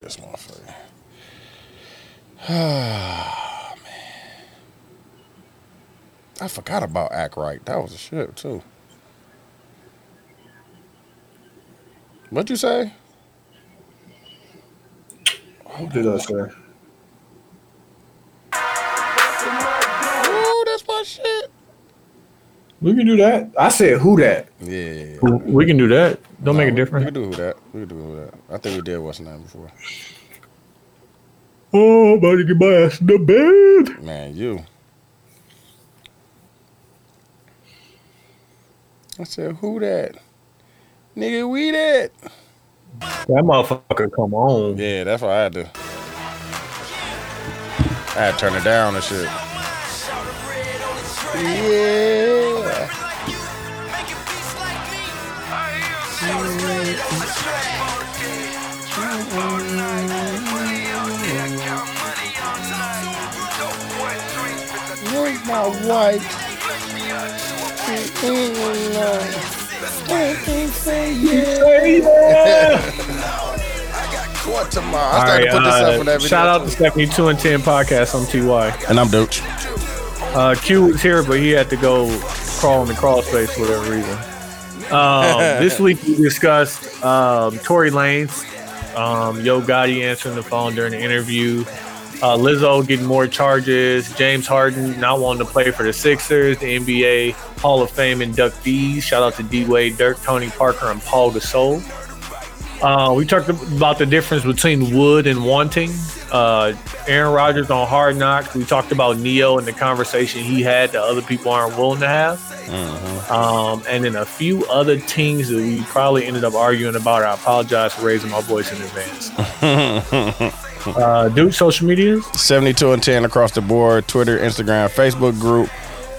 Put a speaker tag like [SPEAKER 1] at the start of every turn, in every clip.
[SPEAKER 1] Ah, man. I forgot about Act Right. That was a shit, too. What'd you say?
[SPEAKER 2] What did I say?
[SPEAKER 1] Ooh, that's my shit.
[SPEAKER 2] We can do that. I said who that?
[SPEAKER 1] Yeah.
[SPEAKER 3] We can do that. Don't make a
[SPEAKER 1] Nah, We
[SPEAKER 3] difference.
[SPEAKER 1] can do who that. We can do who that. I think we did what's the name before.
[SPEAKER 3] Oh, I'm about to get my ass to bed.
[SPEAKER 1] Man, you. I said, who that? Nigga, we that.
[SPEAKER 3] That motherfucker, come on.
[SPEAKER 1] Yeah, that's what I had to. I had to turn it down and shit. Yeah. Where's my wife? I got caught tomorrow. I
[SPEAKER 3] All
[SPEAKER 1] started
[SPEAKER 3] right,
[SPEAKER 1] to put this
[SPEAKER 3] uh,
[SPEAKER 1] up for that video.
[SPEAKER 3] shout out to Stephanie Two and Ten Podcast on Ty.
[SPEAKER 1] and I'm Dooch.
[SPEAKER 3] Uh, Q was here, but he had to go crawl in the crawl space for whatever reason. Um, this week we discussed um, Tory Lanez, um, Yo Gotti answering the phone during the interview, uh, Lizzo getting more charges, James Harden not wanting to play for the Sixers, the NBA Hall of Fame inductees. Shout out to D Wade, Dirk, Tony Parker, and Paul Gasol. Uh, we talked about the difference between wood and wanting. Uh, Aaron Rodgers on Hard Knocks. We talked about Neo and the conversation he had that other people aren't willing to have. Um, and then a few other things that we probably ended up arguing about. I apologize for raising my voice in advance. uh, dude, social media.
[SPEAKER 1] 72 and 10 across the board Twitter, Instagram, Facebook group.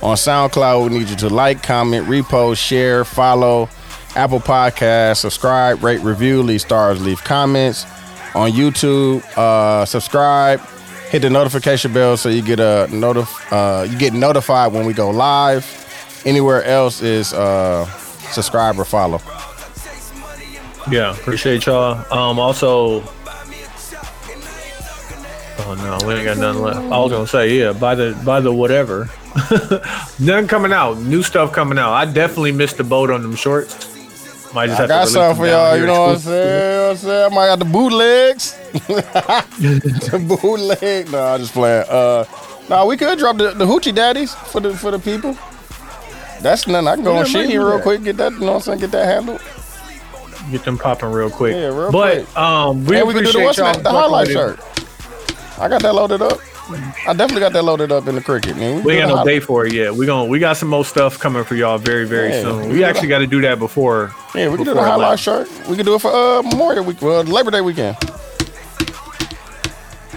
[SPEAKER 1] On SoundCloud, we need you to like, comment, repost, share, follow. Apple Podcasts, subscribe, rate, review, leave stars, leave comments. On YouTube, uh, subscribe, hit the notification bell so you get a notif- uh, you get notified when we go live. Anywhere else is uh, subscribe or follow.
[SPEAKER 3] Yeah, appreciate y'all. Um, also, oh no, we ain't got nothing left. I was gonna say, yeah, by the by the whatever, nothing coming out, new stuff coming out. I definitely missed the boat on them shorts. Might just
[SPEAKER 1] I
[SPEAKER 3] have
[SPEAKER 1] got
[SPEAKER 3] to release
[SPEAKER 1] something
[SPEAKER 3] them
[SPEAKER 1] for
[SPEAKER 3] down
[SPEAKER 1] y'all.
[SPEAKER 3] here
[SPEAKER 1] You know what I'm
[SPEAKER 3] exclusively.
[SPEAKER 1] saying? You know what I'm saying? I might got the bootlegs. the bootleg. No, I'm just playing. Uh, no, we could drop the, the hoochie daddies for the for the people. That's nothing. I can go
[SPEAKER 3] Yeah,
[SPEAKER 1] on
[SPEAKER 3] might
[SPEAKER 1] shit
[SPEAKER 3] do
[SPEAKER 1] here real
[SPEAKER 3] that.
[SPEAKER 1] quick. Get that. You know what I'm saying? Get that handled.
[SPEAKER 3] Get them popping real quick.
[SPEAKER 1] Yeah, real
[SPEAKER 3] but,
[SPEAKER 1] quick.
[SPEAKER 3] um, we
[SPEAKER 1] and we can do
[SPEAKER 3] appreciate
[SPEAKER 1] the what's
[SPEAKER 3] y'all.
[SPEAKER 1] next, the highlight
[SPEAKER 3] fucking with
[SPEAKER 1] shirt. I got that loaded up. I definitely got that loaded up in the cricket. Man.
[SPEAKER 3] it. We ain't
[SPEAKER 1] do
[SPEAKER 3] got no
[SPEAKER 1] the
[SPEAKER 3] date for it yet. We going we got some more stuff coming for y'all very very
[SPEAKER 1] Yeah,
[SPEAKER 3] soon.
[SPEAKER 1] we
[SPEAKER 3] We
[SPEAKER 1] got a-
[SPEAKER 3] actually got to do that before.
[SPEAKER 1] highlight- Yeah, we can do the
[SPEAKER 3] before I
[SPEAKER 1] highlight
[SPEAKER 3] left.
[SPEAKER 1] shirt. We can do it for uh, Memorial Week, well, Labor Day weekend.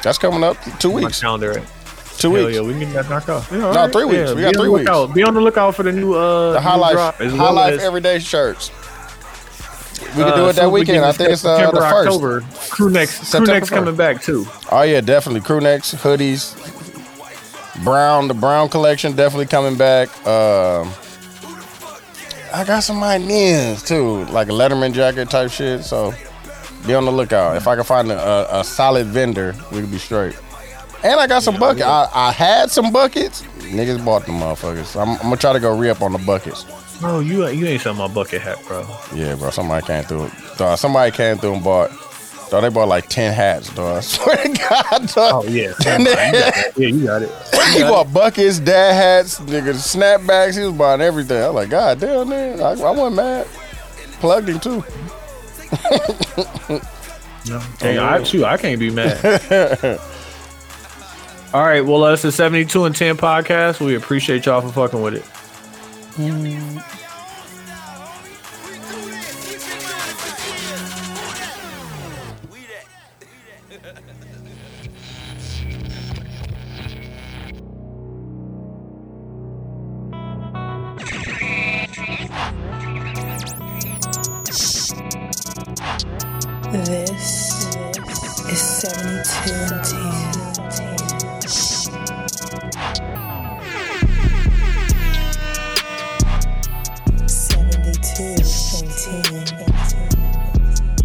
[SPEAKER 1] That's coming up two
[SPEAKER 3] My
[SPEAKER 1] weeks.
[SPEAKER 3] calendar. Right?
[SPEAKER 1] Two
[SPEAKER 3] Hell
[SPEAKER 1] weeks.
[SPEAKER 3] yeah, we can get that knocked out. Yeah, all
[SPEAKER 1] No, three weeks. We got
[SPEAKER 3] be on
[SPEAKER 1] three
[SPEAKER 3] the
[SPEAKER 1] weeks.
[SPEAKER 3] lookout- Be on the lookout for the new uh
[SPEAKER 1] The
[SPEAKER 3] new
[SPEAKER 1] High Life,
[SPEAKER 3] drop, as
[SPEAKER 1] High
[SPEAKER 3] well
[SPEAKER 1] Life
[SPEAKER 3] as,
[SPEAKER 1] Everyday shirts. We can
[SPEAKER 3] uh,
[SPEAKER 1] do it
[SPEAKER 3] soon
[SPEAKER 1] that
[SPEAKER 3] as we get
[SPEAKER 1] weekend. I
[SPEAKER 3] into
[SPEAKER 1] think it's uh,
[SPEAKER 3] September,
[SPEAKER 1] the first.
[SPEAKER 3] October. Crew next, crew
[SPEAKER 1] September
[SPEAKER 3] next coming
[SPEAKER 1] first.
[SPEAKER 3] back too.
[SPEAKER 1] Oh yeah, definitely. Crew necks, hoodies, brown. The brown collection definitely coming back. Um, I got some ideas too, like a Letterman jacket type shit. So be on the lookout. If I can find a, a, a solid vendor, we could be straight. And I got some buckets. I, I had some buckets. Niggas bought them motherfuckers. I'm, I'm gonna try to go re up on the buckets.
[SPEAKER 3] Bro, you you ain't selling my bucket hat, bro.
[SPEAKER 1] Yeah, bro. Somebody came through. Dog, somebody came through and bought. Dog, they bought like ten hats. Dog, I swear to God. Dog.
[SPEAKER 3] Oh yeah,
[SPEAKER 1] And then-
[SPEAKER 3] yeah, you got it.
[SPEAKER 1] he bought buckets, dad hats, niggas, snapbacks. He was buying everything. I'm like, God damn, man. I, I wasn't mad. Plugged him too.
[SPEAKER 3] Hey, I, shoot, I can't be mad. All right, well, that's the 72 and 10 podcast. We appreciate y'all for fucking with it.
[SPEAKER 4] We that.
[SPEAKER 5] This is 72 and 10. Seventy-two and ten.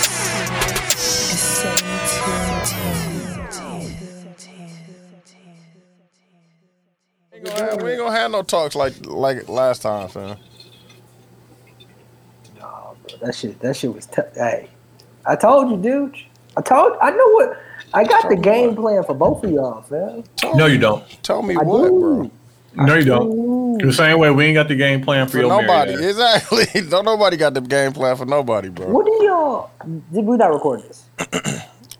[SPEAKER 5] This is 7210.
[SPEAKER 1] We ain't gonna have- we ain't gonna have no talks like like last time, fam.
[SPEAKER 6] That shit, that shit was tough. Hey, I told you, dude. I told, I know what. I got the game plan for both of y'all, fam.
[SPEAKER 1] Tell
[SPEAKER 3] No,
[SPEAKER 1] me-
[SPEAKER 3] you don't.
[SPEAKER 1] Tell me
[SPEAKER 6] I
[SPEAKER 1] what,
[SPEAKER 6] do.
[SPEAKER 1] bro.
[SPEAKER 3] No, you don't. The same way we ain't got the game plan for,
[SPEAKER 1] For
[SPEAKER 3] your
[SPEAKER 1] nobody,
[SPEAKER 3] married ass.
[SPEAKER 1] exactly. Don't nobody got the game plan for nobody, bro.
[SPEAKER 6] What do y'all? Did we not record this?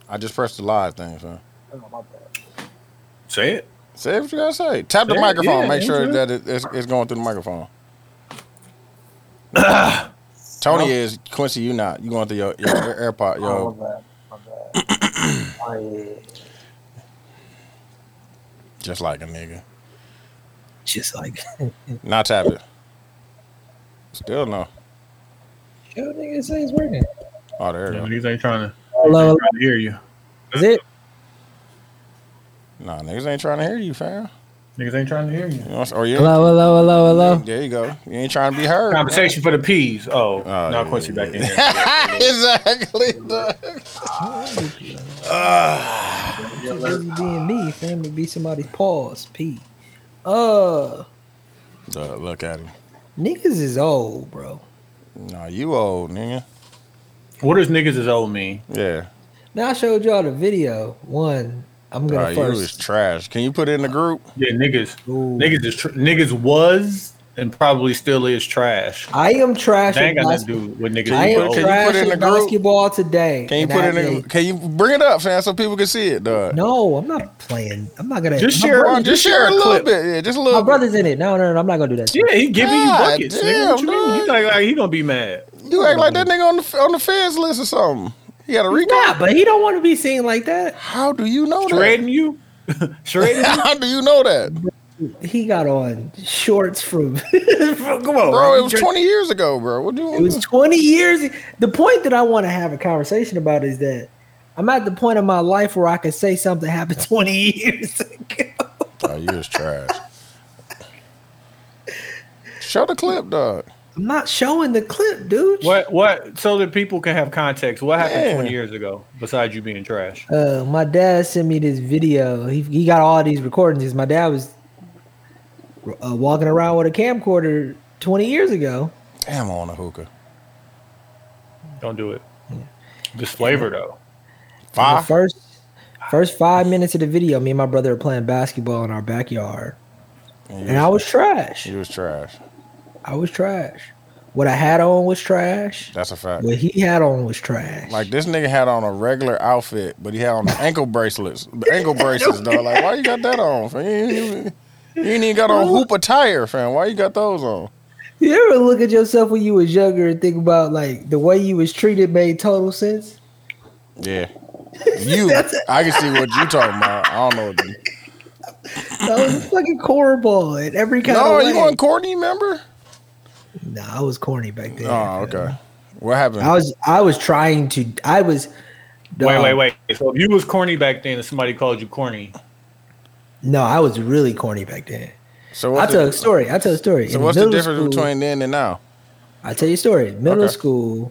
[SPEAKER 1] I just pressed the live thing, fam.
[SPEAKER 6] Oh, my bad.
[SPEAKER 3] Say it.
[SPEAKER 1] Say what you gotta say. Tap the
[SPEAKER 3] Yeah,
[SPEAKER 1] microphone.
[SPEAKER 3] yeah,
[SPEAKER 1] Make sure
[SPEAKER 3] that's
[SPEAKER 1] that it, it's, it's going through the microphone. Tony is Quincy. You not. You going through your, your AirPod.
[SPEAKER 6] Oh,
[SPEAKER 1] Yo,
[SPEAKER 6] my bad. My bad. oh, yeah.
[SPEAKER 1] just like a nigga.
[SPEAKER 6] Just like,
[SPEAKER 1] Not tap it. Still no.
[SPEAKER 6] yo, nigga, this thing's working.
[SPEAKER 1] Oh, there
[SPEAKER 3] Yeah,
[SPEAKER 1] you go.
[SPEAKER 3] These ain't trying to,
[SPEAKER 6] Hello,
[SPEAKER 3] trying to hear you.
[SPEAKER 6] is it?
[SPEAKER 1] Nah, niggas ain't trying to hear you, fam.
[SPEAKER 3] Niggas ain't trying to hear you.
[SPEAKER 1] You know, what I'm- or you. ain't-
[SPEAKER 6] Hello, hello, hello, hello.
[SPEAKER 1] There you go. You ain't trying to be heard.
[SPEAKER 3] Conversation for the peas. Oh,
[SPEAKER 1] Oh,
[SPEAKER 3] now
[SPEAKER 1] yeah,
[SPEAKER 3] Quincy back in here.
[SPEAKER 1] exactly.
[SPEAKER 6] Just you being me, fam. It be somebody's pause, P. Uh,
[SPEAKER 1] Duh, look at him.
[SPEAKER 6] niggas is old, bro.
[SPEAKER 1] Nah, you old nigga.
[SPEAKER 3] What does niggas is old mean?
[SPEAKER 1] Yeah.
[SPEAKER 6] Now I showed y'all the video. One, I'm
[SPEAKER 1] Nah,
[SPEAKER 6] gonna
[SPEAKER 1] you was
[SPEAKER 6] first.
[SPEAKER 1] trash. Can you put it in the group?
[SPEAKER 3] Yeah, niggas.
[SPEAKER 6] Ooh.
[SPEAKER 3] Niggas is tr- niggas was and probably still is trash.
[SPEAKER 6] I am trash.
[SPEAKER 3] That
[SPEAKER 6] At
[SPEAKER 3] ain't got nothing to
[SPEAKER 6] basketball.
[SPEAKER 3] do with niggas.
[SPEAKER 6] I
[SPEAKER 1] you put- can
[SPEAKER 3] being
[SPEAKER 6] am
[SPEAKER 1] you
[SPEAKER 3] old.
[SPEAKER 6] trash
[SPEAKER 1] put it in
[SPEAKER 6] at
[SPEAKER 1] the group?
[SPEAKER 6] basketball today.
[SPEAKER 1] Can you
[SPEAKER 6] and
[SPEAKER 1] put
[SPEAKER 6] I
[SPEAKER 1] it in?
[SPEAKER 6] hate-
[SPEAKER 1] The, can you bring it up, fam, so people can see it, dog?
[SPEAKER 6] No, I'm not playing. I'm not gonna.
[SPEAKER 3] Just
[SPEAKER 6] my
[SPEAKER 3] share-
[SPEAKER 6] brother-
[SPEAKER 1] Bro, just share a little bit. Yeah, just a little.
[SPEAKER 6] my brother's in it. No, no, no. I'm not gonna do that.
[SPEAKER 3] Yeah, he giving you
[SPEAKER 1] God
[SPEAKER 3] buckets. nigga. What you
[SPEAKER 1] damn,
[SPEAKER 3] mean? You
[SPEAKER 1] dog.
[SPEAKER 3] like, like he gonna be mad?
[SPEAKER 1] bit. You act like that nigga on the on the feds list or something. He got a
[SPEAKER 6] He's
[SPEAKER 1] recap.
[SPEAKER 6] not, but he don't want to be seen like that.
[SPEAKER 1] How do you know
[SPEAKER 3] Shredding you? Shredding
[SPEAKER 1] that?
[SPEAKER 3] you?
[SPEAKER 1] How do you know that,
[SPEAKER 6] He got on shorts from. from- come on,
[SPEAKER 1] bro?
[SPEAKER 6] man.
[SPEAKER 1] It was twenty years ago, bro. What do you?
[SPEAKER 6] It was 20 years. The point that I want to have a conversation about is that I'm at the point in my life where I can say something happened 20 years ago.
[SPEAKER 1] oh, you was trash. Show the clip, dog.
[SPEAKER 6] I'm not showing the clip, dude.
[SPEAKER 3] What? What? So that people can have context. What happened
[SPEAKER 1] Yeah.
[SPEAKER 3] 20 years ago? Besides you being trash.
[SPEAKER 6] Uh, my dad sent me this video. He, he got all these recordings. 'cause My dad was uh, walking around with a camcorder 20 years ago.
[SPEAKER 1] Damn, I want a hookah.
[SPEAKER 3] Don't do it. Just flavor though.
[SPEAKER 6] And The
[SPEAKER 1] Five.
[SPEAKER 6] first first five minutes of the video, me and my brother are playing basketball in our backyard,
[SPEAKER 1] And
[SPEAKER 6] and I was trash.
[SPEAKER 1] You was trash.
[SPEAKER 6] I was trash. What I had on was trash.
[SPEAKER 1] That's a fact.
[SPEAKER 6] What he had on was trash.
[SPEAKER 1] Like this nigga had on a regular outfit, but he had on ankle bracelets, ankle braces, dog. Like why you got that on? Fam? You ain't even, you ain't even got on hoop attire, fam. Why you got those on?
[SPEAKER 6] you ever look at yourself when you was younger and think about like the way you was treated made total sense?
[SPEAKER 1] Yeah, you. I can see what you talking about. I don't know. What you,
[SPEAKER 6] I was a fucking cornball in every kind
[SPEAKER 1] no,
[SPEAKER 6] of way.
[SPEAKER 1] you on Courtney? Remember?
[SPEAKER 6] no, I was corny back then.
[SPEAKER 1] Oh, okay. What happened?
[SPEAKER 6] I was I was trying to I was
[SPEAKER 3] Wait,
[SPEAKER 6] Dog.
[SPEAKER 3] wait, wait. So if you was corny back then, and somebody called you corny,
[SPEAKER 6] no, I was really corny back then.
[SPEAKER 1] so
[SPEAKER 6] I'll
[SPEAKER 1] what's
[SPEAKER 6] tell a
[SPEAKER 1] the,
[SPEAKER 6] story. I'll tell a story.
[SPEAKER 1] so
[SPEAKER 6] In
[SPEAKER 1] what's the
[SPEAKER 6] middle
[SPEAKER 1] difference
[SPEAKER 6] school-
[SPEAKER 1] between then and now?
[SPEAKER 6] I'll tell you a story. Middle
[SPEAKER 1] Okay.
[SPEAKER 6] school,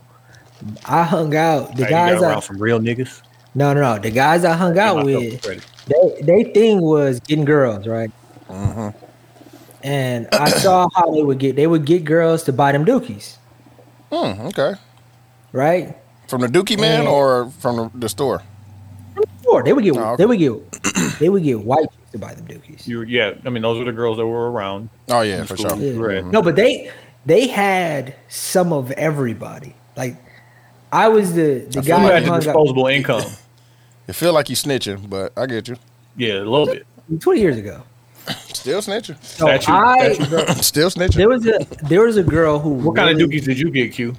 [SPEAKER 6] I hung out. The
[SPEAKER 3] hey, you
[SPEAKER 6] guys
[SPEAKER 3] got
[SPEAKER 6] I
[SPEAKER 3] around some real niggas.
[SPEAKER 6] no no no. The guys I hung out
[SPEAKER 3] Give myself
[SPEAKER 6] with,
[SPEAKER 3] credit.
[SPEAKER 6] they they thing was getting girls, right?
[SPEAKER 1] Mm-hmm.
[SPEAKER 6] And I saw how they would get. They would get girls to buy them dookies,
[SPEAKER 1] Hmm. Okay.
[SPEAKER 6] right?
[SPEAKER 1] From the Dookie man
[SPEAKER 6] Yeah.
[SPEAKER 1] or from the, the store?
[SPEAKER 6] Or they would get.
[SPEAKER 1] Oh, okay.
[SPEAKER 6] They would get. they would get white chicks to buy them dookies.
[SPEAKER 3] You, yeah. I mean, those were the girls that were around.
[SPEAKER 1] Oh yeah, for sure.
[SPEAKER 3] School.
[SPEAKER 6] Yeah.
[SPEAKER 3] Right.
[SPEAKER 1] Mm-hmm.
[SPEAKER 6] No, but they they had some of everybody. Like I was the the
[SPEAKER 1] feel
[SPEAKER 3] You
[SPEAKER 6] guy
[SPEAKER 1] like
[SPEAKER 6] who
[SPEAKER 3] had the
[SPEAKER 6] hung out
[SPEAKER 3] disposable income.
[SPEAKER 1] It feel like you snitching, but I get you.
[SPEAKER 3] Yeah, a little bit.
[SPEAKER 6] twenty years ago.
[SPEAKER 1] Still snitching.
[SPEAKER 6] So
[SPEAKER 3] Statue-
[SPEAKER 6] I
[SPEAKER 3] statue.
[SPEAKER 1] Still snitching.
[SPEAKER 6] there was a there was a girl who
[SPEAKER 3] What kind of dookies did you get, Q?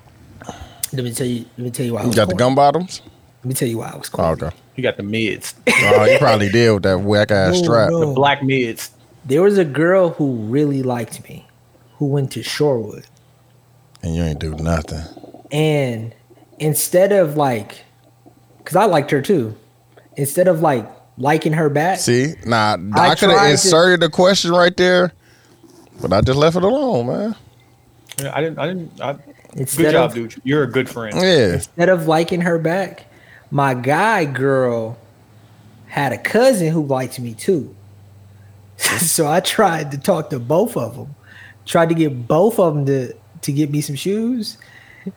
[SPEAKER 6] Let me tell you. Let me tell you why. I
[SPEAKER 1] You
[SPEAKER 6] was
[SPEAKER 1] got the
[SPEAKER 6] corny.
[SPEAKER 1] gum bottoms.
[SPEAKER 6] Let me tell you why I was
[SPEAKER 1] Oh,
[SPEAKER 6] corny.
[SPEAKER 1] okay.
[SPEAKER 3] You got the mids,
[SPEAKER 1] Oh, he probably did with that whack ass
[SPEAKER 6] No,
[SPEAKER 1] strap.
[SPEAKER 6] Oh, no.
[SPEAKER 3] black mids.
[SPEAKER 6] There was a girl who really liked me, who went to Shorewood,
[SPEAKER 1] And you ain't do nothing.
[SPEAKER 6] and instead of like, because I liked her too, instead of like liking her back,
[SPEAKER 1] See? Nah, I,
[SPEAKER 6] I
[SPEAKER 1] could have
[SPEAKER 6] tried to-
[SPEAKER 1] inserted the question right there, but I just left it alone, man.
[SPEAKER 3] Yeah, I didn't. I didn't. I,
[SPEAKER 6] Instead
[SPEAKER 3] Good job,
[SPEAKER 6] of
[SPEAKER 3] dude. You're a good friend.
[SPEAKER 1] Yeah.
[SPEAKER 6] instead of liking her back, my guy girl had a cousin who liked me too. so I tried to talk to both of them, tried to get both of them to to get me some shoes,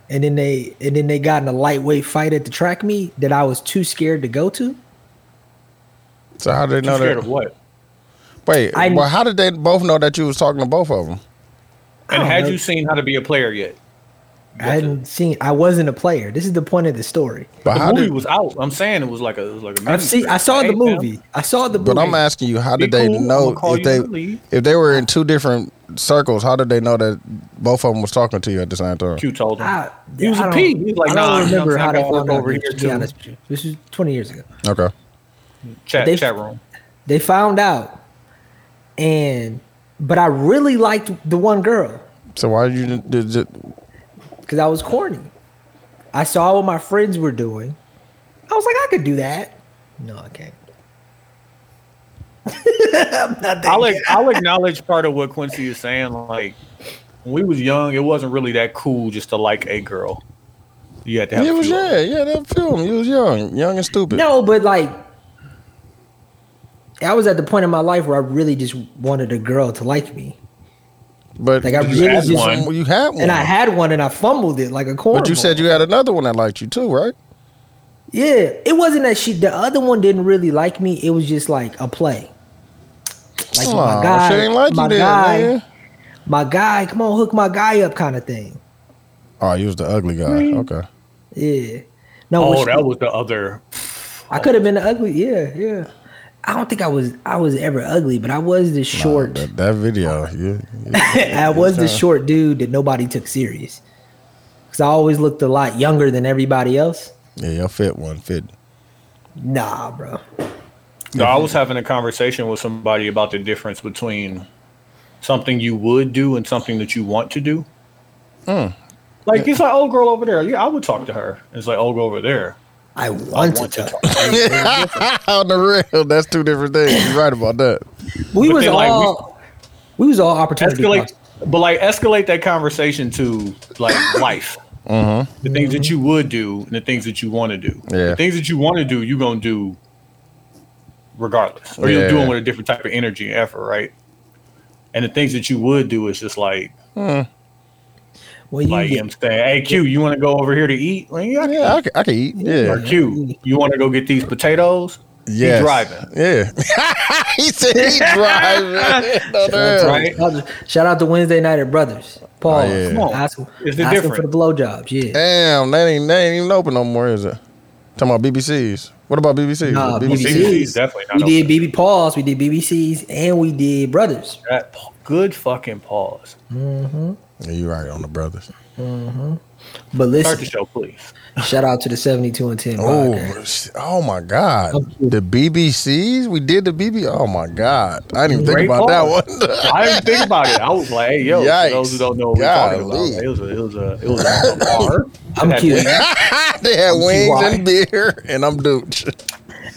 [SPEAKER 6] and then they and then they got in a lightweight fight at the track meet that I was too scared to go to.
[SPEAKER 1] So how did they
[SPEAKER 3] No,
[SPEAKER 1] know
[SPEAKER 3] scared of
[SPEAKER 1] that?
[SPEAKER 3] what?
[SPEAKER 1] Wait,
[SPEAKER 6] I-
[SPEAKER 1] well, how did they both know that you was talking to both of them?
[SPEAKER 6] I
[SPEAKER 3] And
[SPEAKER 6] don't
[SPEAKER 3] had
[SPEAKER 6] know.
[SPEAKER 3] you seen how to be a player yet?
[SPEAKER 6] I hadn't seen. I wasn't a player. This is the point of the story.
[SPEAKER 1] But
[SPEAKER 3] The
[SPEAKER 1] how
[SPEAKER 3] movie
[SPEAKER 1] did?
[SPEAKER 3] was out. I'm saying it was like a, it was like a.
[SPEAKER 6] I see. I
[SPEAKER 3] miniseries.
[SPEAKER 6] saw the
[SPEAKER 3] Hey, man,
[SPEAKER 6] movie. I saw the movie.
[SPEAKER 1] But I'm asking you, how
[SPEAKER 3] be
[SPEAKER 1] did they
[SPEAKER 3] cool. I'ma
[SPEAKER 1] know
[SPEAKER 3] call
[SPEAKER 1] if
[SPEAKER 3] you
[SPEAKER 1] they
[SPEAKER 3] when I leave.
[SPEAKER 1] if they were in two different circles? How did they know that both of them was talking to you at the same time?
[SPEAKER 3] Q told him.
[SPEAKER 6] I,
[SPEAKER 3] He was
[SPEAKER 6] I
[SPEAKER 3] a
[SPEAKER 6] don't-
[SPEAKER 3] pig. He was like,
[SPEAKER 6] I
[SPEAKER 3] "Nah,
[SPEAKER 6] don't remember
[SPEAKER 3] I'm
[SPEAKER 6] how
[SPEAKER 3] not
[SPEAKER 6] they
[SPEAKER 3] gonna
[SPEAKER 6] found
[SPEAKER 3] work
[SPEAKER 6] out
[SPEAKER 3] over
[SPEAKER 6] this,
[SPEAKER 3] here,
[SPEAKER 6] to
[SPEAKER 3] too.
[SPEAKER 6] be honest with you. This is 20 years ago.
[SPEAKER 1] Okay,
[SPEAKER 3] chat
[SPEAKER 6] they-
[SPEAKER 3] chat room.
[SPEAKER 6] They found out, and but I really liked the one girl
[SPEAKER 1] so why did you? Did, did,
[SPEAKER 6] because I was corny. I saw what my friends were doing. I was like, I could do that. No, I can't. I'm not that
[SPEAKER 3] I'll,
[SPEAKER 6] good.
[SPEAKER 3] ac- I'll acknowledge part of what Quincy is saying. Like when we was young, it wasn't really that cool just to like a girl. You had to have.
[SPEAKER 1] yeah,
[SPEAKER 3] a
[SPEAKER 1] it was
[SPEAKER 3] few of them.
[SPEAKER 1] yeah, yeah. That film. You was young, young and stupid.
[SPEAKER 6] No, but like, I was at the point in my life where I really just wanted a girl to like me,
[SPEAKER 1] but
[SPEAKER 6] like, I
[SPEAKER 1] did
[SPEAKER 6] really
[SPEAKER 1] have
[SPEAKER 6] just-
[SPEAKER 1] one. You had one,
[SPEAKER 6] and I had one, and I fumbled it like a corn.
[SPEAKER 1] but you said you had another one that liked you too, right?
[SPEAKER 6] Yeah, it wasn't that she. The other one didn't really like me. It was just like a play. Like
[SPEAKER 1] oh,
[SPEAKER 6] my guy,
[SPEAKER 1] she ain't like
[SPEAKER 6] my
[SPEAKER 1] you then,
[SPEAKER 6] guy,
[SPEAKER 1] man.
[SPEAKER 6] my guy. Come on, hook my guy up, kind of thing.
[SPEAKER 1] Oh, you was the ugly guy. Okay.
[SPEAKER 6] Yeah. No,
[SPEAKER 3] Oh,
[SPEAKER 6] which-
[SPEAKER 3] that was the other.
[SPEAKER 6] I could have been ugly. Yeah, yeah. I don't think I was. I was ever ugly, but I was the short.
[SPEAKER 1] That, that video. Yeah.
[SPEAKER 6] I was the short dude that nobody took serious. Cause I always looked a lot younger than everybody else.
[SPEAKER 1] Yeah, your fit one fit.
[SPEAKER 6] Nah, bro.
[SPEAKER 3] No, I was having a conversation with somebody about the difference between something you would do and something that you want to do. Like it's like old girl over there. Yeah, I would talk to her. It's like old girl over there.
[SPEAKER 6] I want to talk.
[SPEAKER 1] On the real, that's two different things. You're right about that.
[SPEAKER 6] We
[SPEAKER 3] But
[SPEAKER 6] was
[SPEAKER 3] then, like, we-
[SPEAKER 6] all we, was all opportunity.
[SPEAKER 3] escalate,
[SPEAKER 6] cost.
[SPEAKER 3] but like escalate that conversation to like life, the things that you would do and the things that you want to do.
[SPEAKER 1] Mm-hmm. Yeah.
[SPEAKER 3] The things that you want to do, you're gonna do regardless, or you'll do
[SPEAKER 1] Yeah.
[SPEAKER 3] them with a different type of energy and effort, right? And the things that you would do is just like,
[SPEAKER 6] When you
[SPEAKER 3] like
[SPEAKER 6] get-
[SPEAKER 3] I'm saying, hey Q, you want to go over here to eat? Well, yeah, I can.
[SPEAKER 1] Yeah, I can, I can eat.
[SPEAKER 3] Or
[SPEAKER 1] Yeah.
[SPEAKER 3] Q, you want to go get these potatoes?
[SPEAKER 1] Yeah.
[SPEAKER 3] driving.
[SPEAKER 1] Yeah. he said he driving. No, no.
[SPEAKER 3] Right?
[SPEAKER 6] Shout out to Wednesday night at Brothers. Pause.
[SPEAKER 1] Oh, yeah.
[SPEAKER 6] Come on, ask,
[SPEAKER 3] It's the
[SPEAKER 6] ask them
[SPEAKER 3] difference.
[SPEAKER 6] for the blowjobs. Yeah.
[SPEAKER 1] Damn, they ain't they ain't even open no more, is it? Talking about BBCs. What about BBCs?
[SPEAKER 6] Nah,
[SPEAKER 1] BBCs.
[SPEAKER 6] BBC.
[SPEAKER 3] BBC's definitely
[SPEAKER 6] We
[SPEAKER 3] not.
[SPEAKER 6] did
[SPEAKER 3] open.
[SPEAKER 6] BB Paws, we did BBCs, and we did Brothers.
[SPEAKER 3] That pa- good fucking pause.
[SPEAKER 1] Yeah, you're right on the brothers.
[SPEAKER 6] But
[SPEAKER 3] Start the
[SPEAKER 6] listen,
[SPEAKER 3] show, please.
[SPEAKER 6] shout out to the 72 and 10
[SPEAKER 1] Oh,
[SPEAKER 6] podcast.
[SPEAKER 1] sh- oh my God. The BBCs? We did the BB. Oh my God. I didn't even think
[SPEAKER 3] Great
[SPEAKER 1] about that
[SPEAKER 3] call.
[SPEAKER 1] one.
[SPEAKER 3] I didn't think about it. I was like, hey, yo,
[SPEAKER 1] Yikes.
[SPEAKER 3] for those who don't know what we're talking
[SPEAKER 1] Golly.
[SPEAKER 3] about, it was a, it was a, it was a bar.
[SPEAKER 6] I'm
[SPEAKER 3] That
[SPEAKER 6] cute.
[SPEAKER 3] wing-
[SPEAKER 1] they had wings and beer, and I'm dooch.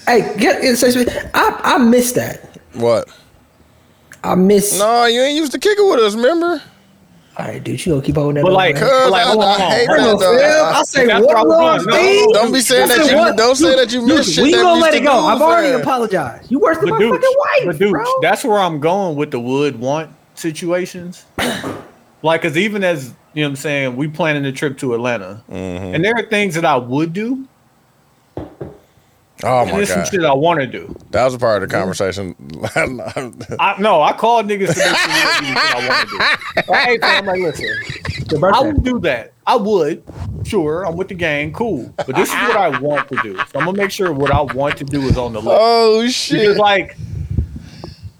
[SPEAKER 6] Hey, get I, I miss that.
[SPEAKER 1] What?
[SPEAKER 6] I miss.
[SPEAKER 1] No, you ain't used to kick it with us, remember?
[SPEAKER 6] All right, dude, you gonna keep on with that?
[SPEAKER 3] But
[SPEAKER 6] other
[SPEAKER 3] like,
[SPEAKER 6] way?
[SPEAKER 1] Cuz
[SPEAKER 3] but like,
[SPEAKER 1] I-
[SPEAKER 3] hold
[SPEAKER 1] I
[SPEAKER 3] on, hold on,
[SPEAKER 1] hate
[SPEAKER 3] hold
[SPEAKER 1] that
[SPEAKER 3] on.
[SPEAKER 1] though.
[SPEAKER 6] I say
[SPEAKER 3] That's what
[SPEAKER 6] what
[SPEAKER 3] I was
[SPEAKER 6] wrong,
[SPEAKER 3] doing. No,
[SPEAKER 6] Steve?
[SPEAKER 1] Don't be saying
[SPEAKER 6] Listen,
[SPEAKER 1] that you
[SPEAKER 6] what-
[SPEAKER 1] don't say that you missed shit.
[SPEAKER 6] we
[SPEAKER 1] that
[SPEAKER 6] gonna
[SPEAKER 1] we
[SPEAKER 6] let
[SPEAKER 1] used
[SPEAKER 6] it
[SPEAKER 1] to
[SPEAKER 6] go.
[SPEAKER 1] do,
[SPEAKER 6] I've already
[SPEAKER 1] man.
[SPEAKER 6] apologized. You worse than
[SPEAKER 3] But
[SPEAKER 6] my
[SPEAKER 3] dude,
[SPEAKER 6] fucking
[SPEAKER 3] but
[SPEAKER 6] wife,
[SPEAKER 3] dude,
[SPEAKER 6] bro.
[SPEAKER 3] that's where I'm going with the would want situations. like, cause even as you know, what I'm saying we planning a trip to Atlanta,
[SPEAKER 1] Mm-hmm.
[SPEAKER 3] and there are things that I would do,
[SPEAKER 1] Oh
[SPEAKER 3] and
[SPEAKER 1] my
[SPEAKER 3] there's some
[SPEAKER 1] god,
[SPEAKER 3] shit I want to do.
[SPEAKER 1] that was a part of the conversation.
[SPEAKER 3] I no, I called niggas to make sure they do what I want to do. Like, hey, fam, I'm like, listen, I would do that. I would, sure. I'm with the gang, cool. But this is what I want to do. So I'm gonna make sure what I want to do is on the list.
[SPEAKER 1] oh
[SPEAKER 3] Because
[SPEAKER 1] shit!
[SPEAKER 3] like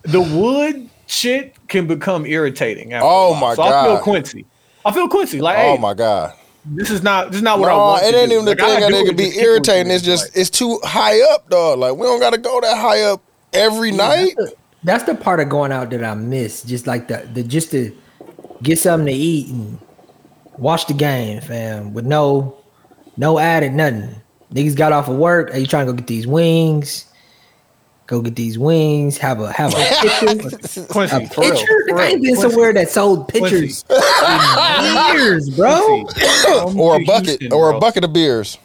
[SPEAKER 3] the wood shit can become irritating. after a
[SPEAKER 1] Oh,
[SPEAKER 3] while.
[SPEAKER 1] my
[SPEAKER 3] so I feel
[SPEAKER 1] God.
[SPEAKER 3] Quincy. I feel Quincy. Like,
[SPEAKER 1] oh
[SPEAKER 3] hey,
[SPEAKER 1] my god!
[SPEAKER 3] this is not this is not what I
[SPEAKER 1] No,
[SPEAKER 3] want.
[SPEAKER 1] it
[SPEAKER 3] to
[SPEAKER 1] ain't
[SPEAKER 3] do.
[SPEAKER 1] even the
[SPEAKER 3] Like,
[SPEAKER 1] thing
[SPEAKER 3] I do
[SPEAKER 1] that it
[SPEAKER 3] it
[SPEAKER 1] could
[SPEAKER 3] to
[SPEAKER 1] be
[SPEAKER 3] stick with you.
[SPEAKER 1] irritating. It's just
[SPEAKER 3] Like,
[SPEAKER 1] it's too high up, dog. Like we don't gotta go that high up every night.
[SPEAKER 6] That's the part of going out that I miss. Just like the the just to get something to eat and watch the game, fam, with no no added nothing. Niggas got off of work. Are you trying to go get these wings? Go get these wings. Have a have a
[SPEAKER 3] Quincy, for real,
[SPEAKER 6] picture.
[SPEAKER 3] for
[SPEAKER 6] I
[SPEAKER 3] real.
[SPEAKER 6] ain't
[SPEAKER 3] Quincy,
[SPEAKER 6] been somewhere that sold pictures
[SPEAKER 3] Quincy,
[SPEAKER 6] in years, bro.
[SPEAKER 1] Oh.
[SPEAKER 3] come
[SPEAKER 1] or
[SPEAKER 3] to
[SPEAKER 1] a bucket,
[SPEAKER 3] Houston,
[SPEAKER 1] or
[SPEAKER 3] bro.
[SPEAKER 1] a bucket of beers.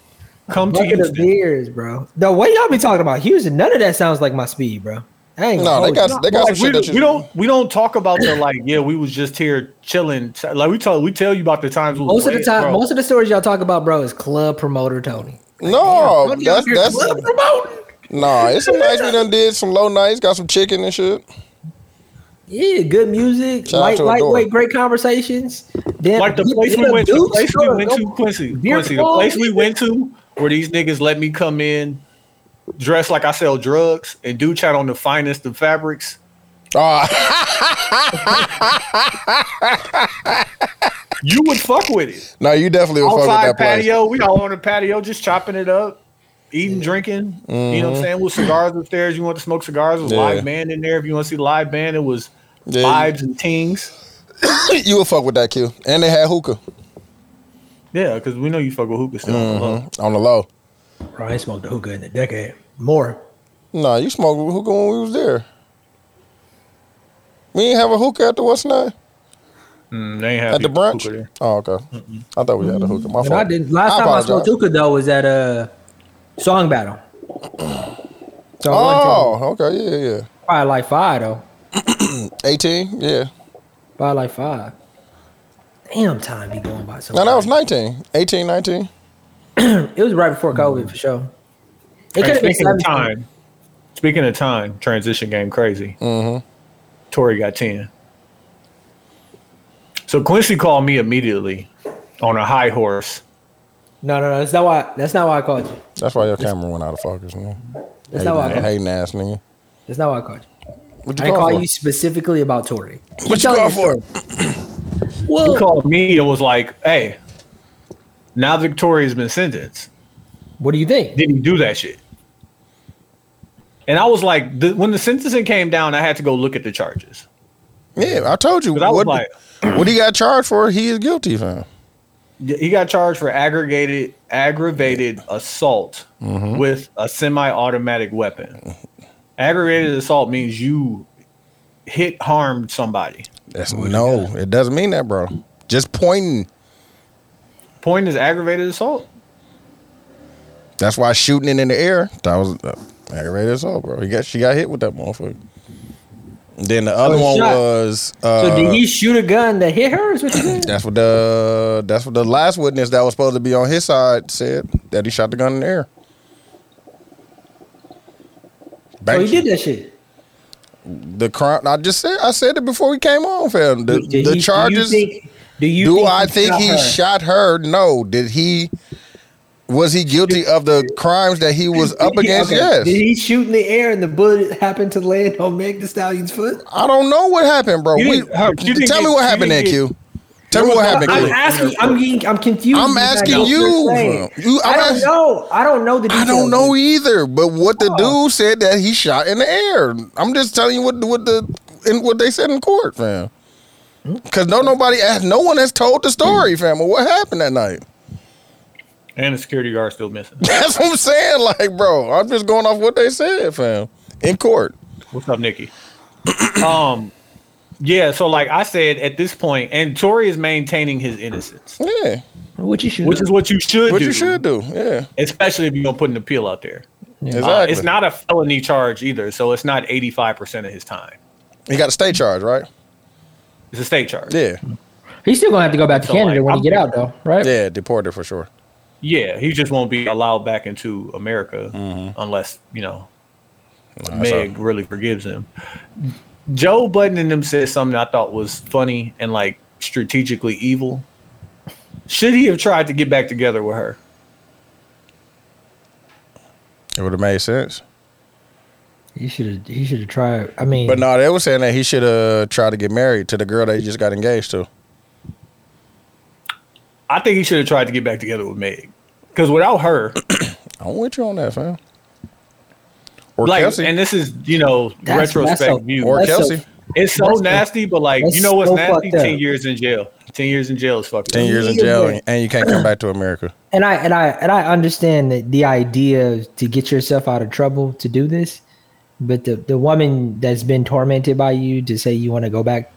[SPEAKER 3] Come to
[SPEAKER 6] Bucket of
[SPEAKER 3] Houston.
[SPEAKER 6] beers, bro. The way y'all be talking about Houston, none of that sounds like my speed, bro. I
[SPEAKER 1] No,
[SPEAKER 6] ain't gonna
[SPEAKER 1] they
[SPEAKER 6] hold you.
[SPEAKER 1] got they got some
[SPEAKER 3] Like, we,
[SPEAKER 1] shit that you
[SPEAKER 3] we don't we don't talk about the like yeah we was just here chilling like we tell we tell you about the times we was
[SPEAKER 6] most of the
[SPEAKER 3] lit,
[SPEAKER 6] time.
[SPEAKER 3] bro.
[SPEAKER 6] Most of the stories y'all talk about, bro, is club promoter Tony.
[SPEAKER 1] No,
[SPEAKER 6] Tony out
[SPEAKER 1] Oh, that's
[SPEAKER 6] here
[SPEAKER 1] that's
[SPEAKER 6] club promoting.
[SPEAKER 1] no. It's some nights we done did some low nights, got some chicken and shit.
[SPEAKER 6] Yeah, good music,
[SPEAKER 1] Shout out
[SPEAKER 6] light,
[SPEAKER 1] to Adora.
[SPEAKER 6] lightweight, great conversations. Then
[SPEAKER 3] like the
[SPEAKER 6] get-
[SPEAKER 3] place
[SPEAKER 6] get
[SPEAKER 3] we
[SPEAKER 6] a
[SPEAKER 3] went to, the
[SPEAKER 6] Duke's,
[SPEAKER 3] place we
[SPEAKER 6] bro,
[SPEAKER 3] went
[SPEAKER 6] go-
[SPEAKER 3] to, Quincy,
[SPEAKER 6] beer
[SPEAKER 3] Quincy, the
[SPEAKER 6] pong.
[SPEAKER 3] place we went to where these niggas let me come in, dressed like I sell drugs, and do chat on the finest of fabrics.
[SPEAKER 1] Oh,
[SPEAKER 3] You would fuck with it.
[SPEAKER 1] no, you definitely would fuck with
[SPEAKER 3] Outside
[SPEAKER 1] that place.
[SPEAKER 3] patio, we all on the patio, just chopping it up, eating, drinking. You know what I'm saying? With cigars upstairs, you want to smoke cigars? With
[SPEAKER 1] Mm-hmm. Yeah.
[SPEAKER 3] live band in there. If you want to see the live band, it was
[SPEAKER 1] Yeah,
[SPEAKER 3] vibes and tings.
[SPEAKER 1] you, you would fuck with that Q. And they had hookah
[SPEAKER 3] Yeah, because we know you fuck with hookah still.
[SPEAKER 1] on the low.
[SPEAKER 6] Bro, I ain't smoked a hookah in a decade. More.
[SPEAKER 1] No, you smoked hookah when we was there. We didn't have a hookah at the what's name
[SPEAKER 3] Mm, they ain't have
[SPEAKER 1] at the
[SPEAKER 3] hookah
[SPEAKER 1] brunch.
[SPEAKER 3] there.
[SPEAKER 1] Oh, okay. I thought we had a hookah. My
[SPEAKER 6] But I
[SPEAKER 1] fault.
[SPEAKER 6] didn't. Last
[SPEAKER 1] I
[SPEAKER 6] time I smoked
[SPEAKER 1] apologize.
[SPEAKER 6] hookah though was at a song battle. So I went to
[SPEAKER 1] Oh, okay, yeah, yeah.
[SPEAKER 6] probably like five though.
[SPEAKER 1] Eighteen, yeah.
[SPEAKER 6] Probably like five. Damn, time be going by so.
[SPEAKER 1] No, that was
[SPEAKER 6] fast.
[SPEAKER 1] 19. 18, 19.
[SPEAKER 6] It was right before COVID for sure. It
[SPEAKER 3] Hey,
[SPEAKER 6] could have been
[SPEAKER 3] speaking of
[SPEAKER 6] 17.
[SPEAKER 3] time, speaking of time, transition game crazy.
[SPEAKER 1] Mm-hmm.
[SPEAKER 3] Tori got 10. So Quincy called me immediately on a high horse.
[SPEAKER 6] No, no, no. That's not why. That's not why I called you.
[SPEAKER 1] That's why your camera went out of focus, man.
[SPEAKER 6] That's
[SPEAKER 1] Hating,
[SPEAKER 6] not why I called.
[SPEAKER 1] hating ass nigga.
[SPEAKER 6] That's not why I called you.
[SPEAKER 1] What
[SPEAKER 6] I
[SPEAKER 1] you
[SPEAKER 6] didn't
[SPEAKER 1] call
[SPEAKER 6] call
[SPEAKER 1] for?
[SPEAKER 6] you specifically about Tory.
[SPEAKER 1] What you call for?
[SPEAKER 3] He
[SPEAKER 6] Well,
[SPEAKER 3] called me and was like, hey, now Victoria's been sentenced.
[SPEAKER 6] what do you think?
[SPEAKER 3] Did he do that shit? And I was like, the, when the sentencing came down, I had to go look at the charges.
[SPEAKER 1] Yeah, I told you.
[SPEAKER 3] Because I was
[SPEAKER 1] What,
[SPEAKER 3] like,
[SPEAKER 1] what he got charged for, he is guilty, fam.
[SPEAKER 3] he got charged for aggregated aggravated assault
[SPEAKER 1] Mm-hmm.
[SPEAKER 3] with a semi-automatic weapon. Aggravated assault means you hit harmed somebody.
[SPEAKER 1] That's no, it doesn't mean that, bro. Just pointing.
[SPEAKER 3] Point is aggravated assault.
[SPEAKER 1] That's why shooting it in the air. That was uh, aggravated assault, bro. He got she got hit with that motherfucker. Then the other
[SPEAKER 6] Oh,
[SPEAKER 1] one
[SPEAKER 6] shot.
[SPEAKER 1] was
[SPEAKER 6] So
[SPEAKER 1] uh,
[SPEAKER 6] did he shoot a gun that hit her? Is what you said?
[SPEAKER 1] that's what the that's what the last witness that was supposed to be on his side said that he shot the gun in the air.
[SPEAKER 6] so he
[SPEAKER 1] Banks-
[SPEAKER 6] did that shit.
[SPEAKER 1] the crime. I just said I said it before we came on, fam. The,
[SPEAKER 6] Did
[SPEAKER 1] the
[SPEAKER 6] he-
[SPEAKER 1] charges.
[SPEAKER 6] Do you think? Do, you
[SPEAKER 1] do
[SPEAKER 6] think
[SPEAKER 1] I think he
[SPEAKER 6] her?
[SPEAKER 1] shot her? No. Did he? Was he guilty of the crimes that he was up
[SPEAKER 6] Did he-
[SPEAKER 1] against?
[SPEAKER 6] okay.
[SPEAKER 1] Yes.
[SPEAKER 6] Did he shoot in the air and the bullet happened to land on Meg the Stallion's foot?
[SPEAKER 1] I don't know what happened, bro.
[SPEAKER 3] You
[SPEAKER 1] We,
[SPEAKER 3] didn't- Herb, you didn't
[SPEAKER 1] tell me
[SPEAKER 3] get-
[SPEAKER 1] what
[SPEAKER 3] you
[SPEAKER 1] happened, then,
[SPEAKER 3] didn't
[SPEAKER 1] Q.
[SPEAKER 3] get-
[SPEAKER 1] Tell me what happened,
[SPEAKER 6] I'm
[SPEAKER 1] Q.
[SPEAKER 6] asking. I'm getting. I'm confused.
[SPEAKER 1] I'm
[SPEAKER 6] because I
[SPEAKER 1] asking
[SPEAKER 6] know what you're
[SPEAKER 1] you,
[SPEAKER 6] saying.
[SPEAKER 1] bro. You- I'm
[SPEAKER 6] I don't
[SPEAKER 1] ask-
[SPEAKER 6] know. I don't know the.
[SPEAKER 1] I
[SPEAKER 6] Details.
[SPEAKER 1] don't know e-, either, but what the dude said that he shot in the air. I'm just telling you what what the and what they said in court, fam.
[SPEAKER 6] Mm-hmm.
[SPEAKER 1] Because no nobody asked, no one has told the story, fam. Of what happened that night?
[SPEAKER 3] And the security guard still missing.
[SPEAKER 1] That's what I'm saying. Like, bro, I'm just going off what they said, fam, in court.
[SPEAKER 3] What's up, Nikki? um, yeah. So like I said, at this point, and Tory is maintaining his innocence,
[SPEAKER 1] Yeah,
[SPEAKER 6] What you shoot?
[SPEAKER 3] which is what you should
[SPEAKER 1] what
[SPEAKER 3] do,
[SPEAKER 1] you should do. Yeah,
[SPEAKER 3] especially if you're gonna put an appeal out there.
[SPEAKER 1] exactly.
[SPEAKER 3] Uh, it's not a felony charge either, so it's not 85 percent of his time.
[SPEAKER 1] he got a state charge, right?
[SPEAKER 3] It's a state charge.
[SPEAKER 1] Yeah,
[SPEAKER 6] He's still gonna have to go back to
[SPEAKER 3] So,
[SPEAKER 6] Canada
[SPEAKER 3] like,
[SPEAKER 6] when
[SPEAKER 3] I'm-
[SPEAKER 6] he get out, though, right?
[SPEAKER 1] yeah, deported for sure.
[SPEAKER 3] Yeah, he just won't be allowed back into America
[SPEAKER 1] Mm-hmm.
[SPEAKER 3] unless you know
[SPEAKER 1] Nah,
[SPEAKER 3] Meg really forgives him. Joe Budden and them said something I thought was funny and like strategically evil. Should he have tried to get back together with her?
[SPEAKER 1] so it would have made sense.
[SPEAKER 6] He should have. He should have tried. I mean,
[SPEAKER 1] But no, they were saying that he should have tried to get married to the girl that he just got engaged to.
[SPEAKER 3] I think he should have tried to get back together with Meg because without her,
[SPEAKER 1] I'm with you on that, fam. Or
[SPEAKER 3] like,
[SPEAKER 1] Kelsey.
[SPEAKER 3] and this is you know
[SPEAKER 6] That's- that's
[SPEAKER 3] retrospect
[SPEAKER 6] so-
[SPEAKER 3] view.
[SPEAKER 1] or
[SPEAKER 6] that's so-
[SPEAKER 1] Kelsey.
[SPEAKER 3] It's so
[SPEAKER 6] That's so-
[SPEAKER 3] nasty, but like
[SPEAKER 6] that's
[SPEAKER 3] you know what's
[SPEAKER 6] so
[SPEAKER 3] nasty?
[SPEAKER 6] fucked up.
[SPEAKER 3] Ten years in jail. Ten years in jail is fucked
[SPEAKER 1] Ten
[SPEAKER 3] up.
[SPEAKER 1] years in jail, and- and you can't come back to America.
[SPEAKER 6] and I and I and I understand that the idea is to get yourself out of trouble to do this, But the, the woman that's been tormented by you to say you want to go back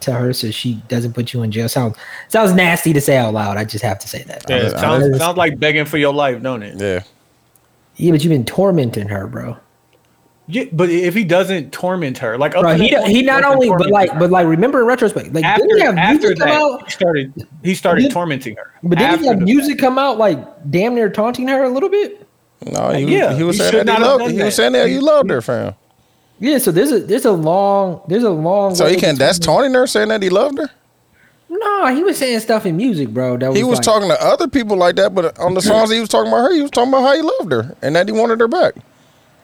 [SPEAKER 6] to her so she doesn't put you in jail sounds sounds nasty to say out loud. I just have to say that.
[SPEAKER 3] Yeah, it sounds, sounds like begging for your life, don't it?
[SPEAKER 1] Yeah.
[SPEAKER 6] Yeah, but you've been tormenting her, bro.
[SPEAKER 3] Yeah, but if he doesn't torment her, like up
[SPEAKER 6] Bro,
[SPEAKER 3] to that
[SPEAKER 6] he don't-
[SPEAKER 3] point,
[SPEAKER 6] he not
[SPEAKER 3] wasn't
[SPEAKER 6] only but
[SPEAKER 3] tormenting
[SPEAKER 6] like
[SPEAKER 3] her.
[SPEAKER 6] but like remember in retrospect, like didn't he
[SPEAKER 3] after,
[SPEAKER 6] have
[SPEAKER 3] after
[SPEAKER 6] music come
[SPEAKER 3] that, he
[SPEAKER 6] out?
[SPEAKER 3] started he started
[SPEAKER 6] Did-
[SPEAKER 3] tormenting her.
[SPEAKER 6] But didn't
[SPEAKER 3] After
[SPEAKER 6] he have
[SPEAKER 3] the
[SPEAKER 6] music come out like damn near taunting her a little bit?
[SPEAKER 1] No, he,
[SPEAKER 3] Yeah,
[SPEAKER 1] was he was
[SPEAKER 3] you
[SPEAKER 1] saying
[SPEAKER 3] should
[SPEAKER 1] that
[SPEAKER 3] not
[SPEAKER 1] he
[SPEAKER 3] have
[SPEAKER 1] loved
[SPEAKER 3] done
[SPEAKER 1] he
[SPEAKER 3] that.
[SPEAKER 1] was saying that you loved her, fam.
[SPEAKER 6] Yeah, so there's a there's a long there's a long
[SPEAKER 1] So
[SPEAKER 6] way
[SPEAKER 1] he can
[SPEAKER 6] between-
[SPEAKER 1] that's taunting her saying that he loved her?
[SPEAKER 6] No, he was saying stuff in music, bro. That was
[SPEAKER 1] He was
[SPEAKER 6] like-
[SPEAKER 1] talking to other people like that, but on the songs he was talking about her, he was talking about how he loved her and that he wanted her back.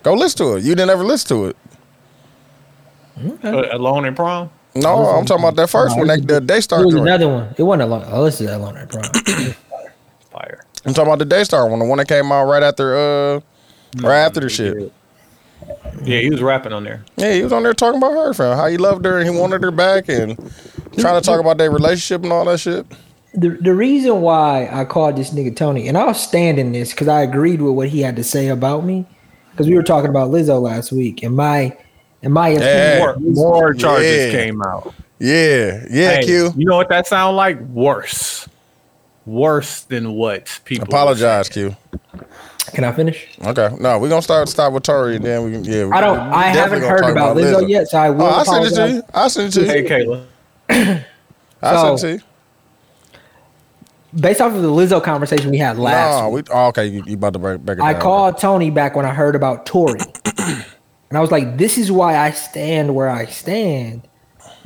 [SPEAKER 1] Go listen to it. You didn't ever listen to it.
[SPEAKER 3] fact, uh, alone in prom.
[SPEAKER 1] No, I'm talking about that first one. That, the
[SPEAKER 6] Oh, It
[SPEAKER 1] Daystar
[SPEAKER 6] was
[SPEAKER 1] joint.
[SPEAKER 6] another one. It wasn't a long. I listened to that longer, bro.
[SPEAKER 3] Fire.
[SPEAKER 1] I'm talking about the Daystar one, the one that came out right after uh right after the shit.
[SPEAKER 3] Yeah, he was rapping on there.
[SPEAKER 1] Yeah, he was on there talking about her, fam. How he loved her and he wanted her back and trying to talk about their relationship and all that shit.
[SPEAKER 6] the the reason why I called this nigga Tony, and I'll stand in this because I agreed with what he had to say about me, because we were talking about Lizzo last week, and my and my
[SPEAKER 1] Yeah.
[SPEAKER 3] More,
[SPEAKER 6] opinion,
[SPEAKER 3] more charges
[SPEAKER 1] Yeah.
[SPEAKER 3] came out.
[SPEAKER 1] Yeah, yeah,
[SPEAKER 3] Hey,
[SPEAKER 1] Q.
[SPEAKER 3] You know what that sound like? Worse. Worse than what people
[SPEAKER 1] Apologize, Q.
[SPEAKER 6] can I finish?
[SPEAKER 1] Okay, no, we're gonna start stop with Tori, and then we can. Yeah, we-
[SPEAKER 6] I don't.
[SPEAKER 1] we
[SPEAKER 6] I
[SPEAKER 1] definitely
[SPEAKER 6] haven't
[SPEAKER 1] gonna
[SPEAKER 6] heard
[SPEAKER 1] talk
[SPEAKER 6] about Lizzo, yet, so I will.
[SPEAKER 1] Oh, I sent it
[SPEAKER 6] apologize.
[SPEAKER 1] to you. I sent it to
[SPEAKER 3] Hey,
[SPEAKER 1] you.
[SPEAKER 3] Kayla.
[SPEAKER 1] I sent it
[SPEAKER 6] So,
[SPEAKER 1] to you.
[SPEAKER 6] Based off of the Lizzo conversation we had last
[SPEAKER 1] No,
[SPEAKER 6] week,
[SPEAKER 1] we. Oh, okay, you, you about to break, break it
[SPEAKER 6] I
[SPEAKER 1] down.
[SPEAKER 6] called Tony back when I heard about Tory, and I was like, "This is why I stand where I stand,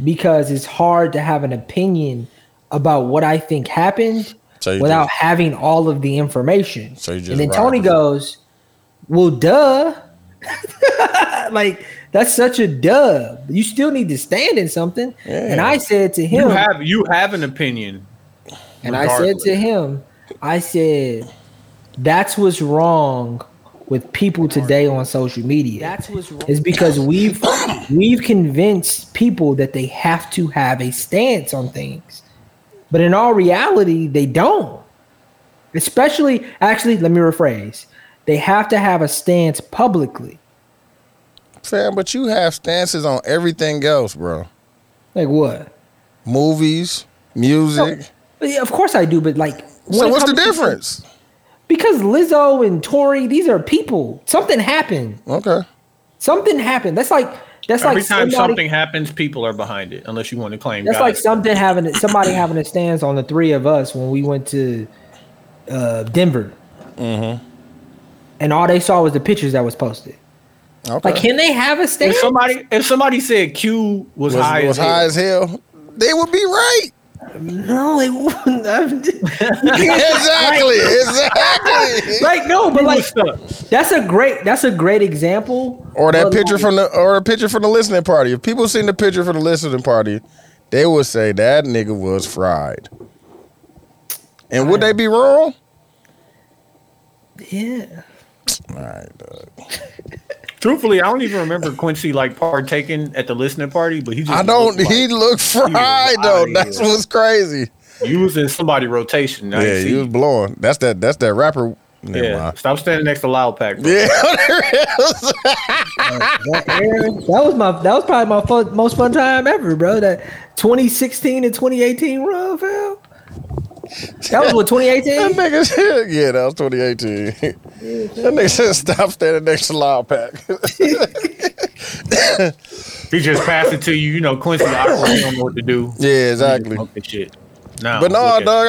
[SPEAKER 6] because it's hard to have an opinion about what I think happened."
[SPEAKER 1] So you
[SPEAKER 6] without
[SPEAKER 1] just-
[SPEAKER 6] having all of the information.
[SPEAKER 1] So you just
[SPEAKER 6] and then
[SPEAKER 1] ride
[SPEAKER 6] Tony
[SPEAKER 1] with it.
[SPEAKER 6] goes, "Well, duh." like that's such a duh. You still need to stand in something. And
[SPEAKER 1] Yeah.
[SPEAKER 6] I said to
[SPEAKER 3] You
[SPEAKER 6] him,
[SPEAKER 3] have you have an opinion.
[SPEAKER 6] and I said to him, I said, "That's what's wrong." With people today on social media, that's what's wrong. Is because we've we've convinced people that they have to have a stance on things, but in all reality, they don't. Especially, actually, let me rephrase: they have to have a stance publicly.
[SPEAKER 1] Fam, but you have stances on everything else, bro.
[SPEAKER 6] Like what?
[SPEAKER 1] Movies, music.
[SPEAKER 6] But yeah, of course I do, but like,
[SPEAKER 1] so
[SPEAKER 6] when it
[SPEAKER 1] what's the
[SPEAKER 6] comes to-
[SPEAKER 1] difference?
[SPEAKER 6] because Lizzo and Tori, these are people. Something happened.
[SPEAKER 1] Okay.
[SPEAKER 6] Something happened. That's like that's
[SPEAKER 3] Every
[SPEAKER 6] like
[SPEAKER 3] time
[SPEAKER 6] somebody,
[SPEAKER 3] something happens, people are behind it, unless you want to claim
[SPEAKER 6] That's
[SPEAKER 3] God.
[SPEAKER 6] like something having somebody having a stance on the three of us when we went to uh, Denver, Mm-hmm. and all they saw was the pictures that was posted.
[SPEAKER 1] Okay.
[SPEAKER 6] Like, can they have a
[SPEAKER 3] if
[SPEAKER 6] stance?
[SPEAKER 3] somebody if somebody said Q was,
[SPEAKER 1] was
[SPEAKER 3] high,
[SPEAKER 1] was
[SPEAKER 3] as hell,
[SPEAKER 1] high as hell. They would be right.
[SPEAKER 6] No, they wouldn't. I'm just-
[SPEAKER 1] exactly. Exactly.
[SPEAKER 6] like no, but
[SPEAKER 3] you
[SPEAKER 6] like
[SPEAKER 3] was stuck.
[SPEAKER 6] that's a great that's a great example.
[SPEAKER 1] Or that
[SPEAKER 6] but,
[SPEAKER 1] picture
[SPEAKER 6] like,
[SPEAKER 1] from the or a picture from the listening party. If people seen the picture from the listening party, they would say that nigga was fried. And would they be wrong?
[SPEAKER 6] yeah.
[SPEAKER 1] All right, dog.
[SPEAKER 3] Truthfully, I don't even remember Quincy like partaking at the listening party, but he just
[SPEAKER 1] I don't.
[SPEAKER 3] looked
[SPEAKER 1] He
[SPEAKER 3] like
[SPEAKER 1] looked fried though. That's what's crazy.
[SPEAKER 3] you was in somebody rotation. I
[SPEAKER 1] Yeah,
[SPEAKER 3] didn't see
[SPEAKER 1] he was
[SPEAKER 3] you.
[SPEAKER 1] blowing. That's that. That's that rapper. Never
[SPEAKER 3] yeah.
[SPEAKER 1] mind.
[SPEAKER 3] Stop standing next to Loud Pack. bro.
[SPEAKER 1] Yeah.
[SPEAKER 6] That, era- that was my that was probably my fun, most fun time ever, bro. That 2016 and 2018 run, fam. That was what 2018.
[SPEAKER 1] that nigga said, yeah, that was 2018. that nigga said, stop standing next to Loud Pack.
[SPEAKER 3] He just passed it to you. You know, Quincy, I really don't know what to do.
[SPEAKER 1] yeah, exactly.
[SPEAKER 3] Smoke this shit. Nah,
[SPEAKER 1] But no,
[SPEAKER 3] look at-
[SPEAKER 1] dog,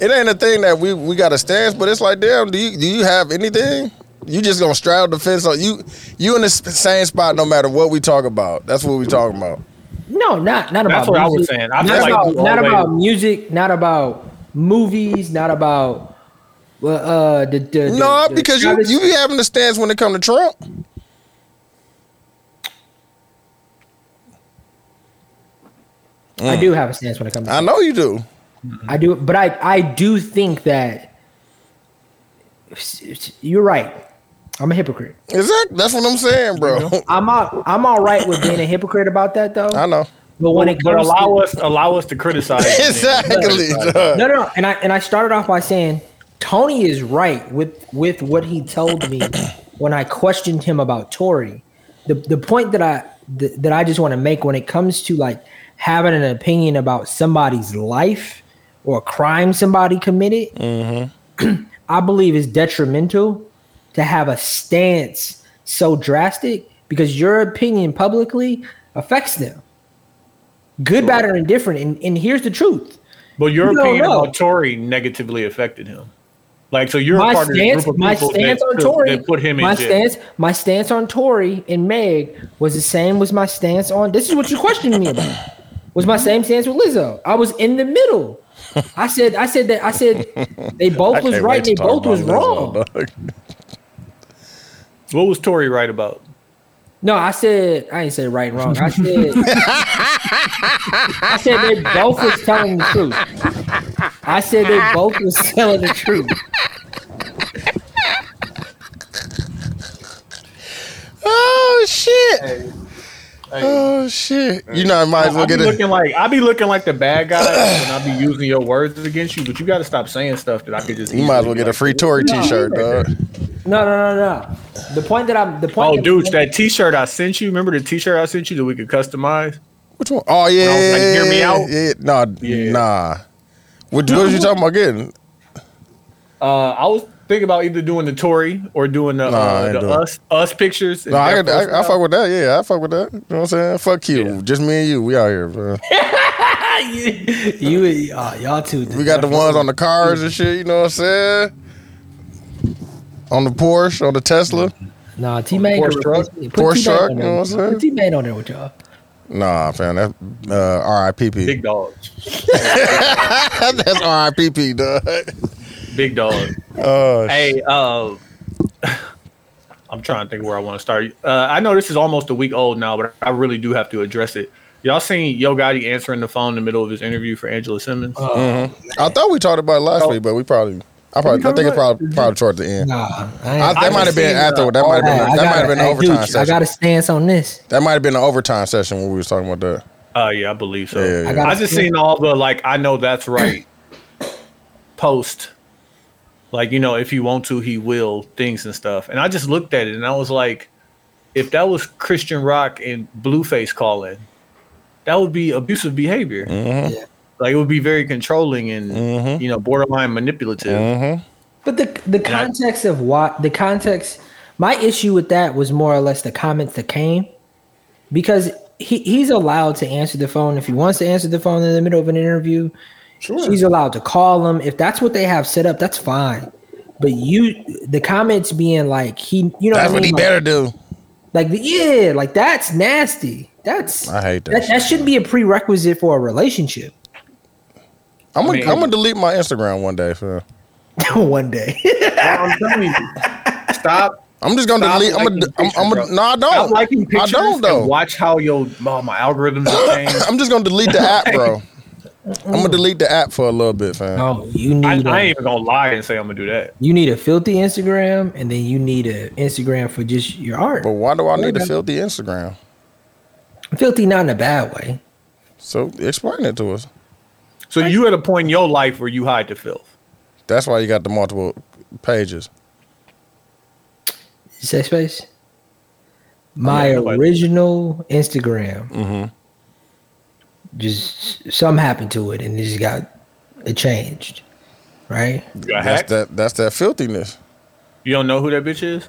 [SPEAKER 1] I, it ain't a thing that we we got a stance. But it's like, damn, do you do you have anything? You just gonna straddle the fence on you. You in the s- same spot no matter what we talk about. That's what we talking about.
[SPEAKER 6] No, not not about.
[SPEAKER 3] That's what I was
[SPEAKER 6] music.
[SPEAKER 3] saying. I
[SPEAKER 6] not
[SPEAKER 3] feel like
[SPEAKER 6] about,
[SPEAKER 3] you
[SPEAKER 6] not
[SPEAKER 3] always-
[SPEAKER 6] about music. Not about movies. Not about uh, uh the, the
[SPEAKER 1] No,
[SPEAKER 6] the- the
[SPEAKER 1] because you
[SPEAKER 6] Travis-
[SPEAKER 1] you be having a stance when it come to Trump.
[SPEAKER 6] I do
[SPEAKER 1] Mm.
[SPEAKER 6] have a stance when it comes. to
[SPEAKER 1] I know you do.
[SPEAKER 6] I do, but I I do think that you're right. I'm a hypocrite.
[SPEAKER 1] Exactly. That's what I'm saying, bro.
[SPEAKER 6] I'm all, I'm all right with being a hypocrite about that though.
[SPEAKER 1] I know.
[SPEAKER 6] But when it
[SPEAKER 3] but
[SPEAKER 6] comes
[SPEAKER 3] allow
[SPEAKER 6] to,
[SPEAKER 3] us allow us to criticize. you, man.
[SPEAKER 1] Exactly. dog.
[SPEAKER 6] no, no, no, and I and I started off by saying Tony is right with with what he told me when I questioned him about Tory the the point that I th- that I just want to make when it comes to like having an opinion about somebody's life or a crime somebody committed, I believe is detrimental to have a stance so drastic because your opinion publicly affects them. Good, bad, or indifferent. And, and here's the truth.
[SPEAKER 3] But your
[SPEAKER 6] You don't
[SPEAKER 3] opinion
[SPEAKER 6] know.
[SPEAKER 3] about Tory negatively affected him. Like, so you're a
[SPEAKER 6] my
[SPEAKER 3] part
[SPEAKER 6] stance,
[SPEAKER 3] of the group of
[SPEAKER 6] my
[SPEAKER 3] people
[SPEAKER 6] stance
[SPEAKER 3] that,
[SPEAKER 6] on Tory,
[SPEAKER 3] that put him in
[SPEAKER 6] my
[SPEAKER 3] jail.
[SPEAKER 6] stance, my stance on Tory and Meg was the same was my stance on. This is what you're questioning me about. Was my same stance with Lizzo. I was in the middle. I said, I said that, I said they both was right, they both was wrong.
[SPEAKER 3] What was Tory right about?
[SPEAKER 6] No, I said I ain't say right and wrong. I said I said they both was telling the truth. I said they both was telling the truth.
[SPEAKER 1] Oh shit!
[SPEAKER 3] Hey,
[SPEAKER 1] Oh shit! You know, I might as
[SPEAKER 3] I
[SPEAKER 1] well
[SPEAKER 3] be
[SPEAKER 1] get it.
[SPEAKER 3] looking like I be looking like the bad guy, and I be using your words against you. But you got to stop saying stuff that I could just.
[SPEAKER 1] You might as well get
[SPEAKER 3] easily
[SPEAKER 1] a
[SPEAKER 3] be like,
[SPEAKER 1] free Tory
[SPEAKER 6] No,
[SPEAKER 1] T-shirt, dog.
[SPEAKER 6] No, no, no, no. The point that I'm the point.
[SPEAKER 3] Oh, dude, that T-shirt I sent you. Remember the T-shirt I sent you that we could customize?
[SPEAKER 1] Which one? Oh yeah,
[SPEAKER 3] Like, hear me out?
[SPEAKER 1] Yeah, nah,
[SPEAKER 3] Yeah.
[SPEAKER 1] nah. What, what was you talking about getting?
[SPEAKER 3] Uh, I was thinking about either doing the Tory or doing the,
[SPEAKER 1] Nah, I
[SPEAKER 3] uh,
[SPEAKER 1] ain't
[SPEAKER 3] the
[SPEAKER 1] doing it.
[SPEAKER 3] us us pictures.
[SPEAKER 1] No, I, could- I, I fuck with that. Yeah, I fuck with that. You know what I'm saying? Fuck you. Just me and you. We out here, bro.
[SPEAKER 6] You uh, y'all too.
[SPEAKER 1] We got the ones on the cars and shit. You know what I'm saying? On the Porsche, on the Tesla.
[SPEAKER 6] Nah, T Main
[SPEAKER 3] Porsche truck?
[SPEAKER 1] Porsche
[SPEAKER 6] Put T
[SPEAKER 1] truck, you know what I'm
[SPEAKER 6] Main on there.
[SPEAKER 1] saying?
[SPEAKER 6] Put T Main on there with y'all.
[SPEAKER 1] Nah, fam. That's uh, RIPP.
[SPEAKER 3] big dog,
[SPEAKER 1] That's RIPP, dog.
[SPEAKER 3] big dog.
[SPEAKER 1] Oh, shit.
[SPEAKER 3] Hey, uh, I'm trying to think where I want to start. Uh, I know this is almost a week old now, but I really do have to address it. Y'all seen Yo Gotti answering the phone in the middle of his interview for Angela Simmons?
[SPEAKER 1] I thought we talked about it
[SPEAKER 3] Oh.
[SPEAKER 1] last week, but we probably. I probably. I think it's probably probably towards the end.
[SPEAKER 6] Nah,
[SPEAKER 1] I, that
[SPEAKER 3] I
[SPEAKER 1] might have been
[SPEAKER 3] seen,
[SPEAKER 1] after.
[SPEAKER 3] uh,
[SPEAKER 1] That might have
[SPEAKER 6] Hey,
[SPEAKER 1] been.
[SPEAKER 6] I
[SPEAKER 1] That might
[SPEAKER 6] gotta-
[SPEAKER 1] have been an
[SPEAKER 6] hey,
[SPEAKER 1] overtime
[SPEAKER 6] dude, I
[SPEAKER 1] session.
[SPEAKER 6] got a stance on this.
[SPEAKER 1] that might have been an overtime session when we was talking about that.
[SPEAKER 3] Uh, yeah, I believe so.
[SPEAKER 1] Yeah, yeah.
[SPEAKER 6] I
[SPEAKER 3] I,
[SPEAKER 6] got a
[SPEAKER 3] just
[SPEAKER 6] stance-
[SPEAKER 3] seen all the like, I know that's right. Post, like you know, if you want to, he will things and stuff. And I just looked at it and I was like, if that was Christian Rock and Blueface calling, that would be abusive behavior.
[SPEAKER 1] Mm-hmm.
[SPEAKER 6] Yeah.
[SPEAKER 3] Like it would be very controlling and you know borderline manipulative.
[SPEAKER 1] Mm-hmm.
[SPEAKER 6] But the the
[SPEAKER 3] I-
[SPEAKER 6] context of what the context, my issue with that was more or less the comments that came, because he, he's allowed to answer the phone if he wants to answer the phone in the middle of an interview. Sure, she's allowed to call him if that's what they have set up. That's fine. But you, the comments being like he, you know,
[SPEAKER 1] That's
[SPEAKER 6] what, I
[SPEAKER 1] what he
[SPEAKER 6] mean?
[SPEAKER 1] better do.
[SPEAKER 6] like, like yeah, like that's nasty. That's
[SPEAKER 1] I hate that
[SPEAKER 6] That, that
[SPEAKER 1] shit.
[SPEAKER 6] shouldn't be a prerequisite for a relationship.
[SPEAKER 1] I'm gonna.
[SPEAKER 3] mean-
[SPEAKER 1] I'm gonna delete my Instagram one day, fam.
[SPEAKER 6] One day,
[SPEAKER 3] I'm telling you, stop.
[SPEAKER 1] I'm just gonna
[SPEAKER 3] Stop
[SPEAKER 1] delete. I'm
[SPEAKER 3] liking
[SPEAKER 1] gonna. I'm,
[SPEAKER 3] pictures,
[SPEAKER 1] I'm gonna.
[SPEAKER 3] bro.
[SPEAKER 1] No, I
[SPEAKER 3] Stop
[SPEAKER 1] don't.
[SPEAKER 3] liking
[SPEAKER 1] I
[SPEAKER 3] pictures
[SPEAKER 1] don't
[SPEAKER 3] and
[SPEAKER 1] though.
[SPEAKER 3] watch how your oh, my algorithms change.
[SPEAKER 1] I'm just gonna delete the app, bro. I'm gonna delete the app for a little bit, fam.
[SPEAKER 6] no, Oh, you
[SPEAKER 3] I,
[SPEAKER 6] need.
[SPEAKER 3] I
[SPEAKER 6] a-
[SPEAKER 3] ain't even gonna lie and say I'm gonna do that.
[SPEAKER 6] You need a filthy Instagram, and then you need a Instagram for just your art.
[SPEAKER 1] But why do I need to filthy Instagram?
[SPEAKER 6] filthy, not in a bad way.
[SPEAKER 1] So explain it to us.
[SPEAKER 3] So you at a point in your life where you hide the filth.
[SPEAKER 1] That's why you got the multiple pages.
[SPEAKER 6] Sex space. My
[SPEAKER 3] not quite.
[SPEAKER 6] original Instagram.
[SPEAKER 1] Mm-hmm.
[SPEAKER 6] Just something happened to it, and it just got it changed, right?
[SPEAKER 3] You got
[SPEAKER 1] That's
[SPEAKER 3] hacked.
[SPEAKER 1] that. That's that filthiness.
[SPEAKER 3] You don't know who that bitch is.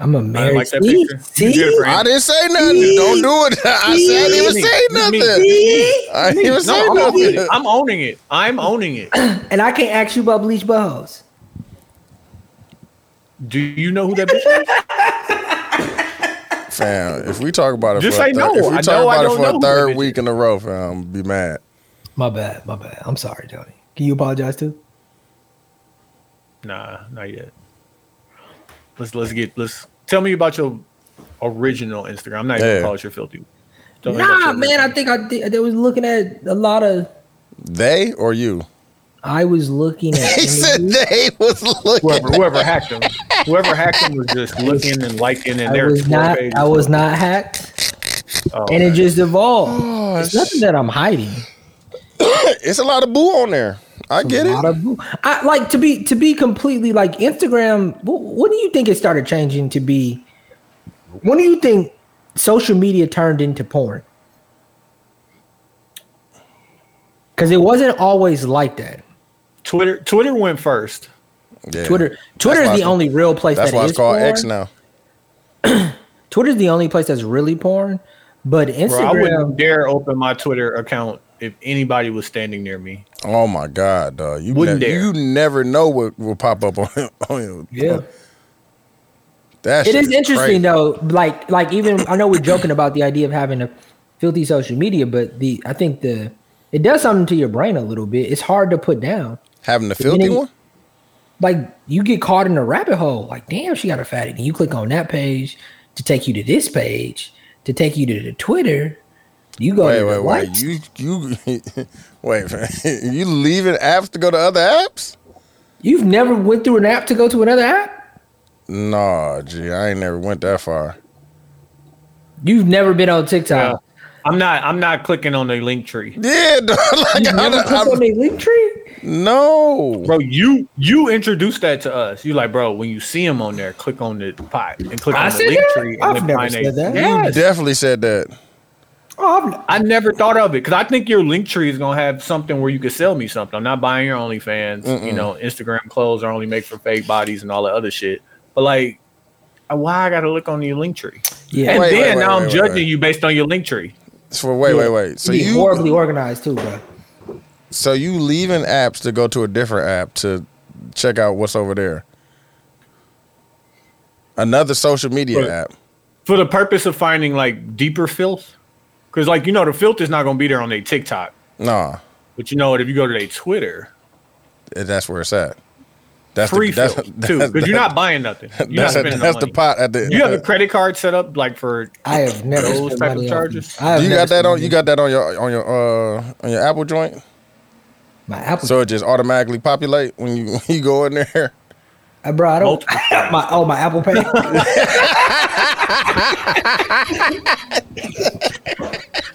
[SPEAKER 6] I'm a
[SPEAKER 3] I
[SPEAKER 6] married.
[SPEAKER 3] like that
[SPEAKER 6] see,
[SPEAKER 3] picture. You
[SPEAKER 6] see,
[SPEAKER 3] did it for
[SPEAKER 1] I
[SPEAKER 3] him.
[SPEAKER 1] didn't say nothing. Don't do it. I said I didn't even say nothing.
[SPEAKER 6] see?
[SPEAKER 1] I didn't even say
[SPEAKER 3] No, I'm owning
[SPEAKER 1] nothing.
[SPEAKER 3] it. I'm owning it. I'm owning it.
[SPEAKER 6] and I can't ask you about bleach buttholes.
[SPEAKER 3] Do you know who that bitch is?
[SPEAKER 1] Fam, if we talk about it,
[SPEAKER 3] Just
[SPEAKER 1] for a
[SPEAKER 3] say
[SPEAKER 1] thir-
[SPEAKER 3] no.
[SPEAKER 1] If we
[SPEAKER 3] I
[SPEAKER 1] talk
[SPEAKER 3] know I
[SPEAKER 1] about it
[SPEAKER 3] don't
[SPEAKER 1] for
[SPEAKER 3] know
[SPEAKER 1] a
[SPEAKER 3] who
[SPEAKER 1] third
[SPEAKER 3] that bitch
[SPEAKER 1] week in a row, fam, I'm be mad.
[SPEAKER 6] My bad, my bad. I'm sorry, Johnny. Can you apologize too?
[SPEAKER 3] Nah, not yet. Let's let's get let's tell me about your original Instagram. I'm not even
[SPEAKER 1] Yeah.
[SPEAKER 3] gonna call it your filthy. Tell me about
[SPEAKER 6] Nah,
[SPEAKER 3] your
[SPEAKER 6] man. I
[SPEAKER 3] original.
[SPEAKER 6] think I did. I was looking at a lot of.
[SPEAKER 1] They or you?
[SPEAKER 6] I was looking at.
[SPEAKER 1] He said
[SPEAKER 6] images.
[SPEAKER 1] they was looking.
[SPEAKER 3] whoever whoever hacked him, whoever hacked him was just looking and liking and
[SPEAKER 6] I
[SPEAKER 3] their
[SPEAKER 6] was
[SPEAKER 3] explore
[SPEAKER 6] not.
[SPEAKER 3] page.
[SPEAKER 6] I was not hacked,
[SPEAKER 3] Oh,
[SPEAKER 6] and it just evolved.
[SPEAKER 1] Oh,
[SPEAKER 6] it's nothing that I'm hiding.
[SPEAKER 1] It's a lot of boo on there. I get
[SPEAKER 6] A
[SPEAKER 1] it.
[SPEAKER 6] lot of boo- I like to be to be completely like Instagram. wh- When do you think it started changing to be? When do you think social media turned into porn. Because it wasn't always like that.
[SPEAKER 3] Twitter Twitter went first.
[SPEAKER 1] Yeah.
[SPEAKER 6] Twitter Twitter
[SPEAKER 1] why
[SPEAKER 6] is the
[SPEAKER 1] it's-
[SPEAKER 6] only real place
[SPEAKER 1] That's
[SPEAKER 6] that
[SPEAKER 1] why
[SPEAKER 6] is
[SPEAKER 1] it's called
[SPEAKER 6] porn.
[SPEAKER 1] X now.
[SPEAKER 6] Twitter's the only place that's really porn. But
[SPEAKER 3] Bro, I
[SPEAKER 6] Instagram,
[SPEAKER 3] wouldn't dare open my Twitter account if anybody was standing near me.
[SPEAKER 1] Oh my God, dog. You
[SPEAKER 3] Wouldn't
[SPEAKER 1] ne-
[SPEAKER 3] dare.
[SPEAKER 1] You never know what will pop up on him. On him.
[SPEAKER 6] yeah,
[SPEAKER 1] That
[SPEAKER 6] it
[SPEAKER 1] shit
[SPEAKER 6] is interesting
[SPEAKER 1] crazy.
[SPEAKER 6] though. Like, like even I know we're joking about the idea of having a filthy social media, but the I think the it does something to your brain a little bit. It's hard to put down.
[SPEAKER 1] Having the filthy
[SPEAKER 6] minute-
[SPEAKER 1] one.
[SPEAKER 6] Like you get caught in a rabbit hole. Like, damn, she got a fatty. And you click on that page to take you to this page to take you to the Twitter. You go.
[SPEAKER 1] Wait,
[SPEAKER 6] to
[SPEAKER 1] wait,
[SPEAKER 6] the
[SPEAKER 1] wait.
[SPEAKER 6] likes.
[SPEAKER 1] You you wait. man. You leaving apps to go to other apps?
[SPEAKER 6] You've never went through an app to go to another app.
[SPEAKER 1] Nah, gee, I ain't never went that far.
[SPEAKER 6] You've never been on TikTok.
[SPEAKER 3] I'm not I'm not clicking on the link tree.
[SPEAKER 1] Yeah, dog, like
[SPEAKER 6] You've
[SPEAKER 1] I,
[SPEAKER 6] never clicked on
[SPEAKER 1] I,
[SPEAKER 6] a link tree.
[SPEAKER 1] no.
[SPEAKER 3] Bro, you you introduced that to us. You like, bro, when you see him on there, click on the pot and click on
[SPEAKER 6] I
[SPEAKER 3] the
[SPEAKER 6] said
[SPEAKER 3] link
[SPEAKER 6] that?
[SPEAKER 3] tree. and
[SPEAKER 6] I've
[SPEAKER 3] then
[SPEAKER 6] never
[SPEAKER 3] find a-
[SPEAKER 6] said that.
[SPEAKER 1] You
[SPEAKER 3] Yes.
[SPEAKER 1] definitely said that.
[SPEAKER 6] Oh,
[SPEAKER 3] I never thought of it because I think your link tree is gonna have something where you could sell me something. I'm not buying your OnlyFans. You know, Instagram clothes are only made for fake bodies and all that other shit. But like, why I gotta look on your link tree?
[SPEAKER 6] yeah.
[SPEAKER 3] And
[SPEAKER 1] Wait, wait,
[SPEAKER 3] then
[SPEAKER 1] wait,
[SPEAKER 3] now I'm
[SPEAKER 1] wait, wait,
[SPEAKER 3] judging
[SPEAKER 1] wait.
[SPEAKER 3] you based on your link tree.
[SPEAKER 1] So wait, wait, wait. So
[SPEAKER 6] It'd be
[SPEAKER 1] you
[SPEAKER 6] horribly organized too, bro.
[SPEAKER 1] so you leaving apps to go to a different app to check out what's over there? Another social media
[SPEAKER 3] Right.
[SPEAKER 1] app.
[SPEAKER 3] for the purpose of finding like deeper filth because like you know the filth is not going to be there on their tiktok
[SPEAKER 1] Nah,
[SPEAKER 3] but you know what if you go to their twitter
[SPEAKER 1] that's where it's at. That's
[SPEAKER 3] free
[SPEAKER 1] the, that's,
[SPEAKER 3] filth too because you're not buying nothing you're not
[SPEAKER 1] That's,
[SPEAKER 3] spending
[SPEAKER 1] that's
[SPEAKER 3] no
[SPEAKER 1] the
[SPEAKER 3] money.
[SPEAKER 1] pot at the.
[SPEAKER 3] you have a credit card set up like for
[SPEAKER 6] I have never
[SPEAKER 3] Those
[SPEAKER 6] spent
[SPEAKER 3] type of
[SPEAKER 6] money
[SPEAKER 3] charges?
[SPEAKER 6] On, I have
[SPEAKER 1] you
[SPEAKER 6] never
[SPEAKER 1] got that
[SPEAKER 6] spent
[SPEAKER 1] on
[SPEAKER 6] money
[SPEAKER 1] you got that on your on your uh on your Apple joint,
[SPEAKER 6] my Apple.
[SPEAKER 1] so it just automatically populate when you when you go in there.
[SPEAKER 6] Uh, bro, I don't.
[SPEAKER 3] Multiple
[SPEAKER 6] my oh, my Apple Pay.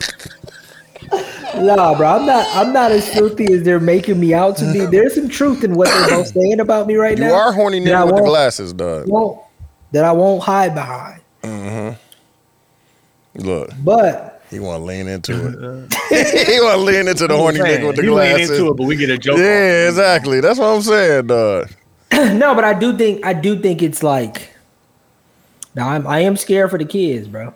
[SPEAKER 6] nah, bro, I'm not. I'm not as filthy as they're making me out to be. There's some truth in what they're both saying about me right
[SPEAKER 1] You
[SPEAKER 6] now.
[SPEAKER 1] are horny
[SPEAKER 6] that I
[SPEAKER 1] nigga with the
[SPEAKER 6] won't-
[SPEAKER 1] glasses, dog.
[SPEAKER 6] Won't, that I won't hide behind,
[SPEAKER 1] Look,
[SPEAKER 6] but
[SPEAKER 1] he want to lean into it. he want to lean into the horny nigga with the
[SPEAKER 3] you lean into it
[SPEAKER 1] glasses.
[SPEAKER 3] but we get a joke on it.
[SPEAKER 1] Yeah, exactly. That's what I'm saying, dog.
[SPEAKER 6] no, but I do think I do think it's like. Now I'm I am scared for the kids, bro.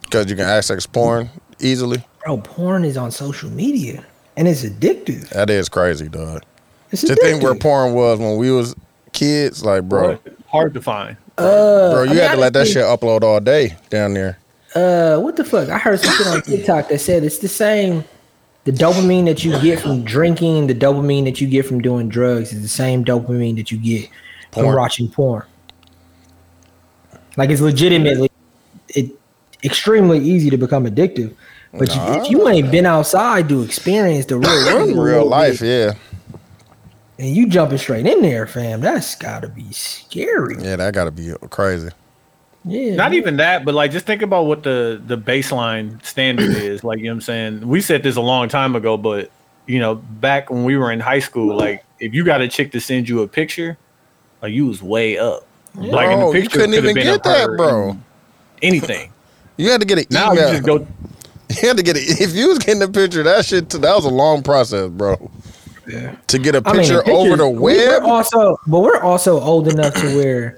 [SPEAKER 1] Because you can access porn easily.
[SPEAKER 6] Bro, porn is on social media and it's addictive.
[SPEAKER 1] That is crazy, dog.
[SPEAKER 6] It's
[SPEAKER 1] To
[SPEAKER 6] addictive.
[SPEAKER 1] think where porn was when we was kids, like bro,
[SPEAKER 3] hard to find
[SPEAKER 6] uh,
[SPEAKER 1] bro, you
[SPEAKER 6] I mean,
[SPEAKER 1] had to let that
[SPEAKER 6] honestly,
[SPEAKER 1] shit upload all day down there.
[SPEAKER 6] uh, what the fuck? I heard something on TikTok that said it's the same. The dopamine that you get from drinking, the dopamine that you get from doing drugs, is the same dopamine that you get from
[SPEAKER 1] Porn.
[SPEAKER 6] watching porn. Like it's legitimately, it extremely easy to become addictive. But you, if you ain't been outside to experience the real world, a
[SPEAKER 1] Real
[SPEAKER 6] little
[SPEAKER 1] life,
[SPEAKER 6] bit,
[SPEAKER 1] yeah,
[SPEAKER 6] and you jumping straight in there, fam, that's gotta be scary.
[SPEAKER 1] yeah, that gotta be crazy.
[SPEAKER 6] Yeah,
[SPEAKER 3] not even that but like just think about what the the baseline standard is like you know what i'm saying we said this a long time ago but you know back when we were in high school like if you got a chick to send you a picture like you was way up like
[SPEAKER 1] Bro, Oh, you couldn't
[SPEAKER 3] could've
[SPEAKER 1] even
[SPEAKER 3] been
[SPEAKER 1] get
[SPEAKER 3] a
[SPEAKER 1] that,
[SPEAKER 3] her
[SPEAKER 1] bro.
[SPEAKER 3] and anything
[SPEAKER 1] You had to get an
[SPEAKER 3] now
[SPEAKER 1] email.
[SPEAKER 3] you just go
[SPEAKER 1] You had to get it. If you was getting a picture, that shit that was a long process, bro. To get a
[SPEAKER 6] I mean,
[SPEAKER 1] picture over
[SPEAKER 6] pictures-
[SPEAKER 1] the
[SPEAKER 6] we-
[SPEAKER 1] web,
[SPEAKER 6] We're also, but we're also old enough to where,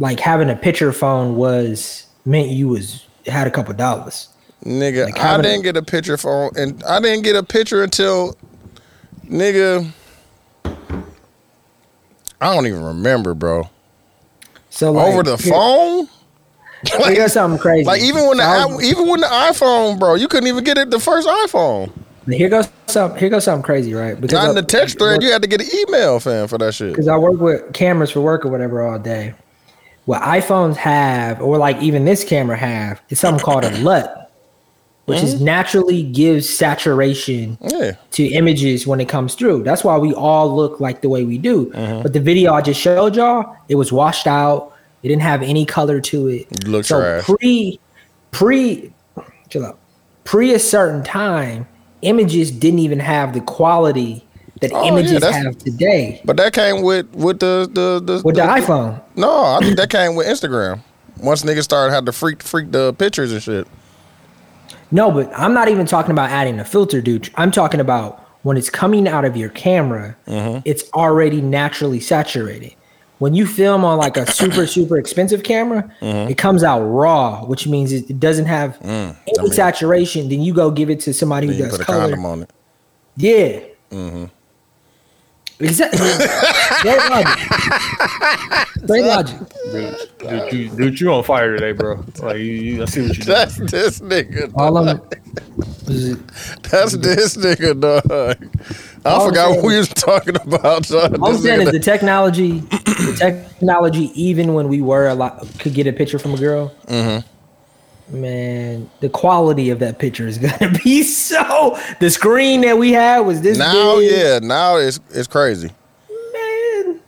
[SPEAKER 6] like, having a picture phone was meant you was had a couple dollars.
[SPEAKER 1] nigga,
[SPEAKER 6] like, how
[SPEAKER 1] I
[SPEAKER 6] many-
[SPEAKER 1] didn't get a picture phone, and I didn't get a picture until, nigga, I don't even remember, bro.
[SPEAKER 6] So like,
[SPEAKER 1] over the
[SPEAKER 6] here-
[SPEAKER 1] phone,
[SPEAKER 6] Like,
[SPEAKER 1] like,
[SPEAKER 6] here's something crazy.
[SPEAKER 1] like even when the
[SPEAKER 6] So I
[SPEAKER 1] i-
[SPEAKER 6] was-
[SPEAKER 1] even when the iPhone, bro, you couldn't even get it the first iPhone.
[SPEAKER 6] here goes some here goes something crazy, right? Because
[SPEAKER 1] Not
[SPEAKER 6] I-
[SPEAKER 1] in the text thread. You had to get an email, fam, for that shit.
[SPEAKER 6] because I work with cameras for work or whatever all day. What iPhones have, or like even this camera have, is something called a LUT, which
[SPEAKER 1] Mm-hmm.
[SPEAKER 6] is naturally gives saturation
[SPEAKER 1] Yeah,
[SPEAKER 6] to images when it comes through. That's why we all look like the way we do.
[SPEAKER 1] Mm-hmm.
[SPEAKER 6] But the video I just showed y'all, it was washed out. It didn't have any color to it.
[SPEAKER 1] You look
[SPEAKER 6] so
[SPEAKER 1] trash.
[SPEAKER 6] pre pre chill out. Pre a certain time, images didn't even have the quality that
[SPEAKER 1] Oh, yeah,
[SPEAKER 6] images
[SPEAKER 1] that's-
[SPEAKER 6] have today
[SPEAKER 1] but that came with with the the the,
[SPEAKER 6] with the iPhone.
[SPEAKER 1] No, I think that came with Instagram. once niggas started had to freak freak the pictures and shit.
[SPEAKER 6] No, but I'm not even talking about adding a filter, dude. I'm talking about when it's coming out of your camera,
[SPEAKER 1] Mm-hmm.
[SPEAKER 6] it's already naturally saturated. When you film on like a super, super expensive camera,
[SPEAKER 1] Mm-hmm.
[SPEAKER 6] it comes out raw, which means it it doesn't have
[SPEAKER 1] Mm,
[SPEAKER 6] any saturation. Then you go give it to somebody who
[SPEAKER 1] You
[SPEAKER 6] does
[SPEAKER 1] put a
[SPEAKER 6] color.
[SPEAKER 1] condom on Mm-hmm. it.
[SPEAKER 6] Yeah. Exactly. Great logic. Great logic.
[SPEAKER 3] Dude, you, dude, you on fire today, bro. Like, you, you, I see what you did.
[SPEAKER 1] That's this nigga.
[SPEAKER 6] All I'm was it-
[SPEAKER 1] That's this nigga, dog. I
[SPEAKER 6] All I'm
[SPEAKER 1] forgot what
[SPEAKER 6] saying-
[SPEAKER 1] we was talking about. Son.
[SPEAKER 6] all I'm
[SPEAKER 1] This
[SPEAKER 6] saying
[SPEAKER 1] nigga-
[SPEAKER 6] is the technology, the technology, even when we were a lot, could get a picture from a girl.
[SPEAKER 1] Mm-hmm.
[SPEAKER 6] Man, the quality of that picture is gonna be so. The screen that we had was this.
[SPEAKER 1] now,
[SPEAKER 6] big.
[SPEAKER 1] yeah, now it's it's crazy.
[SPEAKER 6] man.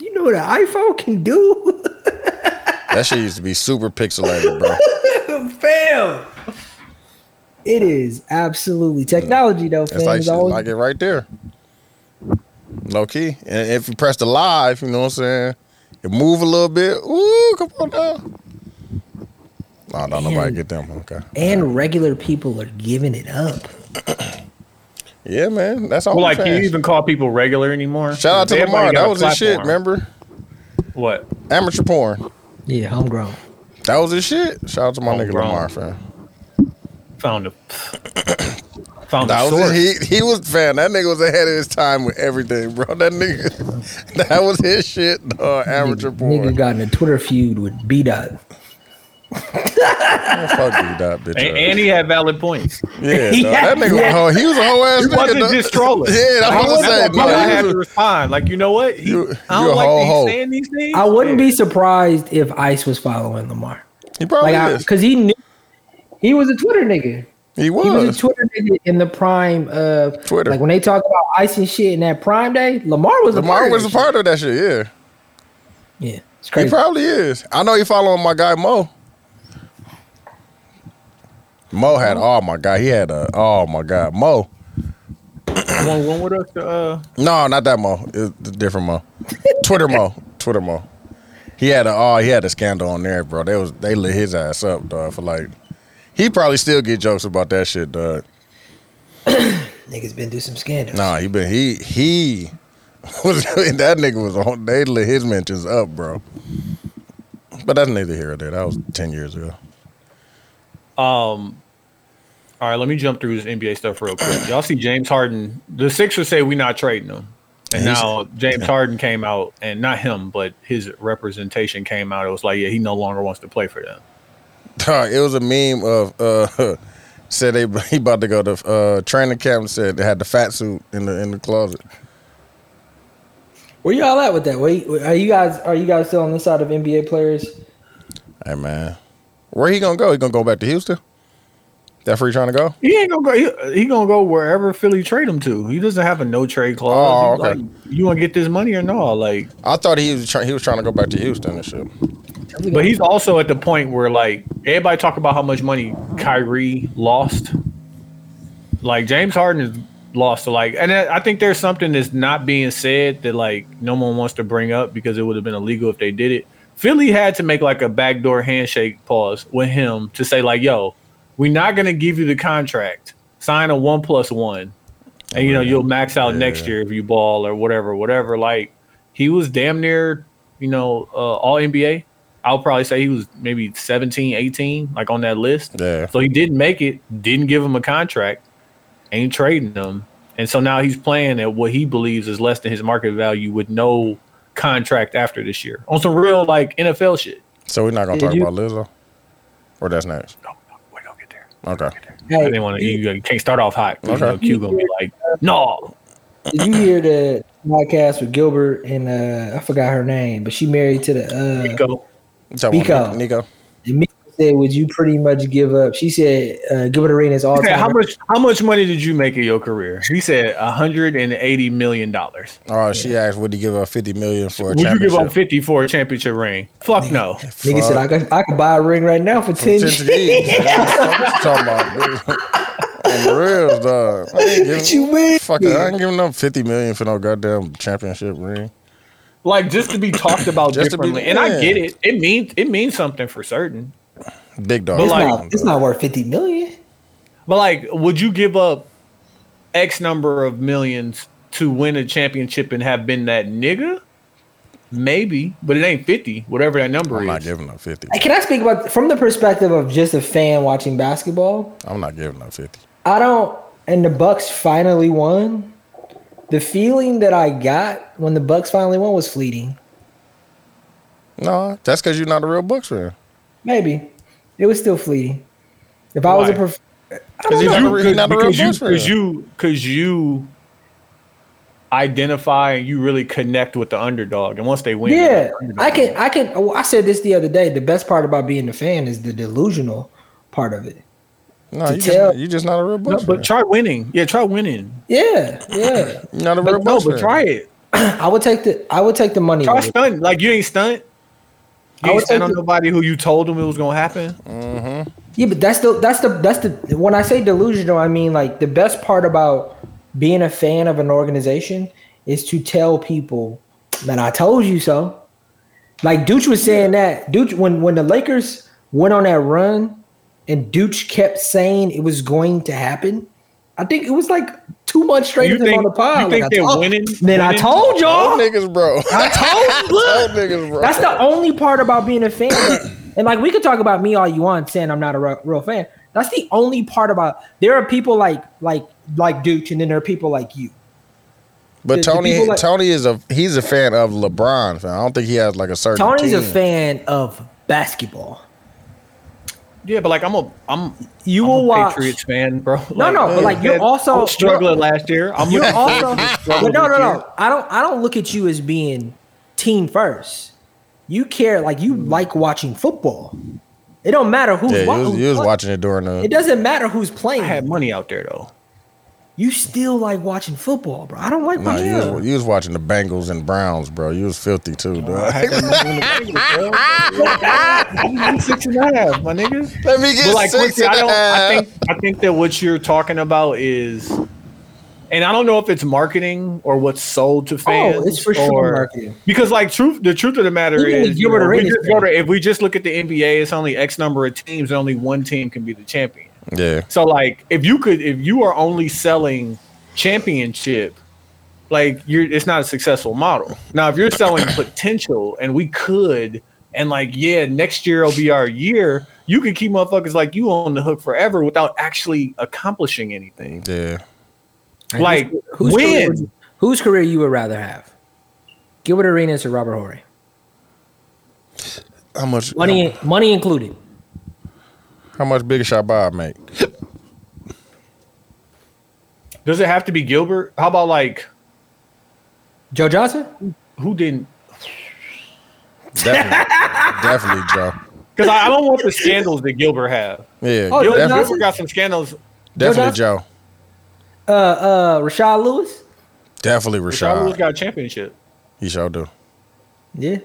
[SPEAKER 6] You know what an iPhone can do,
[SPEAKER 1] That shit used to be super pixelated, bro.
[SPEAKER 6] fam. It is absolutely technology, though,
[SPEAKER 1] It's
[SPEAKER 6] fam.
[SPEAKER 1] like
[SPEAKER 6] is
[SPEAKER 1] shit,
[SPEAKER 6] always-
[SPEAKER 1] like it right there. Low key. And if you press the live, you know what I'm saying? It move a little bit. Ooh, come on down. No, no, nobody
[SPEAKER 6] Man.
[SPEAKER 1] get them. Okay.
[SPEAKER 6] and regular people are giving it up.
[SPEAKER 1] Yeah, man. That's all.
[SPEAKER 3] Well,
[SPEAKER 1] I'm
[SPEAKER 3] like, you
[SPEAKER 1] saying.
[SPEAKER 3] even call people regular anymore?
[SPEAKER 1] Shout out to
[SPEAKER 3] Everybody
[SPEAKER 1] Lamar.
[SPEAKER 3] got
[SPEAKER 1] That
[SPEAKER 3] a
[SPEAKER 1] was his shit,
[SPEAKER 3] platform.
[SPEAKER 1] remember?
[SPEAKER 3] What?
[SPEAKER 1] Amateur porn.
[SPEAKER 6] Yeah, homegrown.
[SPEAKER 1] That was his shit. Shout out to my
[SPEAKER 3] Oh,
[SPEAKER 1] nigga
[SPEAKER 3] bro.
[SPEAKER 1] Lamar, fam.
[SPEAKER 3] Found a. Found a
[SPEAKER 1] That was
[SPEAKER 3] source.
[SPEAKER 1] his, he he was fam. That nigga was ahead of his time with everything, bro. That nigga, that was his shit. dawg. amateur
[SPEAKER 6] Nigga
[SPEAKER 1] porn.
[SPEAKER 6] got in a Twitter feud with B Dot.
[SPEAKER 1] Fuck you, that bitch.
[SPEAKER 3] And,
[SPEAKER 1] ass.
[SPEAKER 3] and he had valid points.
[SPEAKER 1] Yeah,
[SPEAKER 6] He
[SPEAKER 1] dog. that
[SPEAKER 6] had-
[SPEAKER 1] nigga
[SPEAKER 6] he
[SPEAKER 1] was a
[SPEAKER 6] had-
[SPEAKER 1] hoe. He was a whole ass
[SPEAKER 3] He
[SPEAKER 1] nigga.
[SPEAKER 3] wasn't
[SPEAKER 1] dog.
[SPEAKER 3] just trolling.
[SPEAKER 1] Yeah, that's
[SPEAKER 3] I,
[SPEAKER 1] what I'm saying.
[SPEAKER 3] wasn't-
[SPEAKER 1] dog.
[SPEAKER 3] I
[SPEAKER 1] He
[SPEAKER 3] had
[SPEAKER 1] was
[SPEAKER 3] to respond. Like, you know what? He,
[SPEAKER 1] You-
[SPEAKER 3] I
[SPEAKER 1] you a
[SPEAKER 3] don't like that
[SPEAKER 1] hoe.
[SPEAKER 3] he's saying these things.
[SPEAKER 6] I wouldn't
[SPEAKER 3] Yeah.
[SPEAKER 6] be surprised if Ice was following Lamar,
[SPEAKER 1] a- he probably
[SPEAKER 6] like I
[SPEAKER 1] is.
[SPEAKER 6] because he knew he was a Twitter nigga.
[SPEAKER 1] He
[SPEAKER 6] He was
[SPEAKER 1] was.
[SPEAKER 6] a Twitter nigga in the prime of
[SPEAKER 1] Twitter.
[SPEAKER 6] Like when they talk about Ice and shit in that prime day, Lamar was a
[SPEAKER 1] Lamar
[SPEAKER 6] part
[SPEAKER 1] was a
[SPEAKER 6] of that
[SPEAKER 1] part of that shit. Yeah,
[SPEAKER 6] shit. Yeah, it's
[SPEAKER 1] he
[SPEAKER 6] crazy.
[SPEAKER 1] probably is. I know he following my guy Mo. Mo had oh my god, he had a oh my god Mo.
[SPEAKER 3] One, one with us, uh,
[SPEAKER 1] No, not that Mo. It's a different Mo. Twitter Mo. Twitter Mo. He had a oh he had a scandal on there, bro. They was they lit his ass up, dog. For like, he probably still get jokes about that shit, dog.
[SPEAKER 6] Niggas been through some scandals.
[SPEAKER 1] Nah, he been he he was that nigga was on they lit his mentions up, bro. But that's neither here nor there. That was ten years ago.
[SPEAKER 3] All right, let me jump through this NBA stuff real quick. Y'all see James Harden. The Sixers say we not trading him.
[SPEAKER 1] He's-
[SPEAKER 3] And now James Harden came out, and not him, but his representation came out. It was like, yeah, he no longer wants to play for them.
[SPEAKER 1] Dog, it was a meme of uh said they he about to go to uh training camp and said they had the fat suit in the in the closet.
[SPEAKER 6] Where y'all at with that? Wait, are you guys are you guys still on this side of NBA players?
[SPEAKER 1] Hey man. Where he gonna go? He gonna go back to Houston? That free trying to go?
[SPEAKER 3] He ain't gonna go. He, he gonna go wherever Philly trade him to. He doesn't have a no trade clause.
[SPEAKER 1] Oh, okay.
[SPEAKER 3] Like, you want to get this money or no? Like,
[SPEAKER 1] I thought he was try- he was trying to go back to Houston and shit.
[SPEAKER 3] But he's also at the point where like everybody talk about how much money Kyrie lost. Like James Harden is lost to like, and I I think there's something that's not being said that like no one wants to bring up because it would have been illegal if they did it. Philly had to make like a backdoor handshake pause with him to say like, "Yo, we're not gonna give you the contract. Sign a one plus one, and
[SPEAKER 1] Oh,
[SPEAKER 3] you know you'll max out next year if you ball or whatever, whatever." Like he was damn near, you know, uh, all NBA. I'll probably say he was maybe 17, 18, like on that list.
[SPEAKER 1] Yeah.
[SPEAKER 3] So he didn't make it, didn't give him a contract, ain't trading him. And so now he's playing at what he believes is less than his market value with no contract after this year on some real like NFL shit.
[SPEAKER 1] So we're not gonna
[SPEAKER 6] Did
[SPEAKER 1] talk
[SPEAKER 6] you-
[SPEAKER 1] about Lizzo? Or that's next.
[SPEAKER 3] No, no, we're gonna get there.
[SPEAKER 1] Okay.
[SPEAKER 3] I
[SPEAKER 6] Hey,
[SPEAKER 3] didn't want to. You, you can't start off hot. You
[SPEAKER 1] Okay.
[SPEAKER 3] know, Q gonna be like, no.
[SPEAKER 6] Did you hear the podcast with Gilbert and uh, I forgot her name, but she married to the uh,
[SPEAKER 3] Go.
[SPEAKER 1] You talking about
[SPEAKER 6] Nico.
[SPEAKER 1] Nico.
[SPEAKER 6] And Mika said, "Would you pretty much give up?" She said, uh, "Gilbert Arenas all
[SPEAKER 3] Hey,
[SPEAKER 6] time."
[SPEAKER 3] how much? How much money did you make in your career? He said 180 million dollars.
[SPEAKER 1] Oh, she asked, would he give her fifty million for a
[SPEAKER 3] Would you give up
[SPEAKER 1] championship?
[SPEAKER 3] 50 for a championship ring? Fuck no.
[SPEAKER 6] Nigga said, "I could, I could buy a ring right now for ten.
[SPEAKER 1] Ten G's. That's what I'm talking about, dude. For real, dog. I ain't giving,
[SPEAKER 6] you mean?
[SPEAKER 1] fuck it, I ain't giving up fifty million for no goddamn championship ring.
[SPEAKER 3] Like just to be talked about
[SPEAKER 1] Just to be-
[SPEAKER 3] differently, and I
[SPEAKER 1] yeah.
[SPEAKER 3] get it. It means it means something for certain.
[SPEAKER 1] Big dog.
[SPEAKER 3] But
[SPEAKER 6] It's
[SPEAKER 3] like-
[SPEAKER 6] not. It's not worth fifty million.
[SPEAKER 3] But like, would you give up X number of millions to win a championship and have been that nigga? Maybe, but it ain't fifty. Whatever that number
[SPEAKER 1] I'm not
[SPEAKER 3] is.
[SPEAKER 1] giving up fifty.
[SPEAKER 6] Can I speak about from the perspective of just a fan watching basketball?
[SPEAKER 1] I'm not giving up fifty.
[SPEAKER 6] I don't. And the Bucks finally won. The feeling that I got when the Bucks finally won was fleeting.
[SPEAKER 1] No, that's because you're not a real Bucks fan.
[SPEAKER 6] Maybe it was still fleeting. If I was a
[SPEAKER 3] Why?
[SPEAKER 6] prof-
[SPEAKER 1] Because you're not, a- he's
[SPEAKER 3] because,
[SPEAKER 1] not a real
[SPEAKER 3] because you,
[SPEAKER 1] Bucks fan.
[SPEAKER 3] because you because you identify and you really connect with the underdog, and once they win, they're
[SPEAKER 6] yeah,
[SPEAKER 3] the underdog.
[SPEAKER 6] I can. I can. oh, I said this the other day. The best part about being a fan is the delusional part of it.
[SPEAKER 1] no,
[SPEAKER 6] to
[SPEAKER 1] you
[SPEAKER 6] tell-
[SPEAKER 1] just, you just not a real
[SPEAKER 3] No,
[SPEAKER 1] Bucks
[SPEAKER 3] but
[SPEAKER 1] fan.
[SPEAKER 3] try winning. Yeah, try winning.
[SPEAKER 6] Yeah, yeah.
[SPEAKER 1] You're not a real
[SPEAKER 3] But no,
[SPEAKER 1] Bucks
[SPEAKER 3] but
[SPEAKER 1] fan.
[SPEAKER 3] try it.
[SPEAKER 6] I would take the. I would take the money.
[SPEAKER 3] Try
[SPEAKER 6] with it.
[SPEAKER 3] stunt. Like you ain't stunt.
[SPEAKER 6] I
[SPEAKER 3] You
[SPEAKER 6] would
[SPEAKER 3] ain't stunt
[SPEAKER 6] take
[SPEAKER 3] on
[SPEAKER 6] the-
[SPEAKER 3] nobody who you told them it was gonna happen.
[SPEAKER 6] Yeah, but that's the that's the that's the when I say delusional, I mean like the best part about being a fan of an organization is to tell people, man, I told you so. Like Dooch was saying that Dooch when when the Lakers went on that run and Dooch kept saying it was going to happen. I think it was like two months straight
[SPEAKER 3] You
[SPEAKER 6] of him
[SPEAKER 3] think-
[SPEAKER 6] on the pod.
[SPEAKER 3] you
[SPEAKER 6] like,
[SPEAKER 3] think
[SPEAKER 6] I
[SPEAKER 3] they're
[SPEAKER 6] told-
[SPEAKER 3] winning-
[SPEAKER 6] Then I
[SPEAKER 3] winning?
[SPEAKER 6] told y'all.
[SPEAKER 1] Old niggas, bro.
[SPEAKER 6] I told you.
[SPEAKER 1] Old niggas, bro.
[SPEAKER 6] That's the only part about being a fan. that- and like we could talk about me all you want, saying I'm not a re- real fan. That's the only part about. There are people like like like Dooch, and then there are people like you.
[SPEAKER 1] But
[SPEAKER 6] the- the
[SPEAKER 1] Tony,
[SPEAKER 6] people like-
[SPEAKER 1] Tony is a he's a fan of LeBron. Fan. I don't think he has like a certain.
[SPEAKER 6] Tony's a
[SPEAKER 1] team.
[SPEAKER 6] fan of basketball.
[SPEAKER 3] Yeah, but like I'm a I'm
[SPEAKER 6] You
[SPEAKER 3] I'm
[SPEAKER 6] will
[SPEAKER 3] a
[SPEAKER 6] watch.
[SPEAKER 3] Patriots fan, bro.
[SPEAKER 6] No, no, but like you're also
[SPEAKER 3] I'm struggling last year. I'm
[SPEAKER 6] You're
[SPEAKER 3] looking forward
[SPEAKER 6] also.
[SPEAKER 3] to the
[SPEAKER 6] but
[SPEAKER 3] struggle
[SPEAKER 6] no, no,
[SPEAKER 3] this
[SPEAKER 6] no.
[SPEAKER 3] year.
[SPEAKER 6] I don't. I don't look at you as being team first. You care like you like watching football. It don't matter who's
[SPEAKER 1] Hmm. Yeah,
[SPEAKER 6] wa-
[SPEAKER 1] you was,
[SPEAKER 6] who's
[SPEAKER 1] you was
[SPEAKER 6] playing.
[SPEAKER 1] watching it during
[SPEAKER 6] It
[SPEAKER 1] the.
[SPEAKER 6] doesn't matter who's playing.
[SPEAKER 3] I had money out there though.
[SPEAKER 6] You still like watching football, bro. I don't like
[SPEAKER 1] No,
[SPEAKER 6] watching
[SPEAKER 1] you
[SPEAKER 6] football.
[SPEAKER 1] was, you was watching the Bengals and Browns, bro. You was filthy too, dog.
[SPEAKER 3] Six and a half, my niggas.
[SPEAKER 1] Let me get
[SPEAKER 3] But like,
[SPEAKER 1] six
[SPEAKER 3] Quincy,
[SPEAKER 1] and
[SPEAKER 3] I
[SPEAKER 1] a
[SPEAKER 3] don't. I
[SPEAKER 1] half.
[SPEAKER 3] think I think that what you're talking about is, and I don't know if it's marketing or what's sold to fans.
[SPEAKER 6] Oh, it's for sure
[SPEAKER 3] or-
[SPEAKER 6] marketing.
[SPEAKER 3] Because like, truth, the truth of the matter
[SPEAKER 6] Even
[SPEAKER 3] is,
[SPEAKER 6] if
[SPEAKER 3] you know, if,
[SPEAKER 6] Gilbert
[SPEAKER 3] we
[SPEAKER 6] Arenas
[SPEAKER 3] just go to, if we just look at the NBA, it's only X number of teams, and only one team can be the champion.
[SPEAKER 1] Yeah,
[SPEAKER 3] So like, if you could, if you are only selling championship, like you're, it's not a successful model. Now, if you're selling potential, and we could, and like, yeah, next year will be our year. You could keep motherfuckers like you on the hook forever without actually accomplishing anything.
[SPEAKER 1] yeah.
[SPEAKER 3] Like,
[SPEAKER 6] Whose career, would
[SPEAKER 3] when
[SPEAKER 6] you- whose career you would rather have? Gilbert Arenas or Robert Horry?
[SPEAKER 1] How much?
[SPEAKER 6] Money, money included.
[SPEAKER 1] How, how much bigger shot Bob make?
[SPEAKER 3] does it have to be Gilbert? How about like
[SPEAKER 6] Joe Johnson.
[SPEAKER 3] who didn't?
[SPEAKER 1] Definitely, definitely, Joe.
[SPEAKER 3] Because I, I don't want the scandals that Gilbert have.
[SPEAKER 1] Yeah,
[SPEAKER 6] Oh, Joe
[SPEAKER 1] definitely,
[SPEAKER 3] Gilbert,
[SPEAKER 6] Johnson?
[SPEAKER 3] Gilbert got some scandals.
[SPEAKER 1] definitely
[SPEAKER 6] Johnson?
[SPEAKER 1] Joe.
[SPEAKER 6] Uh, uh, Rashad Lewis.
[SPEAKER 1] Definitely
[SPEAKER 3] Rashad
[SPEAKER 1] Rashad.
[SPEAKER 3] Lewis got a championship.
[SPEAKER 1] he sure do.
[SPEAKER 6] Yeah,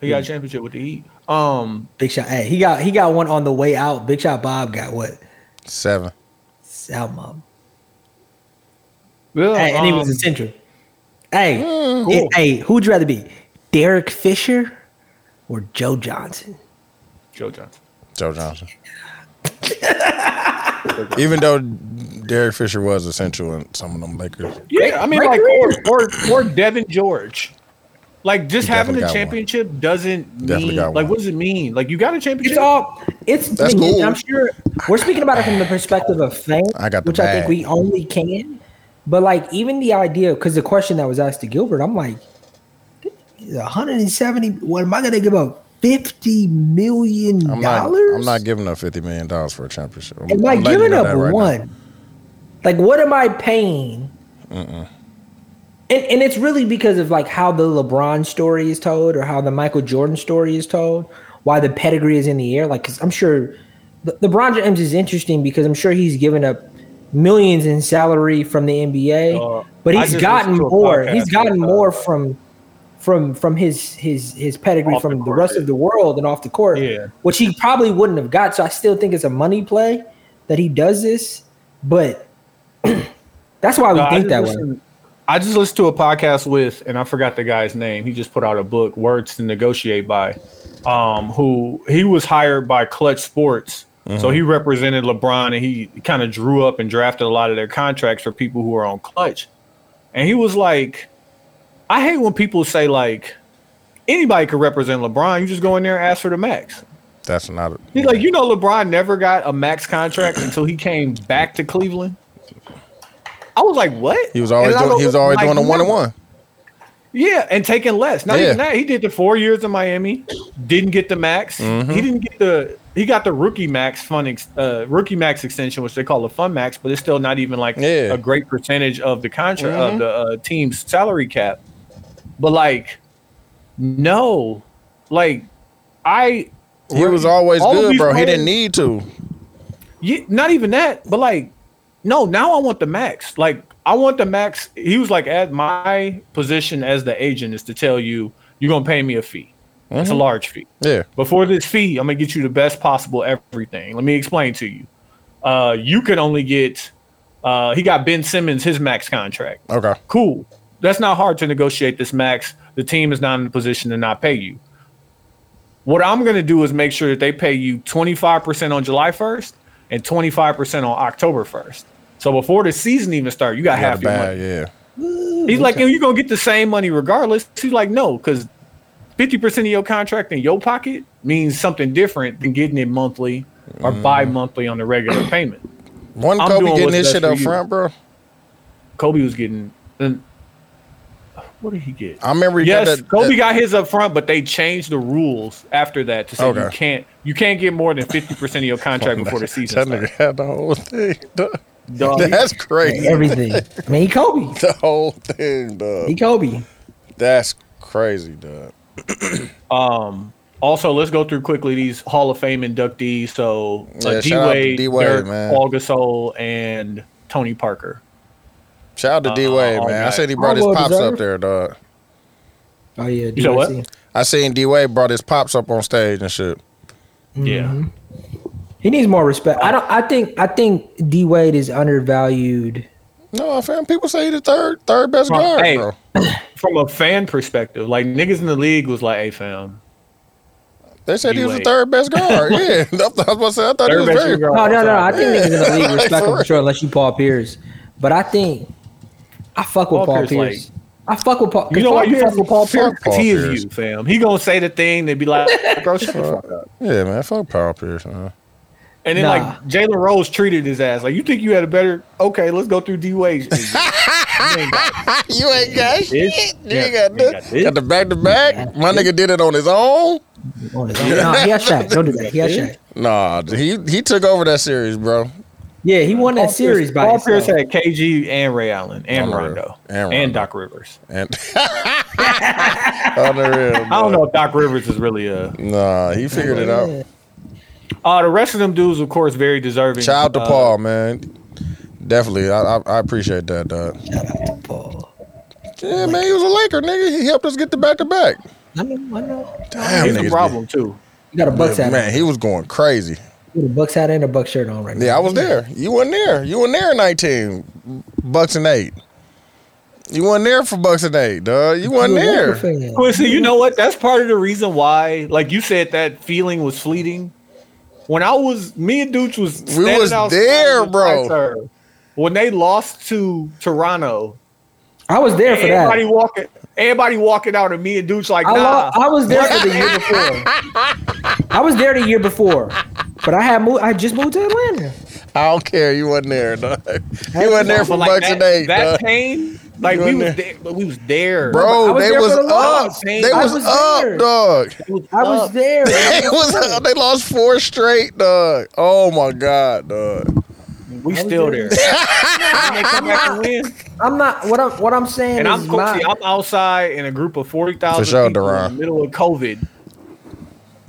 [SPEAKER 3] He
[SPEAKER 6] Hmm.
[SPEAKER 3] got a championship with the Heat. Um,
[SPEAKER 6] big shot. Hey, he got he got one on the way out. Big shot. Bob got what?
[SPEAKER 1] Seven.
[SPEAKER 6] South mom.
[SPEAKER 3] yeah,
[SPEAKER 6] Hey, and he was
[SPEAKER 3] um,
[SPEAKER 6] a central. Hey, it- hey, who'd you rather be, Derek Fisher or Joe Johnson?
[SPEAKER 3] Joe Johnson.
[SPEAKER 1] Joe Johnson. Even though Derek Fisher was essential in some of them Lakers.
[SPEAKER 3] Yeah, I mean, like, or, or or Devin George. Like, just
[SPEAKER 1] He
[SPEAKER 3] having
[SPEAKER 1] definitely
[SPEAKER 3] a
[SPEAKER 1] got
[SPEAKER 3] championship doesn't
[SPEAKER 1] Definitely
[SPEAKER 3] mean,
[SPEAKER 1] got
[SPEAKER 3] like,
[SPEAKER 1] one.
[SPEAKER 3] what does it mean? Like, you got a championship.
[SPEAKER 6] It's all. It's.
[SPEAKER 1] That's cool.
[SPEAKER 6] I'm sure we're speaking about it from the perspective of fans,
[SPEAKER 1] I got the
[SPEAKER 6] which I think
[SPEAKER 1] bag.
[SPEAKER 6] we only can. But like, even the idea, because the question that was asked to Gilbert, I'm like, 170. What am I going to give up? Fifty million
[SPEAKER 1] I'm not.
[SPEAKER 6] dollars?
[SPEAKER 1] I'm not giving up fifty million dollars for a championship. I'm,
[SPEAKER 6] Am I
[SPEAKER 1] I'm letting you
[SPEAKER 6] giving
[SPEAKER 1] know
[SPEAKER 6] up
[SPEAKER 1] that right now.
[SPEAKER 6] one? Like, what am I paying? And and it's really because of like how the LeBron story is told, or how the Michael Jordan story is told, why the pedigree is in the air. Like, because I'm sure Le- LeBron James is interesting because I'm sure he's given up millions in salary from the NBA,
[SPEAKER 3] Uh,
[SPEAKER 6] but
[SPEAKER 3] I
[SPEAKER 6] he's
[SPEAKER 3] just
[SPEAKER 6] gotten
[SPEAKER 3] listened to a
[SPEAKER 6] more.
[SPEAKER 3] podcast
[SPEAKER 6] He's gotten
[SPEAKER 3] with, uh,
[SPEAKER 6] more from from from his his his pedigree
[SPEAKER 3] Off the
[SPEAKER 6] from the,
[SPEAKER 3] court,
[SPEAKER 6] rest
[SPEAKER 3] yeah.
[SPEAKER 6] of the world and off the court,
[SPEAKER 3] Yeah.
[SPEAKER 6] which he probably wouldn't have got. So I still think it's a money play that he does this, but that's why we
[SPEAKER 3] No, I
[SPEAKER 6] think
[SPEAKER 3] just
[SPEAKER 6] that way.
[SPEAKER 3] listened- I just listened to a podcast with, and I forgot the guy's name. He just put out a book, Words to Negotiate by, um, who he was hired by Clutch Sports.
[SPEAKER 6] Mm-hmm.
[SPEAKER 3] So he represented LeBron and he kind of drew up and drafted a lot of their contracts for people who are on Clutch. And he was like, I hate when people say, like, anybody could represent LeBron. You just go in there and ask for the max.
[SPEAKER 7] That's not. A,
[SPEAKER 3] He's like, you know, LeBron never got a max contract until he came back to Cleveland. I was like, what?
[SPEAKER 1] He was always
[SPEAKER 3] And I
[SPEAKER 1] doing, he was always
[SPEAKER 3] like,
[SPEAKER 1] doing a one on
[SPEAKER 3] no.
[SPEAKER 1] one.
[SPEAKER 3] Yeah, and taking less. Not
[SPEAKER 1] Yeah.
[SPEAKER 3] even that. He did the four years in Miami, didn't get the max.
[SPEAKER 1] Mm-hmm.
[SPEAKER 3] He didn't get the. He got the rookie max fun ex, uh, rookie max extension, which they call the fun max, but it's still not even like
[SPEAKER 1] Yeah. Mm-hmm.
[SPEAKER 3] a great percentage of the contract of the uh, team's salary cap. But like, no, like I
[SPEAKER 1] He was always
[SPEAKER 3] All of
[SPEAKER 1] good,
[SPEAKER 3] these
[SPEAKER 1] bro. He
[SPEAKER 3] players-
[SPEAKER 1] didn't need to.
[SPEAKER 3] yeah, not even that, but like, no, now I want the max. Like, I want the max. He was like, at my position as the agent is to tell you, you're gonna pay me a fee. It's a large fee.
[SPEAKER 1] Yeah.
[SPEAKER 3] Before this fee, I'm gonna get you the best possible everything. Let me explain to you. Uh, you could only get. Uh, he got Ben Simmons his max contract
[SPEAKER 1] Okay.
[SPEAKER 3] cool. That's not hard to negotiate this max. The team is not in a position to not pay you. What I'm going to do is make sure that they pay you 25% on July 1st and 25% on October 1st. So before the season even starts, you got
[SPEAKER 1] Got a
[SPEAKER 3] half your money.
[SPEAKER 1] bag, yeah.
[SPEAKER 3] He's like, you're going to get the same money regardless. He's like, no, because 50% of your contract in your pocket means something different than getting it monthly or
[SPEAKER 1] Mm-hmm.
[SPEAKER 3] bi monthly on the regular payment.
[SPEAKER 1] One
[SPEAKER 3] I'm
[SPEAKER 1] Kobe
[SPEAKER 3] doing
[SPEAKER 1] getting
[SPEAKER 3] what's
[SPEAKER 1] his
[SPEAKER 3] best
[SPEAKER 1] shit
[SPEAKER 3] for
[SPEAKER 1] up
[SPEAKER 3] you.
[SPEAKER 1] front, bro.
[SPEAKER 3] Kobe was getting. and- What did he get?
[SPEAKER 1] I remember he got
[SPEAKER 3] Yes,
[SPEAKER 1] that.
[SPEAKER 3] Kobe
[SPEAKER 1] that-
[SPEAKER 3] got his up front, but they changed the rules after that to say you
[SPEAKER 1] Okay.
[SPEAKER 3] can't you can't get more than fifty percent of your contract before the season
[SPEAKER 1] that
[SPEAKER 3] starts.
[SPEAKER 1] nigga had the whole thing. dog.
[SPEAKER 3] Dog,
[SPEAKER 1] That's crazy.
[SPEAKER 6] Everything. I mean, he Kobe.
[SPEAKER 1] The whole thing, dog.
[SPEAKER 6] He Kobe.
[SPEAKER 1] That's crazy, dog.
[SPEAKER 3] Also, let's go through quickly these Hall of Fame inductees. So uh,
[SPEAKER 1] Yeah,
[SPEAKER 3] D
[SPEAKER 1] shout out to
[SPEAKER 3] Wade,
[SPEAKER 1] D-Wade,
[SPEAKER 3] Dirk,
[SPEAKER 1] man.
[SPEAKER 3] Paul Gasol, and Tony Parker.
[SPEAKER 1] Shout out to D Wade,
[SPEAKER 3] Uh, all
[SPEAKER 1] man. I
[SPEAKER 3] right.
[SPEAKER 1] said he brought his
[SPEAKER 6] All well
[SPEAKER 1] pops up
[SPEAKER 6] deserved.
[SPEAKER 1] there, dog.
[SPEAKER 6] Oh yeah.
[SPEAKER 3] You know what?
[SPEAKER 6] DYC.
[SPEAKER 1] I seen D Wade brought his pops up on stage and shit.
[SPEAKER 6] Mm-hmm.
[SPEAKER 3] Yeah,
[SPEAKER 6] He needs more respect. I don't. I think. I think D Wade is undervalued.
[SPEAKER 1] No, fam. People say he the third, third best
[SPEAKER 3] Bro,
[SPEAKER 1] guard,
[SPEAKER 3] hey.
[SPEAKER 1] bro.
[SPEAKER 3] from a fan perspective, like niggas in the league was like, "Hey, fam,
[SPEAKER 1] They said he was the
[SPEAKER 3] D-Wade.
[SPEAKER 1] third best guard. yeah, I was about to say. I thought he
[SPEAKER 3] third
[SPEAKER 1] was
[SPEAKER 3] best
[SPEAKER 1] very.
[SPEAKER 3] shooter of
[SPEAKER 6] No,
[SPEAKER 3] all
[SPEAKER 6] no, no.
[SPEAKER 3] time."
[SPEAKER 6] I think niggas in the league respect him
[SPEAKER 1] For
[SPEAKER 6] for sure, unless you Paul Pierce. But I think I fuck with
[SPEAKER 3] Paul
[SPEAKER 6] Paul,
[SPEAKER 3] Pierce,
[SPEAKER 6] Pierce. I fuck with Paul.
[SPEAKER 3] You know
[SPEAKER 6] Paul
[SPEAKER 3] why you
[SPEAKER 6] Pierce-
[SPEAKER 3] fuck with Paul Pierce?
[SPEAKER 1] Paul
[SPEAKER 3] He
[SPEAKER 1] Pierce.
[SPEAKER 3] is you, fam. He gonna say the thing that be like, "Bro, shut the fuck up."
[SPEAKER 1] Yeah, man. Fuck Paul Pierce, man.
[SPEAKER 3] And then
[SPEAKER 6] Nah.
[SPEAKER 3] like Jalen Rose treated his ass like you think you had a better. Okay, let's go through D Wade.
[SPEAKER 1] you ain't got
[SPEAKER 3] This-
[SPEAKER 1] shit. You
[SPEAKER 3] yeah,
[SPEAKER 1] ain't got
[SPEAKER 3] you got
[SPEAKER 1] nothing.
[SPEAKER 3] this. Mm-hmm.
[SPEAKER 1] Got the back to back. My nigga did it on his own.
[SPEAKER 6] No, he got Shaq. Don't do that. He got Shaq.
[SPEAKER 1] Nah, he he took over that series, bro.
[SPEAKER 6] Yeah, he won that series by
[SPEAKER 3] Paul Pierce
[SPEAKER 6] himself.
[SPEAKER 3] had KG and Ray Allen and
[SPEAKER 1] And
[SPEAKER 3] Rondo
[SPEAKER 1] Rondo.
[SPEAKER 3] and,
[SPEAKER 1] And
[SPEAKER 3] Doc Rivers.
[SPEAKER 1] And on the real,
[SPEAKER 3] I don't
[SPEAKER 1] bro.
[SPEAKER 3] know if Doc Rivers is really a.
[SPEAKER 1] Nah, he figured it out.
[SPEAKER 3] Uh, the rest of them dudes, of course, very deserving.
[SPEAKER 1] Mm-hmm. Shout out to
[SPEAKER 3] Uh,
[SPEAKER 1] Paul, man. Definitely, I, I I appreciate that, dog.
[SPEAKER 6] Paul.
[SPEAKER 1] Yeah, man, he was a Laker, nigga. He helped us get the back to back.
[SPEAKER 6] I mean, I know.
[SPEAKER 1] Damn,
[SPEAKER 3] He's
[SPEAKER 1] niggas
[SPEAKER 3] a
[SPEAKER 1] be-
[SPEAKER 3] problem too.
[SPEAKER 6] You got a Bucks hat.
[SPEAKER 1] Man,
[SPEAKER 6] Man,
[SPEAKER 1] he was going crazy.
[SPEAKER 6] he, got a Bucks hat and a Bucks shirt on right now.
[SPEAKER 1] Yeah, I was there. You weren't there. You weren't there in 19. Bucks and eight. You weren't there for Bucks and eight, dog. You weren't
[SPEAKER 6] You a
[SPEAKER 1] there.
[SPEAKER 6] Laker fan.
[SPEAKER 3] Quincy, you know what? That's part of the reason why, like you said, that feeling was fleeting. When I was, me and Dooch was, standing
[SPEAKER 1] was
[SPEAKER 3] outside
[SPEAKER 1] there,
[SPEAKER 3] with
[SPEAKER 1] bro.
[SPEAKER 3] Tyler. When they lost to Toronto,
[SPEAKER 6] I was there for that.
[SPEAKER 3] everybody walking, everybody walking out, and me and Dooch like,
[SPEAKER 6] I, lo-
[SPEAKER 3] nah.
[SPEAKER 6] I was there for the year before. I was there the year before, but I had moved. I just moved to Atlanta.
[SPEAKER 1] I don't care. You wasn't there, dog. You wasn't there for
[SPEAKER 3] But, like,
[SPEAKER 1] Bucks
[SPEAKER 3] that,
[SPEAKER 1] and eight,
[SPEAKER 3] that
[SPEAKER 1] dog.
[SPEAKER 3] pain, like
[SPEAKER 1] You
[SPEAKER 3] we
[SPEAKER 1] in
[SPEAKER 3] was
[SPEAKER 1] there.
[SPEAKER 3] there, but we was there,
[SPEAKER 1] Bro,
[SPEAKER 6] I was
[SPEAKER 1] they
[SPEAKER 6] there
[SPEAKER 1] was
[SPEAKER 6] for the
[SPEAKER 1] up.
[SPEAKER 6] loss.
[SPEAKER 1] They
[SPEAKER 6] I
[SPEAKER 1] was,
[SPEAKER 6] was
[SPEAKER 1] up,
[SPEAKER 6] there.
[SPEAKER 1] dog.
[SPEAKER 6] I was there.
[SPEAKER 1] They was up. They lost four straight, dog. Oh my god, dog.
[SPEAKER 3] we still there. And they come back and win.
[SPEAKER 6] I'm not. What I'm. What I'm saying
[SPEAKER 3] And I'm
[SPEAKER 6] is
[SPEAKER 3] cool. See,
[SPEAKER 6] my.
[SPEAKER 3] I'm outside in a group of forty thousand
[SPEAKER 1] For sure,
[SPEAKER 3] people
[SPEAKER 1] Deron.
[SPEAKER 3] in the middle of COVID,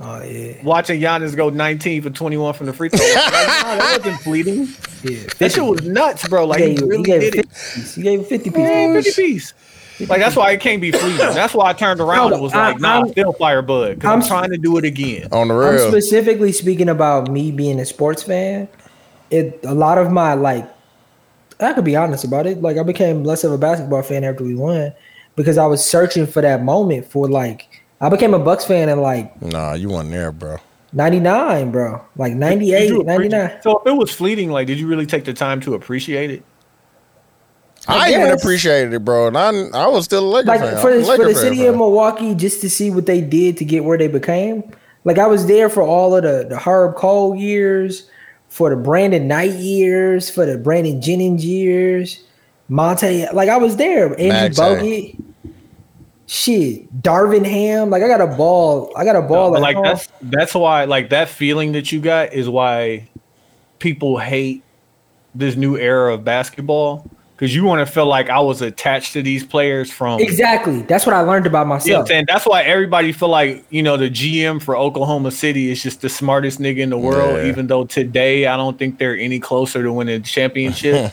[SPEAKER 6] Oh yeah.
[SPEAKER 3] watching Giannis go nineteen for twenty one from the free throw. line. Like, nah, that wasn't fleeting.
[SPEAKER 6] Yeah.
[SPEAKER 3] That shit was nuts, bro. Like
[SPEAKER 6] He
[SPEAKER 3] he
[SPEAKER 6] gave,
[SPEAKER 3] really
[SPEAKER 6] he gave
[SPEAKER 3] did it.
[SPEAKER 6] 50 piece. He gave him 50 pieces.
[SPEAKER 3] Yeah, Fifty piece. Like that's why it can't be fleeting. That's why I turned around
[SPEAKER 6] No,
[SPEAKER 3] and was
[SPEAKER 6] I-
[SPEAKER 3] like, "Nah,
[SPEAKER 6] I'm-
[SPEAKER 3] still fire bud." 'cause I'm,
[SPEAKER 6] I'm-
[SPEAKER 3] trying to do it again.
[SPEAKER 1] On the
[SPEAKER 6] I'm
[SPEAKER 1] real.
[SPEAKER 6] specifically speaking about me being a sports fan. It a lot of my like I could be honest about it. Like I became less of a basketball fan after we won because I was searching for that moment for like I became a Bucks fan in like
[SPEAKER 1] Nah, you weren't there, bro.
[SPEAKER 6] 99, bro. Like 98,
[SPEAKER 3] Did you appreciate-
[SPEAKER 6] 99.
[SPEAKER 3] So if it was fleeting, like, did you really take the time to appreciate it?
[SPEAKER 1] I,
[SPEAKER 6] I
[SPEAKER 1] even
[SPEAKER 6] guess.
[SPEAKER 1] appreciated it, bro. And I, I was still a Laker
[SPEAKER 6] Like
[SPEAKER 1] fan.
[SPEAKER 6] for
[SPEAKER 1] I'm a
[SPEAKER 6] the, for
[SPEAKER 1] Laker
[SPEAKER 6] the
[SPEAKER 1] fan,
[SPEAKER 6] city
[SPEAKER 1] bro.
[SPEAKER 6] of Milwaukee just to see what they did to get where they became. Like I was there for all of the, the Herb Cole years, for the Brandon Knight years, for the Brandon Jennings years, Monte. Like I was there. Andrew
[SPEAKER 1] Max A.
[SPEAKER 6] Bogut. Shit, Darvin Ham. Like I got a ball. I got a ball.
[SPEAKER 3] No, but,
[SPEAKER 6] at
[SPEAKER 3] like
[SPEAKER 6] home.
[SPEAKER 3] that's that's why like that feeling that you got is why people hate this new era of basketball because you want to feel like I was attached to these players from
[SPEAKER 6] exactly. That's what I learned about
[SPEAKER 3] You know what
[SPEAKER 6] myself.
[SPEAKER 3] I'm saying? That's why everybody feel like you know the GM for Oklahoma City is just the smartest nigga in the world.
[SPEAKER 1] Yeah.
[SPEAKER 3] Even though today I don't think they're any closer to winning a championship.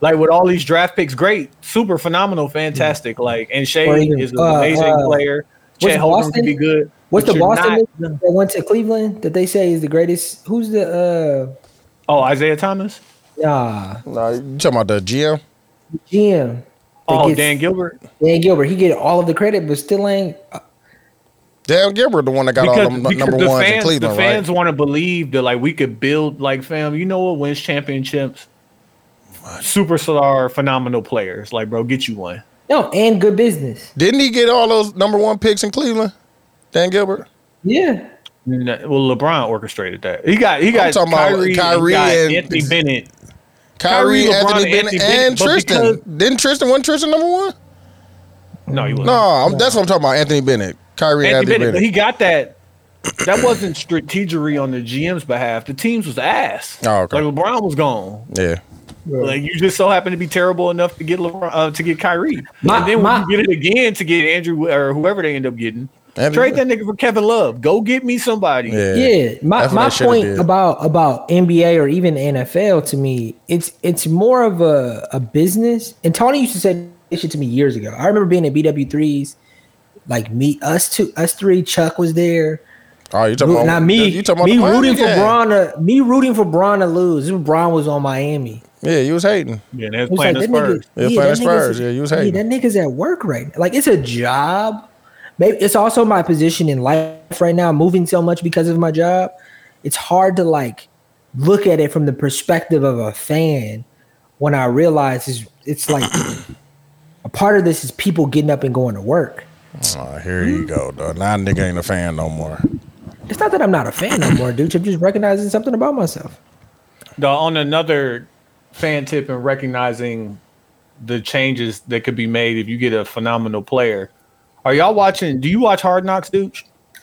[SPEAKER 3] like with all these draft picks, great, super phenomenal, fantastic. Like and
[SPEAKER 6] Or
[SPEAKER 3] Shea
[SPEAKER 6] even,
[SPEAKER 3] is an
[SPEAKER 6] uh,
[SPEAKER 3] amazing
[SPEAKER 6] uh,
[SPEAKER 3] player.
[SPEAKER 6] what's
[SPEAKER 3] Chet Holmgren
[SPEAKER 6] Boston-
[SPEAKER 3] can be good.
[SPEAKER 6] What's
[SPEAKER 3] but
[SPEAKER 6] the
[SPEAKER 3] you're
[SPEAKER 6] Boston
[SPEAKER 3] not-
[SPEAKER 6] nigga that went to Cleveland that they say is the greatest? Who's the
[SPEAKER 3] Oh, Isaiah Thomas.
[SPEAKER 6] uh nah
[SPEAKER 1] Nah, you talking about the GM?
[SPEAKER 6] GM? that
[SPEAKER 3] Oh,
[SPEAKER 6] gets-
[SPEAKER 3] Dan Gilbert.
[SPEAKER 6] Dan Gilbert, he get all of the credit, but still ain't.
[SPEAKER 1] Dan Gilbert, the one that got all them n- number
[SPEAKER 3] the
[SPEAKER 1] ones
[SPEAKER 3] fans,
[SPEAKER 1] in Cleveland,
[SPEAKER 3] the fans
[SPEAKER 1] right?
[SPEAKER 3] want to believe that like we could build like fam. You know what wins championships? Superstar, phenomenal players. Like bro, get you one.
[SPEAKER 6] No, and good business.
[SPEAKER 1] Didn't he get all those number one picks in Cleveland? Dan Gilbert.
[SPEAKER 6] Yeah,
[SPEAKER 3] N- Well, LeBron orchestrated that. He got he got
[SPEAKER 1] talking about
[SPEAKER 3] Kyrie,
[SPEAKER 1] Kyrie
[SPEAKER 3] he got
[SPEAKER 1] and-
[SPEAKER 3] Anthony Bennett.
[SPEAKER 1] Kyrie,
[SPEAKER 3] Kyrie, LeBron,
[SPEAKER 1] Anthony
[SPEAKER 3] and
[SPEAKER 1] Bennett,
[SPEAKER 3] Anthony Bennett,
[SPEAKER 1] and
[SPEAKER 3] but
[SPEAKER 1] Tristan. Didn't Tristan win Tristan number one?
[SPEAKER 3] No, he wasn't.
[SPEAKER 1] No, I'm, that's what I'm talking about. Anthony Bennett, Kyrie,
[SPEAKER 3] Anthony,
[SPEAKER 1] and Anthony,
[SPEAKER 3] Bennett, But
[SPEAKER 1] Bennett.
[SPEAKER 3] he got that. That wasn't strategery on the GM's behalf. The teams was ass.
[SPEAKER 1] Oh, okay.
[SPEAKER 3] Like LeBron was gone.
[SPEAKER 1] yeah,
[SPEAKER 3] Like you just so happen to be terrible enough to get LeBron uh, to get Kyrie,
[SPEAKER 6] My-
[SPEAKER 3] and then when
[SPEAKER 6] my-
[SPEAKER 3] you get it again to get Andrew or whoever they end up getting,
[SPEAKER 1] Anthony
[SPEAKER 3] trade that nigga for Kevin Love. Go get me somebody.
[SPEAKER 1] yeah,
[SPEAKER 6] yeah. My
[SPEAKER 1] That's what
[SPEAKER 6] my
[SPEAKER 1] they should've
[SPEAKER 6] point
[SPEAKER 1] did.
[SPEAKER 6] about about NBA or even NFL to me, it's it's more of a a business. And Tony used to say this shit to me years ago. I remember being at BW threes, like me, us two, us three. Chuck was there.
[SPEAKER 1] Oh, you talking
[SPEAKER 6] Root,
[SPEAKER 1] about
[SPEAKER 6] not me.
[SPEAKER 1] You talking about
[SPEAKER 6] me
[SPEAKER 1] the Miami
[SPEAKER 6] rooting for
[SPEAKER 1] game.
[SPEAKER 6] Braun to me rooting for Braun to lose. This was Braun was on Miami.
[SPEAKER 1] Yeah, you was hating.
[SPEAKER 3] Yeah, and they was
[SPEAKER 6] It was
[SPEAKER 3] playing
[SPEAKER 6] like,
[SPEAKER 3] the Spurs.
[SPEAKER 6] that nigga,
[SPEAKER 1] Yeah, playing the
[SPEAKER 6] that
[SPEAKER 1] Spurs.
[SPEAKER 6] nigga's,
[SPEAKER 1] Yeah, you was
[SPEAKER 6] yeah,
[SPEAKER 1] hating.
[SPEAKER 6] that nigga's at work right now. Like it's a job. Maybe it's also my position in life right now. I'm moving so much because of my job. It's hard to like look at it from the perspective of a fan when I realize it's, it's like a part of this is people getting up and going to work.
[SPEAKER 1] Oh, here you go, dog. Now nigga ain't a fan no more.
[SPEAKER 6] It's not that I'm not a fan no more, dude. I'm just recognizing something about myself.
[SPEAKER 3] The- on another fan tip and recognizing the changes that could be made if you get a phenomenal player. Are y'all watching? Do you watch Hard Knocks, dude?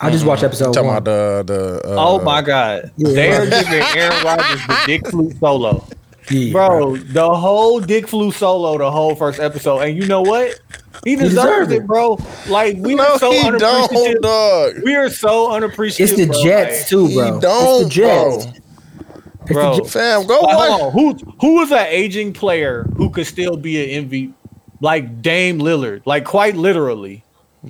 [SPEAKER 6] I just watched episode
[SPEAKER 1] Mm-hmm. Talking
[SPEAKER 6] one.
[SPEAKER 1] about the the. Uh,
[SPEAKER 3] oh my God, they are giving Aaron Rodgers the dick flute solo.
[SPEAKER 6] Yeah.
[SPEAKER 3] Bro, the whole dick flew solo the whole first episode, and you know what? He deserves
[SPEAKER 6] deserved
[SPEAKER 3] it,
[SPEAKER 6] it.
[SPEAKER 3] bro. Like we
[SPEAKER 1] No,
[SPEAKER 3] are so
[SPEAKER 1] he
[SPEAKER 3] unappreciative.
[SPEAKER 1] don't, dog.
[SPEAKER 3] We are so
[SPEAKER 6] It's
[SPEAKER 3] unappreciative.
[SPEAKER 6] the
[SPEAKER 3] bro.
[SPEAKER 6] Jets
[SPEAKER 3] Like,
[SPEAKER 6] too, bro.
[SPEAKER 1] He don't,
[SPEAKER 6] it's the Jets.
[SPEAKER 1] bro.
[SPEAKER 6] It's
[SPEAKER 3] Bro.
[SPEAKER 6] the Jets.
[SPEAKER 1] Fam, go
[SPEAKER 3] like,
[SPEAKER 1] watch.
[SPEAKER 3] hold on. Who who is an aging player who could still be an MVP? Like Dame Lillard, like quite literally.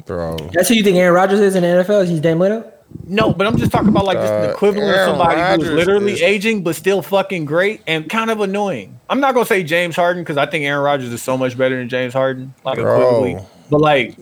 [SPEAKER 1] Bro,
[SPEAKER 6] That's who you think Aaron Rodgers is in the NFL? He's Dame Little?
[SPEAKER 3] No, but I'm just talking about like just
[SPEAKER 1] Uh,
[SPEAKER 3] the equivalent
[SPEAKER 1] Aaron
[SPEAKER 3] of somebody
[SPEAKER 1] Rodgers
[SPEAKER 3] who's literally
[SPEAKER 1] is-
[SPEAKER 3] aging but still fucking great and kind of annoying. I'm not gonna say James Harden because I think Aaron Rodgers is so much better than James Harden, like
[SPEAKER 1] Bro.
[SPEAKER 3] equivalently. But like,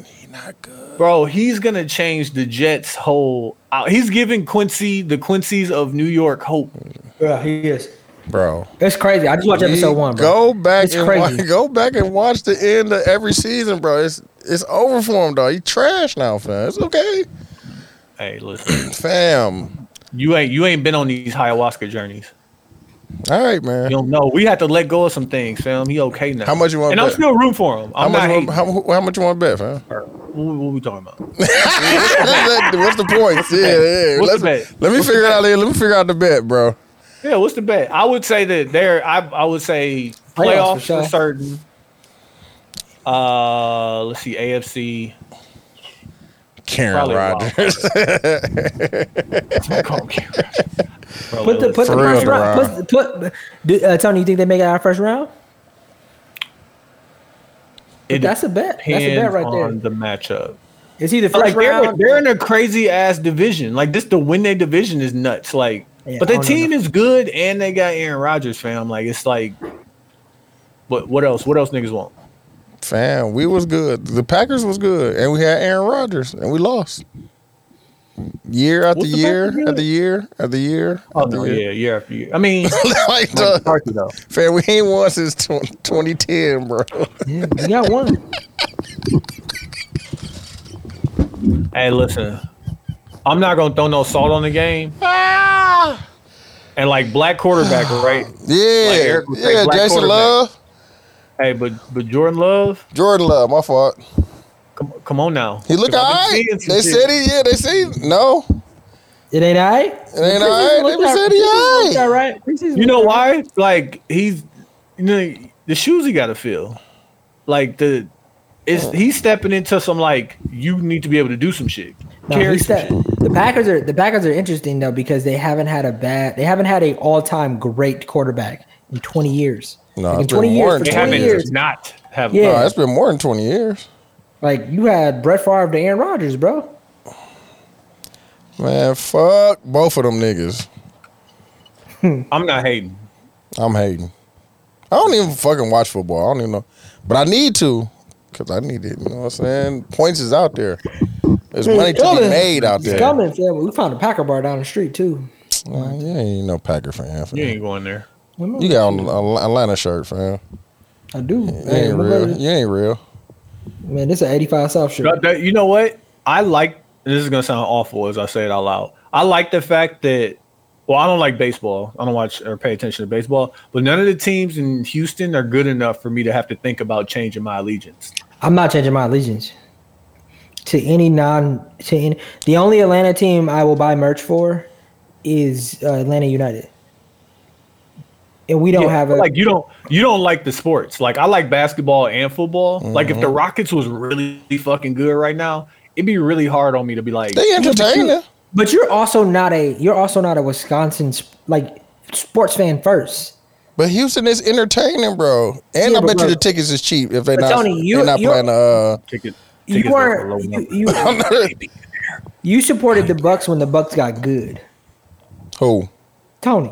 [SPEAKER 3] bro, he's gonna change the Jets' whole. out he's giving Quincy the Quincy's of New York hope.
[SPEAKER 6] Yeah, he is.
[SPEAKER 1] bro.
[SPEAKER 6] It's crazy. I just watched episode
[SPEAKER 1] You
[SPEAKER 6] one, bro.
[SPEAKER 1] Go back
[SPEAKER 6] It's
[SPEAKER 1] and
[SPEAKER 6] crazy.
[SPEAKER 1] wa- go back and watch the end of every season, bro. It's it's over for him, dog. He trash now, fam. It's okay,
[SPEAKER 3] Hey, listen,
[SPEAKER 1] fam.
[SPEAKER 3] you ain't you ain't been on these ayahuasca journeys.
[SPEAKER 1] All right,
[SPEAKER 3] You
[SPEAKER 1] man.
[SPEAKER 3] don't know. We had to let go of some things, fam. He okay now.
[SPEAKER 1] How much you want
[SPEAKER 3] And
[SPEAKER 1] to
[SPEAKER 3] I'm
[SPEAKER 1] bet?
[SPEAKER 3] still room for him.
[SPEAKER 1] how
[SPEAKER 3] I'm
[SPEAKER 1] much?
[SPEAKER 3] not
[SPEAKER 1] You want,
[SPEAKER 3] hating.
[SPEAKER 1] how, mu- how much you want to bet, fam?
[SPEAKER 3] What, what we talking about?
[SPEAKER 1] What's the point? Yeah, yeah.
[SPEAKER 3] What's
[SPEAKER 1] Let's,
[SPEAKER 3] the bet?
[SPEAKER 1] Let me figure it out. Here. Let me figure out the bet, bro.
[SPEAKER 3] Yeah, what's the bet? I would say that there. I I would say
[SPEAKER 6] Playoffs for
[SPEAKER 3] playoffs
[SPEAKER 6] sure.
[SPEAKER 3] for certain. Uh, let's see, AFC.
[SPEAKER 1] Karen
[SPEAKER 3] Probably wild
[SPEAKER 1] Rodgers.
[SPEAKER 6] Put the put the
[SPEAKER 1] For real,
[SPEAKER 6] first
[SPEAKER 1] though,
[SPEAKER 6] round. Put, put do, uh, Tony. You think they make it out of first round?
[SPEAKER 3] It
[SPEAKER 6] That's a bet. That's a bet
[SPEAKER 3] depends
[SPEAKER 6] right there.
[SPEAKER 3] On the matchup,
[SPEAKER 6] It's either first
[SPEAKER 3] like they're,
[SPEAKER 6] round.
[SPEAKER 3] they're in a crazy ass division. Like this, to win their division is nuts. Like,
[SPEAKER 6] Yeah,
[SPEAKER 3] but
[SPEAKER 6] I
[SPEAKER 3] their
[SPEAKER 6] don't
[SPEAKER 3] team is good, and they got Aaron Rodgers, fam. Like it's like But what else? What else niggas want?
[SPEAKER 1] Fam, we was good. The Packers was good, and we had Aaron Rodgers, and we lost. Year after
[SPEAKER 3] What's the
[SPEAKER 1] year,
[SPEAKER 3] Packers good?
[SPEAKER 1] after year, after year.
[SPEAKER 3] Oh
[SPEAKER 1] after
[SPEAKER 3] no,
[SPEAKER 1] year.
[SPEAKER 3] yeah, year after year. I mean,
[SPEAKER 1] like,
[SPEAKER 3] like,
[SPEAKER 1] duh,
[SPEAKER 3] Turkey though.
[SPEAKER 1] fam, we ain't won since tw- 2010, bro.
[SPEAKER 6] Yeah, you got one.
[SPEAKER 3] Hey, listen, I'm not gonna throw no salt on the game. And like black quarterback, right?
[SPEAKER 1] Yeah,
[SPEAKER 3] Eric was like
[SPEAKER 1] yeah,
[SPEAKER 3] black
[SPEAKER 1] Jason
[SPEAKER 3] quarterback.
[SPEAKER 1] Love,
[SPEAKER 3] Hey, but but Jordan Love,
[SPEAKER 1] Jordan Love. My fault.
[SPEAKER 3] come, come on now.
[SPEAKER 1] He look
[SPEAKER 3] I've been
[SPEAKER 1] all right.
[SPEAKER 3] seeing some
[SPEAKER 1] They
[SPEAKER 3] shit.
[SPEAKER 1] said he, yeah, they said he- no.
[SPEAKER 6] It ain't all right.
[SPEAKER 1] It ain't all right. They said he all right.
[SPEAKER 6] All right.
[SPEAKER 3] You know why? Like he's, you know, the shoes he got to fill. Like the, it's he's stepping into some like you need to be able to do some shit.
[SPEAKER 6] No,
[SPEAKER 3] Carry
[SPEAKER 6] he's
[SPEAKER 3] some
[SPEAKER 6] that-
[SPEAKER 3] shit.
[SPEAKER 6] the Packers are the Packers are interesting though because they haven't had a bad they haven't had a all time great quarterback in twenty years.
[SPEAKER 1] No,
[SPEAKER 6] like in
[SPEAKER 1] it's
[SPEAKER 6] twenty
[SPEAKER 1] been more
[SPEAKER 6] years,
[SPEAKER 1] than
[SPEAKER 6] for
[SPEAKER 3] They
[SPEAKER 1] 20
[SPEAKER 6] twenty
[SPEAKER 3] haven't
[SPEAKER 6] years,
[SPEAKER 3] not have.
[SPEAKER 6] Yeah.
[SPEAKER 1] No, it's been more than 20 years.
[SPEAKER 6] like you had Brett Favre to Aaron Rodgers, bro.
[SPEAKER 1] Man, fuck both of them niggas.
[SPEAKER 3] uh, I'm not hating.
[SPEAKER 1] I'm hating. I don't even fucking watch football. I don't even know. But I need to because I need it. You know what I'm saying? Points is out there. There's money to be
[SPEAKER 6] coming.
[SPEAKER 1] made out
[SPEAKER 6] He's
[SPEAKER 1] there.
[SPEAKER 6] coming. Yeah, we found a Packer bar down the street too.
[SPEAKER 1] Uh, you ain't no Packer fan. fam.
[SPEAKER 3] You ain't going there.
[SPEAKER 1] You got on an Al- Atlanta shirt, fam.
[SPEAKER 6] I do.
[SPEAKER 1] You ain't real. You ain't real.
[SPEAKER 6] Man, this is an 85 South shirt.
[SPEAKER 3] But that- You know what? I like. This is gonna sound awful as I say it out loud. I like the fact that. Well, I don't like baseball. I don't watch or pay attention to baseball. But none of the teams in Houston are good enough for me to have to think about changing my allegiance.
[SPEAKER 6] I'm not changing my allegiance to any non to any, the only Atlanta team I will buy merch for is uh, Atlanta United, and we don't
[SPEAKER 3] Yeah,
[SPEAKER 6] have a
[SPEAKER 3] but, like you don't you don't like the sports. Like I like basketball and football. Like if the
[SPEAKER 6] Mm-hmm.
[SPEAKER 3] Rockets was really fucking good right now, it'd be really hard on me to be like
[SPEAKER 1] They entertaining.
[SPEAKER 6] But you're also not a you're also not a Wisconsin sp- like sports fan first.
[SPEAKER 1] But Houston is entertaining, bro. And
[SPEAKER 6] Yeah,
[SPEAKER 1] I
[SPEAKER 6] but
[SPEAKER 1] bet you
[SPEAKER 6] bro-
[SPEAKER 1] the tickets is cheap if they
[SPEAKER 6] But
[SPEAKER 1] not,
[SPEAKER 6] Tony, you-
[SPEAKER 1] they not
[SPEAKER 6] you're-
[SPEAKER 1] playing. Uh,
[SPEAKER 3] ticket. tickets
[SPEAKER 6] You
[SPEAKER 3] worth a low
[SPEAKER 6] are you,
[SPEAKER 3] number.
[SPEAKER 6] you, you supported the Bucks when the Bucks got good,
[SPEAKER 1] who?
[SPEAKER 6] Tony.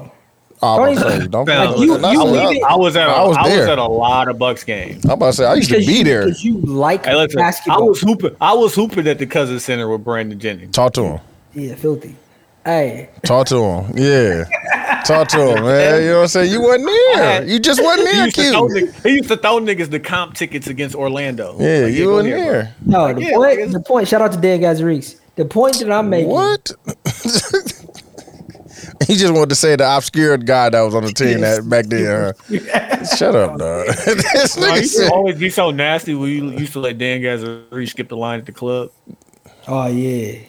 [SPEAKER 1] Oh, I'm about to
[SPEAKER 6] Tony,
[SPEAKER 1] say, don't
[SPEAKER 3] Now,
[SPEAKER 6] Like, you-
[SPEAKER 3] listen, I
[SPEAKER 6] you
[SPEAKER 3] was-
[SPEAKER 6] leave it-
[SPEAKER 3] I was at a,
[SPEAKER 1] I
[SPEAKER 3] I
[SPEAKER 1] was
[SPEAKER 3] was,
[SPEAKER 1] there.
[SPEAKER 3] at a lot of Bucks games.
[SPEAKER 1] I'm about to say I used to
[SPEAKER 6] Because
[SPEAKER 1] be
[SPEAKER 6] you,
[SPEAKER 1] there.
[SPEAKER 6] because you like
[SPEAKER 3] Hey, listen, I
[SPEAKER 6] basketball.
[SPEAKER 3] was hooping. I was hooping at the Cousins Center with Brandon Jennings.
[SPEAKER 1] Talk to him.
[SPEAKER 6] yeah, filthy. Hey,
[SPEAKER 1] Talk to him. Yeah. Talk to him, man. You know what I'm saying? You wasn't there. You just wasn't
[SPEAKER 3] He
[SPEAKER 1] there,
[SPEAKER 3] used, to throw,
[SPEAKER 1] Q.
[SPEAKER 3] nig- he used to throw niggas the comp tickets against Orlando.
[SPEAKER 1] Yeah,
[SPEAKER 3] Like,
[SPEAKER 1] you
[SPEAKER 3] go
[SPEAKER 1] wasn't
[SPEAKER 3] bro.
[SPEAKER 1] there.
[SPEAKER 6] no, the
[SPEAKER 3] yeah,
[SPEAKER 6] point.
[SPEAKER 3] niggas.
[SPEAKER 6] The point. Shout out to Dead Guys Reeks. The point that I'm making.
[SPEAKER 1] What? he just wanted to say the obscure guy that was on the team that back then. Huh? Shut up, dog. this
[SPEAKER 3] Bro, you
[SPEAKER 1] nigga
[SPEAKER 3] used to
[SPEAKER 1] said,
[SPEAKER 3] always be so nasty. We used to let Dan Gazzari skip the line at the club,
[SPEAKER 6] Oh yeah.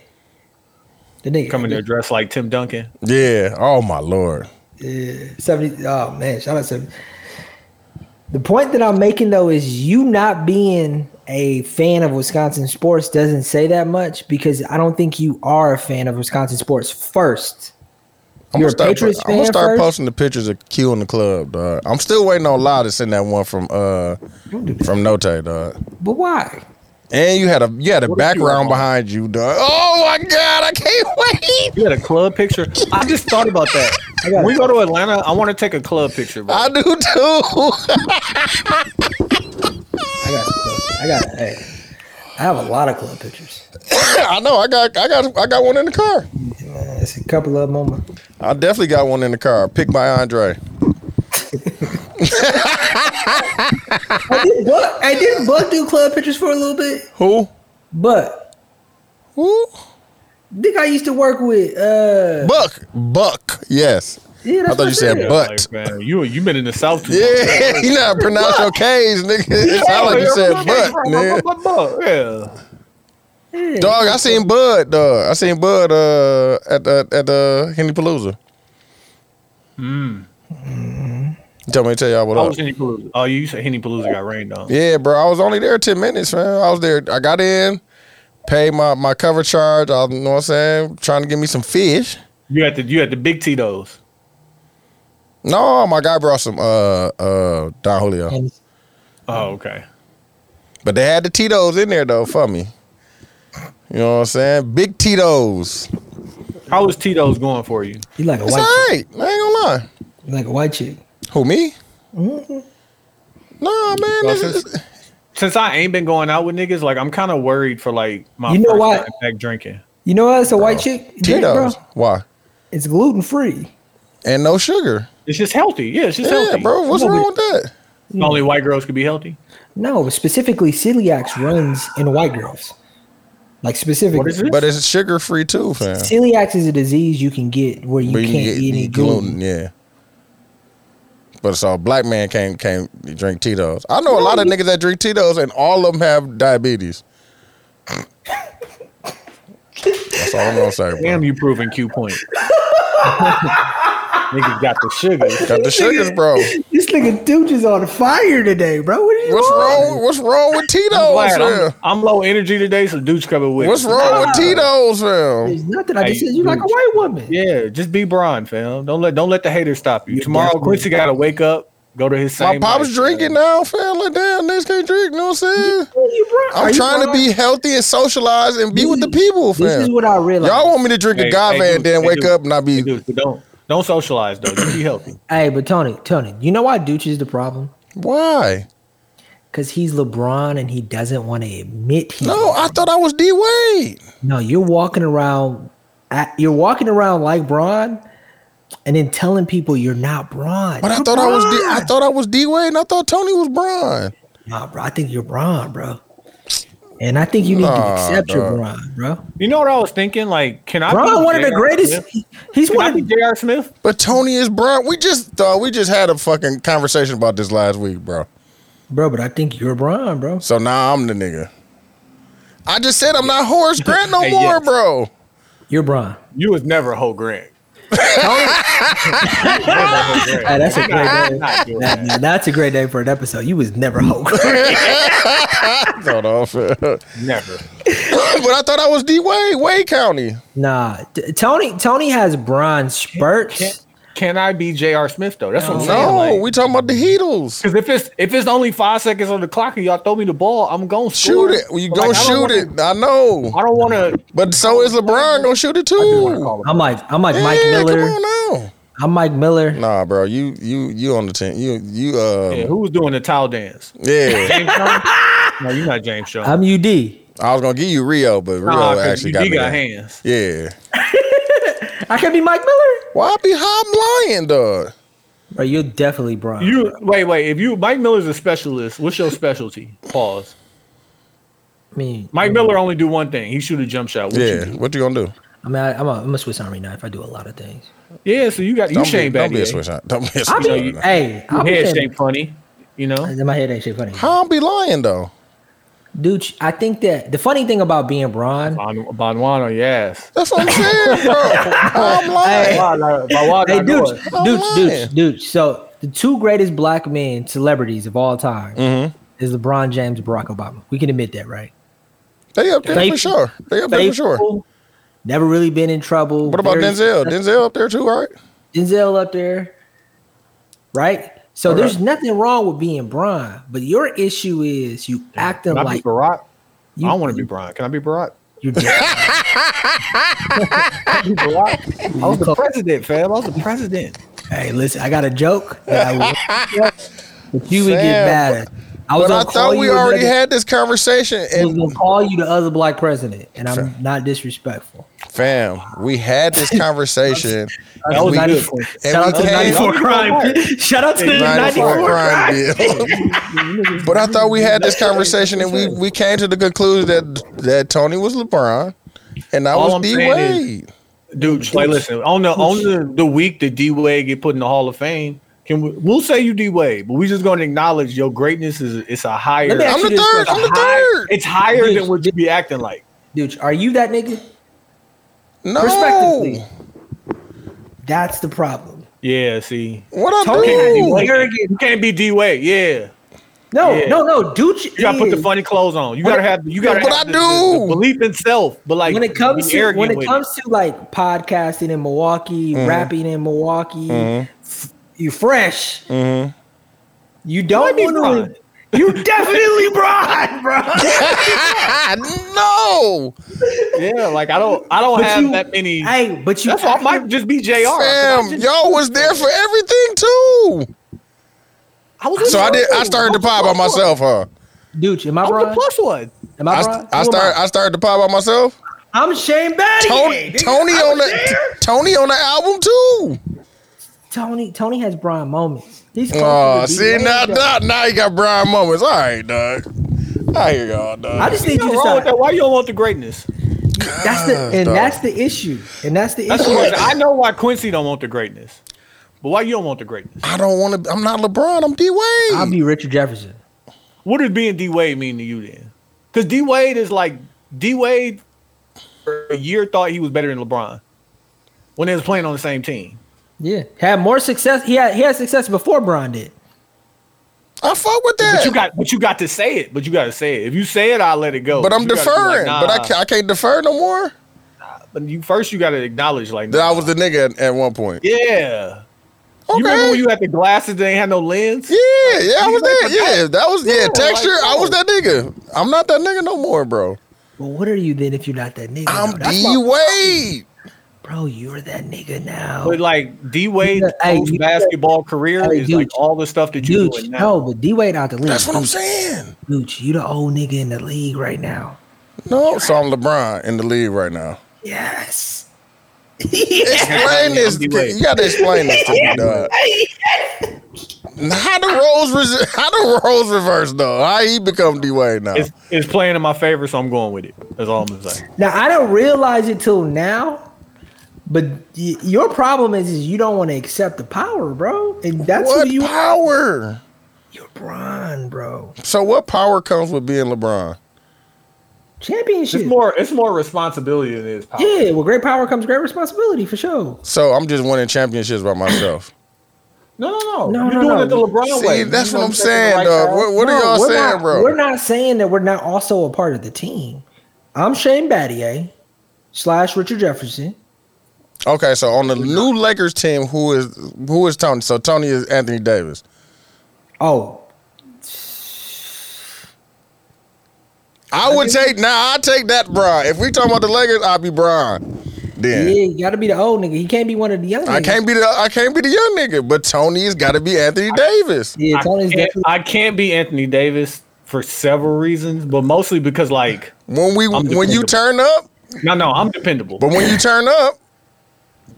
[SPEAKER 6] The nigga
[SPEAKER 3] come in there dressed like Tim Duncan.
[SPEAKER 1] yeah. Oh my lord.
[SPEAKER 6] Yeah, seventy. Oh man, shout out seventy. The point that I'm making though is you not being a fan of Wisconsin sports doesn't say that much because I don't think you are a fan of Wisconsin sports first.
[SPEAKER 1] I'm
[SPEAKER 6] You're
[SPEAKER 1] gonna
[SPEAKER 6] a
[SPEAKER 1] start,
[SPEAKER 6] Patriots
[SPEAKER 1] I'm gonna
[SPEAKER 6] fan
[SPEAKER 1] start
[SPEAKER 6] first?
[SPEAKER 1] posting the pictures of Q in the club, dog. I'm still waiting on Law to send that one from uh from Note, dog.
[SPEAKER 6] But why?
[SPEAKER 1] And you had a you had a
[SPEAKER 3] What if you were
[SPEAKER 1] background
[SPEAKER 3] wrong?
[SPEAKER 1] behind you, dog. Oh my god, I can't wait.
[SPEAKER 3] You had a club picture. I just thought about that. When we go to Atlanta, I want to take a club picture, bro.
[SPEAKER 1] I do too.
[SPEAKER 6] I got. I got. Hey, I have a lot of club pictures.
[SPEAKER 1] I know. I got I got I got one in the car.
[SPEAKER 6] Man, it's a couple of them. On my,
[SPEAKER 1] I definitely got one in the car. Pick by Andre.
[SPEAKER 6] I did. Buck, I did. Buck do club pictures for a little bit,
[SPEAKER 1] Who?
[SPEAKER 6] but
[SPEAKER 1] Who?
[SPEAKER 6] think I used to work with. uh
[SPEAKER 1] Buck. Buck. Yes.
[SPEAKER 6] yeah,
[SPEAKER 1] I
[SPEAKER 6] that's
[SPEAKER 1] thought
[SPEAKER 6] what
[SPEAKER 1] you said
[SPEAKER 6] said.
[SPEAKER 1] Buck.
[SPEAKER 3] Like, man, you you been in the South too. long.
[SPEAKER 1] Yeah, you not pronounce your K's, nigga. It sound like you said butt, man.
[SPEAKER 3] Yeah.
[SPEAKER 6] Yeah.
[SPEAKER 1] Dog, I seen Bud, dog. I seen Bud uh at the at the Henny Palooza. Mm. Tell me to tell y'all what
[SPEAKER 3] Hmm. I
[SPEAKER 1] up.
[SPEAKER 3] was Henny Palooza. Oh, you said Henny Palooza got rained on.
[SPEAKER 1] Yeah, bro. I was only there ten minutes, man. I was there. I got in, paid my my cover charge. I you know what I'm saying, trying to get me some fish.
[SPEAKER 3] You had the you had the big Tito's.
[SPEAKER 1] No, my guy brought some uh uh Don Julio,
[SPEAKER 6] And
[SPEAKER 3] Oh, okay.
[SPEAKER 1] but they had the Tito's in there though for me. You know what I'm saying? Big Tito's.
[SPEAKER 3] How was Tito's going for you?
[SPEAKER 6] You like a
[SPEAKER 1] It's all
[SPEAKER 6] white.
[SPEAKER 1] right. I ain't gonna lie.
[SPEAKER 6] Chick. You like a white chick.
[SPEAKER 1] Who me? Nah, man.
[SPEAKER 3] Well,
[SPEAKER 1] this is-
[SPEAKER 3] since- Since I ain't been going out with niggas, like I'm kind of worried for like my
[SPEAKER 6] You know
[SPEAKER 3] first
[SPEAKER 6] why?
[SPEAKER 3] time back drinking.
[SPEAKER 6] You know what? It's a white chick drink, bro.
[SPEAKER 1] Tito's. Why?
[SPEAKER 6] It's gluten free.
[SPEAKER 1] And no sugar.
[SPEAKER 3] It's just healthy. Yeah, it's just
[SPEAKER 1] Yeah,
[SPEAKER 3] healthy.
[SPEAKER 1] bro. What's
[SPEAKER 6] Come on,
[SPEAKER 1] wrong
[SPEAKER 6] we-
[SPEAKER 1] with that?
[SPEAKER 3] Only white girls could be healthy.
[SPEAKER 6] No, but specifically celiacs runs in white girls. Like specifically,
[SPEAKER 3] What is it?
[SPEAKER 1] But it's sugar free too, fam.
[SPEAKER 6] celiacs is a disease you can get where you
[SPEAKER 1] But
[SPEAKER 6] can't eat any gluten.
[SPEAKER 1] yeah. But so a black man can't can't drink Tito's. I know a lot of niggas that drink Tito's and all of them have diabetes. That's all I'm gonna say, bro.
[SPEAKER 3] Damn, you proving Q point. niggas got the sugar.
[SPEAKER 1] Got the sugars, bro.
[SPEAKER 6] This nigga Dooch is on fire today, bro. What are you
[SPEAKER 1] What's
[SPEAKER 6] on?
[SPEAKER 1] wrong? What's wrong with
[SPEAKER 3] I'm,
[SPEAKER 1] Tito's?
[SPEAKER 3] glad. I'm,
[SPEAKER 1] fam?
[SPEAKER 3] I'm low energy today, so dude's coming with.
[SPEAKER 1] What's
[SPEAKER 3] it.
[SPEAKER 1] wrong with Tito's, fam?
[SPEAKER 6] There's nothing. I just
[SPEAKER 3] Hey,
[SPEAKER 6] said you like a
[SPEAKER 3] Dooch.
[SPEAKER 6] white woman.
[SPEAKER 3] Yeah, just be Brian, fam. Don't let don't let the haters stop you. Tomorrow,
[SPEAKER 6] definitely-
[SPEAKER 3] Quincy got to wake up, go to his.
[SPEAKER 1] My
[SPEAKER 3] same
[SPEAKER 1] pop's
[SPEAKER 3] life,
[SPEAKER 1] drinking
[SPEAKER 3] fam.
[SPEAKER 1] now, fam. Like damn, niggas can't drink. You know what I'm saying?
[SPEAKER 6] You bro- are
[SPEAKER 1] I'm
[SPEAKER 6] you
[SPEAKER 1] trying to
[SPEAKER 6] bro-
[SPEAKER 1] be healthy and socialize and be
[SPEAKER 6] This
[SPEAKER 1] with the
[SPEAKER 6] is-
[SPEAKER 1] people,
[SPEAKER 6] This is
[SPEAKER 1] fam.
[SPEAKER 6] what I realized.
[SPEAKER 1] Y'all want me to drink
[SPEAKER 3] Hey,
[SPEAKER 1] a guava
[SPEAKER 3] hey,
[SPEAKER 1] and
[SPEAKER 3] dude,
[SPEAKER 1] then
[SPEAKER 3] hey,
[SPEAKER 1] wake
[SPEAKER 3] dude.
[SPEAKER 1] up and I be
[SPEAKER 3] Dude, but don't don't socialize though. Just be healthy.
[SPEAKER 6] hey, but Tony, Tony, you know why Dooch is the problem?
[SPEAKER 1] why?
[SPEAKER 6] Because he's LeBron and he doesn't want to admit he's
[SPEAKER 1] No, I thought I was D Wade.
[SPEAKER 6] No, you're walking around. at- You're walking around like Braun, and then telling people you're not Braun.
[SPEAKER 1] But I
[SPEAKER 6] You're
[SPEAKER 1] thought I was D-
[SPEAKER 6] Bron.
[SPEAKER 1] I thought I was D Wade and I thought Tony was Brian.
[SPEAKER 6] Nah, bro. I think you're Braun, bro. And I think you need to
[SPEAKER 1] Nah,
[SPEAKER 6] accept your
[SPEAKER 1] dog.
[SPEAKER 6] Braun, bro.
[SPEAKER 3] You know what I was thinking? Like, can I?
[SPEAKER 6] Braun,
[SPEAKER 3] be
[SPEAKER 6] one of the
[SPEAKER 3] J.R.
[SPEAKER 6] greatest.
[SPEAKER 3] Smith?
[SPEAKER 6] he- He's
[SPEAKER 3] Can I
[SPEAKER 6] one
[SPEAKER 3] be
[SPEAKER 6] of.
[SPEAKER 3] J.R. Smith?
[SPEAKER 1] But Tony is Brian. We just thought we just had a fucking conversation about this last week, bro.
[SPEAKER 6] Bro, but I think you're Braun, bro.
[SPEAKER 1] So now I'm the nigga. I just said I'm not Horace Grant no
[SPEAKER 3] Hey,
[SPEAKER 1] more,
[SPEAKER 3] yes.
[SPEAKER 1] bro.
[SPEAKER 6] You're Braun.
[SPEAKER 3] You was never Ho Grant.
[SPEAKER 6] Hey, that's a great day.
[SPEAKER 3] Not doing that.
[SPEAKER 6] Now, that's a great day for an episode. You was never Hulk.
[SPEAKER 1] Hold on, fam. but
[SPEAKER 3] Never.
[SPEAKER 1] I thought I was D Wade, Wade County.
[SPEAKER 6] nah, T- Tony. Tony has Braun
[SPEAKER 3] Can,
[SPEAKER 6] spurts.
[SPEAKER 3] can I be J.R. Smith though? That's what I'm saying.
[SPEAKER 1] No,
[SPEAKER 3] like-
[SPEAKER 1] we talking about the Heatles.
[SPEAKER 3] Because if it's if it's only five seconds on the clock and y'all throw me the ball, I'm gonna
[SPEAKER 1] Shoot
[SPEAKER 3] score.
[SPEAKER 1] it. You
[SPEAKER 3] But,
[SPEAKER 1] gonna
[SPEAKER 3] like, I don't
[SPEAKER 1] shoot
[SPEAKER 3] wanna-
[SPEAKER 1] it. I know.
[SPEAKER 3] I don't want to.
[SPEAKER 1] But so is LeBron gonna shoot it too.
[SPEAKER 6] I'm like, I'm like
[SPEAKER 1] Yeah,
[SPEAKER 6] Mike
[SPEAKER 1] come
[SPEAKER 6] Miller.
[SPEAKER 1] on now.
[SPEAKER 6] I'm Mike Miller.
[SPEAKER 1] Nah, bro, you you you on the team. You you uh
[SPEAKER 3] Yeah,
[SPEAKER 1] yeah.
[SPEAKER 3] who was doing the towel dance? James Shawn? no, you're not James Shawn.
[SPEAKER 6] I'm UD.
[SPEAKER 1] I was gonna give you Rio, but Rio
[SPEAKER 3] Nah, 'cause
[SPEAKER 1] actually
[SPEAKER 3] you-
[SPEAKER 1] got
[SPEAKER 3] he
[SPEAKER 1] me.
[SPEAKER 3] got
[SPEAKER 1] there.
[SPEAKER 3] hands.
[SPEAKER 1] yeah.
[SPEAKER 6] I can be Mike Miller.
[SPEAKER 1] Why I be high blind, dog?
[SPEAKER 6] Bro, you're definitely Braun.
[SPEAKER 3] You wait, wait. If you Mike Miller's a specialist, what's your specialty? Pause.
[SPEAKER 6] I mean,
[SPEAKER 3] Mike Miller only do one thing. He shoot a jump shot. What you
[SPEAKER 1] Yeah.
[SPEAKER 3] do?
[SPEAKER 1] What you gonna do?
[SPEAKER 6] I mean, I, I'm, a, I'm a Swiss Army knife. I do a lot of things.
[SPEAKER 3] Yeah. So you got you
[SPEAKER 1] Don't
[SPEAKER 3] Shane
[SPEAKER 1] be, don't be a
[SPEAKER 3] Battier.
[SPEAKER 1] switch out. Don't be a switch
[SPEAKER 6] I mean,
[SPEAKER 1] out.
[SPEAKER 6] hey,
[SPEAKER 3] Your
[SPEAKER 6] I'm
[SPEAKER 3] Head
[SPEAKER 6] saying,
[SPEAKER 3] shape funny. You know.
[SPEAKER 6] my head ain't shit funny.
[SPEAKER 1] How I be lying though?
[SPEAKER 6] Dude, I think that the funny thing about being Braun,
[SPEAKER 3] Bon, Bonwano, yes.
[SPEAKER 1] That's what I'm saying, bro. How I'm lying.
[SPEAKER 6] Hey.
[SPEAKER 3] Bonwano, Bonwano,
[SPEAKER 6] hey, dude,
[SPEAKER 1] I'm
[SPEAKER 6] dude,
[SPEAKER 1] lying.
[SPEAKER 6] dude, dude. So the two greatest black men celebrities of all time
[SPEAKER 3] Mm-hmm.
[SPEAKER 6] is LeBron James, and Barack Obama. We can admit that, right?
[SPEAKER 1] They up there for
[SPEAKER 6] Faith-
[SPEAKER 1] sure. They up there for sure.
[SPEAKER 6] Never really been in trouble.
[SPEAKER 1] What about
[SPEAKER 6] Very-
[SPEAKER 1] Denzel? Denzel up there too, right?
[SPEAKER 6] Denzel up there, right? So there's nothing wrong with being Braun, but your issue is you acting
[SPEAKER 3] Can I
[SPEAKER 6] like
[SPEAKER 3] be Barack?
[SPEAKER 6] you,
[SPEAKER 3] I don't want to be Brian. Can I be Barack?
[SPEAKER 6] You're dead.
[SPEAKER 3] I was the president, fam. I was the president.
[SPEAKER 6] hey, listen, I got a joke that I would, but you would get
[SPEAKER 1] Sam,
[SPEAKER 6] mad at. I was
[SPEAKER 1] But I
[SPEAKER 6] gonna call
[SPEAKER 1] thought
[SPEAKER 6] you
[SPEAKER 1] we
[SPEAKER 6] another-
[SPEAKER 1] already had this conversation
[SPEAKER 6] I was
[SPEAKER 1] and
[SPEAKER 6] gonna call you the other black president, and I'm not disrespectful.
[SPEAKER 1] Fam, we had this conversation.
[SPEAKER 3] That was
[SPEAKER 1] we-
[SPEAKER 3] 94.
[SPEAKER 1] And
[SPEAKER 6] Shout
[SPEAKER 1] we
[SPEAKER 6] out to the
[SPEAKER 1] came
[SPEAKER 6] 94 crime. Shout out to the
[SPEAKER 1] 94
[SPEAKER 6] 94
[SPEAKER 1] crime bill. but I thought we had this conversation and we, we came to the conclusion that that Tony was LeBron and I
[SPEAKER 3] All
[SPEAKER 1] was
[SPEAKER 3] I'm
[SPEAKER 1] D
[SPEAKER 3] saying is-
[SPEAKER 1] Wade.
[SPEAKER 3] Dude, like, listen, on the on the, the week that D Wade get put in the Hall of Fame, can we, we'll say you D Wade, but we just gonna acknowledge your greatness is it's a higher.
[SPEAKER 6] Let me ask
[SPEAKER 1] I'm the
[SPEAKER 6] you this
[SPEAKER 1] third.
[SPEAKER 6] question.
[SPEAKER 1] I'm the
[SPEAKER 3] high-
[SPEAKER 1] third.
[SPEAKER 3] It's higher
[SPEAKER 6] Dude,
[SPEAKER 3] than what you be acting like.
[SPEAKER 6] Dude, are you that nigga?
[SPEAKER 1] No.
[SPEAKER 6] Respectively. That's the problem.
[SPEAKER 3] Yeah, see,
[SPEAKER 1] What I
[SPEAKER 6] Tony is
[SPEAKER 1] do?
[SPEAKER 6] D-Wade.
[SPEAKER 3] Arrogant. you can't be D Wade. Yeah,
[SPEAKER 6] No,
[SPEAKER 3] Yeah.
[SPEAKER 6] no, no, dude.
[SPEAKER 3] you gotta put the funny clothes on. You gotta have you gotta
[SPEAKER 1] But
[SPEAKER 3] have
[SPEAKER 1] I
[SPEAKER 3] the- the- the
[SPEAKER 1] do.
[SPEAKER 3] belief in self. But like
[SPEAKER 6] when it comes
[SPEAKER 3] be
[SPEAKER 6] to
[SPEAKER 3] arrogant
[SPEAKER 6] when it
[SPEAKER 3] with
[SPEAKER 6] comes to like podcasting in Milwaukee,
[SPEAKER 1] Mm-hmm.
[SPEAKER 6] rapping in Milwaukee, f- you fresh.
[SPEAKER 1] Mm-hmm.
[SPEAKER 6] You don't
[SPEAKER 3] be
[SPEAKER 6] want
[SPEAKER 3] Bron.
[SPEAKER 6] to. You definitely Brian, bro.
[SPEAKER 1] no.
[SPEAKER 3] yeah, like I don't I don't
[SPEAKER 6] But
[SPEAKER 3] have
[SPEAKER 6] you-
[SPEAKER 3] that many.
[SPEAKER 6] hey, but you.
[SPEAKER 3] That's why I might just be Jr. 'cause I
[SPEAKER 1] Fam,
[SPEAKER 3] just-
[SPEAKER 1] y'all was there for everything too.
[SPEAKER 6] I was with
[SPEAKER 1] So I did. I
[SPEAKER 6] you.
[SPEAKER 1] started the pod
[SPEAKER 6] I
[SPEAKER 1] by
[SPEAKER 6] was the plus
[SPEAKER 1] myself, huh?
[SPEAKER 6] one. Dude, am I
[SPEAKER 8] I'm the
[SPEAKER 6] wrong?
[SPEAKER 8] plus one.
[SPEAKER 6] Am I,
[SPEAKER 1] I,
[SPEAKER 6] wrong?
[SPEAKER 1] I
[SPEAKER 6] Who am
[SPEAKER 1] started. I started the pod by myself.
[SPEAKER 6] I'm Shane Battier.
[SPEAKER 1] Tony,
[SPEAKER 6] nigga.
[SPEAKER 1] Tony
[SPEAKER 6] I
[SPEAKER 1] on
[SPEAKER 6] was
[SPEAKER 1] the
[SPEAKER 6] there.
[SPEAKER 1] Tony on the album too.
[SPEAKER 6] Tony. Tony has Brian moments. He's close
[SPEAKER 1] Oh,
[SPEAKER 6] to the
[SPEAKER 1] see
[SPEAKER 6] D-Wade,
[SPEAKER 1] now,
[SPEAKER 6] though.
[SPEAKER 1] now, now you got Brian moments. All right, dog. I hear y'all, dog.
[SPEAKER 6] I just need you
[SPEAKER 3] What's
[SPEAKER 6] to
[SPEAKER 3] wrong with
[SPEAKER 6] stop.
[SPEAKER 3] that? Why you don't want the greatness?
[SPEAKER 6] That's the and
[SPEAKER 1] dog.
[SPEAKER 6] that's the issue. And that's the
[SPEAKER 3] That's the
[SPEAKER 6] issue.
[SPEAKER 3] question. I know why Quincy don't want the greatness, but why you don't want the greatness?
[SPEAKER 1] I don't want to. I'm not LeBron. I'm D
[SPEAKER 6] I'll
[SPEAKER 1] Wade.
[SPEAKER 6] be Richard Jefferson.
[SPEAKER 3] What does being D Wade mean to you then? Because D Wade is like D Wade for a year thought he was better than LeBron when they was playing on the same team.
[SPEAKER 6] Yeah, had more success. He had he had success before Brian did.
[SPEAKER 1] I fuck with that.
[SPEAKER 3] But you got but you got to say it. But you got to say it. If you say it, I'll let it go.
[SPEAKER 1] But I'm
[SPEAKER 3] you gotta be
[SPEAKER 1] deferring.
[SPEAKER 3] like,
[SPEAKER 1] But I
[SPEAKER 3] nah.
[SPEAKER 1] can't, I can't defer no more.
[SPEAKER 3] But you first you got to acknowledge like
[SPEAKER 1] That I
[SPEAKER 3] nah.
[SPEAKER 1] was the nigga at, at one point.
[SPEAKER 3] yeah.
[SPEAKER 1] Okay.
[SPEAKER 3] You remember when you had the glasses that ain't had no lens?
[SPEAKER 1] yeah, yeah, I was
[SPEAKER 3] like,
[SPEAKER 1] that. Yeah, that was yeah.
[SPEAKER 3] like,
[SPEAKER 1] texture, I was
[SPEAKER 3] no.
[SPEAKER 1] that nigga. I'm not that nigga no more, bro.
[SPEAKER 6] Well, what are you then if you're not that nigga?
[SPEAKER 1] I'm
[SPEAKER 6] though? That's
[SPEAKER 1] D
[SPEAKER 6] why-
[SPEAKER 1] Wade.
[SPEAKER 6] bro. You're that nigga now.
[SPEAKER 3] But like D Wade's
[SPEAKER 6] Hey, you-
[SPEAKER 3] basketball career
[SPEAKER 6] Hey,
[SPEAKER 3] is
[SPEAKER 6] dude.
[SPEAKER 3] like all the stuff that you're
[SPEAKER 6] Gooch,
[SPEAKER 3] doing now.
[SPEAKER 6] no, but D Wade out the league.
[SPEAKER 1] That's what I'm saying.
[SPEAKER 6] Gooch, you the old nigga in the league right now.
[SPEAKER 1] No, so I'm LeBron in the league right now.
[SPEAKER 6] Yes.
[SPEAKER 1] Explain this.
[SPEAKER 3] D. Wade.
[SPEAKER 1] You gotta explain this to me, dog. How the roles res- how the roles reverse though? How he become D Wade now?
[SPEAKER 3] It's, it's playing in my favor, so I'm going with it. That's all I'm gonna say.
[SPEAKER 6] Now I don't realize it till now, but y- your problem is, is you don't want to accept the power, bro, and that's
[SPEAKER 1] What
[SPEAKER 6] who you are.
[SPEAKER 1] power?
[SPEAKER 6] You're Bron, bro.
[SPEAKER 1] So what power comes with being LeBron?
[SPEAKER 6] Championship.
[SPEAKER 3] It's more it's more responsibility than it is power.
[SPEAKER 6] yeah, with great power comes great responsibility for sure.
[SPEAKER 1] So I'm just winning championships by myself.
[SPEAKER 3] No, no, no.
[SPEAKER 6] No,
[SPEAKER 3] You're
[SPEAKER 6] no,
[SPEAKER 3] doing
[SPEAKER 6] no.
[SPEAKER 3] it the LeBron
[SPEAKER 1] See,
[SPEAKER 3] way.
[SPEAKER 1] that's
[SPEAKER 3] You
[SPEAKER 1] what
[SPEAKER 3] know
[SPEAKER 1] I'm
[SPEAKER 3] taking the
[SPEAKER 1] saying,
[SPEAKER 3] right
[SPEAKER 1] dog.
[SPEAKER 3] path.
[SPEAKER 1] What, what are
[SPEAKER 6] No,
[SPEAKER 1] y'all
[SPEAKER 6] we're
[SPEAKER 1] saying,
[SPEAKER 6] not-
[SPEAKER 1] bro?
[SPEAKER 6] We're not saying that we're not also a part of the team. I'm Shane Battier slash Richard Jefferson.
[SPEAKER 1] Okay, so on the new Lakers team, who is who is Tony? So Tony is Anthony Davis.
[SPEAKER 6] Oh,
[SPEAKER 1] I would take now. I take that, Bron. If we talking about the Lakers, I'll be Bron.
[SPEAKER 6] yeah,
[SPEAKER 1] Then
[SPEAKER 6] you got to be the old nigga. He can't be one of the young.
[SPEAKER 1] I
[SPEAKER 6] niggas.
[SPEAKER 1] can't be the I can't be the young nigga, but Tony's got to be Anthony Davis.
[SPEAKER 6] Yeah,
[SPEAKER 3] I
[SPEAKER 6] Tony's
[SPEAKER 3] can't,
[SPEAKER 6] definitely.
[SPEAKER 3] I can't be Anthony Davis for several reasons, but mostly because like
[SPEAKER 1] When we
[SPEAKER 3] I'm
[SPEAKER 1] when you
[SPEAKER 3] dependable.
[SPEAKER 1] turn up,
[SPEAKER 3] no, no, I'm dependable.
[SPEAKER 1] but when you turn up,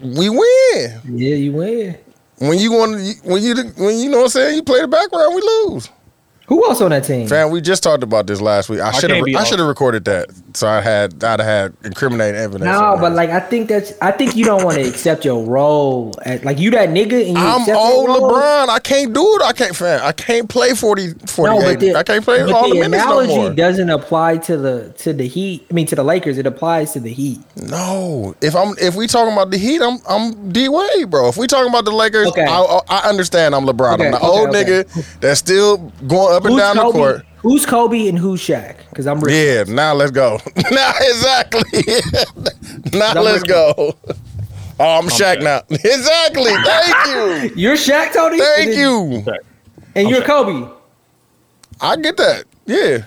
[SPEAKER 1] we win.
[SPEAKER 6] Yeah, you win.
[SPEAKER 1] When you want when you when you know what I'm saying, you play the background, we lose.
[SPEAKER 6] Who else on that team?
[SPEAKER 1] Fam, we just talked about this last week. I should have
[SPEAKER 3] can't be
[SPEAKER 1] I
[SPEAKER 3] all-
[SPEAKER 1] should have recorded that, so I had I'd have had incriminating evidence.
[SPEAKER 6] No,
[SPEAKER 1] on that.
[SPEAKER 6] but like I think that's I think you don't want to accept your role. At, like you that nigga and you
[SPEAKER 1] I'm
[SPEAKER 6] accept your
[SPEAKER 1] old
[SPEAKER 6] role.
[SPEAKER 1] LeBron. I can't do it. I can't fan. I can't play 40, 48.
[SPEAKER 6] No, but the,
[SPEAKER 1] I can't play
[SPEAKER 6] but
[SPEAKER 1] all the,
[SPEAKER 6] the
[SPEAKER 1] minutes no
[SPEAKER 6] analogy
[SPEAKER 1] more.
[SPEAKER 6] doesn't apply to the to the Heat. I mean to the Lakers. It applies to the Heat.
[SPEAKER 1] No, if I'm if we talking about the Heat, I'm I'm D Wade, bro. If we talking about the Lakers,
[SPEAKER 6] Okay.
[SPEAKER 1] I, I, I understand. I'm LeBron.
[SPEAKER 6] Okay,
[SPEAKER 1] I'm the
[SPEAKER 6] okay,
[SPEAKER 1] old
[SPEAKER 6] okay.
[SPEAKER 1] nigga that's still going up and down
[SPEAKER 6] Kobe?
[SPEAKER 1] the court.
[SPEAKER 6] Who's Kobe and who's Shaq? Because I'm rich.
[SPEAKER 1] Yeah, now let's go. now exactly. now
[SPEAKER 6] I'm
[SPEAKER 1] let's
[SPEAKER 6] Richard.
[SPEAKER 1] go. Oh, I'm Shaq now. Exactly. Thank you.
[SPEAKER 6] You're Shaq, Tony. and
[SPEAKER 1] Thank
[SPEAKER 6] then-
[SPEAKER 1] you.
[SPEAKER 6] And you're Kobe.
[SPEAKER 1] I get that. Yeah.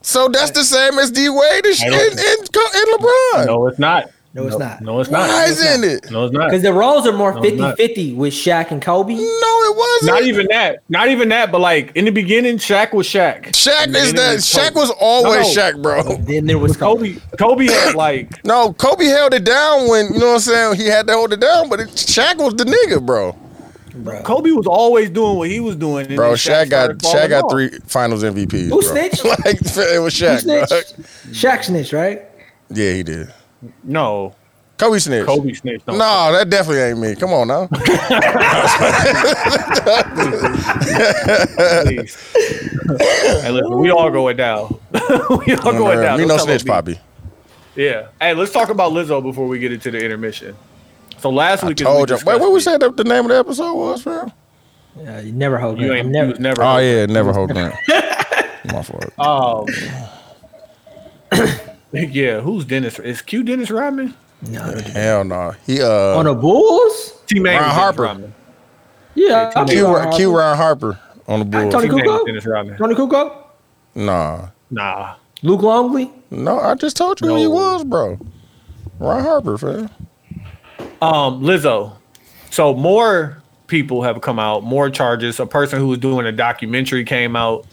[SPEAKER 1] So that's the same as D Wade and, sh- and,
[SPEAKER 3] don't-
[SPEAKER 1] and, Co- and LeBron.
[SPEAKER 3] No, it's not.
[SPEAKER 6] No, it's not.
[SPEAKER 3] No, it's not.
[SPEAKER 1] Why isn't it?
[SPEAKER 3] No, it's not.
[SPEAKER 6] Because the roles are more
[SPEAKER 3] No, it's not.
[SPEAKER 6] 50-50 with Shaq and Kobe.
[SPEAKER 1] No, it wasn't.
[SPEAKER 3] Not even that. Not even that. But like in the beginning, Shaq was Shaq.
[SPEAKER 1] Shaq
[SPEAKER 3] And then
[SPEAKER 1] is
[SPEAKER 3] it
[SPEAKER 1] that.
[SPEAKER 3] was
[SPEAKER 1] Shaq
[SPEAKER 3] Kobe.
[SPEAKER 1] was always
[SPEAKER 3] No.
[SPEAKER 1] Shaq, bro.
[SPEAKER 6] Then there was Kobe.
[SPEAKER 3] Kobe. Kobe had like
[SPEAKER 1] No, Kobe held it down when you know what I'm saying. He had to hold it down, but it, Shaq was the nigga, bro.
[SPEAKER 3] Kobe was always doing what he was doing. and
[SPEAKER 1] Bro,
[SPEAKER 3] then
[SPEAKER 1] Shaq got
[SPEAKER 3] started falling
[SPEAKER 1] Shaq got
[SPEAKER 3] off.
[SPEAKER 1] three Finals MVPs. bro.
[SPEAKER 6] Who snitched?
[SPEAKER 1] like it was
[SPEAKER 6] Who
[SPEAKER 1] Shaq.
[SPEAKER 6] snitched?
[SPEAKER 1] bro.
[SPEAKER 6] Shaq snitched, right?
[SPEAKER 1] Yeah, he did.
[SPEAKER 3] No,
[SPEAKER 1] Kobe snitched.
[SPEAKER 3] Kobe snitched. on
[SPEAKER 1] No, that definitely ain't me. Come on now.
[SPEAKER 3] Please. hey, listen, we all going down. we all going down.
[SPEAKER 1] we
[SPEAKER 3] Let's
[SPEAKER 1] no
[SPEAKER 3] talk
[SPEAKER 1] snitch,
[SPEAKER 3] about
[SPEAKER 1] Poppy.
[SPEAKER 3] me. Yeah. Hey, let's talk about Lizzo before we get into the intermission. So last week, as we
[SPEAKER 1] Told you. Wait,
[SPEAKER 3] discussed,
[SPEAKER 1] what we said that the name of the episode was, fam?
[SPEAKER 6] Uh, you never hold
[SPEAKER 3] You ain't
[SPEAKER 6] I'm
[SPEAKER 3] never,
[SPEAKER 6] never.
[SPEAKER 3] was never.
[SPEAKER 1] Oh yeah, never hold grant. My fault.
[SPEAKER 3] Um, yeah. Who's Dennis? Is Q Dennis Rodman?
[SPEAKER 6] No.
[SPEAKER 1] Hell no. He
[SPEAKER 6] On
[SPEAKER 1] uh
[SPEAKER 6] the Bulls?
[SPEAKER 3] Teammate
[SPEAKER 1] Ron
[SPEAKER 3] was
[SPEAKER 1] Harper.
[SPEAKER 3] Dennis Rodman.
[SPEAKER 6] Yeah. I'm
[SPEAKER 1] Q,
[SPEAKER 6] sure.
[SPEAKER 1] Ron- Q Ron Harper on the Bulls.
[SPEAKER 6] Tony
[SPEAKER 3] Teammate was
[SPEAKER 6] Kukoc?
[SPEAKER 3] Dennis Rodman.
[SPEAKER 6] Tony Kukoc?
[SPEAKER 1] nah.
[SPEAKER 3] Nah.
[SPEAKER 6] Luke Longley?
[SPEAKER 1] No, I just told you who he
[SPEAKER 3] No.
[SPEAKER 1] was, bro. Ron Harper, fam.
[SPEAKER 3] Um, Lizzo. So more people have come out, more charges. A person who was doing a documentary came out.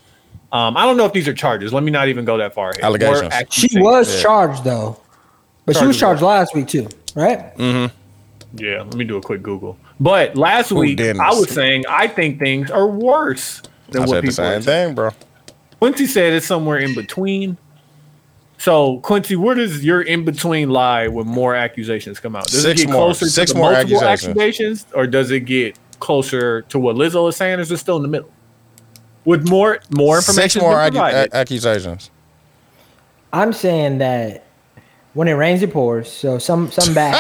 [SPEAKER 3] Um, I don't know if these are charges. Let me not even go that far. Here. More
[SPEAKER 1] Allegations.
[SPEAKER 3] accusations.
[SPEAKER 6] She was charged though, but she was
[SPEAKER 3] Charges.
[SPEAKER 6] charged last week too, right?
[SPEAKER 3] Yeah, let me do a quick Google. But last week
[SPEAKER 1] didn't?
[SPEAKER 3] I was saying I think things are worse than
[SPEAKER 1] I
[SPEAKER 3] what
[SPEAKER 1] said the
[SPEAKER 3] people.
[SPEAKER 1] same
[SPEAKER 3] Are saying.
[SPEAKER 1] thing, bro.
[SPEAKER 3] Quincy said it's somewhere in between. So Quincy, where does your in between lie when more accusations come out? Does
[SPEAKER 1] Six
[SPEAKER 3] it get
[SPEAKER 1] more-
[SPEAKER 3] closer
[SPEAKER 1] six
[SPEAKER 3] to the
[SPEAKER 1] more
[SPEAKER 3] multiple
[SPEAKER 1] accusations.
[SPEAKER 3] accusations. or does it get closer to what Lizzo is saying? Or is it still in the middle? With more more information
[SPEAKER 1] Six more
[SPEAKER 3] been
[SPEAKER 1] accu-
[SPEAKER 3] provided,
[SPEAKER 1] a- accusations.
[SPEAKER 6] I'm saying that when it rains, it pours. So some some bad.